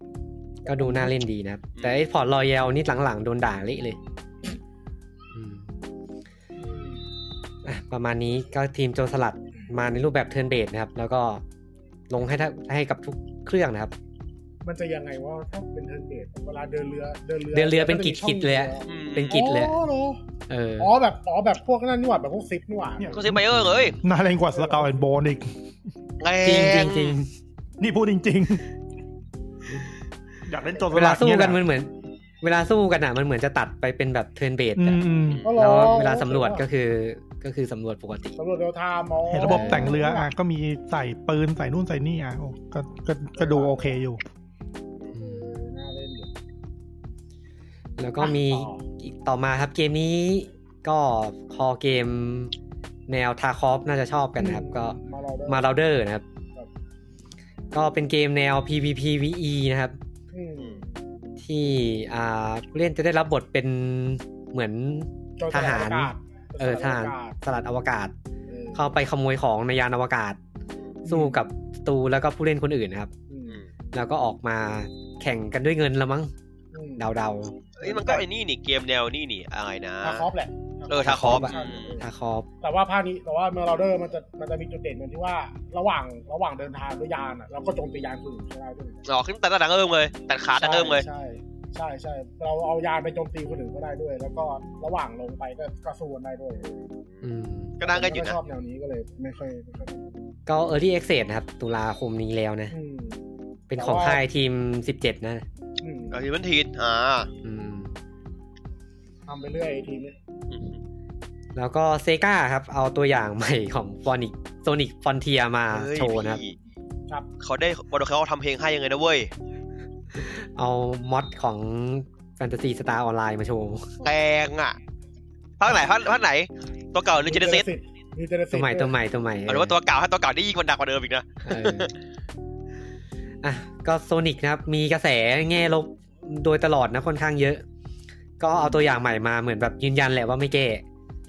Speaker 1: ก็ดูน่าเล่นดีนะครับ แต่ไอ้พอร์ตรอยลนี่หลังๆ โดนด่าเละเลย อืม อ่ะประมาณนี้ก็ทีมโจรสลัดมาในรูปแบบเทิร์นเบสนะครับ แล้วก็ลงให้ท่าให้กับทุกเครื่องนะครับ
Speaker 3: มันจะยังไงว่าถ้าเป็นเทิร์นเบสเวลาเดินเรือเดินเรือ
Speaker 1: เดินเรือเป็นกิจกิจเลยอะ
Speaker 2: อืม
Speaker 1: เป็นกิจ เลยอะ
Speaker 3: อ๋อเหรอ
Speaker 1: เออ
Speaker 3: อ๋อแบบอ๋อแบบพวกนั่นนี่หว่าแบบพวกซิปนี่หว่า
Speaker 2: ก็ซื้อไปเออเลย
Speaker 4: น่าเล่นกว่าสกาวแอนโบนอีก
Speaker 2: แรง
Speaker 1: จริงจริงจริง
Speaker 4: นี่พูดจริง ๆ อยากเล่นตัว
Speaker 1: เวลาสู้กัน
Speaker 4: มั
Speaker 1: มันเหมือน เวลาสู้กันอ่ะมันเหมือนจะตัดไปเป็นแบบเทิร์นเบสอะ
Speaker 3: อ๋อเหร
Speaker 1: แล้
Speaker 3: อ
Speaker 1: วเวลาสำรวจก็คือก็คือสำรวจปกติ
Speaker 3: สำรวจเดลทามอ๋อ
Speaker 4: เห็นระบบแต่งเรืออ่ะก็มีใส่ปืนใส่นู่นใส่นี่อ่ะโอ้ก็ก็ก็ดูโอเคอยู่
Speaker 3: เออน่าเล่นอยู่
Speaker 1: แล้วก็มี
Speaker 3: อ่ะต่ออี
Speaker 1: กต่อมาครับเกมนี้ก็คอเกมแนวทาคอฟน่าจะชอบกันนะครับ ก็
Speaker 3: มาเราได้
Speaker 1: มาเราเดอร์นะครับ
Speaker 3: ครับ
Speaker 1: ก็เป็นเกมแนว PVP VE นะครับ
Speaker 3: อืม
Speaker 1: ที่อ่าผู้เล่นจะได้รับบทเป็นเหมือน
Speaker 3: โจรส
Speaker 1: ท
Speaker 3: ลัด
Speaker 1: หาร
Speaker 3: อวกาศ
Speaker 1: เออ
Speaker 3: โจร
Speaker 1: ท
Speaker 3: ส
Speaker 1: หารส
Speaker 3: ลัดอวกาศ
Speaker 1: ลัดอวกาศ
Speaker 3: เออ
Speaker 1: เข้าไปขโมยของในยานอวกาศ สู้กับศัตรูแล้วก็ผู้เล่นคนอื่นนะครับ
Speaker 3: อืม
Speaker 2: อืม
Speaker 1: แล้วก็ออกมาแข่งกันด้วยเงินละมั้ง
Speaker 3: อืม
Speaker 1: เดา
Speaker 2: เอ้ยมันก็ไอ้นี่นี่เกมแนวนี่นี่อะไรนะ
Speaker 3: ทาคอฟแหละ
Speaker 2: เออทาคอฟอะ
Speaker 3: ใช่เออ
Speaker 1: ๆทาคอป
Speaker 3: แต่ว่าภาคนี้แต่ว่าเมอร์เดอร์มันจะมันจะมีจุดเด่นตรงที่ว่าระหว่างระหว่างเดินทางด้วยยานอ่ะเราก็โจมตียานคนอื่นใช่ไหมด้วย
Speaker 2: หลอกขึ้นแต่ดังเอิ่มเลยแต่ขาดังเอิ่มเลย
Speaker 3: ใช่ใช่ใช่เราเอายานไปโจมตีคนอื่นก็ได้ด้วย แล้วก็ระหว่างลงไปก็ก็สู้กันได้ด้วย
Speaker 1: อืม
Speaker 2: ก็ดังกันอยู่นะ
Speaker 3: ชอบแนวนี้ก็เลยไม่ค่อยไม่ค่อย
Speaker 1: ก็ Early Access นะครับ ตุลาคมนี้แล้วนะ
Speaker 3: อืม
Speaker 1: เป็นของ
Speaker 3: แต่ว่า
Speaker 1: ค่ายทีม 17 นะ
Speaker 3: อืม
Speaker 2: เออมันทีนอ่า
Speaker 1: อืม
Speaker 3: ทำไปเรื่อยไอ้ทีมนี้
Speaker 2: อืม
Speaker 1: แล้วก็เซกาครับ เอาตัวอย่างใหม่ของฟอนิกโซนิกฟอนเทียมา
Speaker 2: เฮ้ย
Speaker 1: โชว์นะครับ
Speaker 2: พี่
Speaker 3: ครับ
Speaker 2: เขาได้บอดเขาทำเพลงให้ยังไงนะเว้ย
Speaker 1: เอามอดของแฟนตาซีสตาร์ออนไลน์มาโช
Speaker 3: [laughs]
Speaker 1: ว์
Speaker 2: แรงอ่ะภาคไหนภาคภาคไหน ตัวเก่าหรือเจเนซิส
Speaker 3: มีเจเนซิ
Speaker 1: ตัวใหม่ตัวใหม่ตัวใหม่
Speaker 2: หรือว่าตัวเก่าถ้าตัวเก่านี่ยิ่งมันดักกว่าเดิมอีกนะ
Speaker 1: เอออ่ะก็โซนิกนะครับ มีกระแสแง่ลบโดยตลอดนะค่อนข้างเยอะ ก็เอาตัวอย่างใหม่มาเหมือนแบบยืนยันแหละว่าไม่แก้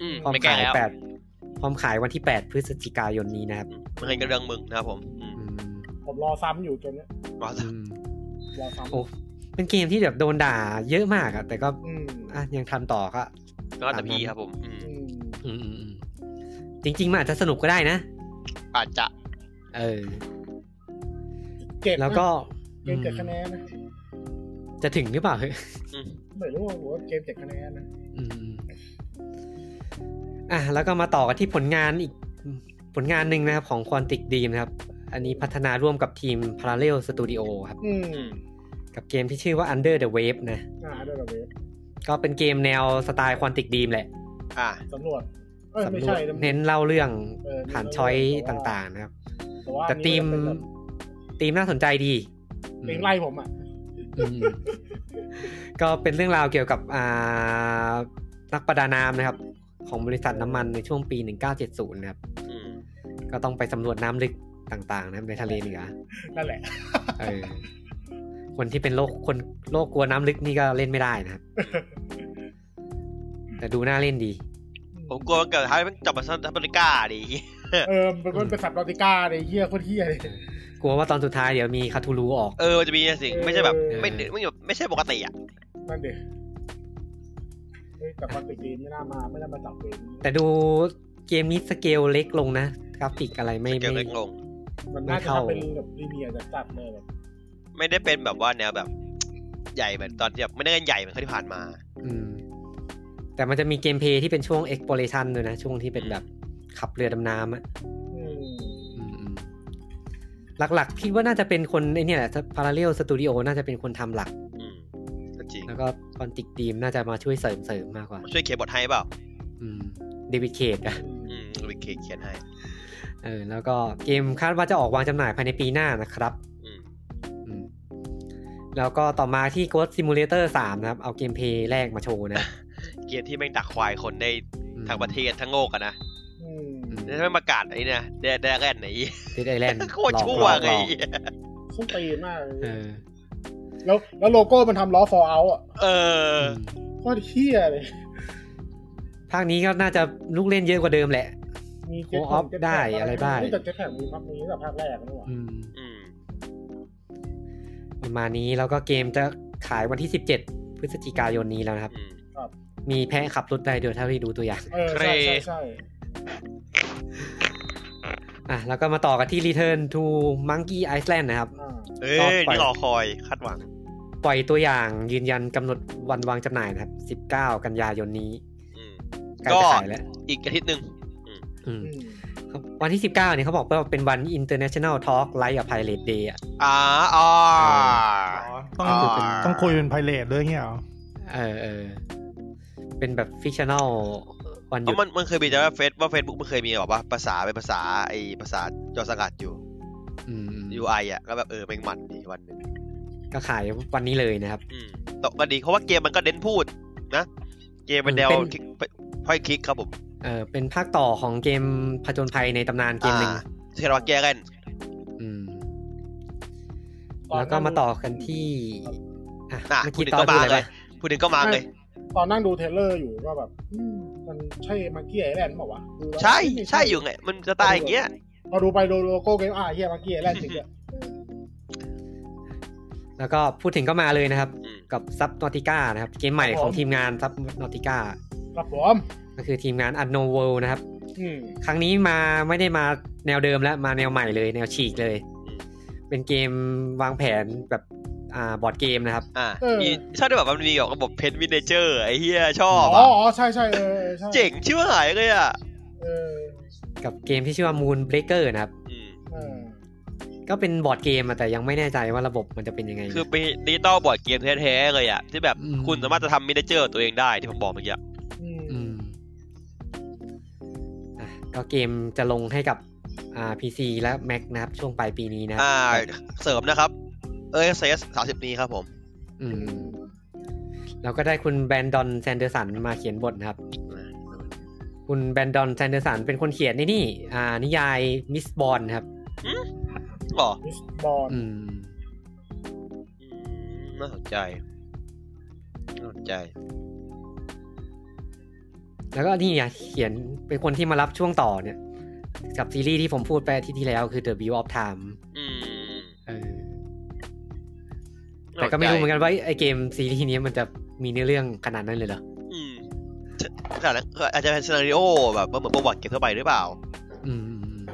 Speaker 2: อืม
Speaker 1: พร้อม
Speaker 2: ไม่แก้
Speaker 1: ขาย
Speaker 2: แล้ว
Speaker 1: แปดพร้อมขายวันที่ 8 พฤศจิกายนนี้นะครับ
Speaker 2: มันเห็นกันเรื่องมึงนะครับผมอืม
Speaker 1: อืม
Speaker 3: ผมรอซ้ำอยู่จนเนี้ย
Speaker 2: มาสิ
Speaker 1: อืม
Speaker 3: รอซ้ำ
Speaker 1: โอ้เป็นเกมที่แบบโดนด่าเยอะมากอะแต่ก็
Speaker 3: อืม
Speaker 1: อ่ะยังทำต่อก็
Speaker 2: ก็แต่พี่ครับผมอืม
Speaker 3: อืม
Speaker 1: อืมอืมอืมจริง ๆ มันอาจจะสนุกก็ได้นะ
Speaker 2: อาจจะ
Speaker 1: เออ
Speaker 3: เจ็ดนะ
Speaker 1: แล้วก็
Speaker 3: เกมเจ็ดคะแนนนะ
Speaker 1: จะถึงหรือเปล่าเฮ้ย
Speaker 2: อืม
Speaker 3: ไม่รู้ว่าผมว่าเกมเจ็ดคะแนนนะ
Speaker 1: อืมอ่ะแล้วก็มาต่อกันที่ผลงานอีก ผลงานหนึ่งนะครับของ Quantic Dream นะครับ อันนี้พัฒนาร่วมกับทีม Parallel Studio ครับ
Speaker 3: อืม
Speaker 2: อืม
Speaker 1: กับเกมที่ชื่อว่า Under the Wave นะ
Speaker 3: อ่าด้วยกับเวฟ
Speaker 1: ก็เป็นเกมแนวสไตล์ Quantic Dream แหละ
Speaker 2: อ่า
Speaker 3: สำรวจเอ้ย
Speaker 1: สำ
Speaker 3: ไม่
Speaker 1: รว
Speaker 3: ใช่
Speaker 1: จ
Speaker 3: สำรวจ
Speaker 1: เน้นเล่าเรื่อง
Speaker 3: เออ
Speaker 1: ผ่านช้อยต่างๆนะครับ
Speaker 3: แต่ว่า
Speaker 1: แต่ทีมทีมน่าสนใจดีอืม
Speaker 3: ทีมไล่ผมอ่ะ
Speaker 1: อืมก็เป็นเรื่องราวเกี่ยวกับอ่านักประดาน้ำนะครับ ของบริษัทน้ำมันในช่วงปี 1970 นะครับ
Speaker 2: อืม
Speaker 1: ก็ต้องไปสำรวจน้ำลึกต่างๆ นะครับในทะเลเหนือ
Speaker 3: นั่นแหละ
Speaker 1: เออคนที่เป็นโรคคนโรคกลัวน้ำลึกนี่ก็เล่นไม่ได้นะครับ แต่ดูน่าเล่นดี
Speaker 2: ผมกลัวเกิดท้ายมันจับมาซันทับบริก้าดิ [laughs]
Speaker 3: เออมันก็เป็นสัตว์นอติก้าในเฮียโคตรเฮียเลย
Speaker 1: กลัวว่าตอนสุดท้ายเดี๋ยวมีคาทูรูออก
Speaker 2: เออมันจะมีนะสิ่งไม่ใช่แบบ
Speaker 3: เออ
Speaker 2: ไม่ไม่ไม่ใช่ปกติอ่ะ
Speaker 3: นั่นดิเฮ้ยแต่ปฏิกิริยาไม่น่ามาไม่น่ามาจับเวรนี้
Speaker 1: แต่ดูเกมนี้สเกลเล็กลงนะ กราฟิกอะไรไม่
Speaker 2: สเกล
Speaker 1: ไม่
Speaker 2: เล็กลง
Speaker 3: มันน่า
Speaker 1: ไม่
Speaker 3: จะ
Speaker 1: เข้า
Speaker 3: ทำเป็นแบบรีเมียร์จัดๆเลยแบบ
Speaker 2: ไม่ได้เป็นแบบว่าแนวแบบ ใหญ่เหมือนตอนที่แบบไม่ได้กันใหญ่เหมือนครั้งที่ผ่านมา
Speaker 1: อืม แต่มันจะมีเกมเพลย์ที่เป็นช่วง exploration ด้วยนะ ช่วงที่เป็นแบบขับเรือดำน้ำอะ
Speaker 3: อืม
Speaker 1: อืมอืมหลักๆคิดว่าน่าจะเป็นคนไอเนี่ยแหละ Parallel Studio น่าจะเป็นคนทำหลัก
Speaker 2: อืมก็จริง
Speaker 1: แล้วก็คอนติกทีมน่าจะมาช่วยเสริมเสริมมากกว่า
Speaker 2: ช่วยเขียนบทให้เปล่า
Speaker 1: อืมเดวิดเคดอะ [laughs]
Speaker 2: อืมวิกเคเขียนให้
Speaker 1: เออ แล้วก็เกมคาดว่าจะออกวางจำหน่ายภายในปีหน้านะครับ
Speaker 2: อืม
Speaker 1: อืม แล้วก็ต่อมาที่ Ghost Simulator 3 นะครับ เอาเกมเพลย์แรกมาโชว์
Speaker 2: [laughs]
Speaker 1: นะ
Speaker 2: เกียนที่แม่งดักควายคนได้
Speaker 1: อืม
Speaker 2: ทั้งประเทศทั้งโลกอะนะ
Speaker 3: อืม
Speaker 2: แล้วไม่งประกาศไอ้ [laughs] เนี่ยแดแดแรนไหน
Speaker 1: ติดไอแลนด์
Speaker 2: โคตรชั่วเลย
Speaker 3: ส้นตีนมากเล
Speaker 1: เอย อ
Speaker 3: แล้วแล้วโลโก้มันทำล้อฟอร์เอาอ่ะ
Speaker 2: เออ
Speaker 3: โคตรเฮียเลย
Speaker 1: ภาคนี้ก็น่าจะลูกเล่นเยอะกว่าเดิมแหละ
Speaker 3: มี
Speaker 1: Co-op ได้อะไรได้
Speaker 3: แต่จะแข่งมีภาคนี้กับภาคแรกนี่หว่า
Speaker 1: อืม
Speaker 2: อืม
Speaker 1: ประมาณนี้แล้วก็เกมจะขายวันที่ 17 พฤศจิกายนนี้แล้วนะครับ
Speaker 2: อืม
Speaker 1: มีแพะขับรถได้ด้วยเท่าที่ดูตัวอย่าง
Speaker 3: เออใช่ใช่ใช่
Speaker 1: อ่ะ แล้วก็มาต่อกันที่ Return to Monkey Island นะครับ
Speaker 3: อ่า
Speaker 2: เอ้ยนี่รอคอยคาดหวัง
Speaker 1: ปล่อยตัวอย่างยืนยันกำหนดวันวางจำหน่ายนะครับ 19 กันยายนนี้
Speaker 2: อืม
Speaker 1: ใกล้
Speaker 2: ก็
Speaker 1: จะขายแล้ว
Speaker 2: อีกอาทิตย์หนึ่ง
Speaker 1: อืม
Speaker 3: อืม
Speaker 1: วันที่ 19เนี่ยเขาบอกว่าเป็นวัน International Talk Live a Pirate Day อ่ะ
Speaker 2: อ่าอ่า
Speaker 4: ต้อง
Speaker 2: อ่า
Speaker 4: ต้องคุยเป็นไพเรตด้วยเงี้ยเหรอ
Speaker 1: เออเออ เป็นแบบ Fictional วันห
Speaker 2: เพ
Speaker 1: ยุด
Speaker 2: ราะมันมันเคยมีแต่ว่าเฟซว่าเฟซบุ๊กมันเคยมีแบบว่าภาษาเป็นภาษาไอภาษาจอสกัดอยู่
Speaker 1: อืมอืม
Speaker 2: UI อ่ะก็แบบเออแม่งมันดีวันหนึ่ง
Speaker 1: ก็ขายวันนี้เลยนะครับ
Speaker 2: อืมตกก็ดีเพราะว่าเกมมันก็เน้นพูดนะ เกมเป็นแนว
Speaker 1: เป็น
Speaker 2: คลิกพอยคลิกครับผม
Speaker 1: เออเป็นภาคต่อของเกมผจญภัยในตำนานเกมหนึ่ง
Speaker 2: อ่าเทรวาแกกัน
Speaker 1: อืม แล้วก็มาต่อกันที่อ่ะ
Speaker 2: อ่ะ
Speaker 1: เมื่อ
Speaker 2: พู
Speaker 1: กี้
Speaker 2: ดถึง
Speaker 1: ต่อ
Speaker 2: ก็
Speaker 1: ดู
Speaker 2: มา
Speaker 1: อะไร
Speaker 2: เล
Speaker 1: ไป
Speaker 2: ยพูดถึงก็มาเลย
Speaker 3: ตอนนั่งดูเทรลเลอร์อยู่ก็แบบอืมมันใช่มังกี้ไอแลนด์เปล่าวะดูแล้ว
Speaker 2: ใช่
Speaker 3: ไม่
Speaker 2: ใช่อยู่ไง มันสไตล์อย่างเงี้ย
Speaker 3: พอดูไปดูโลโก้เกมอ่าเฮียมังกี้ไอแลนด์จริงอะ
Speaker 1: แล้วก็พูดถึงก็มาเลยนะครับ
Speaker 2: อืม
Speaker 1: กับซับนอติก้านะครับ เกมใหม่ของทีมงานซับนอติก้า
Speaker 3: ครับผม
Speaker 1: ก็คือทีมงานอันโนเวลนะครับ
Speaker 3: อืม
Speaker 1: ครั้งนี้มาไม่ได้มาแนวเดิมแล้วมาแนวใหม่เลย แนวฉีกเลย เป็นเกมวางแผนแบบอ่าบอร์ดเกมนะครับ
Speaker 2: อ่ะมีชอบด้วยแบบว่ามันมีแบบระบบเพนวินเจอร์ไอ้เหี้ยชอบ
Speaker 3: อ๋อ
Speaker 2: อ่ะ
Speaker 3: อ๋อใช่ใช่เออเออใช่
Speaker 2: เจ๋งชิบหายเลยอ่ะ
Speaker 3: เออ
Speaker 1: กับเกมที่ชื่อว่า Moon Breaker นะครับ
Speaker 2: อืม
Speaker 3: เออ
Speaker 1: ก็เป็นบอร์ดเกมอะแต่ยังไม่แน่ใจว่าระบบมันจะเป็นยังไง
Speaker 2: คือเป็นดิจิตอลบอร์ดเกมแท้ๆเลยอ่ะ ที่แบบ
Speaker 1: อืม
Speaker 2: คุณสามารถจะทำมินิเจอร์ตัวเองได้ที่ผมบอกเมื่อกี้อะ
Speaker 3: อืม
Speaker 1: อืมอ่ะก็เกมจะลงให้กับอ่า PC และ Mac นะครับ ช่วงปลายปีนี้นะ
Speaker 2: อ่า เสริมนะครับ เอ้ยเซสสามสิบนี้ครับผม
Speaker 1: อืมแล้วก็ได้คุณแบรนดอนแซนเดอร์สันมาเขียนบทนะครับ คุณแบรนดอนแซนเดอร์สันเป็นคนเขียนนี่นี่อ่า นิยายมิสบอลครับ
Speaker 2: อ๋อ
Speaker 3: มิสบอล
Speaker 1: อืม
Speaker 2: อืมน่าสนใจ น่าสนใจ
Speaker 1: แล้วก็นี่อ่ะเขียนเป็นคนที่มารับช่วงต่อเนี่ย กับซีรีส์ที่ผมพูดไปอาที่ที่แล้วคือ The View of Time
Speaker 2: อืม
Speaker 1: เออ
Speaker 2: น่าส
Speaker 1: แต่
Speaker 2: ใจ
Speaker 1: ก็ไม่รู้เหมือนกันว่าไอเกมซีรีส์นี้มันจะมีเนื้อเรื่องขนาดนั้นเลยเหรอ
Speaker 2: อืมขนาดนั้นอาจจะเป็นซีนาริโอแบบว่าเหมือนประวัติเกมทั่วไปหรือเปล่า
Speaker 1: อืมอืมอืม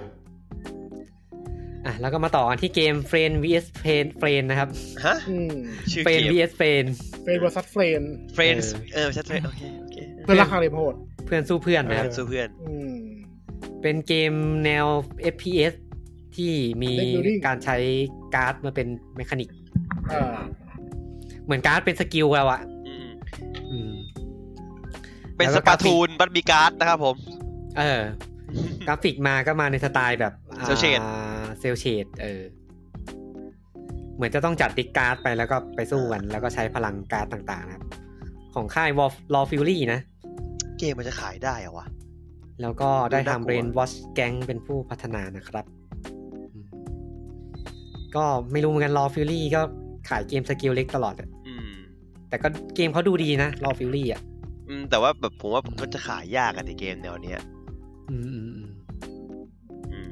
Speaker 1: อ่ะแล้วก็มาต่อกันที่เกม Friend vs Friend Friend นะครับ
Speaker 2: ฮะ
Speaker 3: อืม
Speaker 2: ชื่อเก
Speaker 1: Friend
Speaker 2: ม
Speaker 1: vs Friend
Speaker 3: เฟรนเวอร์ซัสเฟรน
Speaker 2: Friends เออใช่ Friends โอเคโอเค
Speaker 3: เพื่อนรักฮาเร็มโหด
Speaker 1: เพื่อนสู้เพื่อนนะครับ
Speaker 2: สู้เพื่อน
Speaker 3: อืม
Speaker 1: เป็นเกมแนว FPS ที่มี
Speaker 3: เด็ก building
Speaker 1: การใช้การ์ดมาเป็นเมคานิก
Speaker 3: อ่า
Speaker 1: เหมือนการ์ดเป็นสกิลแล้วอะ
Speaker 2: อืม
Speaker 1: อืม
Speaker 2: เป็น
Speaker 1: แล้ว
Speaker 2: ส
Speaker 1: ก็ก
Speaker 2: ปา
Speaker 1: ราฟิก
Speaker 2: ทูนบัตบีการ์ดนะครับผม
Speaker 1: เออ กราฟิกมาก็มาในสไตล์แบบ
Speaker 2: Cell shade
Speaker 1: เซลเชดเออ เหมือนจะต้องจัดดิกการ์ดไปแล้วก็ไปสู้กัน แล้วก็ใช้พลังการ์ดต่างๆนะครับ ของค่ายวอลลอฟิลลี่นะ
Speaker 2: [laughs] เกมมันจะขายได้เหรอวะ
Speaker 1: แล้วก็ได้ทำ
Speaker 2: ดูน่ากลัว
Speaker 1: Brainwash Gang เป็นผู้พัฒนานะครับอืมก็ไม่รู้เหมือนกัน Raw Fury ก็ขายเกมสกิลเล็กตลอดอะ
Speaker 2: อืม
Speaker 1: แต่ก็เกมเขาดูดีนะ Raw Fury อ่ะ
Speaker 2: อืมแต่ว่าแบบผมว่าก็จะขายยากอะในเกมแนวเนี้ย
Speaker 1: อืมอืมอืม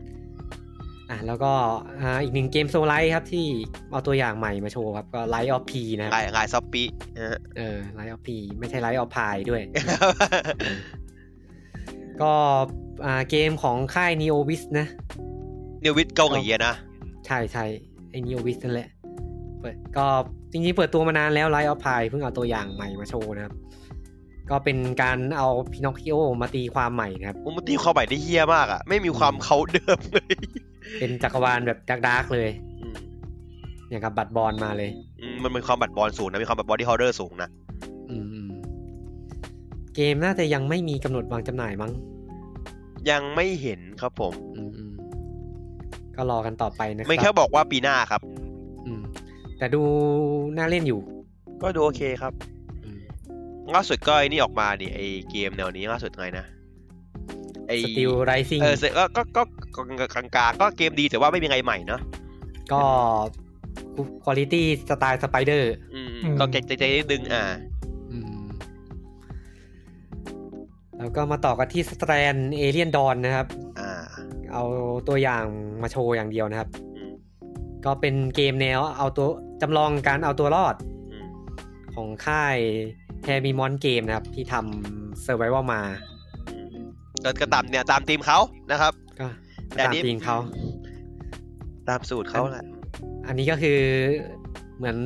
Speaker 1: อ่ะแล้วก็อ่าอีกหนึ่งเกมโซไลท์ครับที่เอาตัวอย่างใหม่มาโชว์ครับก็ไลท์ออฟพีนะครับ
Speaker 2: ไงไงซอปปี้ [laughs]
Speaker 1: เออไลท์ออฟพีไม่ใช่ไลท์ออฟพายด้วย ก็อ่าเกมของค่าย Neo w i s นะ
Speaker 2: เนวิดเกาหลีอะนะ
Speaker 1: ใช่ใช่ไอ้ Neo w i s นั่นแหละเปิดก็จริงๆเปิดตัวมานานแล้ว Light of Pi เพิ่งเอาตัวอย่างใหม่มาโชว์นะครับ ก็เป็นการเอาพินอคคิโอมาตีความใหม่นะครับ
Speaker 2: ผมมันตีความใหม่ได้เฮี้ยมากอะไม่มีความเขาเดิมเลย
Speaker 1: เป็นจักรวาลแบบดาร์กๆเลย อย่างกับบัตรบอลมาเลย
Speaker 2: อืมมันมีความบัดบอลสูงนะมีความบัดบอลที่ฮอร์เดอร์สูงนะ
Speaker 1: อืมอืมเกมน่าจะยังไม่มีกำหนดวางจำหน่ายมั้ง
Speaker 2: ยังไม่เห็นครับผม
Speaker 1: อืมอืมก็รอกันต่อไปนะครับ
Speaker 2: ไม่แค่บอกว่าปีหน้าครับ
Speaker 1: อืมแต่ดูน่าเล่นอยู่
Speaker 2: ก็ดูโอเคครับ
Speaker 1: อืม
Speaker 2: ล่าสุดก็ไอ้นี่ออกมาดิไอเกมแนวนี้ล่าสุดไงนะไอ
Speaker 1: Steel Rising
Speaker 2: เออเสร็จก็ก็ก็ก็กลางๆก็เกมดีแต่ว่าไม่มีอะไรใหม่เนาะ
Speaker 1: ก็คุณ i t y สไตล์สไปเดอร์
Speaker 2: อืม
Speaker 4: อืม
Speaker 2: ก็เก็ใจๆนิดนึงอ่า
Speaker 1: แล้วก็มาต่อกันที่สแตนเอเลียนดอนนะครับ
Speaker 2: อ่า
Speaker 1: เอาตัวอย่างมาโชว์อย่างเดียวนะครับ
Speaker 2: อืม
Speaker 1: ก็เป็นเกมแนวเอาตัวจำลองการเอาตัวรอด
Speaker 2: อืม
Speaker 1: ของค่ายแทมีมอนเกมนะครับ ที่ทำเซอร์ไ a วมา
Speaker 2: ก็ก็ตามเนี่ยตามทีมเขานะครับ
Speaker 1: ก็
Speaker 2: แต่
Speaker 1: ตาม
Speaker 2: นี่
Speaker 1: ตีงเขา
Speaker 2: ตามสูตรเขาแหละ
Speaker 1: อันนี้ก็คือเหมือน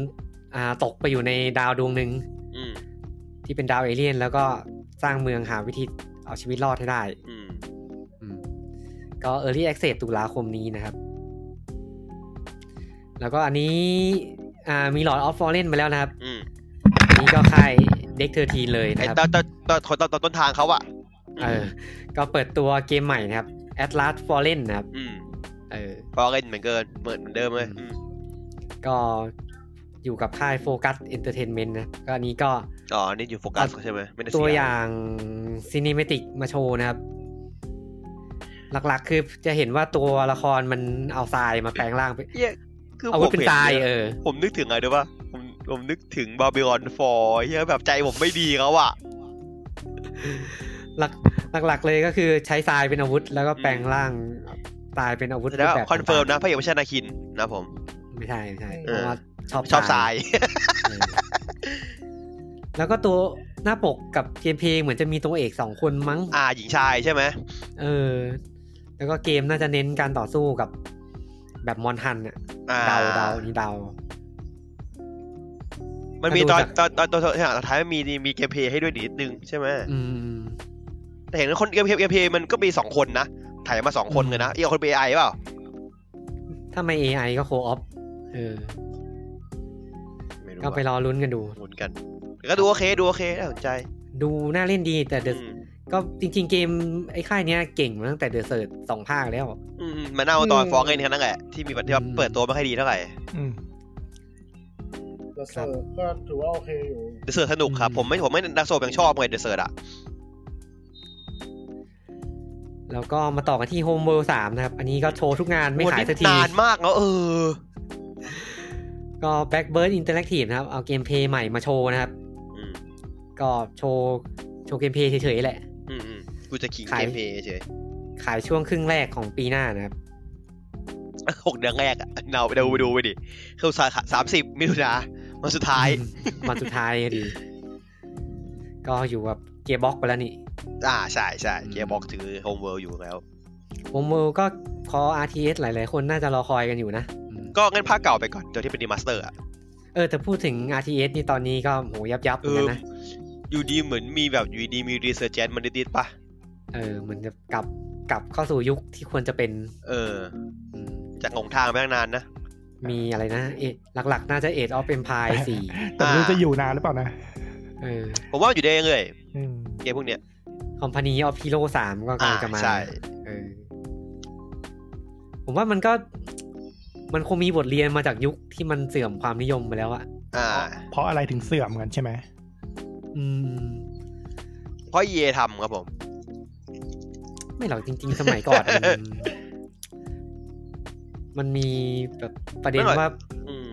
Speaker 1: อ่าตกไปอยู่ในดาวดวงหนึ่ง
Speaker 2: อืม
Speaker 1: ที่เป็นดาวเอเลี่ยน แล้วก็สร้างเมืองหาวิธีเอาชีวิตรอดให้ได้
Speaker 2: อืม
Speaker 1: อืมก็ Early Access ตุลาคมนี้นะครับ แล้วก็อันนี้อ่ามีหลอดออฟฟอร์เรนมาแล้วนะครับ
Speaker 2: อืม
Speaker 1: อันนี้ก็ค่ายเด็กเทอร์ทีเลย
Speaker 2: ไอ
Speaker 1: นะครับ
Speaker 2: ตอนตอนตอนตอนตอนต้นทางเขาอะ
Speaker 1: เออก็เปิดตัวเกมใหม่นะครับ Atlas f a l l e n นะครับ
Speaker 2: อืม
Speaker 1: เออ
Speaker 2: พอเล่นเหมือนเกินเหมือนเดิมเลย
Speaker 1: อืม ก็อยู่กับค่ายโฟกัสเอนเตอร์เทนเมนต์นะก็อันนี้ก็
Speaker 2: อ๋อ นี่อยู่โฟกัสใช่ไหมไม่ได้เสี
Speaker 1: ตัวอย่างซีนิเมติกมาโชว์นะครับ หลักๆคือจะเห็นว่าตัวละครมันเอาทรายมาแปลงร่างเป็น
Speaker 2: เหี้ยคือ
Speaker 1: อาวุธเป็นทรายเออ
Speaker 2: ผมนึกถึงอะไรด้วยป่ะผมผมนึกถึงบาบิลอนฟอร์เฮียแบบใจผมไม่ดีเขาอะ
Speaker 1: หลักหลักๆเลยก็คือใช้ทรายเป็นอาวุธ แล้วก็แปลงร่างทรายเป็นอาวุธ
Speaker 2: แล้
Speaker 1: รู
Speaker 2: ว
Speaker 1: ปแบบ
Speaker 2: คอนเฟิร์ม
Speaker 1: ต่าง
Speaker 2: นะพระเอกไม่ใช่นาคินนะผม
Speaker 1: ๆไม่ใช่ไม่ใช่
Speaker 2: เอ
Speaker 1: เพ
Speaker 2: อ
Speaker 1: ราะว่าชอบ
Speaker 2: ชอบทราย [laughs]
Speaker 1: เออแล้วก็ตัวหน้าปกกับเกมเพลย์เหมือนจะมีตัวเอกสองคนมั้ง
Speaker 2: อ่าหญิงชายใช่ไหม
Speaker 1: เออ แล้วก็เกมน่าจะเน้นการต่อสู้กับแบบมอนทันเนี่ย
Speaker 2: อ่า
Speaker 1: เดาเดานี่เดา
Speaker 2: มันมีต
Speaker 1: ถ้า
Speaker 2: อน
Speaker 1: ดูจาก
Speaker 2: ตอนตอนตอนตอนตอนท้ายมันมีมีเกมเพลย์ให้ด้วยนิดนึงใช่ไหม
Speaker 1: อืม
Speaker 2: แต่เห็นว่าคนเกมเพลย์เกมเพลย์มันก็มีสองคนนะถ่ายมาสองคนเลยนะอีกคนเป็นไอเปล่า
Speaker 1: ถ้าไม่ AI ก็โคออฟเออ
Speaker 2: ม่รู้
Speaker 1: ก็ไป
Speaker 2: อะ
Speaker 1: รอลุ้นกันดู
Speaker 2: หมุนกันแต่ก็ดูโอเคดูโอเคน่าสนใจ
Speaker 1: ดูน่าเล่นดีแต่เด
Speaker 2: อืม
Speaker 1: ก็จริงๆเกมไอ้ค่ายเนี้ยเก่งมาตั้งแต่เดอะเซิร์สองภาคแล้ว
Speaker 2: อืมๆมันเน่าตอน
Speaker 3: อืม
Speaker 2: ฟองเงินแค่นั้นแหละที่มีปัญหา
Speaker 1: อืม
Speaker 2: เปิดตัวไม่ค่อยดีเท่าไหร่
Speaker 4: อืม
Speaker 3: เดอะเซิร์ฟก็ถือว่าโอเคอยู่
Speaker 2: เดอะเซิร์สนุกครับ
Speaker 1: อืม
Speaker 2: ผมไม่ผมไม่ดักโซยังชอบเลยเดอะเซิร์อะ
Speaker 1: แล้วก็มาต่อกันที่ Home World 3 นะครับ อันนี้ก็โชว์ทุกงานไม่
Speaker 2: โอ้
Speaker 1: ขาย
Speaker 2: นี่
Speaker 1: สักที
Speaker 2: นานมากแล้วเออ
Speaker 1: ก็ Backbird Interactive นะครับ เอาเกมเพลย์ใหม่มาโชว์นะครับ
Speaker 2: อืม
Speaker 1: ก็โชว์โชว์เกมเพลย์เฉยๆแหละ
Speaker 2: อืมๆกูจะขิง
Speaker 1: ขา
Speaker 2: เก
Speaker 1: ย
Speaker 2: มเพย์เฉย
Speaker 1: ขายช่วงครึ่งแรกของปีหน้านะครับ
Speaker 2: ๆ [laughs] หกเดือนแรกอะเนาไปดูไปดูไปดิเข้าสาขาสามสิบมิถุนาวันสุดท้าย
Speaker 1: วันสุดท้ายอะดี [laughs] ก็อยู่กับเกียร์บ็อกไปแล้วนี่
Speaker 2: อ่าใช่ใช่
Speaker 1: อืม
Speaker 2: เกียร์บอกถือโฮมเวิลด์อยู่แล้ว
Speaker 1: Home World ก็พอ RTS หลายๆ คนน่าจะรอคอยกันอยู่นะอืม
Speaker 2: ก็งั้นภาคเก่าไปก่อนตัวที่เป็นดีมาสเตอร์อะ
Speaker 1: เออแต่พูดถึง RTS นี่ตอนนี้ก็โหยับยับๆเห
Speaker 2: เอ
Speaker 1: มือนกั
Speaker 2: อน
Speaker 1: นะ
Speaker 2: อยู่ดีเหมือนมีแบบอยู่ดีมีรีเซอร์เจนมันดิดๆปะ
Speaker 1: เออเหมันจะกลับกลับเข้าสู่ยุคที่ควรจะเป็น
Speaker 2: เออ
Speaker 1: อืม
Speaker 2: จากหลงทางไปตั้งนานนะ
Speaker 1: มีอะไรนะ เอหลักๆ น่าจะเอ e ออฟเอ็มพาย [laughs] สี่
Speaker 4: แต่ไม่รู้จะอยู่นานหรือเปล่านะ
Speaker 1: เออ
Speaker 2: ผมว่ามันอยู่ได้เรื่อย
Speaker 4: อืม
Speaker 2: ๆเกมพวกเนี้ย
Speaker 1: คอมพานีออฟพีโรสามก็กำลังจะมา
Speaker 2: อ่าใช่
Speaker 1: เออผมว่ามันก็มันคงมีบทเรียนมาจากยุคที่มันเสื่อมความนิยมไปแล้วอะ
Speaker 2: อ่า
Speaker 4: เพราะอะไรถึงเสื่อมกันใช่ไหม
Speaker 1: อืม
Speaker 2: เพราะเยทำครับผม
Speaker 1: ไม่หรอกจริง ๆ สมัย
Speaker 2: [laughs]
Speaker 1: ก่อนมันมันมีแบบประเด็น
Speaker 2: ไม่หรอก
Speaker 1: ว่า
Speaker 2: อืม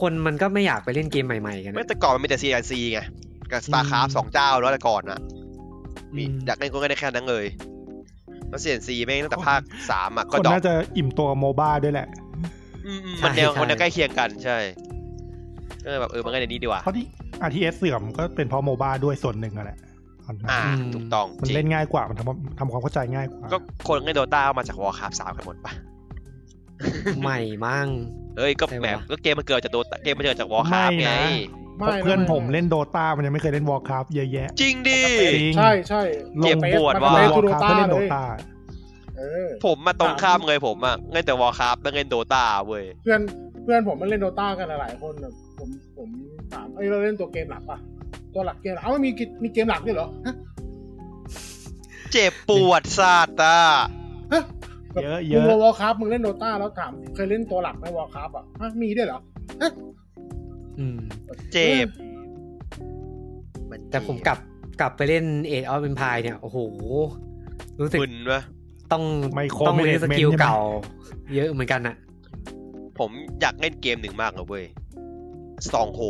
Speaker 1: คนมันก็ไม่อยากไปเล่นเกมใหม่ๆกัน
Speaker 2: ไม่
Speaker 1: อะ
Speaker 2: แต่ก่อนมันมีแต่ CRC ไง กับ
Speaker 1: อืม
Speaker 2: StarCraft สองเจ้าแล้วแต่ก่อนน่ะ มี
Speaker 1: อืม
Speaker 2: อยากเล่นก็เล่นได้แค่นั้นเลย แล้วเซียนซีแม่งตั้งแต่ภาคสามอ่ะ
Speaker 4: ค
Speaker 2: ก็
Speaker 4: น
Speaker 2: ดรอป
Speaker 4: น่าจะอิ่มตัวโมบ้าด้วยแหละ
Speaker 2: อืมๆมันแนว
Speaker 1: ใช่
Speaker 2: มันแนวใกล้เคียงกันใช่ก็เลยแบบเออมันก็ในนี้ดีกว่า
Speaker 4: เพราะที่ RTS เสื่อมก็เป็นเพราะโมบ้าด้วยส่วนหนึ่งอะแหละตอนนั้น
Speaker 2: อ่า
Speaker 1: อืม
Speaker 2: ถูกต้อง
Speaker 4: มัน
Speaker 2: จริ
Speaker 4: เล่
Speaker 2: ง
Speaker 4: นง่ายกว่ามันทำทำความเข้าใจง่ายกว่า
Speaker 2: ก็คนเล่นโดต้าเอามาจากวอร์คราฟสามกันหมดปะ
Speaker 1: ใหม่มั่ง
Speaker 2: เอ้ยก็
Speaker 1: ใช่ปะ
Speaker 2: แบบก็เกมมันเกิดจากโดเกมมันเกิดจากวอร์คราฟไง
Speaker 4: เพราะเพื่อนผมเล่นโดตามันยังไม่เคยเล่นวอลคราฟเยอะแยะ
Speaker 2: จริงดิ
Speaker 4: จริง
Speaker 3: ใช่ใช่
Speaker 2: เจ็บปวด
Speaker 4: วอ
Speaker 2: ว่ะ
Speaker 4: ล
Speaker 3: เล่น
Speaker 4: ค
Speaker 3: คือโด
Speaker 4: ราฟ
Speaker 3: ตา
Speaker 4: เพื่อนเล่น
Speaker 3: เล
Speaker 4: โด
Speaker 3: ย
Speaker 4: ตา
Speaker 3: เออ
Speaker 2: ผมมาตรงข้ามเลยผมอ่ะเล่นแต่วอร์คราฟแล้วเล่นโดตาเว้ย
Speaker 3: เพื่อนเพื่อนผมมันเล่นโดตากันหลายๆคนแบบผมผมถามเอ้ยเราเล่นตัวเกมหลักป่ะตัวหลักเกมหลักเอ้ามันมีกิมีเกมหลักด้วยเหรอฮะ
Speaker 2: เจ็บปวดซาตา
Speaker 3: ฮะแบบ
Speaker 4: เยอะเย
Speaker 3: มึ
Speaker 4: อะ
Speaker 3: งวอลคัพมึงเล่นโดตาแล้วถามเคยเล่นตัวหลักไหมวอลคัพอ่ะฮะมีด้วยเหรอ
Speaker 1: อืม
Speaker 2: เจ็บ
Speaker 1: แต่ผมกลับกลับไปเล่นเอ e ออฟเป็นพายเนี่ย โอ้โห รู้สึก
Speaker 2: มึนวะ
Speaker 1: ต้อง
Speaker 4: ไมโคร
Speaker 1: ต้องรื้อ
Speaker 4: management
Speaker 1: สกิล
Speaker 4: ใช่ไหม
Speaker 1: เก่า เยอะเหมือนกันอะ
Speaker 2: ผมอยากเล่นเกมหนึ่งมากเลยเว้ยสองโฮ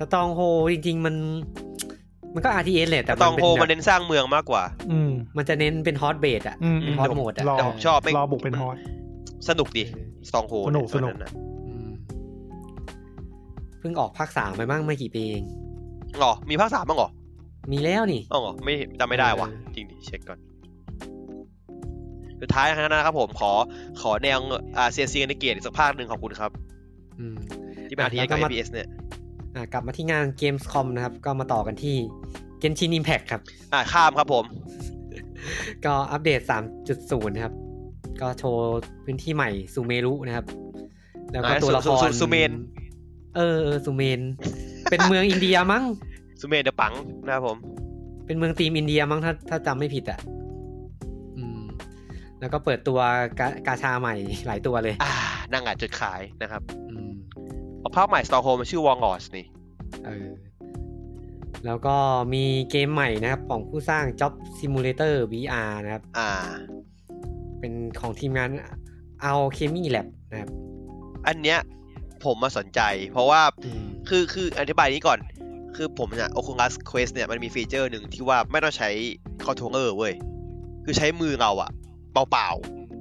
Speaker 1: สตองโฮจริง ๆ มัน มันก็ RTS แหละแต่
Speaker 2: ตอง
Speaker 1: เป็
Speaker 2: โฮมัน
Speaker 1: แบ
Speaker 2: เน้
Speaker 1: บ
Speaker 2: นสร้างเมืองมากกว่า
Speaker 4: อืม
Speaker 1: มันจะเน้นเป็นฮอตเบดอะ
Speaker 4: อืมอืม
Speaker 1: ฮอตโหมดอะ
Speaker 4: รอ
Speaker 2: แต่ผมชอบไม่
Speaker 4: รอบุกเป็นฮอต
Speaker 2: สนุกดิสองโฮ
Speaker 4: สนุกสนุก
Speaker 1: อืมเพิ่งออกภาคสามไปบ้างไม่กี่ปีเอง
Speaker 2: หรอ มีภาคสามบ้างเหรอ
Speaker 1: มีแล้วนี่
Speaker 2: อ๋อเหรอไม่จำไม่ได้ว่ะ
Speaker 1: เออ
Speaker 2: จริงดิเช็คก่อน สุดท้ายนะครับผมขอขอแนวอ่าเซียนซีในเกียรติอีกสักภาคหนึ่งขอบคุณครับ
Speaker 1: อืม
Speaker 2: ที่เป็นอาที
Speaker 1: แล้วก็
Speaker 2: กับ
Speaker 1: มา
Speaker 2: ABS เนี่ย
Speaker 1: อ่ะกลับมาที่งาน Gamescom นะครับ ก็มาต่อกันที่ Genshin Impact ครับ
Speaker 2: อ่าข้ามครับผม
Speaker 1: ก็อัปเดต 3.0 นะครับ ก็โชว์พื้นที่ใหม่ซูเมรุนะครับ แล้วก็
Speaker 2: อ่า
Speaker 1: ตัวละค
Speaker 2: ซูซู
Speaker 1: ร
Speaker 2: ซูเมน
Speaker 1: เออเออซูเมน เป็นเมืองอินเดียมั้ง [laughs]
Speaker 2: ซูเมนเดอะปังนะครับผม
Speaker 1: เป็นเมืองทีมอินเดียมั้งถ้าถ้าจำไม่ผิดอ่ะ อืม แล้วก็เปิดตัวกากาชาใหม่ หลายตัวเลย
Speaker 2: อ่านั่งอ่ะจุดขายนะครับ
Speaker 1: อืม
Speaker 2: เพราะภาคใหม่สตองโฮมันชื่อวองอสนี่
Speaker 1: เออ แล้วก็มีเกมใหม่นะครับ ของผู้สร้าง Job Simulator VR นะครับ
Speaker 2: อ่า
Speaker 1: เป็นของทีมงานเอาเคมีแลบนะครับ
Speaker 2: อันเนี้ยผมมาสนใจ เพราะว่า
Speaker 1: อืม
Speaker 2: คือคืออธิบายนี้ก่อน คือผมเนี่ย Oculus Quest เนี่ยมันมีฟีเจอร์หนึ่งที่ว่าไม่ต้องใช้คอนโทรลเลอร์เว้ย คือใช้มือเราอะเปล่า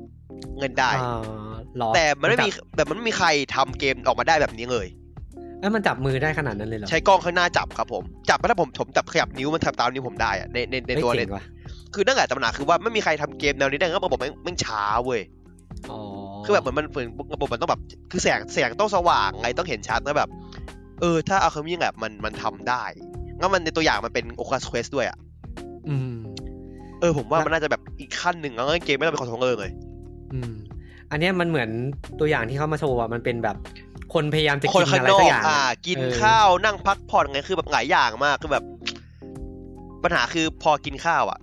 Speaker 2: ๆ เงินได้
Speaker 1: อ่าหรอ
Speaker 2: แต่มันไม่มี
Speaker 1: จับ
Speaker 2: แต่มันไม่มีใครทำเกมออกมาได้แบบนี้เลย
Speaker 1: เอ้ยมันจับมือได้ขนาดนั้นเลยเหรอ
Speaker 2: ใช้กล้องข้างหน้าจับครับผม จับถ้าผมผมจับขยับนิ้วมันทำตามนิ้วผมได้อะในในใน
Speaker 1: เฮ้ย
Speaker 2: ตัว
Speaker 1: เจ๋
Speaker 2: เน็
Speaker 1: งว่ะ
Speaker 2: คือนั่นแหละตำหนักคือว่าไม่มีใครทำเกมแนวนี้ได้ก็ระบบแม่งแม่งช้าเว้ย
Speaker 1: อ๋อ
Speaker 2: คือแบบเหมือนมันฝืนระบบมันต้องแบบคือแสงแสงต้องสว่างไงต้องเห็นชัดนะแบบ เออ ถ้าเอาคำยิ่งแบบมันมันทำได้งั้นมันในตัวอย่างมันเป็น Oculus Quest ด้วยอ่ะ
Speaker 1: อืม
Speaker 2: เออ ผมว่า
Speaker 1: แล้ว
Speaker 2: มันน่าจะแบบอีกขั้นหนึ่งแล้วงั้นเกมไม่ต้องเป็นคอนโทรลเลอร์เลย
Speaker 1: อืม อันเนี้ยมันเหมือนตัวอย่างที่เขามาโชว์อ่ะมันเป็นแบบคนพยายามจะ
Speaker 2: คน
Speaker 1: กิน
Speaker 2: ข้า
Speaker 1: อะ
Speaker 2: ง
Speaker 1: ไร
Speaker 2: นอ
Speaker 1: สัก
Speaker 2: ก
Speaker 1: อย่าง
Speaker 2: อ่า กิน
Speaker 1: เออ
Speaker 2: ข้าวนั่งพักผ่อนไงคือแบบหลายอย่างมากคือแบบ ปัญหาคือพอกินข้าวอ่ะ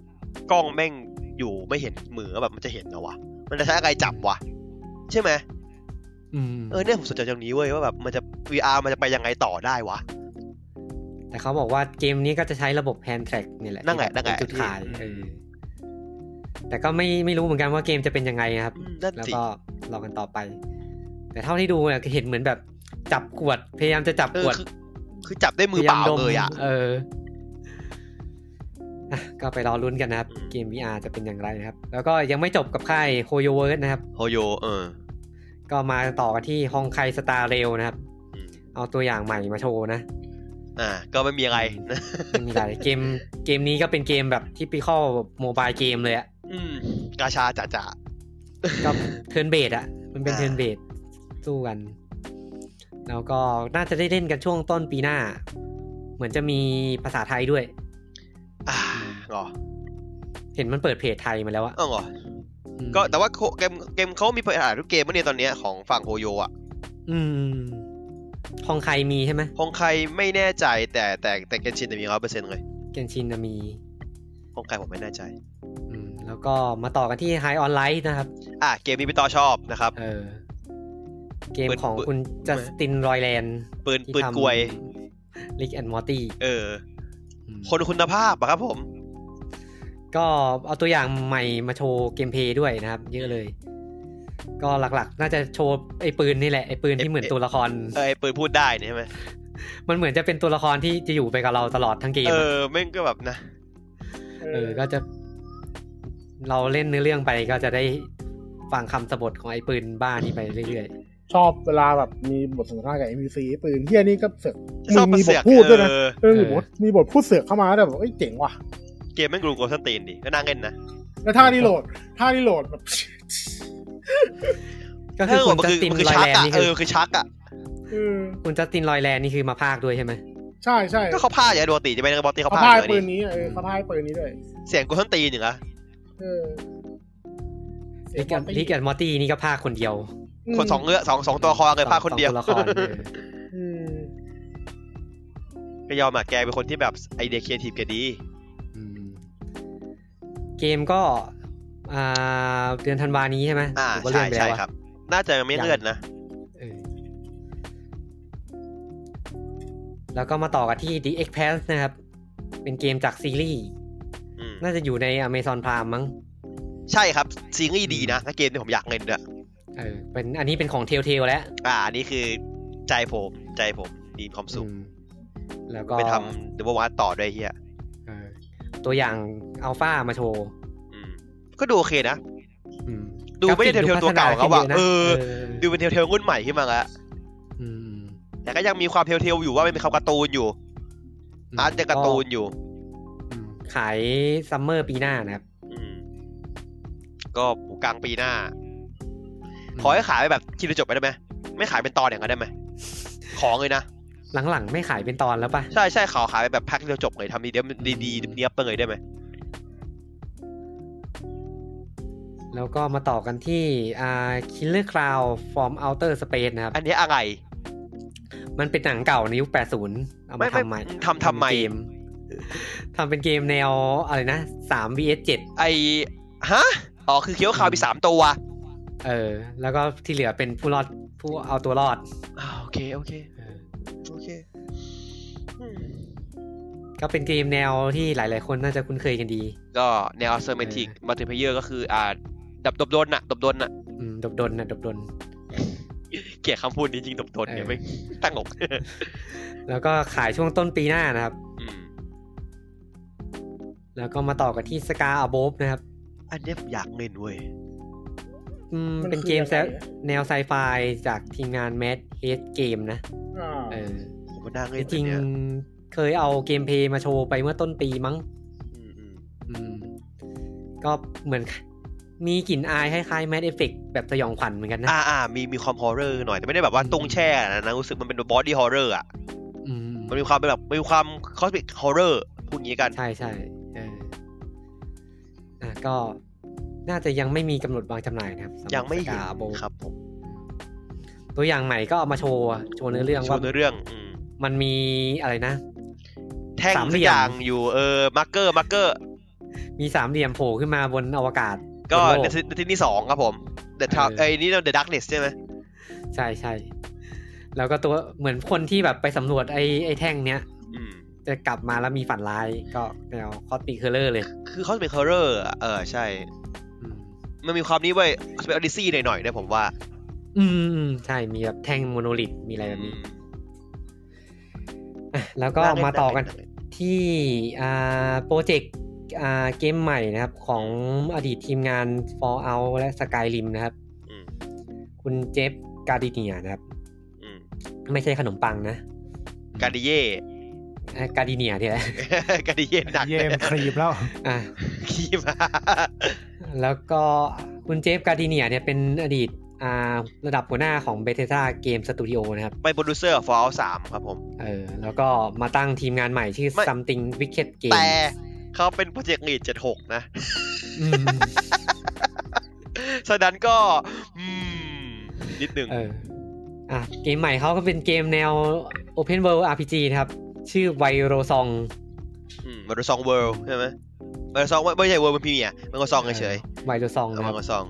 Speaker 2: กล้องแม่งอยู่ไม่เห็นมือแบบมันจะเห็นเหรอวะมันจะใช้อะไรจับวะใช่ไหม
Speaker 1: อืม
Speaker 2: เออเนี่ยผมสนใจตรงนี้เว้ยว่าแบบมันจะ VR มันจะไปยังไงต่อได้วะ
Speaker 1: แต่เขาบอกว่าเกมนี้ก็จะใช้ระบบแ a น d t ท a c k นี่แหละ
Speaker 2: นั่นแหละ
Speaker 1: ที่บบ
Speaker 2: นั่นแหละ
Speaker 1: เป็จุดขาย
Speaker 2: อืม
Speaker 1: เออแต่ก็ไม่ไม่รู้เหมือนกันว่าเกมจะเป็นยังไงนะครับ
Speaker 2: อืมนั่น
Speaker 1: แล้ว
Speaker 2: สิ
Speaker 1: ก็รอกันต่อไป แต่เท่าที่ดูเนี่ยเห็นเหมือนแบบจับขวด พยายามจะจับ
Speaker 2: เอ
Speaker 1: ข
Speaker 2: อ
Speaker 1: วด
Speaker 2: คือคือจับได้มือเปล่าเลยอ่ะ
Speaker 1: เอออ่ะ ก็ไปรอลุ้นกันนะครับ
Speaker 2: อืม
Speaker 1: เกม VR จะเป็นอย่างไรนะครับ แล้วก็ยังไม่จบกับค่ายโฮโยเวิร์นะครับ
Speaker 2: โฮโยเออ
Speaker 1: ก็มาต่อกันที่ฮองไคสตาร์เรลนะครับ
Speaker 2: อืม
Speaker 1: เอาตัวอย่างใหม่มาโชว์นะ
Speaker 2: อ่า ก็ไม่มีอะไรนะ [laughs]
Speaker 1: ไม่มีอะไรเกมเกมนี้ก็เป็นเกมแบบที่ปีข้อโมบายเกมเลยอะ
Speaker 2: อืมกาชาจ่าจ่า
Speaker 1: ก็เทิร์นเบดอะมันเป็น
Speaker 2: อ่า
Speaker 1: เทิร์นเบดสู้กัน แล้วก็น่าจะได้เล่นกันช่วงต้นปีหน้า เหมือนจะมีภาษาไทยด้วย
Speaker 2: อ่าเหรอ
Speaker 1: เห็นมันเปิดเพจไทยมาแล้วอะ
Speaker 2: เออเหรอ
Speaker 1: อืม
Speaker 2: ก็แต่ว่าโคเกมเกมเขามีปัญหาทุกเกมเมื่อเนี่ยตอนเนี้ยของฝั่งโฮโยอ่ะ
Speaker 1: อืมทองใครมีใช่ไหม
Speaker 2: ของใครไม่แน่ใจแต่แต่แต่เกนชินจะมีร้อยเปอร์เซ็นต์เลย
Speaker 1: เกนชินน่ะมี
Speaker 2: ของใครผมไม่แน่ใจ
Speaker 1: อืมแล้วก็มาต่อกันที่ High On Life นะครับ
Speaker 2: อ่ะเกมนี้พี่ต่อชอบนะครับ
Speaker 1: เออ เกมของคุณจัสตินรอยแลนด์
Speaker 2: ปืนปืนกลวย
Speaker 1: ลิกแอนด์มอร์ตี้
Speaker 2: เออ คนคุณภาพอะครับผม
Speaker 1: ก็เอาตัวอย่างใหม่มาโชว์เกมเพลย์ด้วยนะครับ เยอะเลย ก็หลักๆ น่าจะโชว์ไอ้ปืนนี่แหละ ไอ้ปืนที่เหมือนตัวละคร
Speaker 2: เออไอปืนพูดได้เนี่ยใช่ไหม
Speaker 1: มันเหมือนจะเป็นตัวละครที่จะอยู่ไปกับเราตลอดทั้งเกม
Speaker 2: เอ
Speaker 1: อะ
Speaker 2: อแม่งก็แบบนะ
Speaker 1: เออ ก็จะ เราเล่นเนื้อเรื่องไปก็จะได้ฟังคำสะบทของไอ้ปืนบ้านี่ไปเรื่อย
Speaker 3: ชอบเวลาแบบมีบทสนทนากับ NPC ปืนเฮียนี่ก็เสือก
Speaker 2: ชอบ
Speaker 3: มี
Speaker 2: มา
Speaker 3: บ
Speaker 2: เสื
Speaker 3: ท
Speaker 2: อก
Speaker 3: พูดด้วยนะ
Speaker 2: เออ
Speaker 3: เออมีบทมีบทพูดเสือกเข้ามาแล้วแบบเอ้ยเจ๋งว่ะ
Speaker 2: เกมแม่งกรูโกสตีนดิก็นั่งเล่นนะ
Speaker 3: แล้วท่าที่โหลดท่าที่โหลดแบบ [laughs]
Speaker 1: ๆ ก็
Speaker 2: เอ
Speaker 1: คือ
Speaker 2: อ
Speaker 1: คุณ
Speaker 2: มัน
Speaker 1: จัส
Speaker 2: คือ
Speaker 1: ติน
Speaker 2: มันคือ
Speaker 1: ลอย
Speaker 2: ชัก
Speaker 1: แลน
Speaker 2: อ่ะ
Speaker 1: ด์นี่
Speaker 2: เอ
Speaker 1: คือ
Speaker 2: อคือชักอ่ะ
Speaker 3: เออ
Speaker 1: คุณจัสตินลอยแลนด์นี่คือมาภาคด้วยใช่ไหม
Speaker 3: ใช่ใช่
Speaker 2: ก็เขาพลาดอย่างเดียวปกติจะไปในบอลตี
Speaker 3: เขา
Speaker 2: เขาพลาด
Speaker 3: พาย
Speaker 2: เลย
Speaker 3: ปื
Speaker 2: ดิ
Speaker 3: นนี้เออเขาพายปืนนี้ด้วย
Speaker 2: เสียงกูทั้งตีนอย่างอะ
Speaker 3: เออเสีย
Speaker 1: ลิ
Speaker 3: ง
Speaker 1: กแอน
Speaker 3: ปาร์ตี้
Speaker 1: ลิกแอนมอตี้นี่ก็ภาคคนเดียว
Speaker 2: คนสองเงือกสองสองตัวคอเลยพลาดคนเดียว
Speaker 1: สองตัวละครเออ
Speaker 3: อืม
Speaker 2: ก็ยอมอ่ะแกเป็นคนที่แบบไอเดียครีเอทีฟแกดี
Speaker 1: อืมเกมก็อ่าเดือนธันวานี้ใช่ไหม
Speaker 2: อ่า
Speaker 1: หรือว่าเลื่
Speaker 2: ใช่
Speaker 1: อนไป
Speaker 2: ใช่
Speaker 1: แล้ววะ
Speaker 2: ครับ น่าจะยังไม่
Speaker 1: ยัง
Speaker 2: เลื่อนนะ
Speaker 1: เออแล้วก็มาต่อกันที่ The Expanse นะครับ เป็นเกมจากซีรีส์
Speaker 2: อืม
Speaker 1: น่าจะอยู่ใน Amazon Prime มั้ง
Speaker 2: ใช่ครับซีรีส์ดีนะถ้าเกมที่ผมอยากเล่นด้วย
Speaker 1: เออ เป็นอันนี้เป็นของ Telltale แล้ว
Speaker 2: อ่าอันนี้คือใจผมใจผมมีความสุข
Speaker 1: อืมแล้วก็
Speaker 2: ไปทำเดบวัตต่อด้วยเฮีย
Speaker 1: เออตัวอย่างอัลฟามาโชว์
Speaker 2: อืมก็ดูโอเคนะ
Speaker 1: อืม
Speaker 2: ดูไม่ได้
Speaker 1: ราฟิ
Speaker 2: เทลๆตัวเก่า
Speaker 1: พัฒน
Speaker 2: เขา
Speaker 1: ขึ้
Speaker 2: อะ
Speaker 1: นยนะ
Speaker 2: เออ
Speaker 1: เออ
Speaker 2: ดูเป็นเทลเทลรุ่นใหม่ขึ้นมาแล้ว
Speaker 1: อืม
Speaker 2: แต่ก็ยังมีความเทลเทลอยู่ว่ามันเป็นคำการ์ตูนอยู่
Speaker 1: อืม
Speaker 2: อาร์ตยังการ์ตูนอยู่
Speaker 1: อืมขายซัมเมอร์ปีหน้านะครับ
Speaker 2: อืมก็กลางปีหน้า ขอให้ขายไปแบบทีละจบไปได้ไหมไม่ขายเป็นตอนอย่างนั้นได้ไหมของเลยนะ
Speaker 1: หลังๆ ไม่ขายเป็นตอนแล้วป่ะ
Speaker 2: ใช่ใช่ขาวขายไปแบบแพ็คเดียวจบเลยทำดีเดียวดีดีเนี้ยบไปเลยได้ไหม
Speaker 1: แล้วก็มาต่อกันที่อ่า Killer Cloud from Outer Space นะครับ
Speaker 2: อันนี้อะไร
Speaker 1: มันเป็นหนังเก่าในยุค 80 เอา
Speaker 2: ไม่
Speaker 1: มา
Speaker 2: ไม่
Speaker 1: ทำใหม่
Speaker 2: ทำทำใหม่
Speaker 1: เกทำเป็นเกมแนวอะไรนะ 3 vs
Speaker 2: ไอฮะอ๋อคือเคี้ยวขาวมีสามตัว
Speaker 1: 7เออ แล้วก็ที่เหลือเป็นผู้รอดผู้เอาตัวรอด
Speaker 2: อ่าโอเคโอเค
Speaker 1: เออ
Speaker 2: โอเคอืม
Speaker 1: ก็เป็นเกมแนวที่หลาย ๆ คนน่าจะคุ้นเคยกันดี
Speaker 2: ก็แนวเซอร์เมนติกมัลติเพเยอร์ก็คืออ่าดับดบดนน่ะดบดนน่ะ
Speaker 1: อืมดบดนนะดบดน
Speaker 2: เกลียดคำพูดนี้จริงดบดนเนี่
Speaker 1: เอ
Speaker 2: ย [laughs]
Speaker 1: อ
Speaker 2: ไม่ตั้งงก
Speaker 1: แล้วก็ขายช่วงต้นปีหน้านะครับ
Speaker 2: อืม
Speaker 1: แล้วก็มาต่อกันที่สกาอ v บ v นะครับ
Speaker 2: อันเนี้ยผมอยากเล่นเว้ย
Speaker 1: อืมเป็นเกมแซวแนวไซไฟจากทีมงาน Mad Head Game นะ
Speaker 3: อ่า
Speaker 1: เออ
Speaker 2: ผมก็น่า
Speaker 1: จ
Speaker 2: เล่น
Speaker 1: ริง
Speaker 2: อันเนี้ย
Speaker 1: ๆเคยเอาเกมเพลย์มาโชว์ไปเมื่อต้นปีมั้ง
Speaker 2: อืมอืม
Speaker 1: อืมก็เหมือนมีกลิ่นอายคล้ายๆแมดเอฟเฟกแบบสยองขวัญเหมือนกันนะ
Speaker 2: อ่าอ่ามีมีความฮอร์เรอร์หน่อยแต่ไม่ได้แบบว่าตรงแช่นะนะรู้สึกมันเป็นบอดี้ฮอร์เรอร์อ่ะ
Speaker 1: อืม
Speaker 2: มันมีความเป็นแบบมันมีความคอสมิกฮอร์เรอร์พูดงี้กัน
Speaker 1: ใช่ใช่ๆเอออ่ะก็น่าจะยังไม่มีกำหนดวางจำหน่ายนะครับสำรับ
Speaker 2: ยังไม่เห็น
Speaker 1: สกาโบ
Speaker 2: ครับผม
Speaker 1: ตัวอย่างใหม่ก็เอามาโชว์อะโชว์เนื้อเรื่อง
Speaker 2: ชว
Speaker 1: ว่าน
Speaker 2: ในเรื่องอืม
Speaker 1: มันมีอะไรนะ
Speaker 2: แท่ง
Speaker 1: สามเหลี่ยม
Speaker 2: สักอย่างอยู่เออมาร์เกอร์มาร์เกอร์
Speaker 1: มีสามเหลี่ยมโผล่ขึ้นมาบนอวกาศ
Speaker 2: ก็
Speaker 1: บนโล
Speaker 2: ในในที่นี่สองครับผมเดอะทาว
Speaker 1: เออ
Speaker 2: ไอ้ยนี่เดอะดักเนสใช่ไหม
Speaker 1: ใช่ใช่ๆแล้วก็ตัวเหมือนคนที่แบบไปสำรวจไอ้ไอ้แท่งเนี้ย
Speaker 2: อืม
Speaker 1: จะกลับมาแล้วมีฝันร้ายก็แนวคอสติเคอร์เลอร์เลย
Speaker 2: คือเขาเป็นคอร์เรอร์เออใช่
Speaker 1: อืม
Speaker 2: มันมีความนี้ไว้สเปอดิซี่หน่อยๆนะผมว่า
Speaker 1: อืมอืมใช่มีแบบแท่งโมโนลิทมีอะไรแบบนี้อ่ะแล้วก็มาต่อกันที่อ่าโปรเจกต์อ่าเกมใหม่นะครับ ของอดีตทีมงาน Fallout และ Skyrim นะครับ
Speaker 2: อืม
Speaker 1: คุณเจฟกาดิเนียนะครับ
Speaker 2: อืม
Speaker 1: ไม่ใช่ขนมปังนะ
Speaker 2: การดิเย่ [laughs]
Speaker 1: กาดิเนียเนี่ยแหละ [laughs]
Speaker 2: การดิเย่หนัก
Speaker 4: เยี่ยมครีมแล้ว
Speaker 1: อ่ะ
Speaker 2: [laughs] ขี้มา
Speaker 1: แล้วก็คุณเจฟกาดิเนียเนี่ยเป็นอดีตอ่าระดับหัวหน้าของ Bethesda Game Studio นะครับ
Speaker 2: ไปโปรดิวเซอร์ฟอลสามครับผม
Speaker 1: เออแล้วก็มาตั้งทีมงานใหม่ชื่อ
Speaker 2: ไม่
Speaker 1: Something Wicked Game
Speaker 2: แต่เขาเป็นโปรเจกต์ลีดเจ็ดหกนะ [laughs]
Speaker 1: อืม
Speaker 2: ฉะนั้นก็อืมนิดหนึ่ง
Speaker 1: เอออ่ะเกมใหม่เขาก็เป็นเกมแนว Open World RPG นะครับ ชื่อไวโรซอง
Speaker 2: มมันเป็นซองเวิลด์ใช่ไหมมันเป็นซองไม่ใช่เวิลด์มันพรีเมียร์มันก็ซองเฉยๆ
Speaker 1: ไวโรซอง
Speaker 2: เอา
Speaker 1: นะค
Speaker 2: มา
Speaker 1: รับ
Speaker 2: ก็ซอง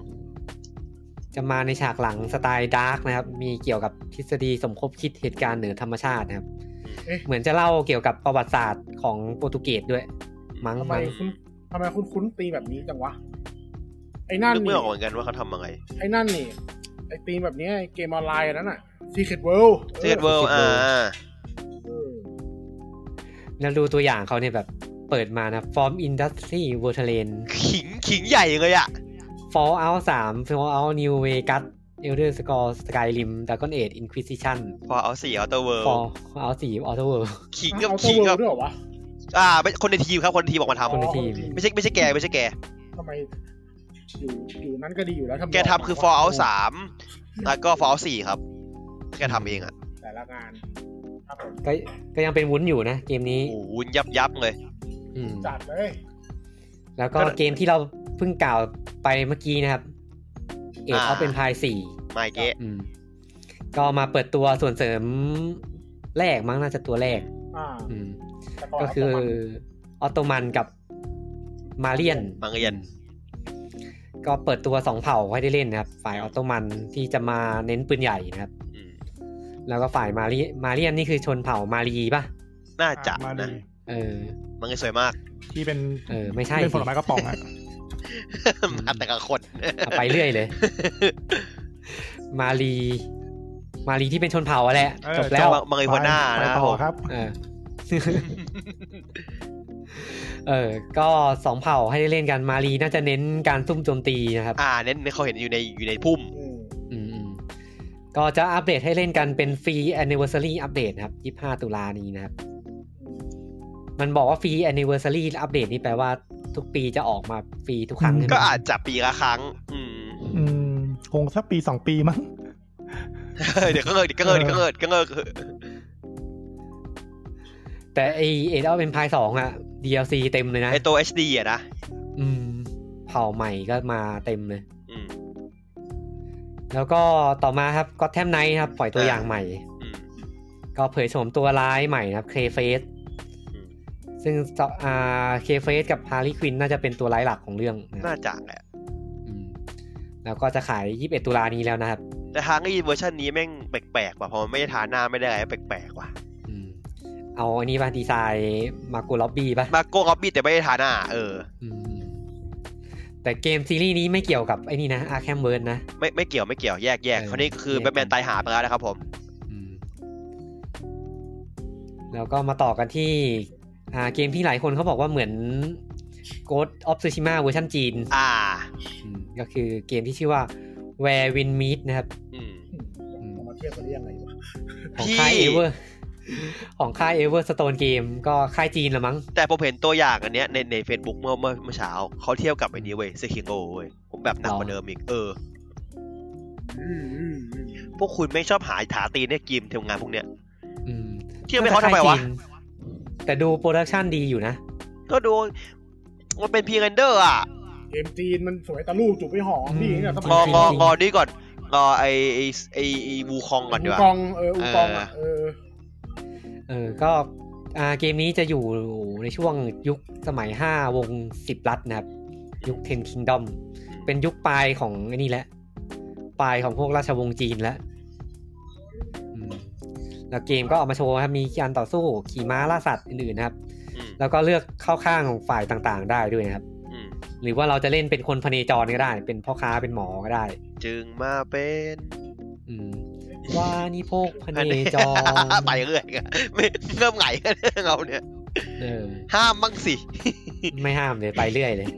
Speaker 1: จะมาในฉากหลังสไตล์ดาร์กนะครับ มีเกี่ยวกับทฤษฎีสมคบคิดเหตุการณ์เหนือธรรมชาตินะครับ เหมือนจะเล่าเกี่ยวกับประวัติศาสตร์ของโปรตุเกสด้วย มั้ง
Speaker 3: ทำไม
Speaker 1: มั้ง
Speaker 3: คุ้นทำไมคุ้นคุ้นตีแบบนี้จังวะ ไอ้นั่น
Speaker 2: นึกไม่
Speaker 3: นี่
Speaker 2: ออกเหมือนกันว่าเขาทำยังไง
Speaker 3: ไอ้นั่นนี่ไอ้ตีมแบบนี้ไอ้เกมออนไลน์อันนั้นน่ะ Secret World
Speaker 2: เซตเวิลด์อ่า
Speaker 3: เออ
Speaker 1: แล้วดูตัวอย่างเขาเนี่ยแบบ เปิดมานะ Form Industry v e r t a l a n
Speaker 2: ขิงขิงใหญ่เลยอ่ะ
Speaker 1: Fallout 3 Fallout New Vegas Elder Scrolls Skyrim Dragon Age Inquisition
Speaker 2: พอเอาสี่เอาตัวเวิร์
Speaker 1: Fallout 4 Outer World
Speaker 2: ขิง
Speaker 3: เอา
Speaker 2: กับ
Speaker 3: เอาเทอ
Speaker 2: ขิ
Speaker 3: ร์
Speaker 2: ง
Speaker 3: เวิ
Speaker 2: กั
Speaker 3: ล
Speaker 2: บ
Speaker 3: ด้วยเหรอวะ
Speaker 2: อ่าไม่คนในทีมครับคนในทีมออกมาท
Speaker 1: คนในทีม
Speaker 2: ำไม่ใช่ไม่ใช่แกไม่ใช่แก
Speaker 3: ทำไมอยู่อยู่นั้นก็ดีอยู่แล้วทำไม
Speaker 2: แกทำคือ Fallout สามแล้วก็ Fallout สี่ครับ แกทำเองอ่ะ
Speaker 3: แต่ละงานครับผม
Speaker 1: ก็ก็ยังเป็นวุ้นอยู่นะ เกมนี้
Speaker 2: โอ้โหวุ่นยับยับเลย
Speaker 1: อืม
Speaker 3: จัดเลย
Speaker 1: แล้วก็
Speaker 2: ก็
Speaker 1: เกมที่เราเพิ่งกล่าวไปเมื่อกี้นะครับ เอท
Speaker 2: อ่า
Speaker 1: เขาเป็นพายสี่
Speaker 2: ไม่เกะ
Speaker 1: อืมก็มาเปิดตัวส่วนเสริมแรกมั้งน่าจะตัวแรก
Speaker 3: อ่า
Speaker 1: อืม
Speaker 3: แต่น
Speaker 1: ก็คือ
Speaker 3: เา
Speaker 1: ออตโตมันกับมาเรียน
Speaker 2: มังเรียน
Speaker 1: ก็เปิดตัวสองเผ่าให้ได้เล่นนะครับ ฝ่ายออตโตมันที่จะมาเน้นปืนใหญ่นะครับ
Speaker 2: อืม
Speaker 1: แล้วก็ฝ่ายมาเรียมาเรียนนี่คือชนเผ่ามารีป่ะ
Speaker 2: น่าจะ
Speaker 4: มา
Speaker 2: นะ
Speaker 4: ดี
Speaker 1: เออ
Speaker 2: มังเรียนสวยมาก
Speaker 4: ที่เป็น
Speaker 1: เออไม่ใช่
Speaker 4: เป็นผลไม้กระป๋องอ่ะ
Speaker 1: ม
Speaker 2: [laughs] มาแต่กับคน
Speaker 1: เอาไปเรื่อย
Speaker 2: [laughs]
Speaker 1: เลย มารีมารีที่เป็นชนเผ่าอะแหละ
Speaker 4: เออ
Speaker 1: จบแล้ว
Speaker 2: มังเรียนหัวหน้า
Speaker 4: ไป
Speaker 2: นะ
Speaker 4: ต่อ
Speaker 2: ค
Speaker 4: ครับ รับ
Speaker 1: เออ เออ ก็สองเผ่าให้ได้เล่นกันมารีน่าจะเน้นการซุ่มโจมตีนะครับ
Speaker 2: อ่าเน้นเขาเห็นอยู่ในอยู่ในพุ่ม
Speaker 3: อืม
Speaker 1: อืมอืมก็จะอัปเดตให้เล่นกันเป็นฟรี anniversary อัปเดตนะครับ 25 ตุลานี้นะครับ มันบอกว่าฟรี anniversary อัปเดตนี่แปลว่าทุกปีจะออกมาฟรีทุกครั้ง
Speaker 4: อืม
Speaker 1: ใช่ไหม
Speaker 2: ก็อาจจะปีละครั้ง อืม [laughs]
Speaker 4: อืมคงสักปีสองปีมั้ง
Speaker 2: เดี๋ยวก็เงินเดี๋ยวก็เงินเดี๋ยวก็เงินเดี๋ยวก็เงิน
Speaker 1: แต่ไอเอ็ดเอาเป็นพายสองอะ DLC เต็มเลยนะ
Speaker 2: ไอตัว HD อ่ะนะ
Speaker 1: อืม เผ่าใหม่ก็มาเต็มเลย
Speaker 2: อืม
Speaker 1: แล้วก็ต่อมาครับก็แทมไนครับ ปล่อยตัวอย่างใหม่
Speaker 2: อืม
Speaker 1: ก็เผยโฉมตัวร้ายใหม่นะครับเคเฟส
Speaker 2: อืม
Speaker 1: ซึ่งอ่าเคเฟสกับฮาร์ลีควินน่าจะเป็นตัวร้ายหลักของเรื่องนะครับ
Speaker 2: น่าจะแหละ
Speaker 1: อืมแล้วก็จะขาย 21 ตุลานี้แล้วนะครับ
Speaker 2: แต่ทางไอ้เวอร์ชันนี้แม่งแปลกๆว่ะเพอมันไม่ได้ทาหน้าไม่ได้อะไรแปลกๆว่ะ
Speaker 1: อืมเอาอันนี้ป่ะ ดีไซน์มาโกล็อบบี้ป่ะ
Speaker 2: มาโก้ครับบี้แต่ไม่ได้ทาหน้า เออ
Speaker 1: อืมแต่เกมซีรีส์นี้ไม่เกี่ยวกับไอ้นี่นะอาร์แคมเวิร์นะ
Speaker 2: ไม่ไม่เกี่ยวไม่เกี่ยวแยกแยก
Speaker 1: เออ
Speaker 2: คนนี้คือ
Speaker 1: แยกกั
Speaker 2: แบ
Speaker 1: น
Speaker 2: ทแมนตายหาไปแล้วนะครับผม
Speaker 1: อืมแล้วก็มาต่อกันที่ อ่าเกมที่หลายคนเขาบอกว่าเหมือน Ghost of Tsushima เวอร์ชันจีน
Speaker 2: อ่า
Speaker 1: อืมก็คือเกมที่ชื่อว่า Where Wind Meet นะครับ
Speaker 2: อืม
Speaker 3: เอามาเทียบกันได้ยังไงวะ
Speaker 1: ของ
Speaker 2: พี่
Speaker 1: ค่ายเอเวอร์ของค่ายเอเวอร์สโตนเกมก็ค่ายจีนละมั้ง
Speaker 2: แต่ผมเห็นตัวอย่างอันเนี้ยในในเฟซบุ๊กเมื่อเมื่อเมื่อเช้าเขาเทียบกับไอ้นี้เว้ยเซคิงโอเว้ยผมแบบหนักกว่าเดิมอีกเออ
Speaker 3: อืมอืมอืม
Speaker 2: พวกคุณไม่ชอบหาถาตีนในเกมทำงานพวกเนี้ย
Speaker 1: อืม
Speaker 2: เทียบไม่เขาทำไมวะ
Speaker 1: แต่ดูโปรดักชันดีอยู่นะ
Speaker 2: ก็ดูมันเป็นพีเรนเดอร์อ่ะ
Speaker 3: เกมจีนมันสวยตะลูกจุบไม่หอมนี่เนี่ยสมั
Speaker 2: ง
Speaker 1: อ
Speaker 2: อ
Speaker 1: จริ
Speaker 2: ง
Speaker 1: ง
Speaker 2: อ
Speaker 1: ๆ
Speaker 2: งอนี่ก่อนงอไอไอไอไอ้วูคองก่อนดี
Speaker 3: อู
Speaker 2: ก
Speaker 3: กอ
Speaker 2: ว่า
Speaker 3: งเอออูกองอ่ะเออ
Speaker 1: เออ ก็อ่าเกมนี้จะอยู่ในช่วงยุคสมัย 5 วง 10 รัฐนะครับ ยุค Ten Kingdom เป็นยุคปลายของไอ้นี่แหละ ปลายของพวกราชวงศ์จีนแล้วอืมแล้วเกมก็เอามาโชว์ครับ มีการต่อสู้ขี่ม้าล่าสัตว์อื่นๆนะครับ
Speaker 2: อืม
Speaker 1: แล้วก็เลือกเข้าข้างของฝ่ายต่างๆ ได้ด้วยนะครับ
Speaker 2: อืม
Speaker 1: หรือว่าเราจะเล่นเป็นคนพเนจรก็ได้ เป็นพ่อค้าเป็นหมอก็ได้
Speaker 2: จึงมาเป็น
Speaker 1: อืมว่านี่พวกพเนจร
Speaker 2: [laughs] ไปเรื่อยอะไม่เริ่มไหลกันเราเนี่ย
Speaker 1: เออ
Speaker 2: ห้ามบ้างสิ
Speaker 1: ไม่ห้ามเลยไปเรื่อยเลย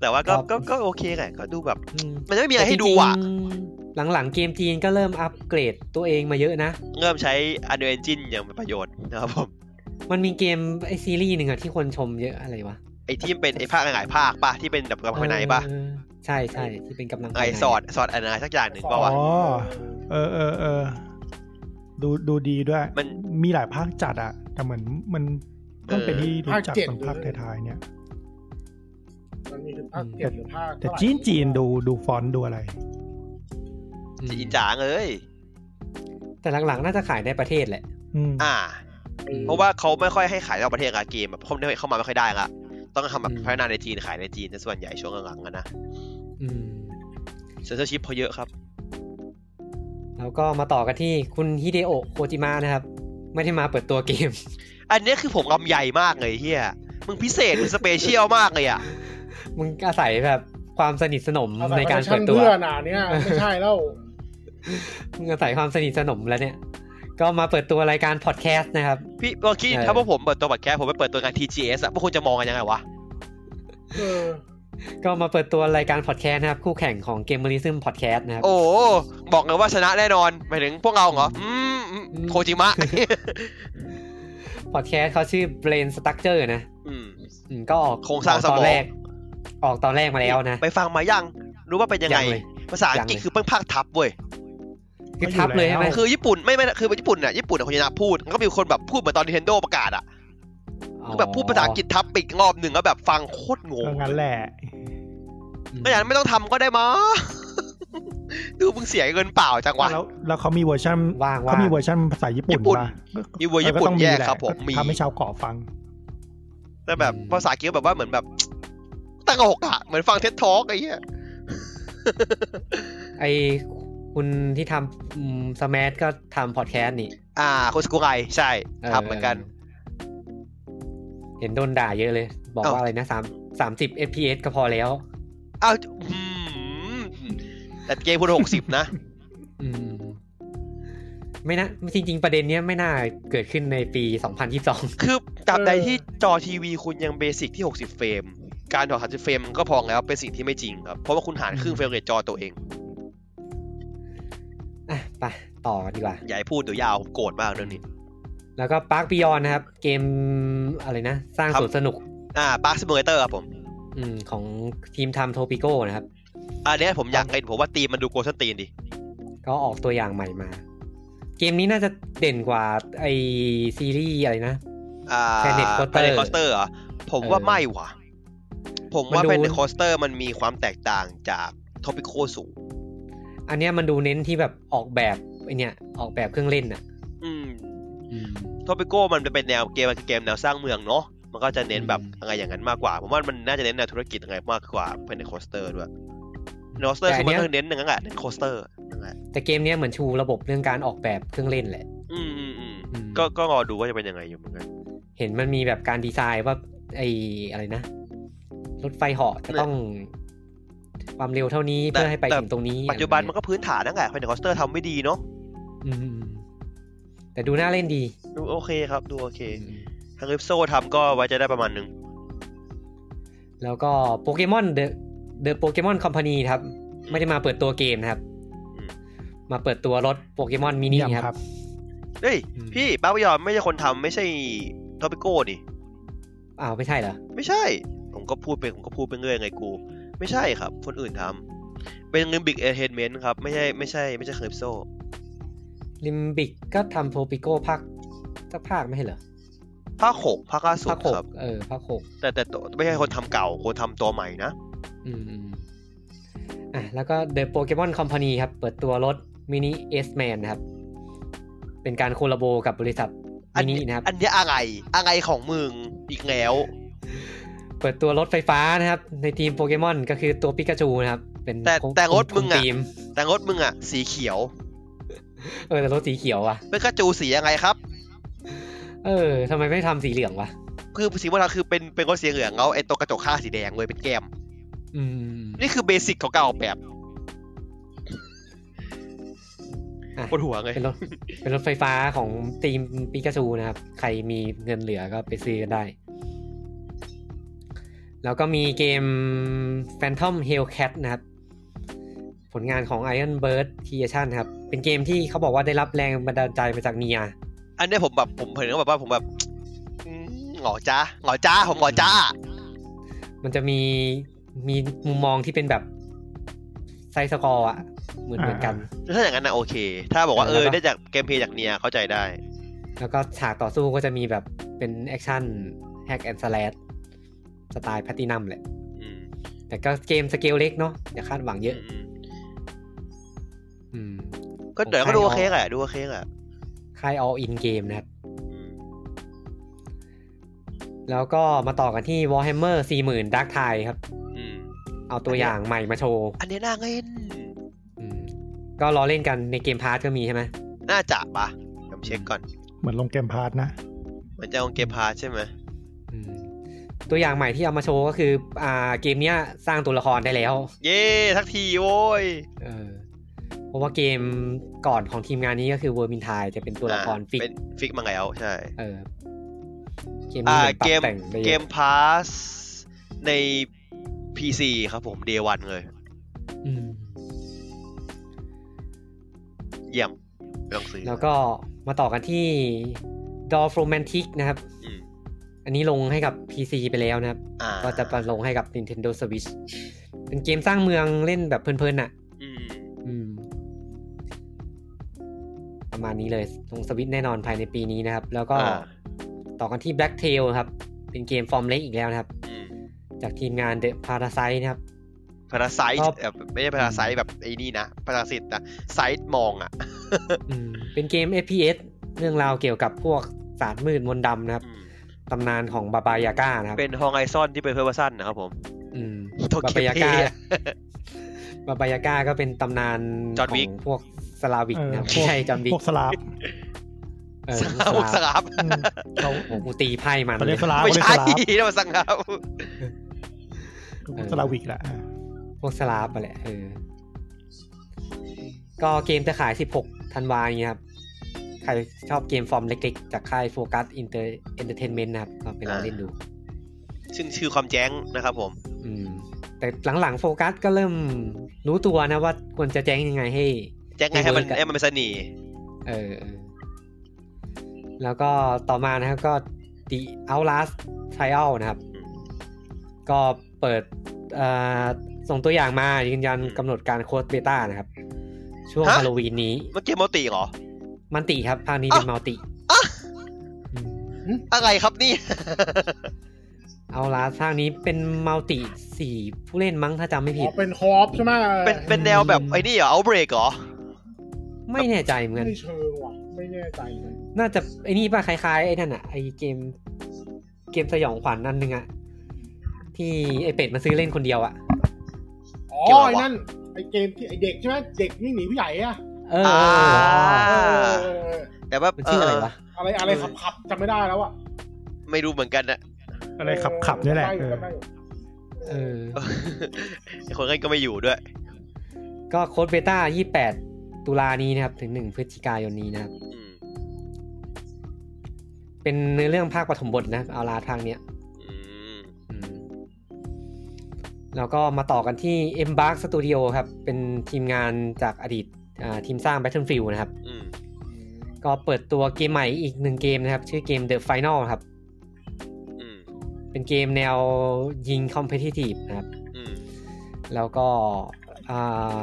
Speaker 2: แต่ว่าก็
Speaker 1: ครับ
Speaker 2: ก็ก็โอเคแหละก็ดูแบบ
Speaker 1: อืม
Speaker 2: มันไม่มีอะไรให้ดูอ่ะ
Speaker 1: แต่จริงๆหลังๆเกมจีนก็เริ่มอัปเกรดตัวเองมาเยอะนะ
Speaker 2: เริ่มใช้ Unreal Engine อย่างเป็นประโยชน์นะครับผม
Speaker 1: มันมีเกมไอซีรีส์หนึ่งอะที่คนชมเยอะอะไรวะ
Speaker 2: ไอ้ที่เป็นไอ้ภาคหลายๆภาคป่ะ ที่เป็นแบบกำลังภายในป่ะ
Speaker 1: เออใช่ใช่ที่เป็นกำลังภาย
Speaker 2: ไอ้
Speaker 1: ใน
Speaker 2: สอดสอดอะไรสักอย่างหนึ่งป่าวะ
Speaker 4: อ๋อ เออเออเออดูดูดีด้วย
Speaker 2: มัน
Speaker 4: มีหลายภาคจัดอะแต่เหมือนมันเพิ่งเป็นที่รู้จักเป็นภาคไทยๆเนี่ย
Speaker 3: มันมีถึงภาคเจ็ดหรือภาค
Speaker 4: แต่
Speaker 3: เท่าไหร่
Speaker 4: จีนจีนดูดูฟอนต์ดูอะไร
Speaker 1: อืม
Speaker 2: จีนจ๋าเลย
Speaker 1: แต่หลังๆน่าจะขายในประเทศแหละ
Speaker 4: อืม
Speaker 2: อ่า
Speaker 1: อืม
Speaker 2: เพราะว่าเขาไม่ค่อยให้ขายนอกประเทศละเกมแบบเขาไม่เข้ามาไม่ค่อยได้ละต้องทำแบบ
Speaker 1: อืม
Speaker 2: พัฒนาในจีนขายในจีนซะส่วนใหญ่ช่วงหลังๆอะนะ
Speaker 1: อืม
Speaker 2: เซนเซอร์ชิพเขาเยอะครับ
Speaker 1: แล้วก็มาต่อกันที่คุณฮิเดโอะโคจิมะนะครับ ไม่ได้มาเปิดตัวเกม [laughs]
Speaker 2: อันเนี้ยคือผมลำใหญ่มากเลยเฮียมึงพิเศษ มึงสเปเชียลมากเลยอ่ะ
Speaker 1: มึงอาศัยแบบความสนิทสนม
Speaker 3: เอาใส่
Speaker 1: ในการ
Speaker 3: ฟชั่
Speaker 1: เปิดตัว
Speaker 3: เบื่อหนาเนี่ยไม่ใช่แล้ว
Speaker 1: มึงอาศัยความสนิทสนมแล้วเนี่ย ก ก็มาเปิดตัวรายการพอดแคสต์นะครับ
Speaker 2: พี่เมื่อกี้
Speaker 1: เออ
Speaker 2: ถ้าพวกผมเปิดตัวบัตรแคสผมไปเปิดตัวงาน TGS อะพวกคุณจะมองกันยังไงวะ
Speaker 1: ก็มาเปิดตัวรายการพอดแคสต์นะครับ คู่แข่งของเกมเมอริซึมพอดแคสต์นะครับ
Speaker 2: โอ้โหบอกเลยว่าชนะแน่นอนหมายถึงพวกเราเหรออืมอืม
Speaker 1: อืม
Speaker 2: โคจิ
Speaker 1: [laughs]
Speaker 2: มะ
Speaker 1: พอดแคสต์เขาชื่อ Brain Structure นะ
Speaker 2: อืม
Speaker 1: อืมก็ออก
Speaker 2: โครงสร้าง
Speaker 1: ออกตอ
Speaker 2: สมอนง
Speaker 1: แรก ออกตอนแรกมาแล้วนะ
Speaker 2: ไปฟังมายังรู้ว่าเป็นยังไง
Speaker 1: ยังเลย
Speaker 2: ภาษาอังกฤษ
Speaker 1: ยังเลย
Speaker 2: คือเพิ่งภาคทับเว้ย
Speaker 1: คือทับเลยใช่ไหม
Speaker 2: คือญี่ปุ่นไม่ไม่คือญี่ปุ่นเนี่ยญี่ปุ่นเนี่ยคนชนะพูดก็มีคนแบบพูดเหมือนตอน Nintendo ประกาศอะคือแบบพูดภาษาอังกฤษทับปิกรอบหนึ่งแล้วแบบฟังโคตรงง
Speaker 4: ก็งั้นแหละ
Speaker 2: ไม่อย่างนั้นไม่ต้อง [laughs] ทำก็ได้มา ดูมึงเสียเงินเปล่าจังวะ
Speaker 4: แล้วแล้วเขามีเวอร์ชัน
Speaker 1: ว่างๆ
Speaker 4: เขามีเวอร์ชันภาษาญี่ปุ่น
Speaker 2: ญี่ปุ่น
Speaker 4: ปะ
Speaker 2: มีเวอร์ญี่ปุ่น
Speaker 4: ก็ต้องมี
Speaker 2: แยก
Speaker 4: หละ
Speaker 2: ครับผมมี
Speaker 4: ทำให้ชาวเกาะฟัง
Speaker 2: แต่แบบ
Speaker 1: อืม
Speaker 2: ภาษาอังกฤษแบบว่าเหมือนแบบ ตั้งหกอะเหมือนฟังเท็ดทอกไอ้เหี้ย
Speaker 1: ไอคุณที่ทำสมาร์ทก็ทำพอดแคสต์นี่
Speaker 2: อ่าโคสกุไรใช่ทำเหมือนกัน
Speaker 1: เห็นโดนด่าเยอะเลย บอก
Speaker 2: เอ้า
Speaker 1: ว่าอะไรนะสามสามสิบ fps ก็พอแล้ว
Speaker 2: อ้าวอืมแต่เกมคุณหกสิบนะ
Speaker 1: อืม ไม่นะจริง ๆ ประเด็นเนี้ยไม่น่าเกิดขึ้นในปี 2022
Speaker 2: คือตราบใด
Speaker 3: เออ
Speaker 2: ที่จอทีวีคุณยังเบสิกที่ 60 เฟรม การถอด30เฟรมก็พอแล้วเป็นสิ่งที่ไม่จริงครับ เพราะว่าคุณหารครึ่งเฟรมเรทจอตัวเอง
Speaker 1: [laughs] อ่ะไปต่อกันดีกว่า
Speaker 2: อย่าให้พูดเดี๋ยวยาวผมโกรธมากเรื่องนี้
Speaker 1: แล้วก็ Park Beyond นะครับ เกมอะไรนะ สร้าง
Speaker 2: ครับ
Speaker 1: สวนสนุก
Speaker 2: อ่าปาร์คซิมูเลเตอร์ครับผม
Speaker 1: อืมของทีมทำโทปิโกนะครับ
Speaker 2: อันเนี้ยผมอยากเล่นผมว่าตีมมันดูโกลสตีนดิ
Speaker 1: ก็ออกตัวอย่างใหม่มา เกมนี้น่าจะเด่นกว่าไอซีรีส์อะไรนะ
Speaker 2: อ่า
Speaker 1: Planet Coaster
Speaker 2: นตคอสเตอร์เหรอผมว่า
Speaker 1: เออ
Speaker 2: ไม่ว่ะ ผมว่า
Speaker 1: มันดู
Speaker 2: เป็นคอสเตอร์มันมีความแตกต่างจากท็อปิโคสูง
Speaker 1: อันเนี้ยมันดูเน้นที่แบบออกแบบไอเนี่ยออกแบบเครื่องเล่นอ่ะ
Speaker 2: อืม
Speaker 1: อืม
Speaker 2: ท็อปิโกมันจะเป็นแนวเกมมันคือเกมแนวสร้างเมืองเนาะมันก็จะเน้นแบบ
Speaker 1: อืม
Speaker 2: อะไรอย่างนั้นมากกว่า ผมว่ามันน่าจะเน้นแนวธุรกิจอะไรมากกว่าเป็นในคอสเตอร์ด้วย โนสเตอร์
Speaker 1: แต่
Speaker 2: คื
Speaker 1: อั
Speaker 2: อน มัน
Speaker 1: เนี้ย
Speaker 2: ก็เน้นอย่างนั้นแหละเน้นโคสเตอร์นั่นแหละ
Speaker 1: แต่เกมเนี้ยเหมือนชูระบบเรื่องการออกแบบเครื่องเล่นแหละ
Speaker 2: อืมอืมอืม
Speaker 1: อืม
Speaker 2: ก็ก็รอดูว่าจะเป็นยังไงอยู่เหมือนกัน
Speaker 1: เห็นมันมีแบบการดีไซน์ว่าไออะไรนะ รถไฟเหาะจะต้องความเร็วเท่านี้เพื่อให้ไปถึงตรงนี้
Speaker 2: ปัจจุบันมันก็พื้นฐานนั่นแหละเป็นคอสเตอร์ทำไม่ดีเนาะ
Speaker 1: อืมอืมอืมแต่ดูน่าเล่นดี
Speaker 2: ดูโอเคครับดูโอเค
Speaker 1: อืม
Speaker 2: ทางริฟโซทำก็ไว้จะได้ประมาณนึง
Speaker 1: แล้วก็โปเกมอนเดอะเดอะโปเกมอนคอมพานีครับ ไม่ได้มาเปิดตัวเกมนะครับ มาเปิดตัวรถโปเกมอนมินิ
Speaker 4: เยี่
Speaker 1: ค
Speaker 4: ยมครั
Speaker 1: รับ
Speaker 4: บ
Speaker 2: เฮ้ย
Speaker 1: อืม
Speaker 2: พี่บ้าบยอมไม่ใช่คนทำไม่ใช่ทอปิโก้นี่
Speaker 1: อ้าวไม่ใช่เหรอ
Speaker 2: ไม่ใช่ ผมก็พูดไปผมก็พูดไปเรื่อยไงกู ไม่ใช่ครับ คนอื่นทำเป็นเงินบิ๊กเอเทนเมนต์ครับ ไม่ใช่ไม่ใช่ไม่ใช่คาริปโซ
Speaker 1: ลิมบิกก็ทำโทปิโก้ภาคสักภาคไม่ใช่เหรอ
Speaker 2: ภาคหกภาคล่าสุด
Speaker 1: ภาคห
Speaker 2: ครั
Speaker 1: ก
Speaker 2: บ
Speaker 1: เออภาคหก
Speaker 2: แต่แต่ตัวไม่ใช่คนทำเก่าคนทำตัวใหม่นะ
Speaker 1: อืมอืมอ่ะแล้วก็เดอะโปเกมอนคอมพานีครับ เปิดตัวรถมินิเอสแมนนะครับ เป็นการโคลาโบกับบริษัทมินินะครับ
Speaker 2: อันเนี้ยอะไรอะไรของมึงอีกแล้ว
Speaker 1: เปิดตัวรถไฟฟ้านะครับ ในทีมโปเกมอนก็คือตัวปิกาจูนะครับ เป็น
Speaker 2: แต่
Speaker 1: ของ
Speaker 2: แต่รถมึงอะ
Speaker 1: ขทีม
Speaker 2: แต่รถมึงอะสีเขียว
Speaker 1: เออแต่รถสีเขียวว่ะ
Speaker 2: เป็นกระจูสียังไงครับ
Speaker 1: เออทำไมไม่ทำสีเหลืองวะ
Speaker 2: คือสีมันคือเป็นเป็นรถสีเหลืองแล้วไอ้ตัวกระจกข้างสีแดงเว้ยเป็นแก้ม
Speaker 1: อืม
Speaker 2: นี่คือเบสิกของการออกแบบ
Speaker 1: อ่ะ
Speaker 2: ปวดหัวเลย
Speaker 1: เป็นรถ เป็นรถไฟฟ้าของทีมปิกาจูนะครับ ใครมีเงินเหลือก็ไปซื้อกันได้ แล้วก็มีเกม Phantom Hellcat นะครับ ผลงานของ Iron Bird Creation ครับ เป็นเกมที่เขาบอกว่าได้รับแรงบันดาลใจมาจากเนีย
Speaker 2: อันเนี้ยผมแบบผมเห็นแล้วแบบว่าผมแบบอืมหงอจ้าหงอจ้าผมหงอจ้า
Speaker 1: มันจะมีมีมุมมองที่เป็นแบบไซส์สกอร์อะเหมือนเหมือนกัน
Speaker 2: ถ้าอย่างนั้นนะโอเค ถ้าบอกว่าเออ
Speaker 1: แล้วก็
Speaker 2: ได้จากเกมเพลย์จากเนียเข้าใจได้
Speaker 1: แล้วก็ฉากต่อสู้ก็จะมีแบบเป็นแอคชั่นแฮกแอนด์สแลดสไตล์แพตินัมแหละ
Speaker 2: อืม
Speaker 1: แต่ก็เกมสเกลเล็กเนาะอย่าคาดหวังเยอะ
Speaker 2: อืม
Speaker 1: อืม
Speaker 2: ก็เดี๋ยวก็ดูโอเคแหละดูโอเคแหละ
Speaker 1: ค่าย all in game นะครับ
Speaker 2: อืม
Speaker 1: แล้วก็มาต่อกันที่ warhammer 40,000 dark tide ครับ
Speaker 2: อืม
Speaker 1: เอาตัวอย่างใหม่มาโชว์
Speaker 2: อันเนี้ยน่าเล่น
Speaker 1: อืมก็รอเล่นกันในเกมพาร์ทก็มีใช่ไหม
Speaker 2: น่าจะปะเดี๋ยวผมเช็คก่อน
Speaker 4: เหมือนลงเกมพาร์ทนะ
Speaker 2: เหมือนจะลงเกมพาร์ทใช่ไหม
Speaker 1: อืม ตัวอย่างใหม่ที่เอามาโชว์ก็คือ อ่าเกมเนี้ยสร้างตัวละครได้แล้ว
Speaker 2: เย้ ทักทีโว้ย
Speaker 1: เออ เพราะว่าเกมก่อนของทีมงานนี้ก็คือเวอร์มินทายจะเป็นตัวละครฟิก
Speaker 2: เป็นฟิกมาแล้วใช่
Speaker 1: เออเกม
Speaker 2: อ่า
Speaker 1: นี้เหมือนปรับ
Speaker 2: เกม
Speaker 1: แต่งไป
Speaker 2: เก
Speaker 1: เยอะ
Speaker 2: มพาสใน PC ครับผม Day One เลย
Speaker 1: อืม
Speaker 2: เยี่ยมไม่ต้องซื้อ
Speaker 1: แล้วก็มาต่อกันที่ d o r f o m a n t i c นะครับ
Speaker 2: อืม
Speaker 1: อันนี้ลงให้กับ PC ไปแล้วนะครับ
Speaker 2: อ่า
Speaker 1: ก็จะมาลงให้กับ Nintendo Switch เป็นเกมสร้างเมืองเล่นแบบเพลินๆน่ะ
Speaker 2: อืม
Speaker 1: อืม ประมาณนี้เลยลงสวิตแน่นอนภายในปีนี้นะครับ แล้วก็
Speaker 2: อ่า
Speaker 1: ต่อกันที่ Black Tail ครับ เป็นเกมฟอร์มเล็กอีกแล้วนะครับ
Speaker 2: อืม
Speaker 1: จากทีมงาน The Parasite นะครับ
Speaker 2: พาราไซ
Speaker 1: ก็
Speaker 2: ต์แบบไม่ใช่พาราไซต์แบบไอ้นี่นะพาราสิตนะไซต์มองอ่ะ
Speaker 1: อืม เป็นเกม FPS เรื่องราวเกี่ยวกับพวกศาสตร์มืดมนต์ดำนะครับ
Speaker 2: อืม
Speaker 1: ตำนานของบาบายาก้านะครับ
Speaker 2: เป็นฮองไอซอนที่เป็นเพื่อนสั้นนะครับผม
Speaker 1: อืม
Speaker 2: โตเกี
Speaker 1: บา
Speaker 2: ยว
Speaker 1: บายาก้า
Speaker 2: เท่
Speaker 1: บาบายาก้าก็เป็นตำนาน
Speaker 2: จอห์น
Speaker 1: ข
Speaker 2: วิ
Speaker 1: อก งพวกสลาวิก
Speaker 4: เออ
Speaker 1: นะครับ
Speaker 4: พวก
Speaker 1: ใช่จอห์นวิก
Speaker 4: พวกสลาฟ
Speaker 1: เออ
Speaker 2: สังหารสังหาร
Speaker 4: อืมเขา
Speaker 1: โอ้โหกูตีไพ่มัน
Speaker 4: เขาเรียกส
Speaker 1: เลย
Speaker 4: ลาฟ
Speaker 2: ไม่
Speaker 4: เขาเรียก
Speaker 2: ใช่
Speaker 4: สลาฟ
Speaker 2: นะมันสังหาร
Speaker 4: สลาวิกแหละอ่า
Speaker 1: พวกสลาฟไปแหละเออ ก็เกมจะขาย 16 ธันวาคมนี้ครับ ใครชอบเกมฟอร์มเล็กๆ จากค่ายโฟกัสอินเตอร์เอนเตอร์เทนเมนต์นะครับ ก็ไปลองเล่นดู
Speaker 2: ซึ่งชื่อความแจ้งนะครับผม
Speaker 1: อืม แต่หลังๆโฟกัสก็เริ่มรู้ตัวนะว่าควรจะแจ้งยังไงให้
Speaker 2: แจ้งไงให้มัน
Speaker 1: ไม่เวิร์กอะ
Speaker 2: ให้มันเป็นเสน่ห์
Speaker 1: เออเออ แล้วก็ต่อมานะครับก็ The Outlast Trial นะครับ ก็เปิดเอ่อส่งตัวอย่างมายืนยันกำหนดการโค้ดเบต้านะครับ ช่วงฮาโลวีนนี้
Speaker 2: เมื่อกี้มอติเหรอ
Speaker 1: มันติครับภาคนี้เป็น
Speaker 2: อ่ะ
Speaker 1: มัลติ
Speaker 2: อ่ะ อะไรครับนี่
Speaker 1: เอาล่ะภาคนี้เป็นมัลติสี่ผู้เล่นมั้งถ้าจำไม่ผิ
Speaker 3: อ๋
Speaker 1: ด
Speaker 3: อเป็นคอร์ปใช่ไหม
Speaker 2: เป็นเป็นแนวแบบไอ้นี่เหรอเอาเบรกเหรอ
Speaker 1: ไม่แน่ใจเหมือนกัน
Speaker 3: ไม่เชิงว่ะไม่แน่ใจเหมือนกัน
Speaker 1: น่าจะไอ้นี่ป่ะคล้ายๆไอ้นั่นอะไอ้เกม เกมสยองขวัญนั่นนึงอะที่ไอเป็ดมาซื้อเล่นคนเดียวอะ
Speaker 3: อ๋อ
Speaker 2: เกี่ยวอะไรวะ
Speaker 3: ไอ้นั่นไอ้เกมที่ไอ้เด็กใช่ไหมเด็กวิ่งหนีผู้ใหญ่อะ
Speaker 1: เออ
Speaker 2: อ่า
Speaker 3: เออ
Speaker 2: แต่ว่า
Speaker 1: มันชื่ออะไรวะ
Speaker 3: อะไรอะไรขับขับๆจำไม่ได้แล้วอะ
Speaker 2: ไม่รู้เหมือนกันนะ [laughs]
Speaker 4: อะไรขับขับนี่แหละ
Speaker 3: จำได้อ
Speaker 4: เอยู่ อ
Speaker 3: จำได้อยู่
Speaker 1: เออ
Speaker 2: ไอ้คนนั้นก็ไม่อยู่ด้วย
Speaker 1: ก็โค้ดเบต้า 28 ตุลานี้นะครับ ถึง 1 พฤศจิกายนนี้นะครับ
Speaker 2: อืม
Speaker 1: เป็นเนื้อเรื่องภาคปฐมบทนะครับเอาลาทางเนี้ย
Speaker 2: อืม
Speaker 1: อืมแล้วก็มาต่อกันที่ Embark Studio ครับ เป็นทีมงานจากอดีตอ่าทีมสร้าง Battlefield นะครับ
Speaker 2: อืม
Speaker 1: ก็เปิดตัวเกมใหม่อีกหนึ่งเกมนะครับ ชื่อเกม The Final ครับ
Speaker 2: อืม
Speaker 1: เป็นเกมแนวยิง Competitive นะครับ
Speaker 2: อืม
Speaker 1: แล้วก็อ่า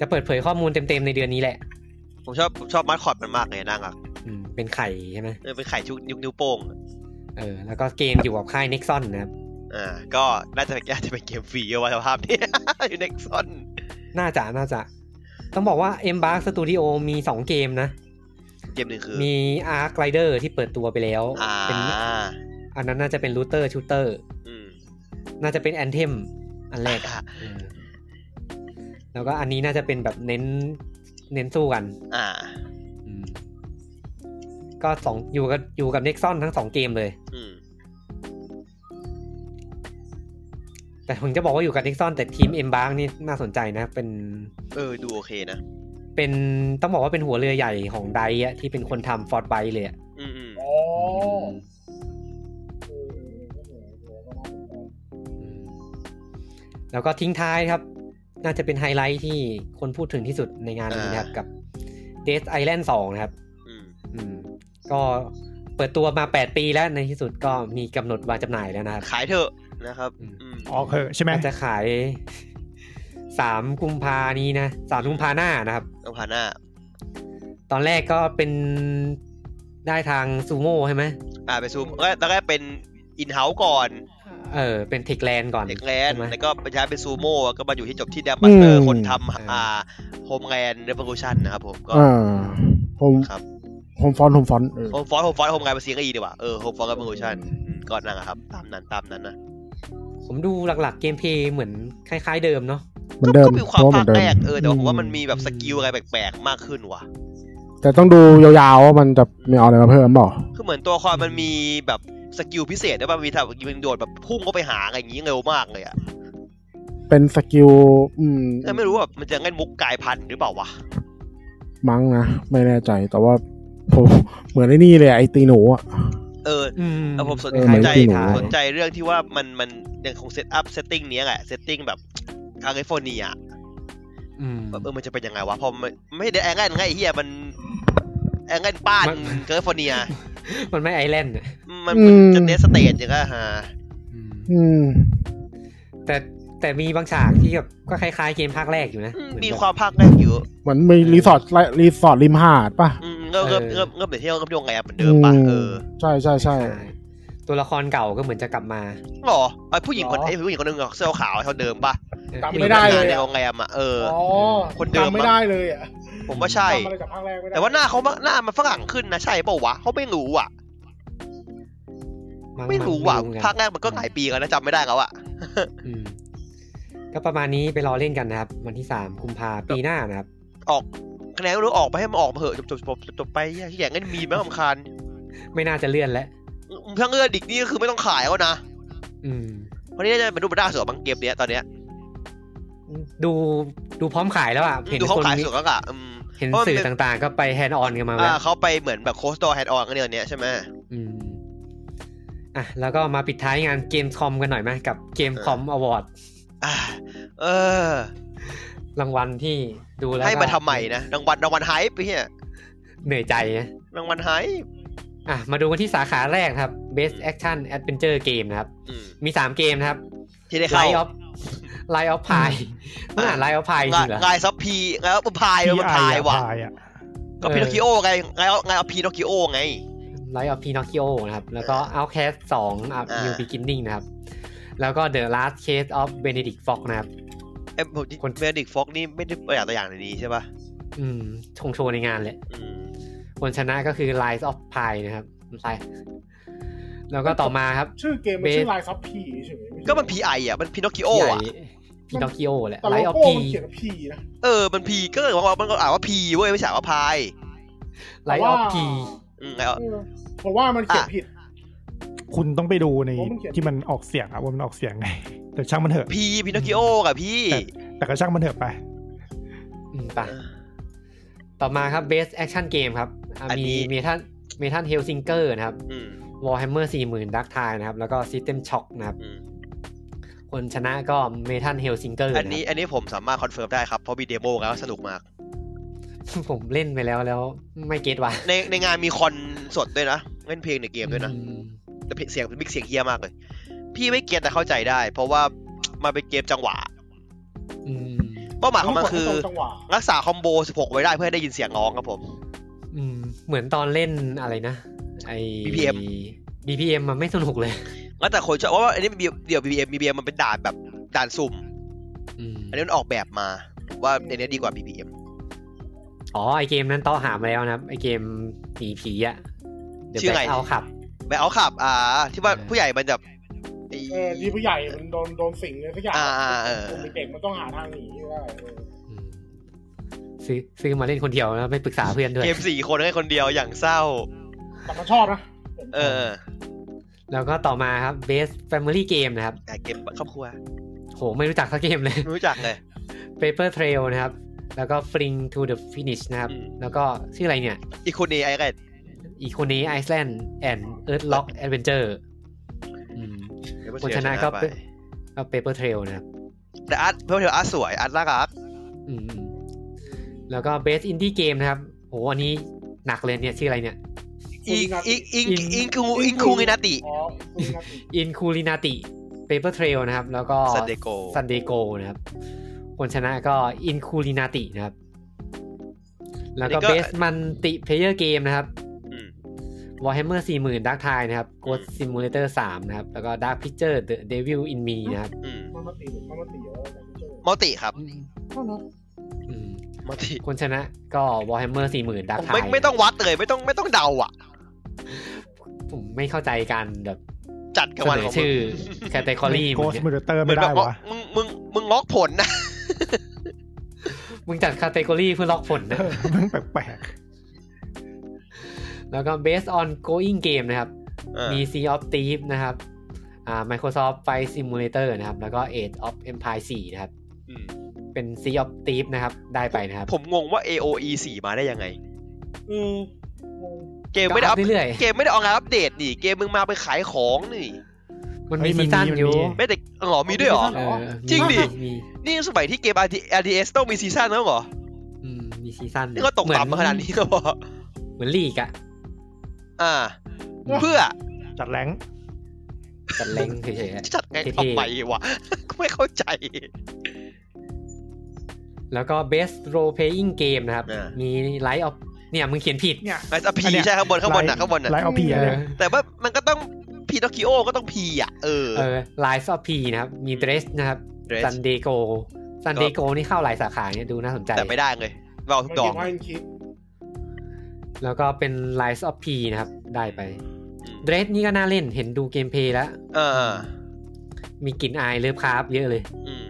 Speaker 1: จะเปิดเผยข้อมูลเต็มๆในเดือนนี้แหละ
Speaker 2: ผมชอบผมชอบมาสคอตมันมากเลยน่ารัก
Speaker 1: อืมเป็นไข่ใช่ไหม
Speaker 2: เออเป็นไข่ชุกนิ้วนิ้วโป้งอะ
Speaker 1: เออ แล้วก็เกมอยู่กับค่าย Nexon นะครับ
Speaker 2: อ่า ก็น่าจะน่าจะเป็นเกมฟรีเอาไว้สภาพนี้ อยู่ [laughs] เน็กซอน
Speaker 1: น่าจะ น่าจะ ต้องบอกว่า Embark Studio มี 2 เกมนะ
Speaker 2: เกมหนึ่งคือ
Speaker 1: มี Arc Rider ที่เปิดตัวไปแล้ว
Speaker 2: อ่า
Speaker 1: เป็นอันนั้นน่าจะเป็น Looter Shooter
Speaker 2: อืม
Speaker 1: น่าจะเป็น Anthem อันแรกอะ
Speaker 2: อ่า
Speaker 1: เออแล้วก็อันนี้น่าจะเป็นแบบเน้น เน้นสู้กัน
Speaker 2: อ่า
Speaker 1: อืมก็สองอยู่กับอยู่กับ Nexon ทั้งสองเกมเลย
Speaker 2: อืม
Speaker 1: แต่ผมจะบอกว่าอยู่กับ Nexon แต่ทีม Embark นี่น่าสนใจนะ เป็น
Speaker 2: เออดูโอเคนะ
Speaker 1: เป็น ต้องบอกว่าเป็นหัวเรือใหญ่ของไดอะที่เป็นคนทำฟอร์ดไบเลยอะ
Speaker 2: อืมอืม
Speaker 3: อ๋อเออเออเออเออก็น่าสนใจ
Speaker 1: อืมแล้วก็ทิ้งท้ายครับ น่าจะเป็นไฮไลท์ที่คนพูดถึงที่สุดในงานนี้นะครับ กับ Death Island 2 นะครับ
Speaker 2: อืม
Speaker 1: อืม ก็เปิดตัวมา 8 ปีแล้วในที่สุดก็มีกำหนดวางจำหน่ายแล้วนะครับ
Speaker 2: ขายเถอะนะครับ
Speaker 1: อืม
Speaker 2: อืม
Speaker 4: ออกเหอะใช่ไหม
Speaker 1: ก็จะขาย [laughs] 3 กุมภานี้นะ 3 กุมภาหน้านะครับ
Speaker 2: ต้องผ่านหน้า
Speaker 1: ตอนแรกก็เป็นได้ทางซูโม่ใช่ไหม
Speaker 2: อ่าไปซูมแล้วแล้วก็เป็นอินเฮ้าก่อน
Speaker 1: เออ เป็นเทคแลนก่อน
Speaker 2: เด็กแลนด์
Speaker 1: ใช่ไหม
Speaker 2: แล้วก็ไปย้ายไปซูโม่ก็มาอยู่ที่จบที่แดมบัตเตอ
Speaker 3: อื
Speaker 2: ร์
Speaker 3: ม
Speaker 2: คนทำอ่าโฮมแลนด์เรเวลูชันนะครับผมก็
Speaker 3: อ่าผม
Speaker 2: ครับ
Speaker 3: ผมฟอนต์ผมฟอนต์เออ
Speaker 2: โฮมฟอนโฮมฟอนโฮมแลนด์เป็นซีรีส์ดีกว่าเออโฮมฟอนเรเวลูชันก็นั่งอะครับ ตามนั้นตามนั้นนะ
Speaker 1: ผมดูหลักๆเกมเพลย์เหมือนคล้ายๆเดิมเนาะ
Speaker 3: เหมือนเดิม
Speaker 2: ก็มีความ
Speaker 3: เพระ
Speaker 2: ภาค
Speaker 3: เหมือน
Speaker 2: แร
Speaker 3: เดิ
Speaker 2: ก
Speaker 3: ม
Speaker 2: เออแต่ว่าผมว่า
Speaker 3: อื
Speaker 2: มันมีแบบสกิลอะไรแปลกๆ มากขึ้นว่ะ
Speaker 3: แต่ต้องดูยาวๆว่ามันจะมีเอาอะไรมาเพิ่มเปล่า
Speaker 2: คือเหมือนตัวละครมันมีแบบสกิลพิเศษด้วยป่ะมีแบบยิงโดดแบบพุ่งเข้าไปหาอะไรอย่างงี้เร็วมากเลยอะ
Speaker 3: เป็นสกิลอืม
Speaker 2: แต่ไม่รู้ว่ามันจะเล่นมุกกายพันธุ์หรือเปล่าวะ
Speaker 3: มั้งนะไม่แน่ใจแต่ว่า [laughs] ผมเหมือนไอ้นี่เลยอะไอตีหนูอะ
Speaker 2: เออ
Speaker 1: อืม
Speaker 2: แล้วผมสน
Speaker 3: เออ
Speaker 2: ใจ
Speaker 3: เหมือนที่หนู
Speaker 2: สนใจเรื่องที่ว่ามันมันยังคงเซตอัพเซตติ้งเนี้ยแหละเซตติ้งแบบแคลิฟอร์เนียอะ
Speaker 1: อืม
Speaker 2: แบบเออมันจะเป็นยังไงวะพอมันไม่ได้แองเกิลไงไอ้เฮียมันแองเกิลป้าน
Speaker 1: มัน
Speaker 2: แคลิฟอร์เนีย
Speaker 1: มันไม่ไอแลนด์อะ
Speaker 2: มัน
Speaker 3: อื
Speaker 2: มัน
Speaker 3: ม
Speaker 2: จะเนสเตจอย่างก็ฮะ
Speaker 1: อืม
Speaker 3: อืม
Speaker 1: แต่แต่มีบางฉากที่แบบก็คล้ายๆเกมภาคแรกอยู่นะ
Speaker 2: อืม
Speaker 1: เหอน
Speaker 2: มี
Speaker 1: แบบ
Speaker 2: ความภาคแรกอยู่
Speaker 3: เหมือนมีรีสอร์ทไล่รีสอร์ทริมหาดป่ะ
Speaker 2: อืมเริ่มเริ่ม
Speaker 1: เออ
Speaker 2: เริ่มเริ่มเดี๋ยวเที่ยวเริ่มโยงแอบเหมือนเดิมป่ะเออ
Speaker 3: ใช่ใช่ใช่
Speaker 1: ใช่ตัวละครเก่าก็เหมือนจะกลับมา
Speaker 2: หรอไอผู้หญิงคน
Speaker 3: หรอ
Speaker 2: ไอผู้หญิงคนหนึงอะเสื้อขาวเท่าเดิมป่ะ
Speaker 3: จำ
Speaker 2: ที่
Speaker 3: ไม่ได้เล
Speaker 2: ทำ
Speaker 3: ย
Speaker 2: งานในโรงแรมอ่ะเออ คนเดิม
Speaker 3: จำไม่ได้เลยอะ
Speaker 2: ผมว่าใช่
Speaker 3: จำอะไรจากภาครกไม่ได้
Speaker 2: แต่ว่าหน้าเขามาหน้ามันฝรั่งขึ้นนะใช่เปล่าวะเขาไม่รู้อ่ะ
Speaker 1: มั้ง
Speaker 2: ไม่รู้ว่ะ
Speaker 1: เหมือนกัน
Speaker 2: ภาคแรกมันก็หลายปีแล้วนะจำไม่ได้แล้วอ่ะ
Speaker 1: อืมก็ประมาณนี้ไปรอเล่นกันนะครับ วันที่สามกุมภาปีหน้านะครับ
Speaker 2: ออกคะแนนก็รู้ออกไปให้มันออกมาเหอะจบจบจบจบจบไปเหี้ยที่อย่างนั้นมีไหมลำคาญ
Speaker 1: ไม่น่าจะเลื่อนแล้ว
Speaker 2: ทั้งเอื้อดิกนี่ก็คือไม่ต้องขายแล้วนะ
Speaker 1: อืม
Speaker 2: วันนี้น่าจะเป็นรูปด้าเสือบังเกมเนี้ยตอนเนี้ย
Speaker 1: ดูดูพร้อมขายแล้วอ่ะ เห็น
Speaker 2: ดูเขา
Speaker 1: คน
Speaker 2: ขายเสือแล้วอะอืม
Speaker 1: เห็น
Speaker 2: เพราะมัน
Speaker 1: สื่อ
Speaker 2: เป็น
Speaker 1: ต่างๆ ก็ไปแฮนด์ออนกันมาแล้
Speaker 2: อ่าว เขาไปเหมือนแบบโค้ชตัวแฮนด์ออนกันเดือนเนี้ยใช่ไหม
Speaker 1: อืมอ่ะแล้วก็มาปิดท้ายงานเกมคอมกันหน่อยไหมกับเกมคอมอวอร์ด
Speaker 2: อ่าเออ
Speaker 1: รางวัลที่ดูแล้ว
Speaker 2: ให้มา
Speaker 1: ก็
Speaker 2: ทำใหม่นะรางวัลรางวัลไฮป์เฮีย
Speaker 1: เหนื่อยใจนะ
Speaker 2: รางวัลไฮป์
Speaker 1: อ่ะมาดูกันที่สาขาแรกนะครับ Best Action Adventure Game นะครับ
Speaker 2: อืม
Speaker 1: มี 3 เกมนะครับ
Speaker 2: ที่ได้เข้า
Speaker 1: Line of Line of Pie
Speaker 2: อืม
Speaker 1: มันอ่าน Line of Pie จริงเหรอ
Speaker 2: ลายซับพีแล้วมันพายแล้วมันพายว่ะ
Speaker 4: พายอ่ะ
Speaker 2: ก็พีโนคิโอไงแล้วไงเอาพีโนคิโอไง
Speaker 1: ไลท์ออฟพีนอคิโอนะครับ แล้วก็ Outcast 2 Up
Speaker 2: อ่า
Speaker 1: New Beginning นะครับ แล้วก็ The Last Case of Benedict Fox นะครับ
Speaker 2: เอ้ยผม
Speaker 1: คน
Speaker 2: เบนดิกฟอกนี่ไม่ได้ตัวอย่างตัวอย่างในนี้ใช่ป่ะ
Speaker 1: อืมชงโชว์ในงานเลย
Speaker 2: อืม
Speaker 1: คนชนะก็คือ Line of Pie นะครับใช่แล้วก็ต่อมาครับ
Speaker 3: ชื่อเกมมันชื่อลายซับพีเฉยๆ
Speaker 2: ก็มันพีไออ่ะมันพีโนคิโอ
Speaker 1: ใหญ่
Speaker 2: อ่ะ
Speaker 1: พีนอคิโอแหละ
Speaker 3: แต่โล
Speaker 1: Line of
Speaker 3: โก้มัน
Speaker 1: Pie
Speaker 3: เขียนว่าพีนะ
Speaker 2: เออมันพีก็เลยว่ามันก็อ่านว่าพีเว้ยไม่ใช่อ่านว่าพาย
Speaker 1: Light of P
Speaker 2: อืมไงอ่ะ
Speaker 3: เออผมว่ามันเขียน
Speaker 2: อ่ะ
Speaker 3: ผิด
Speaker 4: คุณต้องไปดูใน
Speaker 3: ผมเขียน
Speaker 4: ที่มันออกเสียงอ่ะว่ามันออกเสียงไง แต่ช่างมันเถอะ
Speaker 2: พีพีโนคิโอกับพี่
Speaker 4: แต่ก็ช่างมันเถอะไป
Speaker 1: อืมไป ต่อมาครับ Best Action Game ครับอ่ะมีเมทัลเมทัลเฮลซิงเกอร์นะครับ
Speaker 2: อืม
Speaker 1: Warhammer 40,000 Dark Tide นะครับ แล้วก็ System Shock นะครับ
Speaker 2: อืม
Speaker 1: คนชนะก็เมทัลเฮลซิงเกอร์
Speaker 2: อันนี้อันนี้ผมสามารถคอนเฟิร์มได้ครับเพราะมีเดโมแล้วสนุกมาก
Speaker 1: [laughs] ผมเล่นไปแล้วแล้วไม่เก็ตว่ะ
Speaker 2: ในในงานมีคอนสดด้วยนะเล่นเพลงในเกมด้วยนะ
Speaker 1: อืม
Speaker 2: แต่เพลงเสียงมิกเสียงเฮี้ยมากเลย พี่ไม่เก็ตแต่เข้าใจได้ เพราะว่ามันเป็นเกมจังหวะ
Speaker 1: อืม
Speaker 2: เป้าหมายของมันคือ
Speaker 3: ต้จังหวะ
Speaker 2: รักษาคอมโบ 16 ไว้ได้เพื่อให้ได้ยินเสียงร้องครับผม
Speaker 1: อืมเหมือนตอนเล่นอะไรนะไอ
Speaker 2: BPM
Speaker 1: BPM มันไม่สนุกเลย
Speaker 2: แล้วแต่คนชอบเพราะว่าอันนี้มันเดี่ยว BBM BBM มันเป็นด่านแบบด่านสุ่ม
Speaker 1: อืม
Speaker 2: อันนี้มันออกแบบมาผมว่าอันนี้ดีกว่า BBM
Speaker 1: อ๋อไอเกมนั้นต่อหามาแล้วนะครับ ไอเกมหนีผีอะ
Speaker 2: ชื่อไง
Speaker 1: เอาขับ
Speaker 2: แบบเอาขับ อ่า ที่ว่า
Speaker 1: เออ
Speaker 2: ผู้ใหญ่มันแบบไอ้
Speaker 3: เออที่ผู้ใหญ่มันโดนโดนสิงเลยสักอย่าง
Speaker 2: อ่าอ่าเออ
Speaker 3: คนเด็กๆมันต้องหาทางหนีให้ได้เออ
Speaker 1: อืมซื้อซื้อมาเล่นคนเดียวแล้วไม่ปรึกษาเพื่อนด้วย
Speaker 2: เกมสี่คนให้คนเดียวอย่างเศร้า
Speaker 3: แต่มันชอบนะ
Speaker 2: เออ
Speaker 1: แล้วก็ต่อมาครับ Best Family Game นะครับ
Speaker 2: แต่เกมครอบครัว
Speaker 1: โห ไม่รู้จักสักเกมเลย [laughs]
Speaker 2: ไม่รู้จักเลย
Speaker 1: Paper Trail นะครับ แล้วก็ Fling to the Finish นะครับ
Speaker 2: อืม
Speaker 1: แล้วก็ชื่ออะไรเนี่ย
Speaker 2: อีกคนนี้ไอ้ไง
Speaker 1: i c o n i Iceland and Earthlock Adventure อืม คนชนะก็เป็น ก็ Paper Trail นะครับ
Speaker 2: แต่อาร์ตเพื่อนเธออาร์ตสวยอาร์ตน่ารัก
Speaker 1: อืมอืมแล้วก็ Best Indie Game นะครับ โห อันนี้หนักเลยเนี่ย ชื่ออะไรเนี่ย
Speaker 2: อิงอิงอิงอิงคูอิงคูงินาติ
Speaker 3: อ๋อคุณนัท
Speaker 1: In c u l i n a t i Paper Trail นะครับ แล้วก็
Speaker 2: San Diego
Speaker 1: San Diego นะครับ คนชนะก็ In c u l i n a t i นะครับ แล้วก็
Speaker 2: อันนี้ก็
Speaker 1: Best Multiplayer Game นะครับ
Speaker 2: อืม
Speaker 1: Warhammer 40,000 Dark Tide นะครับ Ghost Simulator 3 นะครับ แล้วก็ Dark Picture The Devil in Me นะครับ
Speaker 2: อืม
Speaker 3: มันมาตีหรือมันมาตีเยอะแต่ไม่เจอ
Speaker 2: มัลติครับ
Speaker 3: เท่านั้น
Speaker 1: อืม
Speaker 2: มัลติ
Speaker 1: คนชนะก็ Warhammer 40,000 Dark
Speaker 2: ผม
Speaker 1: Tide
Speaker 2: ไม่ไม่ต้องวัดเลยไม่ต้องไม่ต้องเดาอ่ะ
Speaker 1: ผมไม่เข้าใจการแบบ
Speaker 2: จัดกับ
Speaker 1: เส
Speaker 2: วัน
Speaker 1: นอ
Speaker 2: ของมึง
Speaker 1: ชื่อ
Speaker 2: [laughs]
Speaker 1: category
Speaker 4: โก
Speaker 1: มึง
Speaker 4: ส
Speaker 1: เนี่ย
Speaker 4: มูเตอร์
Speaker 2: เหมื
Speaker 4: ไม่
Speaker 2: อนแบ
Speaker 4: ได้
Speaker 2: บล็อก
Speaker 4: วะ
Speaker 2: มึงมึงมึงล็อกผลนะ
Speaker 1: มึงจัด category เพื่อล็อกผลนะ
Speaker 4: เออมันแปลก
Speaker 1: แล้วก็ based on going game นะครับ
Speaker 2: เออ
Speaker 1: มี Sea of Thieves นะครับ อ่า Microsoft Flight Simulator นะครับ แล้วก็ Age of Empire 4 นะครับ
Speaker 2: อืม
Speaker 1: เป็น Sea of Thieves นะครับ ได้ไปนะครับ
Speaker 2: ผมงงว่า AOE 4 มาได้ยังไง
Speaker 1: อืม
Speaker 2: เกมไม่ได้
Speaker 1: ก็อัพ
Speaker 2: อัป
Speaker 1: เรื่อยๆ
Speaker 2: [laughs] เกมไม่ได้ออกงานอัปเดตนี่ เกมมึงมาไปขายของนี่
Speaker 1: มัน
Speaker 4: เฮ้
Speaker 1: มี
Speaker 4: ย
Speaker 1: ซี
Speaker 4: มันมี
Speaker 1: ซั่น
Speaker 4: มันมี
Speaker 1: อยู่
Speaker 2: ไม่แต่หรอมีด้วยเหรอ
Speaker 1: เออมี
Speaker 2: จริงดิ
Speaker 1: มี
Speaker 2: นี่สมัยที่เกม RT- RTS ต้องมีซีซั่นแล้วเหรอ
Speaker 1: อืมมีซีซั่น
Speaker 2: นี่ก็ตกต่ำมาขนาดนี้แล้วเหรอ
Speaker 1: เหมือนลีกอะ
Speaker 2: อ่า เพื่อ
Speaker 4: จัดแรง
Speaker 1: จัดเล้งเฉย
Speaker 2: [laughs]
Speaker 1: ๆอะ
Speaker 2: จัดไง
Speaker 1: เท่ๆ
Speaker 2: ทำไมวะ [laughs] ก็ไม่เข้าใจ
Speaker 1: แล้วก็ Best Role Playing Game นะครับ
Speaker 2: อ่ามี
Speaker 1: มี Light of เนี่ยมึงเขียนผิด
Speaker 4: เนี่ย
Speaker 2: ไอ้พีใช่ข้างบนข้างบนน่ะข้างบนน่ะ
Speaker 4: ไลท์เอาพี
Speaker 1: เอ
Speaker 4: เนี่
Speaker 1: อย
Speaker 2: แต่ว่ามันก็ต้องพีนอคิโอก็ต้องพีอ่ะ เออ
Speaker 1: เออ Lies of P นะครับ มี Dress นะครับ
Speaker 2: เดรส
Speaker 1: San Diego San
Speaker 2: ก็
Speaker 1: Diego นี่เข้าหลายสาขาเนี่ยดูน่าสนใจ
Speaker 2: แต่ไม่ได้เลยเราทุกดอก
Speaker 3: ไม่คิด
Speaker 1: แล้วก็เป็น Lies of P นะครับ ได้ไป Dress นี่ก็น่าเล่นเห็นดูเกมเพลย์แล้ว
Speaker 2: เออ
Speaker 1: มีกลิ่นอายเลิฟคราฟเยอะเลย
Speaker 2: อืม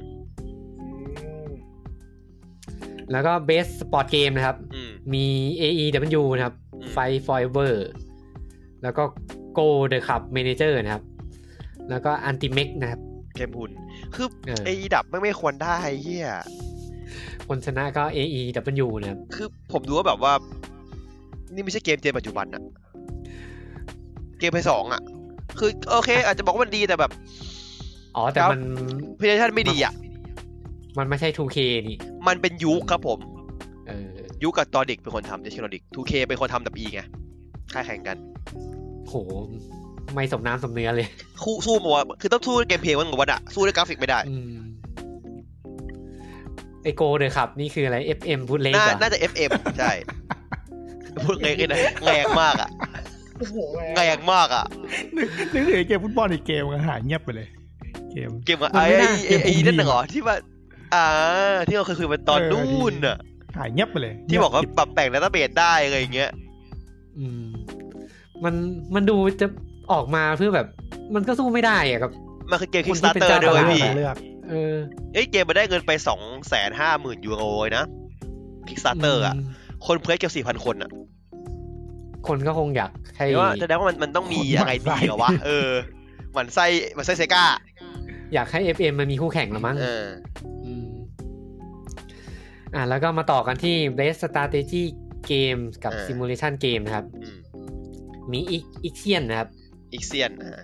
Speaker 1: แล้วก็ Best Sport Game นะครับ
Speaker 2: อืม
Speaker 1: มี AEW นะครับ
Speaker 2: อืม
Speaker 1: Fight Forever แล้วก็ Go the Club Manager นะครับ แล้วก็ Antimech นะครับ
Speaker 2: เกมหุ่นคือ
Speaker 1: เออ
Speaker 2: ไอ้อีดับไม่งไม่ควรได้เฮีย
Speaker 1: คนชนะก็ AEW นะครับ
Speaker 2: คือผมดูว่าแบบว่า นี่ไม่ใช่เกมเจนปัจจุบันอะเกมเพย์สองอะคือโอเค อาจจะบอกว่ามันดีแต่แบบ
Speaker 1: อ๋อ แต่มัน
Speaker 2: พรีเซนชันไม่ดีอะ
Speaker 1: มันไม่ใช่ 2K นี่
Speaker 2: มันเป็นยุคครับผม
Speaker 1: เออ
Speaker 2: ยุคกับตอดิกเป็นคนทำเดชโนดิก 2K เป็นคนทำดับอีไงค่ายแข่งกัน
Speaker 1: โห ไม่สมน้ำสมเนื้อเลย
Speaker 2: คู่สู้มัวคือต้องสู้ด้วยเกมเพลย์วันกับวันอะสู้ด้วยกราฟิกไม่ได้
Speaker 1: อืมไอโกเดอครับ นี่คืออะไร FM พูดเล่น
Speaker 2: น่า
Speaker 1: เหรอ
Speaker 2: น่าจะ FM ใช่พูดไงกันนะแรงมากอะ
Speaker 3: โอ้โห
Speaker 2: แรงมากอะ
Speaker 4: นึกนึกถึงไอ้เกมฟุตบอลอีกเกมก็หายเงียบไปเลย เกม
Speaker 2: เกมอะไอ้ไอ้ไอ้ไอ้นั่นน่ะเหรอที่ว่าอ่า ที่เราเคยคุยกันตอน
Speaker 4: เออ
Speaker 2: นู่นอะ
Speaker 4: หายเงียบไปเลย
Speaker 2: ที่บอกว่า
Speaker 4: เงีย
Speaker 2: ปรับแต่งดัตต้าเบสได้อะไรอย่างเงี้ย
Speaker 1: อืม มัน มันดูจะออกมาเพื่อแบบ มันก็สู้ไม่ได้อะกับ
Speaker 2: มันคือเกม
Speaker 1: คนที่เป็น
Speaker 2: Kickstarter
Speaker 1: เจ้า
Speaker 2: ด้ว
Speaker 1: ต
Speaker 2: ยเว้
Speaker 1: ลาด
Speaker 2: ย
Speaker 4: บ
Speaker 2: พี่
Speaker 4: เลือก
Speaker 1: เออ
Speaker 2: เอ้ยเกมมันได้เงินไปสองแสนห้าหมื่นยูโรเลยนะ Kickstarter อะ
Speaker 1: ม
Speaker 2: คนเพลย์เกือบสี่พันคนอะ
Speaker 1: คนก็คงอยากให้
Speaker 2: เดี๋ยวว่าแสดงว่ามันมันต้องมีอะไรดีเหรอวะเออหมันไส้หมันไส้เซกา
Speaker 1: อยากให้ FM มันมีคู่แข่งละมั้ง
Speaker 2: เออ
Speaker 1: มอ่าแล้วก็มาต่อกันที่ Best Strategy Game กับ
Speaker 2: เออ
Speaker 1: Simulation Game นะครับ
Speaker 2: อืม
Speaker 1: มีอีกเซียนนะครับ
Speaker 2: อีกเซียนอ่า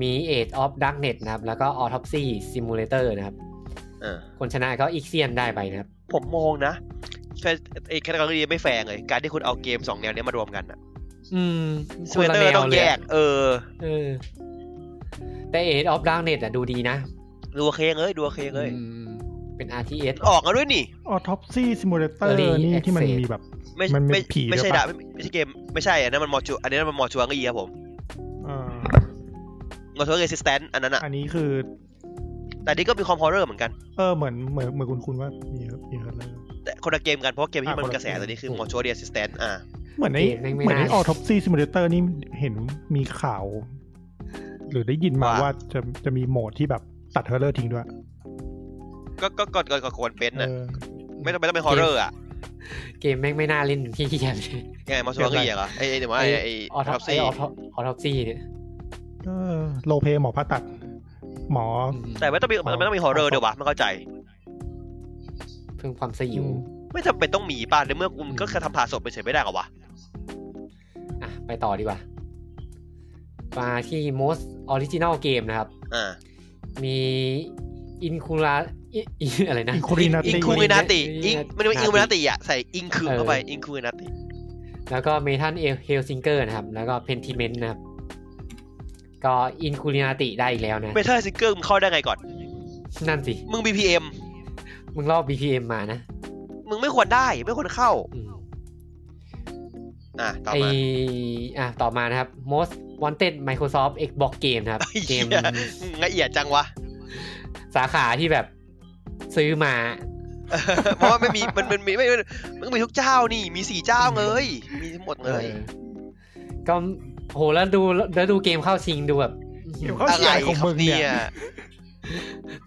Speaker 1: มี Age of Darkness นะครับ แล้วก็ Autopsy Simulator นะครับ
Speaker 2: อ่า
Speaker 1: คนชนะก็อีกเซียนได้ไปนะครับ
Speaker 2: ผมมองนะแค่ไอ้แคตตาล็อกไม่แฟร์เลย การที่คุณเอาเกมสองแนวเนี้ยมารวมกันอะ
Speaker 1: อืม
Speaker 2: สเวตเตอร์ต้องแยก เออ
Speaker 1: เออ แต่ Age of Darkness อะดูดีนะ
Speaker 2: ดูโอเคเลยดูโอเคเลย
Speaker 1: อืมเป็น RTS
Speaker 2: ออกกันด้วยนี่
Speaker 4: ออท o p ซี่ซิมูเลเตอร์
Speaker 1: Early
Speaker 4: นี่ที่มัน
Speaker 1: Access
Speaker 4: มีแบบ
Speaker 2: ไม่
Speaker 4: มันเป็น
Speaker 2: ไม่
Speaker 4: ผีด้วยปะ
Speaker 2: ไม่ใช่ดะไม่ไม่ใช่เกม ไม่ใช่อันนั้นมันมอจูอันนี้มันมอจูอังกีครับผม
Speaker 4: เอ่อ
Speaker 2: มอจูอังกีสแตนอันนั้นอะ
Speaker 4: อันนี้คือ
Speaker 2: แต่นี่ก็มีความฮอร์เรอร์เหมือนกัน
Speaker 4: เออเหมือนเหมือนเหมือนคุณคุณว่ามีมีเฮอร์เรอร์
Speaker 2: แต่คนละเกมกันเพราะเกมที่
Speaker 4: อ่ะ
Speaker 2: มัน
Speaker 4: คนละ
Speaker 2: กระแส
Speaker 4: เกม
Speaker 2: ตอนนี้คือมอจูอังกีสแตนอ่า
Speaker 4: เหมือนใน
Speaker 1: เกมแม่งไม่
Speaker 4: เหมือนใน
Speaker 1: น่า
Speaker 4: ออท o p ซี่ซิมูเลเตอร์นี่เห็นมีข่าว หรือได้ยินมาว่าจะจะมีโหมดที่แบบตัดเฮอร์เรอร์ทิ้งด้วย
Speaker 2: ก็ก็ก็ก็ก็ควรเป็น
Speaker 4: เอ
Speaker 2: นะ
Speaker 4: อ
Speaker 2: ไม่ต้องไม่ต้องเป็นฮอร์เรอร์อะ
Speaker 1: เกมแม่งไม่น่าเล่นที่เกียนเลย
Speaker 2: ยังไงมอจูอังกีเหรอไอ้ไอ้เดี๋ยวว่าไอ้ไอ้
Speaker 1: ออท
Speaker 2: ท็
Speaker 1: อ
Speaker 2: อ
Speaker 1: ป
Speaker 2: ป
Speaker 1: ซี่
Speaker 2: ซี่
Speaker 1: ออทอปซี่เนี่ย
Speaker 4: เออโลเพหมอผ่าตัด หมอ
Speaker 1: อืม
Speaker 2: แต่ไม่ต้องมีมันไม่ต้องมีฮอร์เรอร์เดี๋ยววะไม่เข้าใจ
Speaker 1: เพิ่งความสยิว
Speaker 4: อืม
Speaker 2: ไม่จำเป็นต้องมีป่ะในเมื่อกูมันก็แค่ทำผ่าศพไปเฉยไม่ได้หรอวะ
Speaker 1: อ่ะไปต่อดีกว่า มาที่ most original game นะครับ
Speaker 2: อ่า
Speaker 1: มีอินคูลาอะไรนะ
Speaker 4: อินคูรินา
Speaker 2: อิง
Speaker 4: ติ
Speaker 2: คูมินาติ
Speaker 1: อิ
Speaker 2: อิ
Speaker 1: ง
Speaker 2: ง
Speaker 1: คู
Speaker 2: มัน
Speaker 1: ริ
Speaker 2: เป็น
Speaker 1: นาติ
Speaker 2: อิงคูมินาติอ่ะ ใส่อิงคื
Speaker 1: เออ
Speaker 2: เข้าไป อิงคูมินาติ
Speaker 1: แล้วก็เมทัลเฮลซิงเกอร์นะครับ แล้วก็เพนทิเมนต์นะครับ ก็อินคูลินาติได้อีกแล้วนะ
Speaker 2: เมทัลซิงเกิลมึงเข้าได้ไงก่อน
Speaker 1: นั่นสิ
Speaker 2: มึง BPM
Speaker 1: มึงลอก BPM มานะ
Speaker 2: มึงไม่ควรได้ ไม่ควรเข้า
Speaker 1: อืม
Speaker 2: อ่ะ ต่อ
Speaker 1: ไอ
Speaker 2: มา
Speaker 1: อ่ะต่อมานะครับ most wanted Microsoft Xbox game นะครับ
Speaker 2: ไอ้ [laughs] เหี้
Speaker 1: เก
Speaker 2: ย
Speaker 1: ม
Speaker 2: มึงละเอียดจังวะ [laughs]
Speaker 1: สาขาที่แบบซื้อมา
Speaker 2: เพราะว่าไม่มี มันมันมีไม่ไม่มันมีทุกเจ้านี่ มีสี่เจ้าเลย มีทั้งหมด
Speaker 1: เอ
Speaker 2: เล
Speaker 1: อย ก็โหแล้วดูแล้วดูเกมเข้าชิงดูแบบ
Speaker 4: เกี่ยวข้าว
Speaker 2: อะ
Speaker 4: เสี
Speaker 2: ไร
Speaker 4: ยของ
Speaker 2: ครั
Speaker 4: มึ
Speaker 2: บ
Speaker 4: ง
Speaker 2: เนี่
Speaker 4: เนี่ย ย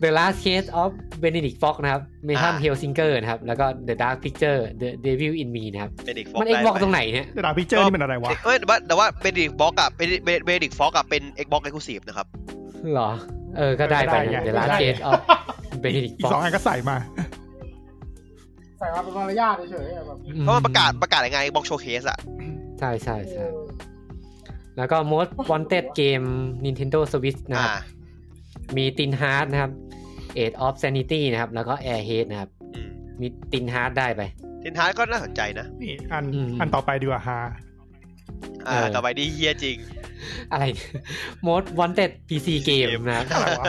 Speaker 1: The Last Case of Benedict Fox นะครับ Metal
Speaker 2: อ่า
Speaker 1: Hellsinger นะครับ แล้วก็ The Dark Picture The Devil in Me นะครับ
Speaker 2: เป็นอีกฟอก
Speaker 1: มัน
Speaker 2: ได้
Speaker 1: Xbox ตรง
Speaker 2: ไหม
Speaker 1: ไหนเนี่ย
Speaker 4: ดาพิเจอร์นี่มันอะไรวะ
Speaker 2: เอ้ยแต่ว่าแต่ว่าเป็นอีกบล็อกอะเป็นเป็นอีกฟอกอะเป็นเอกบล็อกเอ็กซ์คลูซีฟนะครับ
Speaker 1: เหรอ เออ ก็ได้ไป
Speaker 4: ก็ได้ไง
Speaker 1: เดลา
Speaker 4: ก็ได้
Speaker 1: เกตออฟเบนิก
Speaker 4: อี
Speaker 1: ฟ
Speaker 4: ก
Speaker 1: อ
Speaker 4: สองอันก็ใส่มา
Speaker 3: ใส่มาเป็นมารยาทเฉยๆแบบ
Speaker 2: เพราะมันประกาศประกาศยังไงบ็อกโชว์เคสอะ
Speaker 1: ใช่ใช่ใช่แล้วก็ most wanted game Nintendo Switch นะค
Speaker 2: อ่า
Speaker 1: รับ มีตินฮาร์ดนะครับ Age of Sanity นะครับ แล้วก็ Airhead นะครับ
Speaker 2: อืม
Speaker 1: มีตินฮาร์ดได้ไป
Speaker 2: ทินท้ายก็น่าสนใจนะ
Speaker 4: นี่อัน
Speaker 1: อืม
Speaker 4: อันต่อไปดีกว่าฮา
Speaker 2: อ่า
Speaker 1: เออ
Speaker 2: ต่อไปดีเฮียจริง
Speaker 1: อะไร [laughs] most wanted PC game นะครับ
Speaker 2: อะไรวะ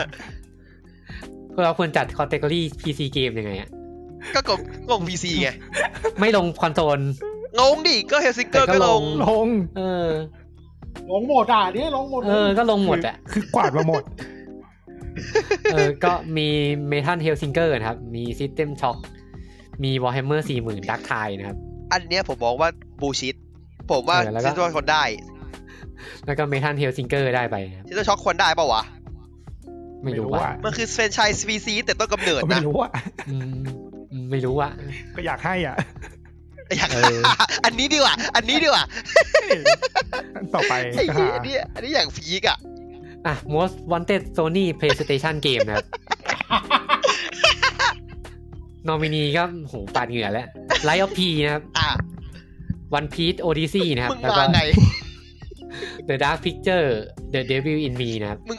Speaker 1: เราควรจัด category PC game ยังไงอะ
Speaker 2: ก็กลมกลมพีซีไง
Speaker 1: ไม่ลงคอนโซล
Speaker 2: งงดิก็เฮลซิงเกอร์
Speaker 1: แต่ก็
Speaker 2: ก็ล
Speaker 1: ล
Speaker 2: ง
Speaker 1: ง
Speaker 4: ลง
Speaker 1: เออ
Speaker 3: ลงหมดอ่ะนี่ลงหมด
Speaker 1: เออ ก็ลงหมดอะ
Speaker 4: คือกวาดมาหมด
Speaker 1: เออ ก็มีเมทัลเฮลซิงเกอร์นะครับ มีซิสเต็มช็อ k มี Warhammer 40,000 Dark Tide นะครับ
Speaker 2: อันเนี้ยผมมองว่าบูชิตผมว่า
Speaker 1: เออแล้วก็
Speaker 2: ซินโตช็อกควรได้
Speaker 1: แล้วก็เมทัลเฮลซิงเกอร์ได้ไปนะครับ
Speaker 2: ซินโตช็อกควรได้ปะวะ
Speaker 1: ไม่รู้ว่า
Speaker 2: มันคือแฟรนไชส์วีซีแต่ต้นกำเนิด
Speaker 4: ไม่
Speaker 2: นะ
Speaker 4: รู้อ่ะ
Speaker 1: อืมไม่รู้ว่า
Speaker 4: ก็อยากให้อ่ะ
Speaker 2: อยาก
Speaker 1: เออ
Speaker 2: อันนี้ดีกว่า อันนี้ดีกว่า
Speaker 4: อันต่อไป
Speaker 2: ไอ้
Speaker 4: ก็
Speaker 2: เหี้ย
Speaker 4: หา
Speaker 2: อันนี้อันนี้อย่างพีกอะ
Speaker 1: อ่ะ most wanted Sony PlayStation game นะครับ นอมินีก็โหปาดเหงื่อแล้ว Light of P นะครับ
Speaker 2: อ่ะ
Speaker 1: One Piece Odyssey นะครับ
Speaker 2: มึง
Speaker 1: แล้ว
Speaker 2: มา
Speaker 1: ก็
Speaker 2: ไง
Speaker 1: The Dark Picture The Devil in Me นะครับ
Speaker 2: มึง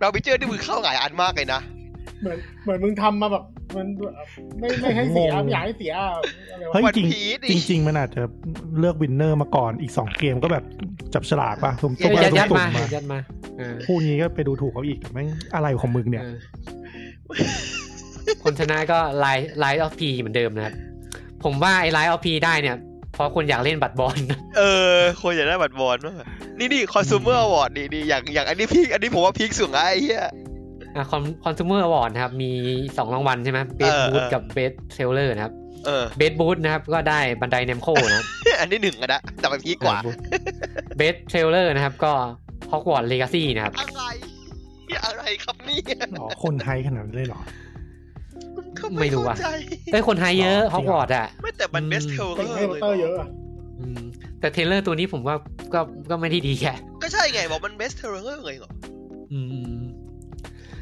Speaker 2: เราไปเจอที่มึงเข้าหลายอันมากเลยนะ
Speaker 3: เหมือนเหมือนมึงทำมาแบบมันไม่ไม่ให้เสียไม่อยากให้เสียอะไรวะ
Speaker 4: เฮ้ย
Speaker 2: วัน
Speaker 4: จริง
Speaker 2: พีช
Speaker 4: จริงจริงๆมันอาจจะเลือกวินเนอร์มาก่อนอีกสองเกมก็แบบจับฉลากป่ะสุ่ม
Speaker 1: ยัด
Speaker 4: สุ่ม
Speaker 1: ยัดยัด
Speaker 4: สุ่
Speaker 1: มา
Speaker 4: มมา
Speaker 1: ยัดมาเออ
Speaker 4: พูดงี้ก็ไปดูถูกเขาอีกแต่แม่งอะไรของมึงเนี่ย
Speaker 1: เออคนชนะก็ Light Light of P เหมือนเดิมนะครับ ผมว่าไอ้ Light of P ได้เนี่ย เพราะคนอยากเล่นบัตรบอล [laughs]
Speaker 2: เออควรจะได้บัตรบอลมากนี่นี่คอน sumer award นี่นี่อย่างอย่างอันนี้พีกอันนี้ผมว่าพีกสุดละไอ้เหี้ย
Speaker 1: อ่ะคอนคอน sumer award นะครับ มีสองรางวัลใช่ไหมเบส
Speaker 2: เออ
Speaker 1: บูธ
Speaker 2: เออ
Speaker 1: กับเบสเซลเลอร์นะครับ
Speaker 2: เอ [laughs] อ
Speaker 1: เบสบูธนะครับ ก็ได้บันไดเนมโคนะครับ
Speaker 2: อันนี้หนึ่งอะนะแต่มันพีกกว่า
Speaker 1: เบสเซลเลอร์นะครับ ก็ฮอกวอตส์เลกาซี่
Speaker 2: [laughs]
Speaker 1: นะครับ
Speaker 2: อะไรอะไรครับเนี่ย
Speaker 4: หรอคนไทยขนาดนั้นเลยเหรอ
Speaker 2: ก็
Speaker 1: ไม่รู้
Speaker 2: เข้า
Speaker 1: อะ
Speaker 2: ใจ
Speaker 1: เอ้ย คนไทยเยอะ
Speaker 4: จริงเหรอ
Speaker 1: ฮอกวอตส์อ่ะ
Speaker 2: ไม่แต่มัน
Speaker 1: อืม
Speaker 2: เบสเทลเลอง
Speaker 3: ติ
Speaker 2: ร์
Speaker 3: ให้มอ
Speaker 2: เลย
Speaker 3: เตอร์เยอะอะ
Speaker 1: อืมแต่เทรลเลอร์ตัวนี้ผมว่าก็ก็ไม่ได้ดีแค่
Speaker 2: ก็ใช่ไงบอกมันเบสเทลเลอร์เลยเหรอ
Speaker 1: อืม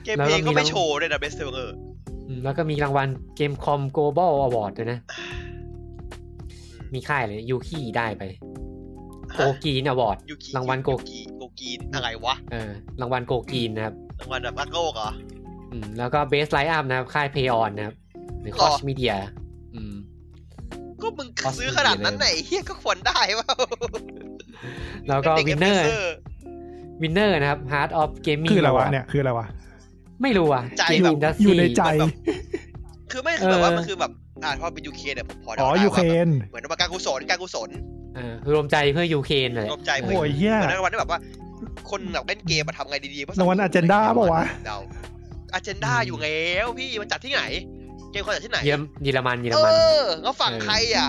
Speaker 2: เกม
Speaker 1: แล้ว
Speaker 2: เพล
Speaker 1: ก็มี
Speaker 2: งก็ไม่
Speaker 1: ราง
Speaker 2: โชว์เลยนะเบสเทลเลอร์
Speaker 1: อืมแล้วก็มีรางวัลเกมคอม global award ด้วยนะ มีค่ายเลยยูคีได้ไปโกกีนอวอร์ด
Speaker 2: ยูกิ
Speaker 1: รางวัลโก
Speaker 2: กีโกกีนอะไรวะ
Speaker 1: เออรางวัลโกกีนนะครับ
Speaker 2: รางวัลแบบรักโลกเหรอ
Speaker 1: อืมแล้วก็เบสไลท์อัพนะครับ ค่ายเพย์ออนนะครับ หรือคอ
Speaker 2: ห
Speaker 1: ช
Speaker 2: รอ
Speaker 1: มีเดียอืม
Speaker 2: ก็มึง
Speaker 1: ออส
Speaker 2: ซื้อขนาดนั้น
Speaker 1: เลย
Speaker 2: ไหนเฮียก็ควรได้เปล่า
Speaker 1: แล้วก็
Speaker 2: ด็
Speaker 1: วินเนอร์
Speaker 2: ฟฟซร์
Speaker 1: วินเนอร์นะครับ Heart of Gaming
Speaker 4: คืออะไรวะ
Speaker 1: Award
Speaker 4: เนี่ยคืออะไรวะ
Speaker 1: ไม่รู้อ่ะ
Speaker 2: ใจ
Speaker 1: กิน
Speaker 2: แบบ
Speaker 1: ดัส
Speaker 4: อยู่ในใจ
Speaker 2: มันแบบ คือไม่คือ
Speaker 1: เอ
Speaker 2: แบบ
Speaker 1: อ
Speaker 2: ว่ามันคือแบบอ่าพอเป็นยูเคเนี่ยผมพอเดา
Speaker 4: อ๋อ
Speaker 2: ได้
Speaker 4: ยู
Speaker 2: ว่า
Speaker 4: เคร
Speaker 2: แบบ
Speaker 4: น
Speaker 2: เหมือนว่าการกุศลการกุศล
Speaker 1: เออรวมใจเพื่อยูเคนเลย
Speaker 2: รวมใจ
Speaker 1: เอ
Speaker 2: พื่
Speaker 1: อ
Speaker 4: โอ้ยเหี้ย
Speaker 2: เหมือนรางวัลที่แบบว่า คนแบบเล่นเกมมาทำไงดีๆเพื่อสังคม
Speaker 4: รางวัล agenda ปะวะ
Speaker 2: เดาอเจนดาอยู่แล้วพี่มันจัดที่ไหน เกมคอนจัดที่ไหน
Speaker 1: เยอรมเยอรมันเยอร
Speaker 2: เอ
Speaker 1: มัน
Speaker 2: อแล้วฝั่ง
Speaker 1: เออ
Speaker 2: ใครอ่ะ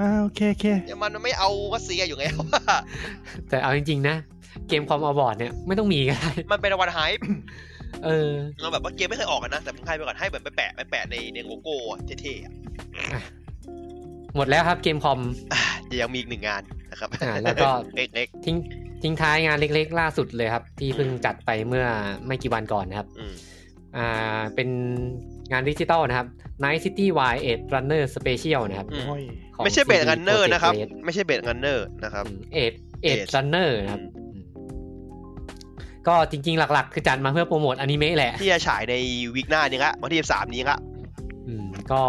Speaker 4: อ่าโอเคโอเค
Speaker 2: เยอรมันมันไม่เอารัสเซียอยู่แล้ว
Speaker 1: แต่เอาจริงๆนะ เกมคอมอวอร์ดเนี่ยไม่ต้องมีก็ได้
Speaker 2: มันเป็นรางวัลไฮป์
Speaker 1: เออ
Speaker 2: มันแบบว่าเกมไม่เคยออกกันนะแต่ผมให้ไปก่อนให้เหมือนไปแปะไปแปะในในโลโก้อะเท่ๆอะ
Speaker 1: หมดแล้วครับเกมคอม
Speaker 2: อ่ะเดี๋ยวยังมีอีกหนึ่งงานนะครับ
Speaker 1: อ่าแล้วก็
Speaker 2: [laughs] เล็ก
Speaker 1: ทิ้งทิ้งท้ายงานเล็กๆ ล่าสุดเลยครับ ที่เพิ่งจัดไปเมื่อไม่กี่วันก่อนนะครับ
Speaker 2: ๆอืม
Speaker 1: อ่าเป็นงานดิจิตอลนะครับ Night City Y 8 Runner Special นะครับ
Speaker 4: โอ้ย
Speaker 1: ของ
Speaker 2: ไม่ใช่เบรด
Speaker 1: CD
Speaker 2: กันเนอร์นะครับ
Speaker 1: Projekt Red
Speaker 2: ไม่ใช่เบรดกันเนอร์นะครับ
Speaker 1: เอ็ดเอ็ดรันเนอร์นะครับอืมก็จริงๆหลักๆ คือจัดมาเพื่อโปรโมทอนิเมะแหละ
Speaker 2: ที่จะฉายในวีคหน้านี้ละวันที่13นี้ละ
Speaker 1: อืมก็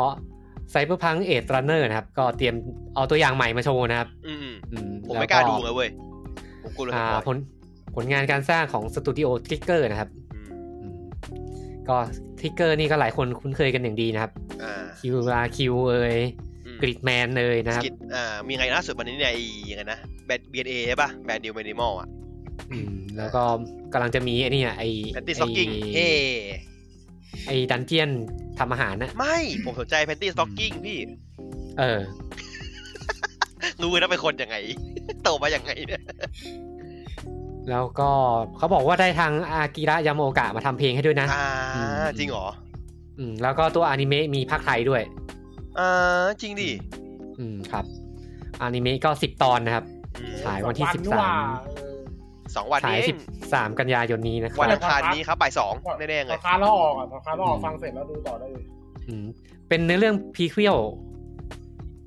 Speaker 1: ไซเบอร์พังเอ็ดรันเนอร์นะครับ ก็เตรียมเอาตัวอย่างใหม่มาโชว์นะครับ
Speaker 2: อืม
Speaker 1: อื
Speaker 2: ผมไม่กล้าดู
Speaker 1: แว
Speaker 2: เล
Speaker 1: ย
Speaker 2: เว้ย ผมกลัวเลย
Speaker 1: อ่าผ
Speaker 2: ผม
Speaker 1: ลผลงานการสร้างของสตูดิโอทิกเกอร์นะครับ
Speaker 2: อืม
Speaker 1: อืมก็ทิกเกอร์นี่ก็หลายคนคุ้นเคยกันอย่างดีนะครับ
Speaker 2: อ่า
Speaker 1: คิวราคิวเอ่ยกริดแมนเลยนะครับ
Speaker 2: กิดอ่า มีไงล่าสุดวันนี้เนี่ยไอ้ยังไงนะแบดบีเอใช่ป่ะแบดดิวมินิมอลอ่ะ
Speaker 1: อืมแล้วก็กำลังจะมีไอ้นี่อะไอ้
Speaker 2: แพนตี้สต็อกกิ้ง
Speaker 1: ไอ้
Speaker 2: เฮ้
Speaker 1: ไอ้ดันเจียนทำอาหารนะ
Speaker 2: ไม่ผมสนใจแพนตี้สต็อกกิ้งพี่
Speaker 1: เออ
Speaker 2: รู้นะเป็นคนยังไง [laughs] โตมายังไงเนี่ย
Speaker 1: แล้วก็เขาบอกว่าได้ทางอากิระยามโอกะมาทำเพลงให้ด้วยนะ
Speaker 2: อ่า
Speaker 1: อืม
Speaker 2: จริงเหรอ
Speaker 1: อืมแล้วก็ตัวอนิเมะมีภาคไทยด้วย
Speaker 2: อ่าจริงดิ
Speaker 1: อืมครับอนิเมะก็สิบตอนนะครับ
Speaker 2: อืม
Speaker 1: ฉายวันที่
Speaker 3: สอง
Speaker 1: สิบ
Speaker 3: นี่ห
Speaker 1: สาม
Speaker 3: เออ
Speaker 2: สองวัน
Speaker 1: ฉาย
Speaker 2: เอง
Speaker 1: 13 กันยายนนี้นะครั
Speaker 2: วัน
Speaker 1: บ
Speaker 2: อังคารนี้ครับบ่ายสองแน่ๆเล
Speaker 3: พอย ค้าแล้วออกอ่ะพอค้าแล้วออกฟังเสร็จแล้วดูต่อได้เลย
Speaker 1: อืมเป็นเนื้อเรื่องพีเคียว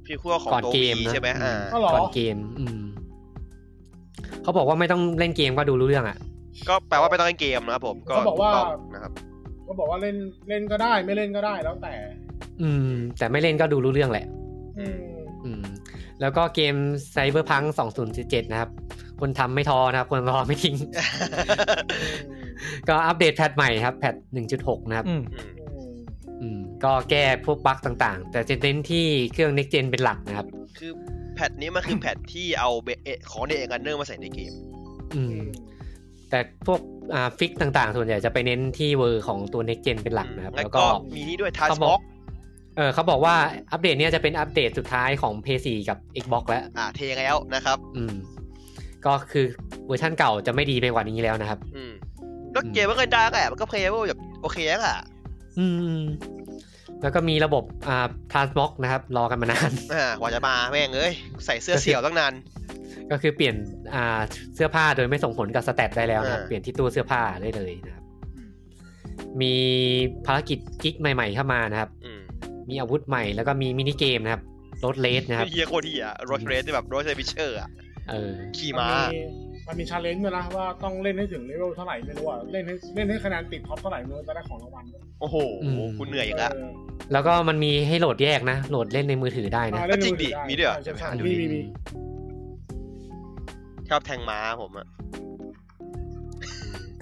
Speaker 2: พี่คั่วของ
Speaker 1: ก่อน
Speaker 2: โต
Speaker 1: เก
Speaker 2: วี
Speaker 1: มนะ
Speaker 2: ใช่ไหม
Speaker 1: อื
Speaker 2: อ่าม
Speaker 1: ก่อนเกม อืมเขาบอกว่าไม่ต้องเล่นเกมก็ดูรู้เรื่องอ่ะ
Speaker 2: ก็แปลว่าไม่ต้องเล่นเกมนะครับผมก็
Speaker 3: เขาบอกว่า
Speaker 2: ถูต้งนะครับ
Speaker 3: เขาบอกว่าเล่นเล่นก็ได้ ไม่เล่นก็ได้แล้วแต่
Speaker 1: อืม แต่ไม่เล่นก็ดูรู้เรื่องแหละ
Speaker 3: อืม
Speaker 1: อืม แล้วก็เกมไซเบอร์พัง2077 นะครับ คนทำไม่ทอนะครับ คนรอไม่ทิ้ง ก็อัปเดตแพทใหม่ครับ แพท1.6 นะครับ
Speaker 4: อืม
Speaker 2: อืม
Speaker 3: อืม
Speaker 1: อืม ก็แก้พวกบั๊กต่างๆ แต่จะเน้นที่เครื่อง next gen เป็นหลักนะครับ
Speaker 2: คือแพทนี้มันคือแพทที่เอาเบเอของเดกันเนอร์มาใส่ในเกม
Speaker 1: อื
Speaker 3: อื
Speaker 1: ม
Speaker 3: ม
Speaker 1: แต่พวกอ่าฟิกต่างๆ ส่วนใหญ่จะไปเน้นที่เวอร์ของตัว next gen เป็นหลักนะครับ
Speaker 2: แล้
Speaker 1: แล้ว ว
Speaker 2: ก็
Speaker 1: ก็
Speaker 2: มีนี่ด้วย
Speaker 1: เขา
Speaker 2: Task
Speaker 1: บอก
Speaker 2: Box
Speaker 1: เออเขาบอกว่าอัปเดตเนี้ยจะเป็นอัปเดตสุดท้ายของ PS4 กับ Xbox แล้ว
Speaker 2: อ่าเทแล้วนะครับ
Speaker 1: อืม ก็คือเวอร์ชั่นเก่าจะไม่ดีไปกว่านี้แล้วนะครับ
Speaker 2: อืมก็เกมมันก็ได้แหละมันก็เพลย์แบบโอเคแล้วอ่ะ
Speaker 1: อืม แล้วก็มีระบบอ่า transmog นะครับ รอกันมานาน
Speaker 2: อ่ากว่าจะมาแม่งเอ้ยใส่เสื้อเสี่ยวตั้งนาน
Speaker 1: ก็คือเปลี่ยนอ่าเสื้อผ้าโดยไม่ส่งผลกับสแตทได้แล้วนะครับ
Speaker 2: อ่า
Speaker 1: เปลี่ยนที่ตู้เสื้อผ้าได้เลยนะครับ มีภารกิจกิ๊กใหม่ ๆ เข้ามานะครับ
Speaker 2: อืม
Speaker 1: มีอาวุธใหม่แล้วก็มีมินิเกมนะครับรถเลสนะครับ
Speaker 2: เฮียโคตรเฮียโรสเรสแบบโรสเรสบิเชอร์อ่ะ
Speaker 1: เออ
Speaker 2: ขี่ม้า
Speaker 3: มันมีชาเลนจ์ด้วยนะว่าต้องเล่นให้ถึงเลเวลเท่าไหร่ไม่รู้อ่ะเล่นให้เล่นให้คะแนนติดท็อปเท่าไหร่ไม่รู้จะได้ของรางวัล
Speaker 2: โอ้โห
Speaker 1: อืม
Speaker 2: กูเหนื่อยอีกแล้ว
Speaker 3: เออ
Speaker 1: แล้วก็มันมีให้โหลดแยกนะ โหลดเล่นในมือถือได้นะ
Speaker 3: อ่า
Speaker 2: ก็จริงดิ
Speaker 3: ไ
Speaker 2: มีด้วยเหรอ
Speaker 3: ใช่
Speaker 2: เดี๋ยวไป
Speaker 3: ใช่
Speaker 2: หาดู
Speaker 3: มี
Speaker 1: อื
Speaker 3: มี
Speaker 1: ม
Speaker 3: มี
Speaker 2: ชอบแทงม้าผมอ่ะ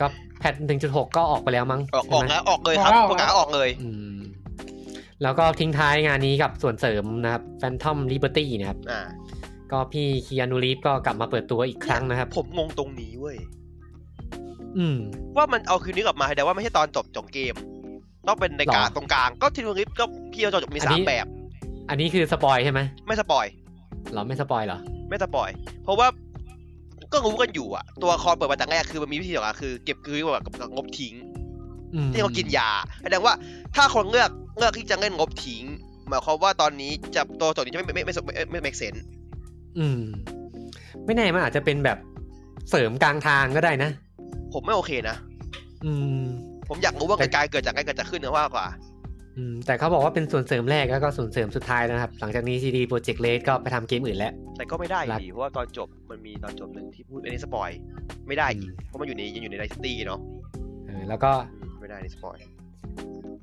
Speaker 1: ก็แพทหนึ่งจุดหกก็ออกไปแล้วมั้ง
Speaker 2: ออกอ
Speaker 1: ใช่
Speaker 2: อก
Speaker 1: ไหม
Speaker 2: แล้วออกเลยครับประกาศออกเลย
Speaker 1: อืม แล้วก็ทิ้งท้ายงานนี้กับส่วนเสริมนะครับ Phantom Liberty นะครับ
Speaker 2: อ่า
Speaker 1: ก็พี่คียานูรีฟก็กลับมาเปิดตัวอีกครั้งนะครับ
Speaker 2: ผมงงตรงนี้เว้ย
Speaker 1: อืม
Speaker 2: ว่ามันเอาคืนนี้กลับมาให้ได้ว่าไม่ใช่ตอนจบจบเกม ต้องเป็นในกลา
Speaker 1: ห
Speaker 2: ง
Speaker 1: รอ
Speaker 2: ตรงกลางก็ทีนลิฟก็พี่เอาจบมีสา
Speaker 1: อัน
Speaker 2: ม
Speaker 1: นี้
Speaker 2: แบบ
Speaker 1: อันนี้คือสปอยใช่ไหม
Speaker 2: ไม่สปอย
Speaker 1: เหรอไม่สปอยเหรอ
Speaker 2: ไม่สปอย เพราะว่าก็รู้กันอยู่อะตัวละครเปิดมาแต่แรกคือมันมีวิธีของอะคือเก็บคือแบบกับงบทิ้ง
Speaker 1: อืม
Speaker 2: ที่เขากินยาแสดงว่าถ้าคนเลือกเลือกที่จะเล่นงบทิ้งหมายความว่าตอนนี้จะตัวจบนี้จะไม่ไม่ไม่ไม่ไม่ไม่ make sense
Speaker 1: อืม ไม่แน่มันอาจจะเป็นแบบเสริมกลางทางก็ได้นะ
Speaker 2: ผมไม่โอเคนะ
Speaker 1: อืม
Speaker 2: ผมอยากรู้ว่า
Speaker 1: แต่
Speaker 2: การเกิดจากอะไรเกิดจากขึ้นนะว่ากว่า
Speaker 1: อืม แต่เขาบอกว่าเป็นส่วนเสริมแรกแล้วก็ส่วนเสริมสุดท้ายแล้วนะครับ หลังจากนี้ CD Project Red ก็ไปทำเกมอื่นแล้ว
Speaker 2: แต่ก็ไม่ได้อยู่
Speaker 1: รัก
Speaker 2: ดีเพราะว่าตอนจบมันมีตอนจบหนึ่งที่พูดอันนี้สปอยไม่ได้อีกเพราะมันอยู่ในยังอยู่ในไลซิตี้เนาะ
Speaker 1: เออแล้วก็
Speaker 2: อืมไม่ได้ในสปอย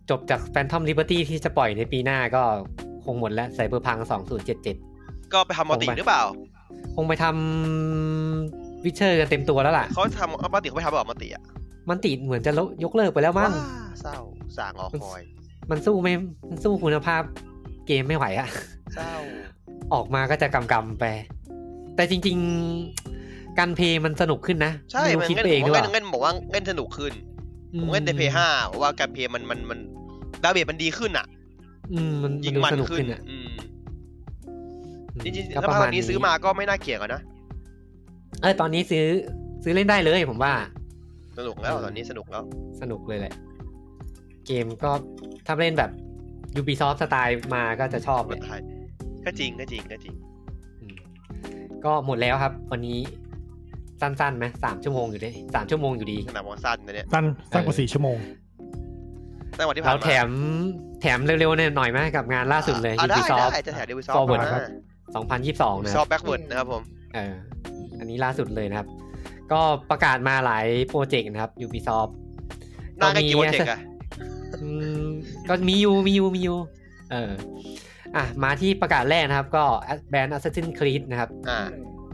Speaker 1: จบจาก Phantom Liberty ที่จะปล่อยในปีหน้าก็คงหมดแล้วไซเบอร์พัง2077
Speaker 2: ก็ไปทำมัลติ
Speaker 1: ผมไป
Speaker 2: หรือเปล่า
Speaker 1: คงไปทำวิเชอร์กันเต็มตัวแล้วล่ะ
Speaker 2: เขาทำเอามัลติเขาไปทำแบบมัลติอะ
Speaker 1: มันติดเหมือนจะยกเลิกไปแล้วมั้ง
Speaker 2: ว้าเศร้าสางอคอย
Speaker 1: มันสู้ไม่มันสู้คุณภาพเกมไม่ไหวอะ
Speaker 2: เศร้า
Speaker 1: ออกมาก็จะกำกำๆไป แต่จริงๆ การเพลย์มันสนุกขึ้นนะ
Speaker 2: ใช่
Speaker 1: ไม่รู้
Speaker 2: มัน
Speaker 1: คิด
Speaker 2: เล่น
Speaker 1: ไปเอง
Speaker 2: ผ
Speaker 1: หรือ
Speaker 2: ม
Speaker 1: เป
Speaker 2: เล่
Speaker 1: ล่าน
Speaker 2: เล่นบอกว่าเล่นสนุกขึ้น
Speaker 1: อื
Speaker 2: ผมเล่นในเพย์ห้าว่าการเพย์มันมันมันดาเมจมันดีขึ้นอ่ะ
Speaker 1: อืมมัน
Speaker 2: ยิง
Speaker 1: ดู
Speaker 2: มัน
Speaker 1: สนุก
Speaker 2: ขึ้
Speaker 1: ขึ้
Speaker 2: น
Speaker 1: นอ่ะ
Speaker 2: อืม
Speaker 1: อืม
Speaker 2: จริงๆ
Speaker 1: ก็
Speaker 2: ถ้าภาคนี้ซื้อมาก็ไม่น่าเกลียดอะนะ
Speaker 1: เออตอนนี้ซื้อซื้อเล่นได้เลยผมว่า
Speaker 2: สนุกแล้ว
Speaker 1: อืม
Speaker 2: ตอนนี้สนุกแล้ว
Speaker 1: สนุกเลยแหละ เกมก็ถ้าเล่นแบบ Ubisoft สไตล์มาก็จะชอบ
Speaker 2: มั
Speaker 1: เล
Speaker 2: น
Speaker 1: ย
Speaker 2: ไทยก็จริงก็จริงก็จริง
Speaker 1: อืมก็หมดแล้วครับ วันนี้สั้นๆไหมสามชั่วโมงอยู่ดีสามชั่วโมงอยู่ดี
Speaker 2: ขนาดมอสั้นนะเนี่ย
Speaker 4: สั้นสั้นกว่าสี่ชั่วโมง
Speaker 2: แต่วันที่ผ่า
Speaker 1: เรา
Speaker 2: นมา
Speaker 1: แถมแถมเร็วๆเนี่ยหน่อยไหมกับงานล่าสุดเลย
Speaker 2: อ่ะได้
Speaker 1: Ubisoft
Speaker 2: ได้จะแถมดิวิซอฟ
Speaker 1: Forward
Speaker 2: มา
Speaker 1: ครับ 2022 นะ
Speaker 2: ซ
Speaker 1: ค
Speaker 2: อ
Speaker 1: รั
Speaker 2: ฟ
Speaker 1: บ
Speaker 2: แบ็กเวิร์ดนะครับผม
Speaker 1: เอออันนี้ล่าสุดเลยนะครับ ก็ประกาศมาหลายโปรเจกต์นะครับ Ubisoft
Speaker 2: น่ากันกี่โปรเจกต์อะ
Speaker 1: อืมก็มีอยู่มีอยู่มีอยู่เอออ่ะมาที่ประกาศแรกนะครับ ก็แบรนด์ Assassin's Creed นะครับ
Speaker 2: อ่า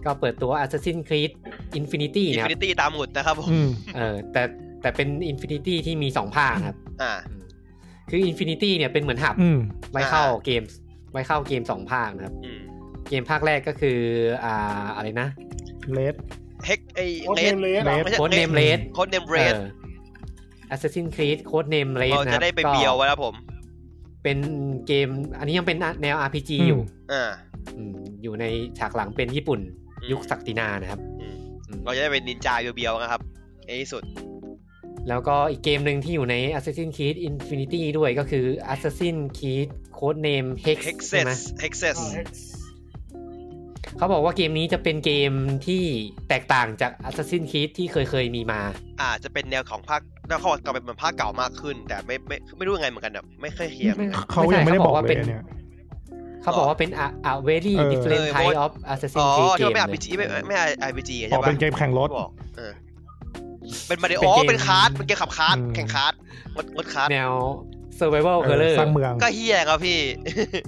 Speaker 1: ก็เปิดตัว Assassin's Creed Infinity
Speaker 2: อิน
Speaker 1: นะครั
Speaker 2: ฟิ
Speaker 1: บ
Speaker 2: นิตี้ตามหมุดนะครับผม
Speaker 4: อืม
Speaker 1: เออแต่แต่เป็น Infinity ที่มีสองภาคนะครับ
Speaker 2: อ่า
Speaker 1: อืมคือ Infinity เนี่ยเป็นเหมือนหับ
Speaker 4: อืม
Speaker 1: ไว้เข้าเกมไว้เข้าเกมสองภาคนะครับ
Speaker 2: อืม
Speaker 1: เกมภาคแรกก็คืออ่าอะไรนะ
Speaker 4: เลด
Speaker 2: เฮกไอ
Speaker 3: โค้ด
Speaker 2: เล
Speaker 3: เน
Speaker 2: น
Speaker 3: มเลสอะ
Speaker 4: เรด
Speaker 2: ไม่ใช่
Speaker 1: Code Name
Speaker 2: เล
Speaker 1: Red
Speaker 2: โค้ดเนมเรส
Speaker 1: เออ Assassin's Creed Code Name Red
Speaker 2: เรา
Speaker 1: นะค
Speaker 2: จะ
Speaker 1: รับ
Speaker 2: ได้ไป
Speaker 1: ก็
Speaker 2: เบียวไว้แล้วผม
Speaker 1: เป็นเกม อันนี้ยังเป็นแนว RPG
Speaker 4: อื
Speaker 1: อ
Speaker 4: ม
Speaker 1: ยู่
Speaker 2: อ่า
Speaker 1: อืมอยู่ในฉากหลังเป็นญี่ปุ่น
Speaker 2: อืม
Speaker 1: ยุคศักดินานะครับ
Speaker 2: อืม
Speaker 1: อืม
Speaker 2: เราจะได้เป็นนินจาเบียวๆนะครับในที่สุด
Speaker 1: แล้วก็อีกเกมหนึ่งที่อยู่ใน Assassin's Creed Infinity ด้วยก็คือ Assassin's Creed Code Name Hex ใช่ไหม
Speaker 2: Hexes Hexes
Speaker 3: เออ
Speaker 1: เขาบอกว่าเกมนี้จะเป็นเกมที่แตกต่างจาก Assassin's Creed ที่เคยเคยๆมีมา
Speaker 2: อาจจะเป็นแนวของภาคแล้วเขาก็เป็นเหมือนภาคเก่ามากขึ้น แต่ไม่ไม่ไม่รู้ยังไงเหมือนกันแบบไม่เคยเคลียร์เหมือนกัน
Speaker 4: เขายังไม่ได้บอก
Speaker 1: ไม่
Speaker 4: เล
Speaker 1: ใช่
Speaker 4: ย
Speaker 1: เขาบอกว่าเป็นเขาบ
Speaker 4: เนี่ย
Speaker 1: อกว่าเป็น a, a very
Speaker 4: เออ
Speaker 1: different
Speaker 2: เออ
Speaker 1: type
Speaker 2: เพราะ
Speaker 1: of
Speaker 2: อ๋
Speaker 1: Assassin's
Speaker 2: อ
Speaker 1: Creed
Speaker 2: ที่ว่าไม่
Speaker 1: เก
Speaker 2: RPG
Speaker 1: ม
Speaker 2: ไม่
Speaker 1: เลย
Speaker 2: ไม่ RPG ใช่
Speaker 4: อ๋อ
Speaker 2: ปะ
Speaker 4: เป็นเกมแข่งรถ
Speaker 2: บอกเออเป็นมาริ
Speaker 1: เป็น
Speaker 2: โอ
Speaker 1: เกม
Speaker 2: เป็นคาร์ดเป็นเกมขับคาร์ด
Speaker 4: อืม
Speaker 2: แข่งคาร์ดงดงดคาร์ด
Speaker 1: แนว survival horror
Speaker 4: สร้างเมือง
Speaker 2: ก็เฮี้ยครับพี่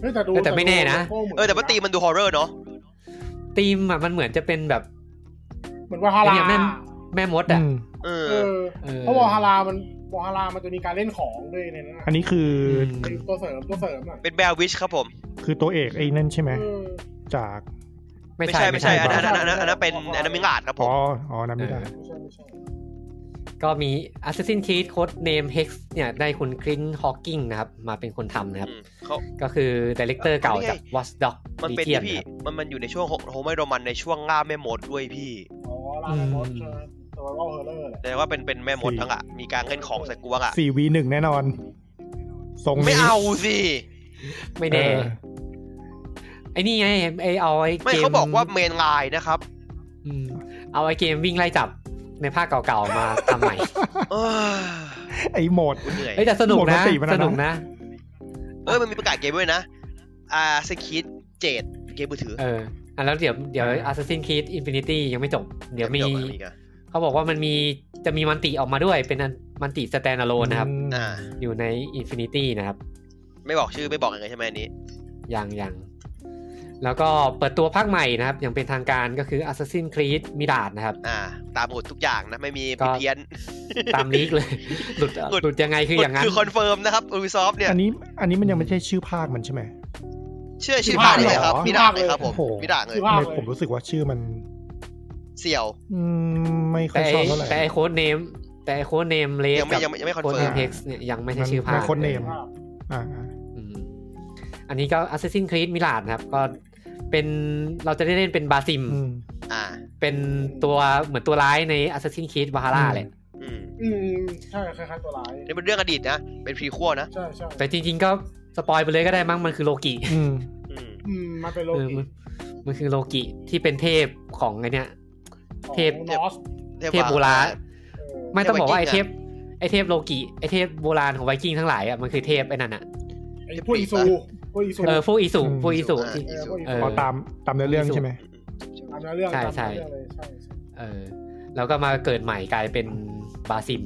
Speaker 3: เฮ้ยแต่ดู
Speaker 1: เออแต่ไม่แน่นะ
Speaker 3: ดูโลโก้หมื
Speaker 2: เออแต่ว่าตีมมันดูฮอร์เรอร์เนาะ
Speaker 1: ธีมอะมันเหมือนจะเป็นแบบ
Speaker 3: เหมือนว่าฮารา
Speaker 1: เนี่ยแม่ แม่มดอ่ะ
Speaker 4: อืม
Speaker 2: เอ
Speaker 3: เอ
Speaker 2: อ
Speaker 3: อ
Speaker 1: ออ
Speaker 3: เพราะวอฮารามันวอฮารามันจะมีการเล่นของด้วยในนั้น
Speaker 4: อันนี้คือ
Speaker 1: ม
Speaker 3: เป็นตัวเสริมตัวเสริมอ่ะ
Speaker 2: เป็นแบลวิชครับผม
Speaker 4: คือตัวเอกไอ้นั่นใช่ไหม
Speaker 3: เออ
Speaker 4: จาก
Speaker 1: ไม่
Speaker 2: ไม่
Speaker 1: ใช่
Speaker 2: ใช่
Speaker 1: ไม่
Speaker 2: ไม่
Speaker 1: ใช่
Speaker 2: ใช่
Speaker 1: ไม่
Speaker 2: อัน
Speaker 1: ใช่
Speaker 2: นั้นอันนั้นอันนั้นเป็นอันนั้นมิงอาดครับผ
Speaker 4: อ๋
Speaker 2: ม
Speaker 4: อ อ๋อนั้นไม่ได้
Speaker 1: เออ
Speaker 3: ไม่ใช่ไม่ใช่
Speaker 1: ก็มี Assassin's Creed Code Name Hex เนี่ยได้คุณคลินฮอ w กิงนะครับ มาเป็นคนทำนะครับ
Speaker 2: อืมเขา
Speaker 1: ก็คือดีเลกเตอร์เก่า
Speaker 2: เอาไง
Speaker 1: จาก Watch Dogs
Speaker 2: มันเป็น
Speaker 1: Legion
Speaker 2: ที่พี่
Speaker 1: นะครับ
Speaker 2: มันมันอยู่ในช่วงโฮมไมโรมันในช่วงล่าแม่มดด้วยพี่
Speaker 3: อ๋อลานมด
Speaker 1: อืม
Speaker 3: เจอตัวเล่าเฮอร์เลอร์แหละ
Speaker 2: แต่ว่าเป็นเป็นแม่มด
Speaker 4: สี่
Speaker 2: ทั้งอะมีการเล่นของใส่กวกอะ
Speaker 4: 4 v หนึ่งแน่นอน ทรงนี้
Speaker 2: ไม่เอาสิ
Speaker 1: ไม่แน่
Speaker 4: เออ
Speaker 1: ไอ้นี่ไงไอเอาไอ
Speaker 2: ไม่
Speaker 1: เกม
Speaker 2: เขาบอกว่าเมนไลน์นะครับ
Speaker 1: อืมเอาไอเกมวิ่งไล่จับในภาคเก่าๆมา ทำใหม่
Speaker 2: เออ
Speaker 4: ไอ้โหมด
Speaker 2: กูเหนื่อย
Speaker 1: เอ้ยแต่สนุก
Speaker 4: หมด
Speaker 1: นะ
Speaker 4: สติไปแล้วนะ
Speaker 1: สนุกนะ
Speaker 2: เอ้ยมันมีประกาศเกมด้วยนะอาสคิดเจดเกมมือถือ
Speaker 1: เอออ่ะแล้วเดี๋ยวเดี๋ยว
Speaker 4: เออ
Speaker 1: Assassin's Creed Infinity ยังไม่จบ เดี๋ยวมี
Speaker 2: จบแล้วอีกอะ
Speaker 1: เขาบอกว่ามันมีจะมีมันติออกมาด้วยเป็นมันติสแตนอะโลนนะครับ
Speaker 4: อืม
Speaker 2: อ่า
Speaker 1: อยู่ใน Infinity นะครับ
Speaker 2: ไม่บอกชื่อไม่บอกอะไรใช่ไหมอันนี้
Speaker 1: อย่างอย่างแล้วก็เปิดตัวภาคใหม่นะครับ อย่างเป็นทางการก็คือ Assassin's Creed Mirage นะครับ
Speaker 2: อ่า ตามหมดทุกอย่างนะ ไม่มี
Speaker 1: ก็
Speaker 2: เพี้ยน
Speaker 1: [laughs] ตามลีกเลย หลุด
Speaker 2: หลุด
Speaker 1: หลุดยังไงคืออย่างนั้น
Speaker 2: คือคอนเฟิร์มนะครับ Ubisoft เนี่ย
Speaker 4: อันนี้ อันนี้มันยังไม่ใช่ชื่อภาคมันใช่ไหม
Speaker 2: เชื่อชื่อภาคเลยครับ
Speaker 4: ภาคเหรอ
Speaker 2: มีด่างเลยครับผม
Speaker 4: โอ้โห
Speaker 2: มีด่างเลย
Speaker 4: ทำไมผมรู้สึกว่าชื่อมัน
Speaker 2: เสี่ยว
Speaker 4: อืม ไม่ค่อ
Speaker 1: แต่
Speaker 4: ย
Speaker 1: ไอ้
Speaker 4: ชอบเท่าไหร่
Speaker 1: แต่ไอโค้ดเนม แต่ไอโค้ดเนมเล
Speaker 2: ยังไม่ยังไม่ยังไม่
Speaker 1: โค้ด
Speaker 2: confirm
Speaker 1: เนมเฮกซ์เนี่ยยังไม่ใช่ชื่อภา
Speaker 4: มั
Speaker 1: คน
Speaker 4: code name
Speaker 1: ออ
Speaker 4: อ่า
Speaker 1: อืมอันนี้ก็ Assassin's Creed Mirage นะครับ ก็เป็นเราจะได้เล่นเป็นบาซิม
Speaker 4: อืม
Speaker 2: อ่า
Speaker 1: เป็นตัวเหมือนตัวร้ายใน Assassin's Creed Valhalla เล
Speaker 4: อืม
Speaker 1: ย
Speaker 2: อืม
Speaker 3: อืมใช่คล้ายๆตัวร้าย
Speaker 2: นี่เป็นเรื่องอดีตนะ เป็นพรีคัวนะ
Speaker 3: ใช่ใช่
Speaker 1: แต่จริงๆก็สปอยไปเลยก็ได้มั้งมันคือโลกิ
Speaker 4: อืม
Speaker 2: อืม
Speaker 3: อืมมันเป็นโล
Speaker 1: เออ
Speaker 3: กิ
Speaker 1: มันมันคือโลกิที่เป็นเทพของไอเนี้ย เทพ
Speaker 3: ของนอส
Speaker 1: เทพโบราณ
Speaker 3: เออ
Speaker 1: ไม่ต้องบอกว่าไอเทพไอเทพโลกิไอเทพโบราณของไวกิ้งทั้งหลายอ่ะมันคือเทพไอ้นั่นอ่ะ
Speaker 3: ไอ้พวกอีซูพวกอีซู
Speaker 1: เออพวกอีสุ
Speaker 4: อืม
Speaker 1: พวกอีสุ
Speaker 2: อ่า
Speaker 1: ที่
Speaker 2: อีสุ
Speaker 1: เอ
Speaker 4: พอตามตามเนื้อเรื่องใช่ไหม
Speaker 2: มอืม
Speaker 3: ตามเนื้อเรื่อง
Speaker 1: ใช่
Speaker 3: ตาม
Speaker 1: ใช่
Speaker 3: เนื้อเรื่องเลยใช่ใช่
Speaker 1: เออแล้วก็มาเกิดใหม่กลายเป็นบาซิม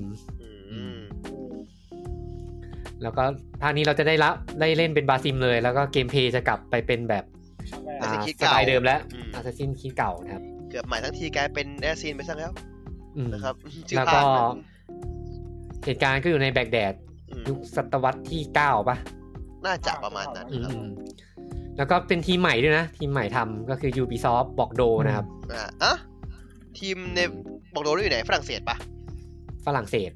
Speaker 2: อืม
Speaker 1: แล้วก็ภาคนี้เราจะได้ละได้เล่นเป็นบาซิมเลย แล้วก็เกมเพลย์จะกลับไปเป็นแบบ
Speaker 3: ชั้นแรก
Speaker 1: อ่าสไตล์เดิมแล้วอาซาซินคิดเก่านะครับ
Speaker 2: เกือบใหม่ทั้งทีกลายเป็นแอสซีนไปซะแล้ว
Speaker 1: อืม
Speaker 2: นะครับชื่อ
Speaker 1: แล้ว
Speaker 2: ภา
Speaker 1: ก็
Speaker 2: คมัน
Speaker 1: เหตุการณ์ก็อยู่ในแบกแดด
Speaker 2: อืม
Speaker 1: ยุคศตวรรษที่เก้าป่ะ
Speaker 2: น่าจะประมาณนั้น
Speaker 1: อืม
Speaker 2: ครั
Speaker 1: อื
Speaker 2: บ
Speaker 1: มแล้วก็เป็นทีมใหม่ด้วยนะ ทีมใหม่ทำก็คือ Ubisoft บอกโดนะครับ
Speaker 2: อ่าอ่ะทีมในบอกโดนอยู่ไหนฝรั่งเศสปะ
Speaker 1: ฝรั่งเศส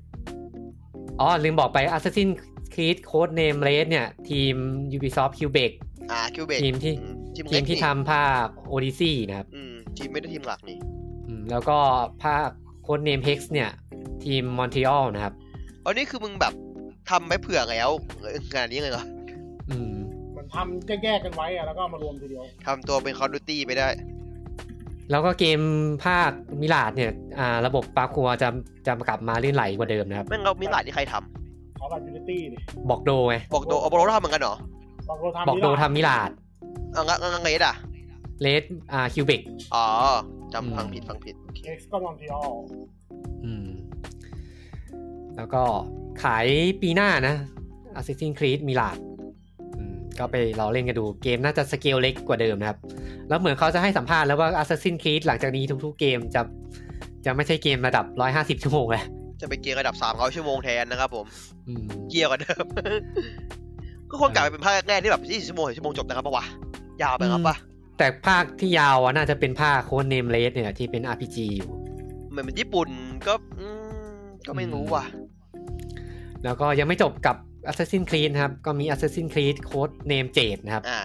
Speaker 1: อ๋อ ลืมบอกไป Assassin's Creed Code Name Red เนี่ย ทีม Ubisoft Quebec
Speaker 2: อ่าคิวเบก
Speaker 1: ทีมที่
Speaker 2: ทีม
Speaker 1: ที
Speaker 2: เล็ก
Speaker 1: ม
Speaker 2: นี่
Speaker 1: ที่ทำภาค Odyssey นะครับ
Speaker 2: อืมทีมไม่ได้ทีมหลักนี่
Speaker 1: อืมแล้วก็ภาค Code Name Hex เนี่ย ทีม Montreal นะครับ
Speaker 2: อันนี้คือมึงแบบทำไม่เผื่อแล้วงานนี้เลยเหรอ
Speaker 1: อืม
Speaker 3: มันทำแยกๆกันไว้อะแล้วก็เอามารวมทีเดียว
Speaker 2: ทำตัวเป็นคอร์ดูตี้ไปได้
Speaker 1: แล้วก็เกมภาคมิลาดเนี่ย อ่า ระบบปาคัวจะจะกลับมาลื่นไหลกว่าเดิมนะครับ
Speaker 2: แม่งเรามีหลายที่ใครท
Speaker 3: เขาแบบยูนิตี้เนี่ย
Speaker 1: บอกโดไง
Speaker 2: ำบอกโดเอาบอกโดทำเหมือนกันเหรอ
Speaker 3: บอกโดทำ
Speaker 1: บอกโดทำมิลาด
Speaker 2: เอางั้นงั้นงั้นเลดอ่ะ
Speaker 1: เลดอ่าคิวเบก
Speaker 2: อ๋อจำฟังผิดฟังผิดโอเค
Speaker 3: เอ็กซ์ก็มอนทรีออล
Speaker 1: อืม แล้วก็ขายปีหน้านะ Assassin's Creed Mirage อืมก็ไปรอเล่นกันดูเกมน่าจะสเกลเล็กกว่าเดิมนะครับ แล้วเหมือนเขาจะให้สัมภาษณ์แล้วว่า Assassin's Creed หลังจากนี้ทุกๆเกมจะจะไม่ใช่เกมระดับ 150 ชั่วโมงแล้ว
Speaker 2: จะไปเกียร์ระดับสามเขาชั่วโมงแทนนะครับผม
Speaker 1: อืม
Speaker 2: เกียร์กว่าเดิม [laughs] ก็คงกลับไปเป็นภาคแรกๆที่แบบ 20 ชั่วโมงหรือชั่วโมงจบนะครับปะวะ ยาวไปครับปะ
Speaker 1: แต่ภาคที่ยาวอะน่าจะเป็นภาคโค้ดเนมเลสเนี่ยที่เป็น RPG อยู่
Speaker 2: เหมือนเป็นญี่ปุ่นก็อืมก็ไม่รู้ว่ะ
Speaker 1: แล้วก็ยังไม่จบกับ Assassin's Creed นะครับ ก็มี Assassin's Creed Code Name 7นะครับ
Speaker 2: อ่า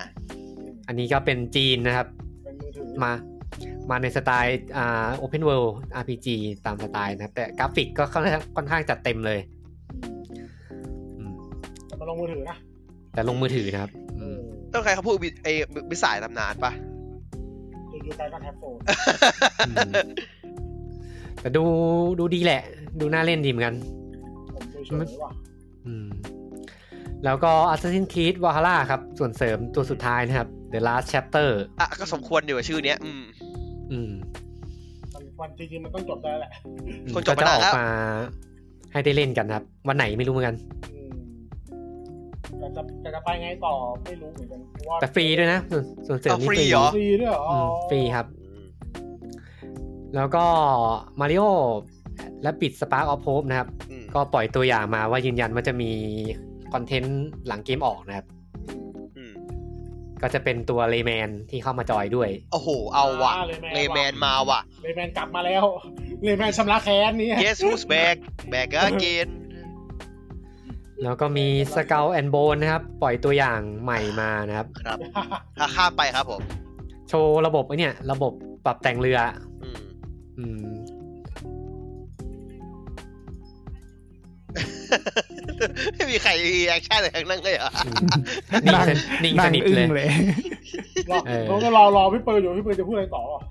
Speaker 1: อันนี้ก็เป็นจีนนะครับ
Speaker 3: เป็นมือถือ
Speaker 1: มา มาในสไตล์อ่า Open World RPG ตามสไตล์นะครับแต่กราฟิกก็ค่อนข้างค่อนข้างจัดเต็มเลยอืม
Speaker 3: แต่มาลงมือถือนะ
Speaker 1: แต่ลงมือถือนะครับ
Speaker 3: เอ
Speaker 1: อืม
Speaker 3: อ
Speaker 2: ต้องใครเขาพูดบิไอ้บิสายตำนานปะ
Speaker 3: เดี๋ยว
Speaker 5: ยูไกก็แท็บโฟน
Speaker 1: อืม [laughs] แต่ดูดูดีแหละ ดูน่าเล่นดีเหมือนกัน
Speaker 5: ผมดูเฉยๆว่ะ
Speaker 1: อืม แล้วก็ Assassin's Creed Valhalla ครับ ส่วนเสริมตัวสุดท้ายนะครับ The Last Chapter
Speaker 2: อ่ะก็สมควรอยู่กับชื่อเนี้ย อืม
Speaker 1: อืม
Speaker 5: มันวันจริงๆมันต้องจบได้แหละ
Speaker 2: คนจบ
Speaker 1: ก็จะออ
Speaker 2: มานานแล้
Speaker 1: ก
Speaker 2: ว
Speaker 1: มาให้ได้เล่นกันครับ วันไหนไม่รู้เหมือนกัน
Speaker 5: อืมแต่จะแต่จะไปไงต่อไม่รู้เหมือนกันเพราะว่า
Speaker 1: แต่ฟรีด้วยนะ ส่วนส่วนเสริมนี่
Speaker 2: เอาฟ
Speaker 1: ฟ
Speaker 2: รี
Speaker 1: รี
Speaker 2: เหรอ
Speaker 5: ฟรีด้วยเหรอ
Speaker 1: อืมฟรีครับ แล้วก็ Mario และปิด Spark of Hope นะครับ
Speaker 2: อืม
Speaker 1: ก็ปล่อยตัวอย่างมาว่ายืนยันว่าจะมีคอนเทนต์หลังเกมออกนะครับ
Speaker 2: อืม
Speaker 1: ก็จะเป็นตัวเลแมนที่เข้ามาจอยด้วย
Speaker 2: โอ้โห เอาว่ะ
Speaker 5: อ่
Speaker 2: เลแมน
Speaker 5: ว่ะ
Speaker 2: มาว่ะ
Speaker 5: เลแมนกลับมาแล้ว เลแมนชำระแค้นนี่
Speaker 2: Guess who's back back again
Speaker 1: แล้วก็มี s c u l and Bone นะครับ ปล่อยตัวอย่างใหม่มานะครับ
Speaker 2: ครับถ้าข้ามไปครับผม
Speaker 1: โชว์ระบบไอ้เนี่ย ระบบปรับแต่งเรือ
Speaker 2: อืม [laughs]
Speaker 1: อื [laughs] ม
Speaker 2: ไม่มีใครแอคชั่นอะไรทั้งนั้นเลยเหรอ
Speaker 1: นิ่งสนิทนิ่งสนิทเลย
Speaker 4: งเลย
Speaker 5: รอ
Speaker 1: เออ
Speaker 5: ผมก็รอรอพี่เปิลอยู่พี่เปิลจะพูดอะไรต่อวะ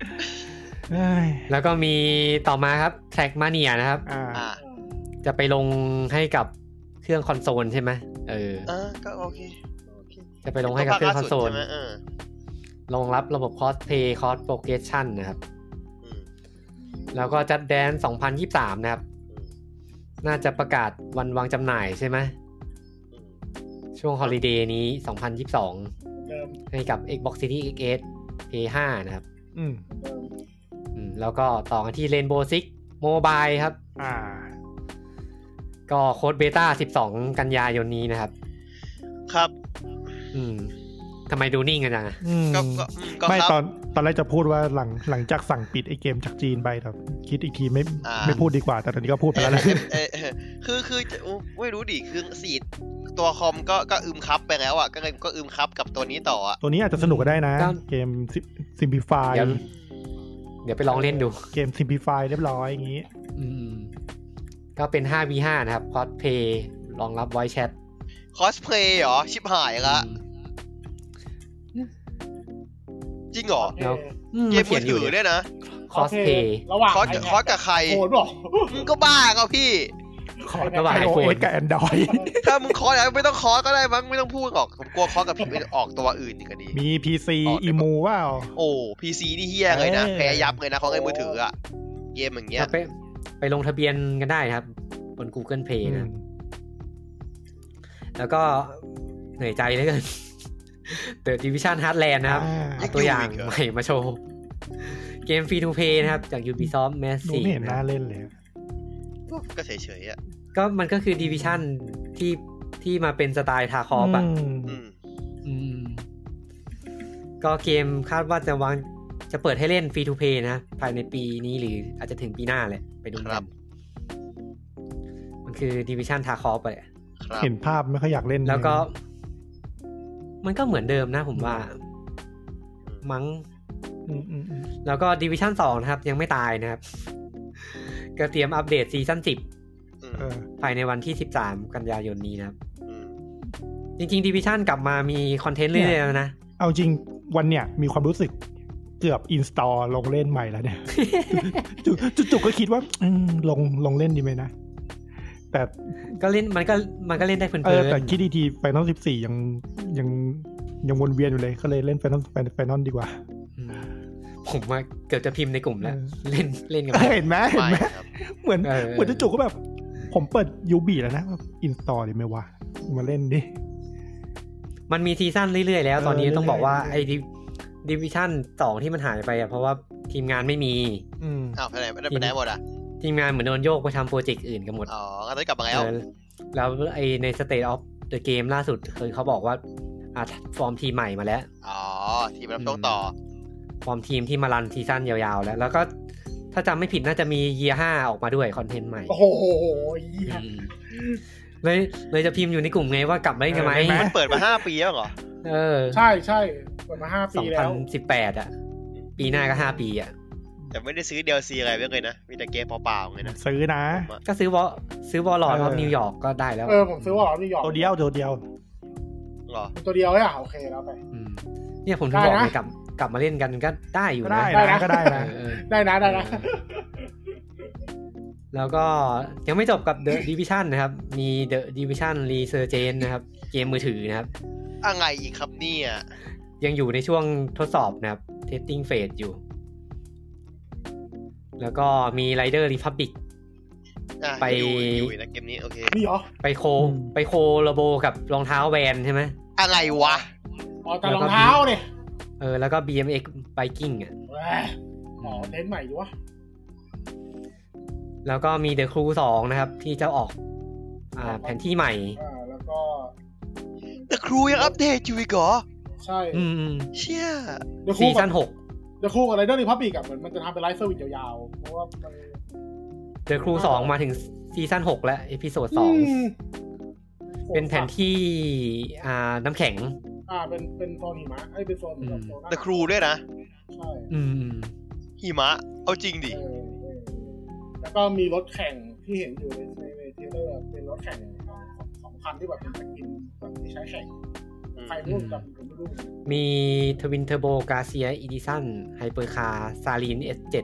Speaker 4: เอ้ย
Speaker 1: แล้วก็มีต่อมาครับ Track Mania นะครับ
Speaker 4: อ่า
Speaker 2: อ่า
Speaker 1: จะไปลงให้กับเครื่องคอนโซลใช่ไหมเออ
Speaker 2: เออก็โอเค
Speaker 1: จะไปลงให้กับเครื่องคอนโซล
Speaker 2: ภาคาดใช่ไหมเออ
Speaker 1: รองรับระบบ Crossplay Cross Progression นะครับ
Speaker 2: อืม
Speaker 1: แล้วก็จัดแดน 2023 นะครับ น่าจะประกาศวันวางจำหน่ายใช่ไหม
Speaker 2: อืม
Speaker 1: ช่วงฮอลิเดย์นี้
Speaker 5: เดิม
Speaker 1: 2022 ให้กับ Xbox Series X P5 นะครับ
Speaker 4: อืม
Speaker 5: เดิม
Speaker 1: อืมแล้วก็ต่อกันที่ Rainbow Six Mobile ครับ
Speaker 4: อ่า
Speaker 1: ก็โค้ดเบต้า 12 กันยายนนี้นะครับ
Speaker 2: ครับ
Speaker 1: อืมทำไมดูนิ่งกันจังอะ
Speaker 4: อืม
Speaker 2: ก็ก็อืมก็
Speaker 4: ไม่
Speaker 2: ครับ
Speaker 4: ตอนตอนแรกจะพูดว่าหลังหลังจากสั่งปิดไอเกมจากจีนไปแต่คิดอีกทีไม่
Speaker 2: อ่า
Speaker 4: ไม่พูดดีกว่า แต่ตอนนี้ก็พูดไปแล้วนะ
Speaker 2: เออเออคือคือจะอู้ไม่รู้ดิคือสีดตัวคอมก็ก็อึมครับไปแล้วอ่ะก็เลยก็อึมครับกับตัวนี้ต่ออ่ะ
Speaker 4: ตัวนี้อาจจะสนุกก็ได้นะ เกมซิมพ l ฟาย
Speaker 1: เดี๋ยวเดี๋ยวไปลองเล่นดู
Speaker 4: เกมซิมพ l ฟายเรียบร้อยอย่างนี้
Speaker 1: อืม ก็เป็น 5v5 นะครับ Crossplay รองรับ Voice Chat
Speaker 2: คอสเพลย์เหรอ ชิบหายละ จริงเหรอ
Speaker 1: แล้ว อืม
Speaker 2: เก
Speaker 1: มาม เขี
Speaker 2: มื
Speaker 1: ย
Speaker 2: อน
Speaker 1: อ
Speaker 2: ถื
Speaker 1: ยู่
Speaker 2: อ
Speaker 1: เนี่ย
Speaker 2: เนี่ยนะ
Speaker 1: Crossplay
Speaker 5: ระหว่าง
Speaker 2: คอส
Speaker 5: ใร
Speaker 2: คอสกับใคร
Speaker 5: โหดบอก
Speaker 2: มึงก็บ้าเขาพี่
Speaker 4: ขอ
Speaker 1: ระหว่าง iPhone
Speaker 4: เอสกับแอนดร
Speaker 1: [laughs]
Speaker 4: อย
Speaker 2: ถ้ามึงคอสอะไม่ต้องคอสก็ได้มั้งไม่ต้องพูดหรอก ผมกลัวคอสกับพี่ไม่ออกตัวอื่นอีกก็ดี
Speaker 4: มี PC
Speaker 2: อ๋อเดี๋
Speaker 4: อี
Speaker 2: ยว
Speaker 4: มูว่าเอา
Speaker 2: โอ้พีซีนี่เฮี้ยเลยนะ
Speaker 4: เออ
Speaker 2: แพ้ยับเลยนะของไอ้มือถืออะเกมอย่างเงี้ย
Speaker 1: ก็ไปไปลงทะเบียนกันได้นะครับ บน Google Play นะ แล้วก็เหนื่อยใจเหลยกัน [laughs] เดอะดิวิชันฮาร์ดแลนด์นะครับ
Speaker 4: อ่า
Speaker 1: ตัวอย่างใหม่มาโชว์ เกมฟรีทูเพย์นะครับ จาก Ubisoft
Speaker 4: ดู
Speaker 1: Massive
Speaker 4: ไม่เห็น
Speaker 1: นะค
Speaker 4: น่า
Speaker 1: รับ
Speaker 4: เล่นเลย
Speaker 2: ก็เฉยๆอ่ะ
Speaker 1: ก็มันก็คือดิวิชันที่ที่มาเป็นสไตล์ทาคอปอ่ะ
Speaker 2: อืม
Speaker 1: อืม ก็เกมคาดว่าจะวางจะเปิดให้เล่นฟรีทูเพย์นะ ภายในปีนี้หรืออาจจะถึงปีหน้าแหละ ไปดูกัน มันคือดิวิชันทาคอปไป
Speaker 2: ครับ
Speaker 4: เห็นภาพไม่ค่อยอยากเล่น
Speaker 1: แล้วก็ มันก็เหมือนเดิมนะผมว่า มั้ง
Speaker 4: อืมอืมอืม
Speaker 1: แล้วก็ดิวิชั่น2นะครับ ยังไม่ตายนะครับ ก็เตรียมอัปเดตซีซั่น
Speaker 2: อืม
Speaker 4: เออ
Speaker 1: 10 ภายในวันที่ 13 กันยายนนี้นะครับ
Speaker 2: อืม
Speaker 1: จริงๆดิวิชั่นกลับมามีคอนเทนต์เรื่อยๆแล้วนะ
Speaker 4: เอาจริงวันเนี้ยมีความรู้สึกเกือบอินสตอลลงเล่นใหม่แล้ว
Speaker 1: [laughs]
Speaker 4: เนี่ย จุกจุกจุกก็คิดว่าอืมลงลงเล่นดีไหมนะ แต่
Speaker 1: ก็เล่นมันก็มันก็เล่นได้เพลิ
Speaker 4: เออน แต่คิดดีๆไฟนอลสิบสี่ยังยังยังวนเวียนอยู่เลย ก็เลยเล่นไฟนอลไฟนอลดีกว่า
Speaker 1: ๆอืมผมว่าเกือบจะพิมพ์ในกลุ่มแล้ว
Speaker 4: เออ
Speaker 1: เล่นเล่นกัน
Speaker 4: เห็นไหมเห็นไหม
Speaker 2: ไม่ครับ
Speaker 4: เหมือน
Speaker 1: เออ
Speaker 4: เหมือนจุกก็แบบ ผมเปิดยูบีแล้วนะอินสตอลดีไหมวะมาเล่นดิ
Speaker 1: มันมีซีซั่นเรื่อยๆแล้ว ตอนนี้
Speaker 4: เออ
Speaker 1: ต้องบอกว่า
Speaker 4: เรื่อยๆ
Speaker 1: ไอ้ดิวิชั่น2ที่มันหายไปอะเพราะว่าทีมงานไม่มี
Speaker 4: อืม
Speaker 2: อ้าวไปไหนไปไหนไปไหนหมดอ่ะ
Speaker 1: ทีมงานเหมือนโดนโยกไปทำโปรเจกต์อื่นกันหมด
Speaker 2: อ๋อก็ได้กลับมาแล้ว
Speaker 1: เออแล้วไอใน State of the Game ล่าสุดคือเขาบอกว่าอ่ะฟอร์มทีมใหม่มาแล้ว
Speaker 2: อ๋อ ทีมรับช่วงต่อ
Speaker 1: ฟอร์มทีมที่มารันซีซั่นยาวๆแล้ว แล้วก็ถ้าจำไม่ผิดน่าจะมีเยียห้าออกมาด้วยคอนเทนต์ใหม่
Speaker 5: โอ้โหเหี้ย
Speaker 1: อืมเลยเลยจะพิมพ์อยู่ในกลุ่มไงว่ากลับมาเล่นกันไหม
Speaker 4: เออได้ไห
Speaker 2: เปิดมาห้าปีแล้วเหรอ
Speaker 1: เออ
Speaker 5: ใช่ใช่เปิดมาห้า
Speaker 1: ส
Speaker 5: ปี
Speaker 1: อง
Speaker 5: แล้
Speaker 1: พัน
Speaker 5: ว
Speaker 1: สิบแปดอ่ะ ปีหน้าก็ห้าปีอ่ะ
Speaker 2: แต่ไม่ได้ซื้อ DLC อะไรไว้เลยนะ มีแต่เกมเปล่าๆเลยนะ
Speaker 4: ซื้อนะ
Speaker 2: ผมอะ
Speaker 1: ก็ซื้อวอลซื้อวอลลอด
Speaker 4: เอ
Speaker 1: อ
Speaker 4: อ
Speaker 1: อฟนิวยอร์กก็ได้แล้ว
Speaker 5: เออผมซื้อว่านิวยอร์ก
Speaker 4: ตัวเดียวตัวเดียว
Speaker 2: เหรอ
Speaker 5: ตัวเดียวเนี่ยโอเคแล้วไป
Speaker 1: มเนี่ยผมถึงบอก
Speaker 5: ได้นะ
Speaker 1: ไงกลับ กลับมาเล่นกันก็ได้อยู่
Speaker 4: ก็
Speaker 1: นะ
Speaker 4: ได้
Speaker 3: ได้
Speaker 4: นะ
Speaker 3: นะ
Speaker 4: ก็ได้
Speaker 1: เอ
Speaker 4: นะ
Speaker 1: อเออ
Speaker 3: ได้นะได้นะ
Speaker 1: แล้วก็ยังไม่จบกับ The Division นะครับ มี The Division Resurgence นะครับ เกมมือถือนะครับ
Speaker 2: อะไรอีกครับเนี่ย
Speaker 1: ยังอยู่ในช่วงทดสอบนะครับ testing phase อยู่ แล้วก็มี Rider Republic
Speaker 2: อ่ะ
Speaker 1: ไป
Speaker 2: อยู่อยู่นะเกมนี้โอเค
Speaker 5: มีเหรอ
Speaker 1: ไปโค
Speaker 4: อืม
Speaker 1: ไปโคโลโบกับรองเท้าแวนใช่ไหม
Speaker 2: อะไรวะ
Speaker 5: อ๋อแต่
Speaker 1: แล้
Speaker 5: ร
Speaker 1: ว
Speaker 5: อ
Speaker 1: ก็
Speaker 5: งเท้าเนี่ย
Speaker 1: เออ แล้วก็ BMX Biking อ่ะ
Speaker 5: แหม่อ๋อเน้นใหม่อยู่วะ
Speaker 1: แล้วก็มี The Crew 2 นะครับ ที่จะออกอ่าแผนที่ใหม่
Speaker 5: อ่าแล้วก็
Speaker 2: แต่ครูยังอัปเดตอยู่อีกเหรอ
Speaker 5: ใช่
Speaker 1: อืม
Speaker 2: เชี่ย
Speaker 5: เดี๋ยว
Speaker 1: ซี
Speaker 5: คู่กับ
Speaker 1: ซั่น6
Speaker 5: เดี๋ยวคู่กับไรเดอร์รีพับบิกอะเหมือนมันจะทำเป็นไลฟ์เซอร์วิสยาวๆ เพราะว่ามัน
Speaker 1: The Crew 2 มาถึงซีซั่น6แล้ว e อพิโซดสอง
Speaker 5: ม
Speaker 1: เป็นแผนที่อ่าน้ำแข็ง
Speaker 5: อ่าเป็นเป็นโซนหิมะไอ้ยเป็นโซนเหมือนกับโซนหน้า
Speaker 2: แต่ครูด้วยนะ
Speaker 5: ใช่
Speaker 1: อืม
Speaker 2: หิมะ เอาจริงดิ
Speaker 5: เออเออแล้วก็มีรถแข่งที่เห็นอยู่ในในในเทรลเลอร์เป็นรถแข่งของสองคันที่แบบเป็นสกินแบบที่ใช้แข่งใครพูดจำผมไม่รู้
Speaker 1: มีทวินเทอร์โบกาเซียอีดิสันไฮเปอร์คาร์ซาลีน S7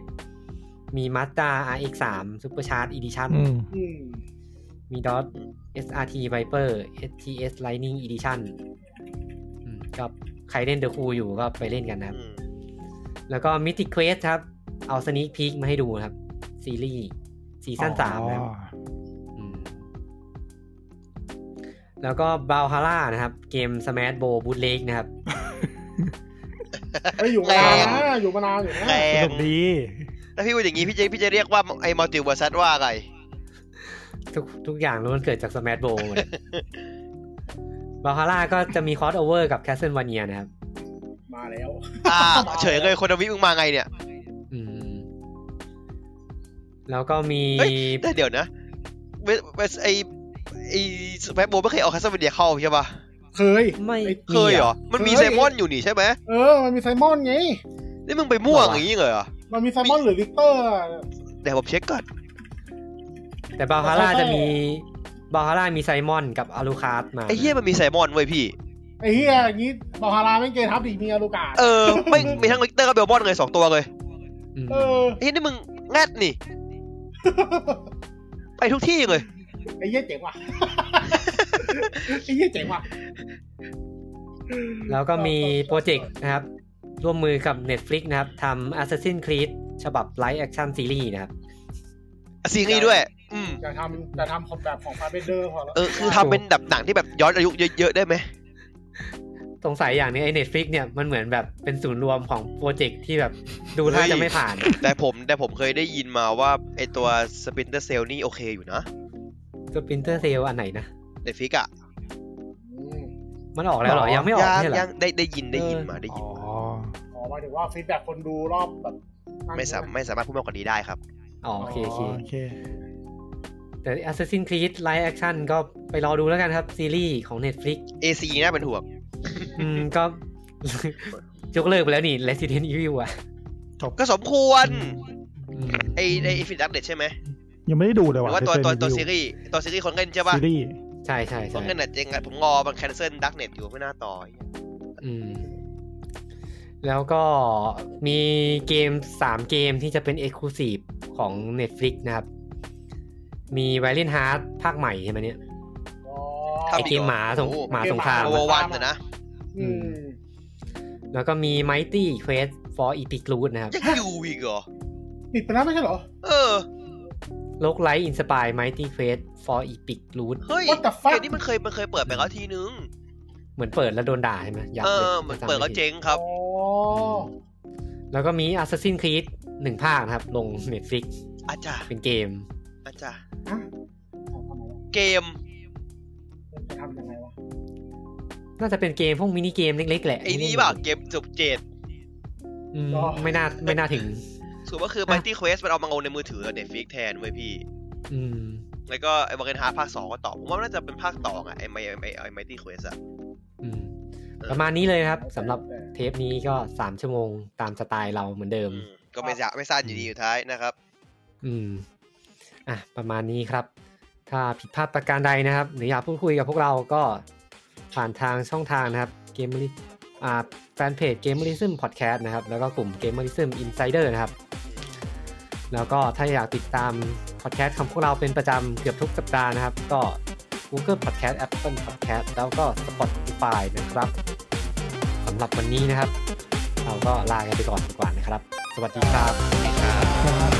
Speaker 1: มีมา z d า RX3 Supercharge Edition
Speaker 4: อืม
Speaker 5: อืม
Speaker 1: มีดอ t SRT Viper STS Lightning Edition อืมก็ใครเล่นเดอะคูอยู่ก็ไปเล่นกันนะครับ
Speaker 2: อืม
Speaker 1: แล้วก็ Mythic Quest ครับ เอาสนิคพีคมาให้ดูนะครับ ซีรีส์ซีซั่นสามนะครับ อืมแล้วก็บาวฮาร่านะครับ เกม Smash Bros Boot l e g นะครับ
Speaker 5: ไอ้ยอยู่มานานนะอยู่มานานอยู่นะ
Speaker 2: แร
Speaker 4: ส
Speaker 2: ง
Speaker 4: นุกดี
Speaker 2: แล้วพี่พูดอย่างนี้พี่จะพี่จะเรียกว่าไอ้มัลติเวอร์ซัสว่าอะไร
Speaker 1: ทุกทุกอย่างล้วนเกิดจาก Smash Bros หมดบาวฮาร่าก็จะมีคอสโอเวอร์กับ Castlevania นะครับ
Speaker 5: มาแล้ว
Speaker 2: อ่าเฉยเลยคนดวิมึงมาไงเนี่ย
Speaker 1: อืม แล้วก็มี
Speaker 2: เฮ้ย แต่เดี๋ยวนะเวเวไอไอสเปซโบไม่เคยเอาคัสเตอร์เดียเข้าใช่ปะ
Speaker 5: เคย
Speaker 1: ไม่
Speaker 2: เคยเหรอ มันมี
Speaker 5: เคย
Speaker 2: ไซมอนอยู่นี่ใช่ไหม
Speaker 5: เออ มันมีไซมอนไง
Speaker 2: นี่มึงไปม่วงอย่างนี้เลยเหรอ
Speaker 5: มันมีไซมอนหรือลิกเตอร์
Speaker 2: เดี๋ยวผมเช็คก่อน
Speaker 1: แต่บาวฮาร่าจะมีบาวฮาร่ามีไซมอนกับอารูคาร์ดมา
Speaker 2: ไอ้เหี้ยมันมีไซมอนเว้ยพี่
Speaker 5: ไอ้เหี้ยอย่างงี้บาฮาราไม่เกยทับดีมีอารูกาด
Speaker 2: เออ ไม่มีทั้งลิกเตอร์กับเบลบอนเลยสองตัวเลย
Speaker 1: อืม
Speaker 5: เออ
Speaker 2: ไอ้เหี้ยนี่มึงแงดนี่ ไปทุกที่เลย
Speaker 5: ไอ้เหี้ยเจ๋งว่ะ [laughs] ไอ้เหี้ยเจ๋งว่ะ
Speaker 1: แล้วก็มีโปรเจกต์นะครับ ร่วมมือกับ Netflix นะครับทำ Assassin's Creed ฉบับไลฟ์แอคชั่นซีรีส์นะครับ
Speaker 2: ซีรีส์ด้วย อืม
Speaker 5: อย่าทำอย่าทำคนแบบของฟาเบนเดอร์พอแล้ว
Speaker 2: เออ คือทำเป็นแบบหนังที่แบบย้อนอายุเยอะๆได้ไหม
Speaker 1: สงสัยอย่างหนี้ไอ้ Netflix เนี่ยมันเหมือนแบบเป็นศูนย์รวมของโปรเจกต์ที่แบบ [laughs] ดูท่า
Speaker 2: เฮ้ย
Speaker 1: จะไม่ผ่าน
Speaker 2: แต่ผมแต่ผมเคยได้ยินมาว่าไอตัวสปินเตอร์เซลนี่โอเคอยู่นะ
Speaker 1: สปินเตอร์เซลอันไหนนะ
Speaker 2: เด็ดฟิกอะ
Speaker 5: อืม
Speaker 1: มันออกแล้วเหรอ ยังไม่ออก
Speaker 2: ยั
Speaker 1: ใช่เหรอ
Speaker 2: ยังได้ได้ยินได้ยิน
Speaker 1: เออ
Speaker 2: มาได้ยิน
Speaker 4: อ๋อ
Speaker 2: มา
Speaker 5: อ๋อหมายถึงว่าฟีดแบ็กคนดูรอบแบบนั่น
Speaker 2: ไม่สามไม่สามารถพูดมากกว่านี้ได้ครับ
Speaker 1: อ๋อโอเคโอเค
Speaker 4: โอเค
Speaker 1: แต่ Assassin's Creed Live Action ก็ไปรอดูแล้วกันครับ ซีรีส์ของ Netflix
Speaker 2: AC น่าเป็นห่วง
Speaker 1: อืมก็ [laughs] ยกเลิกไปแล้วนี่ Resident Evil อ่ะ
Speaker 2: ก็สมควร
Speaker 1: อืม
Speaker 2: ไอไอฟินดักเด็ดใช่ไหม
Speaker 4: ยังไม่ได้ดูเล
Speaker 2: หรื
Speaker 4: ย
Speaker 2: อ
Speaker 4: ว่ะ
Speaker 2: ว่าตัวตัวตัว
Speaker 4: เ
Speaker 2: ซีรีส์ตัวซีรีส์คนเล่นใช่ป่ะ
Speaker 4: ซีรีส์
Speaker 1: ใช่ใช่
Speaker 2: คน
Speaker 1: ใช่
Speaker 2: เล่นน่ะเจริงอะผมงอมันแคนเซิลดักเน็ตอยู่ไม่น่าต่อย
Speaker 1: อืมแล้วก็มีเกม 3 เกมที่จะเป็น Exclusive ของ Netflix นะครับ มี Valiant Heart ภาคใหม่ใช่ไหมเนี่ย
Speaker 5: อ๋อ
Speaker 1: ไอเกมหมาสง
Speaker 2: โอ้โ
Speaker 1: หมาสงคราม
Speaker 5: เกมห
Speaker 2: โอ
Speaker 5: มา
Speaker 2: เวอ
Speaker 1: อะ
Speaker 2: ร์วันนะนะ
Speaker 5: อืม
Speaker 1: แล้วก็มี Mighty Quest for Epic Root นะครับ
Speaker 2: ยังอยู่อีกเหรอ
Speaker 5: ปิดไปแล้วไม่ใช่เหรอ
Speaker 2: เออ
Speaker 1: โลกไลท์อินสปาย Mighty Quest for Epic Root
Speaker 2: เฮ้ย
Speaker 5: What the fuck
Speaker 2: เกมนี้มันเคยมันเคยเปิดไปแล้วทีนึง
Speaker 1: เหมือนเปิดแล้วโดนด่าใช่ไหมยับ
Speaker 2: เอ
Speaker 1: ลย
Speaker 2: อเหมือนเปิดแล้ว
Speaker 1: จำไม่ผิ
Speaker 2: เจ๊งครับ
Speaker 5: อ๋อ
Speaker 1: แล้วก็มี Assassin's Creed หนึ่งภาคนะครับ ลง Netflix
Speaker 2: อาจารย์
Speaker 1: เป็นเกม
Speaker 2: อาจารย์
Speaker 5: อ่ะ
Speaker 2: เกม
Speaker 5: จะทำยังไงวะ
Speaker 1: น่าจะเป็นเกมพวกมินิเกมเล็กๆ แหละ
Speaker 2: ไอ้นี่เปล่าเกมจบเจด
Speaker 1: อืมไม่น่าไม่น่าถึง
Speaker 2: ส่วนก็คือ Mighty Quest มันเอามาลงในมือถือกับ Netflix แทนเว้ยพี่
Speaker 1: อืม
Speaker 2: แล้วก็ไอ้วาเกนฮาภาคสองก็ต่อผมว่าน่าจะเป็นภาคต่ออะไอ้ไมไอ้ไอ้ Mighty Quest อะ
Speaker 1: อืม ประมาณนี้เลยนะครับสำหรับเทปนี้ก็ 3 ชั่วโมงตามสไตล์เราเหมือนเดิม
Speaker 2: อืมก็ไม่สะไม่สั้นอยู่ดีอยู่ท้ายนะครับ
Speaker 1: อืม อ่ะ ประมาณนี้ครับ ถ้าผิดพลาดประการใดนะครับ หรืออยากพูดคุยกับพวกเราก็ผ่านทางช่องทางนะครับ g a m e r อ่าแฟนเพจ Gamerism Podcast นะครับ แล้วก็กลุ่ม Gamerism Insider นะครับ แล้วก็ถ้าอยากติดตามพอดแคสต์ของพวกเราเป็นประจำเกือบทุกสัปดาห์นะครับ ก็ Google Podcast Apple Podcast แล้วก็ Spotify นะครับสำหรับวันนี้นะครับ เราก็ลากันไปก่อนดีกว่านะครับ สวัสดีครับ
Speaker 2: ครับ
Speaker 4: ครับ